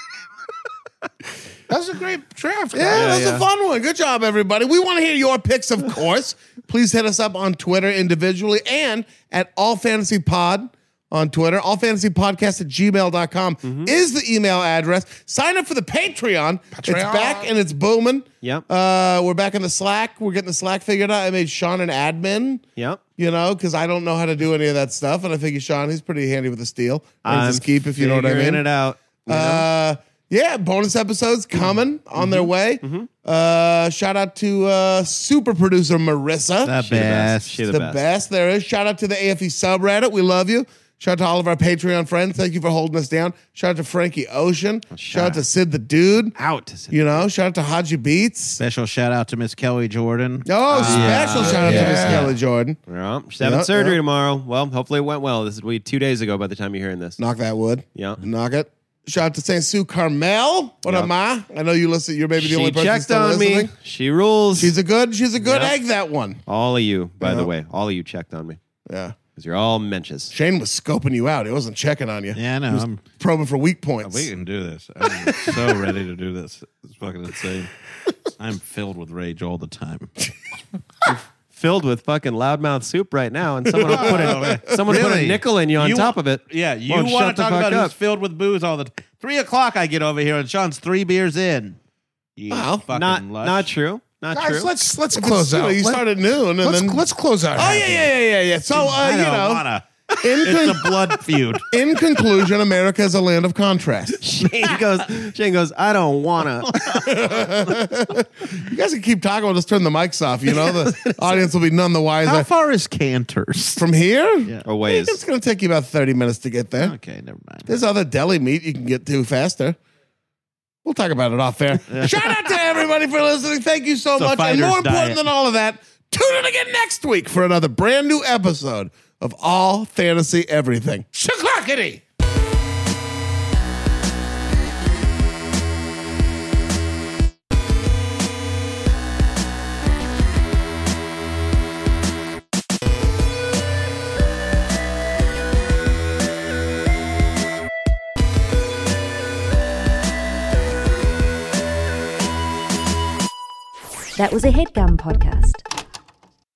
Speaker 4: That was a great draft. guys.
Speaker 1: Yeah, that's
Speaker 3: yeah.
Speaker 1: a fun one. Good job, everybody. We want to hear your picks, of course. Please hit us up on Twitter individually and at All Fantasy Pod on Twitter. All Fantasy Podcast at gmail.com
Speaker 3: Mm-hmm.
Speaker 1: is the email address. Sign up for the Patreon. It's
Speaker 4: Patreon.
Speaker 1: back and it's booming.
Speaker 3: Yep.
Speaker 1: Uh, we're back in the Slack. We're getting the Slack figured out. I made Sean an admin.
Speaker 3: Yep.
Speaker 1: You know, because I don't know how to do any of that stuff, and I figure Sean he's pretty handy with a steal. Earns
Speaker 3: I'm
Speaker 1: his keep, if you know what I
Speaker 3: figuring
Speaker 1: mean.
Speaker 3: it out. you know?
Speaker 1: Uh, yeah, bonus episodes coming on
Speaker 3: Mm-hmm.
Speaker 1: their way. Uh, shout out to uh, super producer Marissa,
Speaker 5: The
Speaker 3: She the best.
Speaker 5: best.
Speaker 3: She the,
Speaker 1: the,
Speaker 3: best.
Speaker 1: best. there is. Shout out to the AFE subreddit. We love you. Shout out to all of our Patreon friends. Thank you for holding us down. Shout out to Frankie Ocean. shout out to Sid the Dude.
Speaker 3: Out. to
Speaker 1: You know, shout out to Haji Beats.
Speaker 5: Special shout out to Miss Kelly Jordan.
Speaker 1: Oh, special shout out to Miss
Speaker 4: Yeah.
Speaker 1: Kelly Jordan.
Speaker 3: Yeah, she's having
Speaker 1: Yep,
Speaker 3: surgery
Speaker 1: yep.
Speaker 3: tomorrow. Well, hopefully it went well. This will be two days ago by the time you're hearing this.
Speaker 1: Knock that wood.
Speaker 3: Yeah.
Speaker 1: Knock it. Shout out to St. Sue Carmel. What am I? I know you listen. You're maybe the
Speaker 3: she
Speaker 1: only person
Speaker 3: checked
Speaker 1: still
Speaker 3: on
Speaker 1: listening.
Speaker 3: me. She rules.
Speaker 1: She's a good. She's a good
Speaker 3: Yep.
Speaker 1: egg. That one.
Speaker 3: all of you, by the
Speaker 1: Yep.
Speaker 3: way. All of you checked on me
Speaker 1: Yeah.
Speaker 3: because you're all mentions.
Speaker 1: Shane was scoping you out. He wasn't checking on you.
Speaker 5: Yeah, I know. I'm,
Speaker 1: Probing for weak points.
Speaker 5: we can do this. I'm so ready to do this. It's fucking insane. I'm filled with rage all the time.
Speaker 3: Filled with fucking loudmouth soup right now, and someone will put a, someone will put a
Speaker 5: Really?
Speaker 3: nickel in you on
Speaker 5: You
Speaker 3: top
Speaker 5: wa-
Speaker 3: of it.
Speaker 5: Yeah, you
Speaker 3: Well,
Speaker 5: want
Speaker 3: shut
Speaker 5: to
Speaker 3: the
Speaker 5: talk
Speaker 3: fuck
Speaker 5: about
Speaker 3: up.
Speaker 5: who's filled with booze all the time. Three o'clock, I get over here, and Sean's three beers in. You
Speaker 1: Wow.
Speaker 5: fucking
Speaker 3: Not
Speaker 5: lush.
Speaker 3: not true. Not true.
Speaker 4: Guys, let's let's
Speaker 1: If it's-
Speaker 4: close
Speaker 1: you know,
Speaker 4: out.
Speaker 1: You
Speaker 4: Let-
Speaker 1: start at noon and
Speaker 4: let's,
Speaker 1: then.
Speaker 4: let's close out.
Speaker 1: oh yeah, yeah, yeah, yeah, yeah. So uh,
Speaker 5: I
Speaker 1: you
Speaker 5: don't
Speaker 1: know,
Speaker 5: wanna.
Speaker 1: in
Speaker 5: It's
Speaker 1: con-
Speaker 5: a blood feud.
Speaker 1: in conclusion, America is a land of contrast.
Speaker 3: Shane goes. Shane goes. I don't wanna.
Speaker 1: You guys can keep talking. We'll just turn the mics off. You know, the audience will be none the
Speaker 5: How
Speaker 1: wiser.
Speaker 5: far is Canters?
Speaker 1: From here,
Speaker 3: A
Speaker 1: I
Speaker 3: ways.
Speaker 1: think it's going to take you about thirty minutes to get there.
Speaker 5: Okay, never mind.
Speaker 1: There's other deli meat you can get to faster. We'll talk about it off air. Shout out to everybody for listening. Thank you so
Speaker 5: a
Speaker 1: much. And
Speaker 5: fighter's
Speaker 1: more important
Speaker 5: diet.
Speaker 1: than all of that, tune in again next week for another brand new episode of All Fantasy Everything.
Speaker 4: Shaklackety.
Speaker 9: That was a headgum podcast.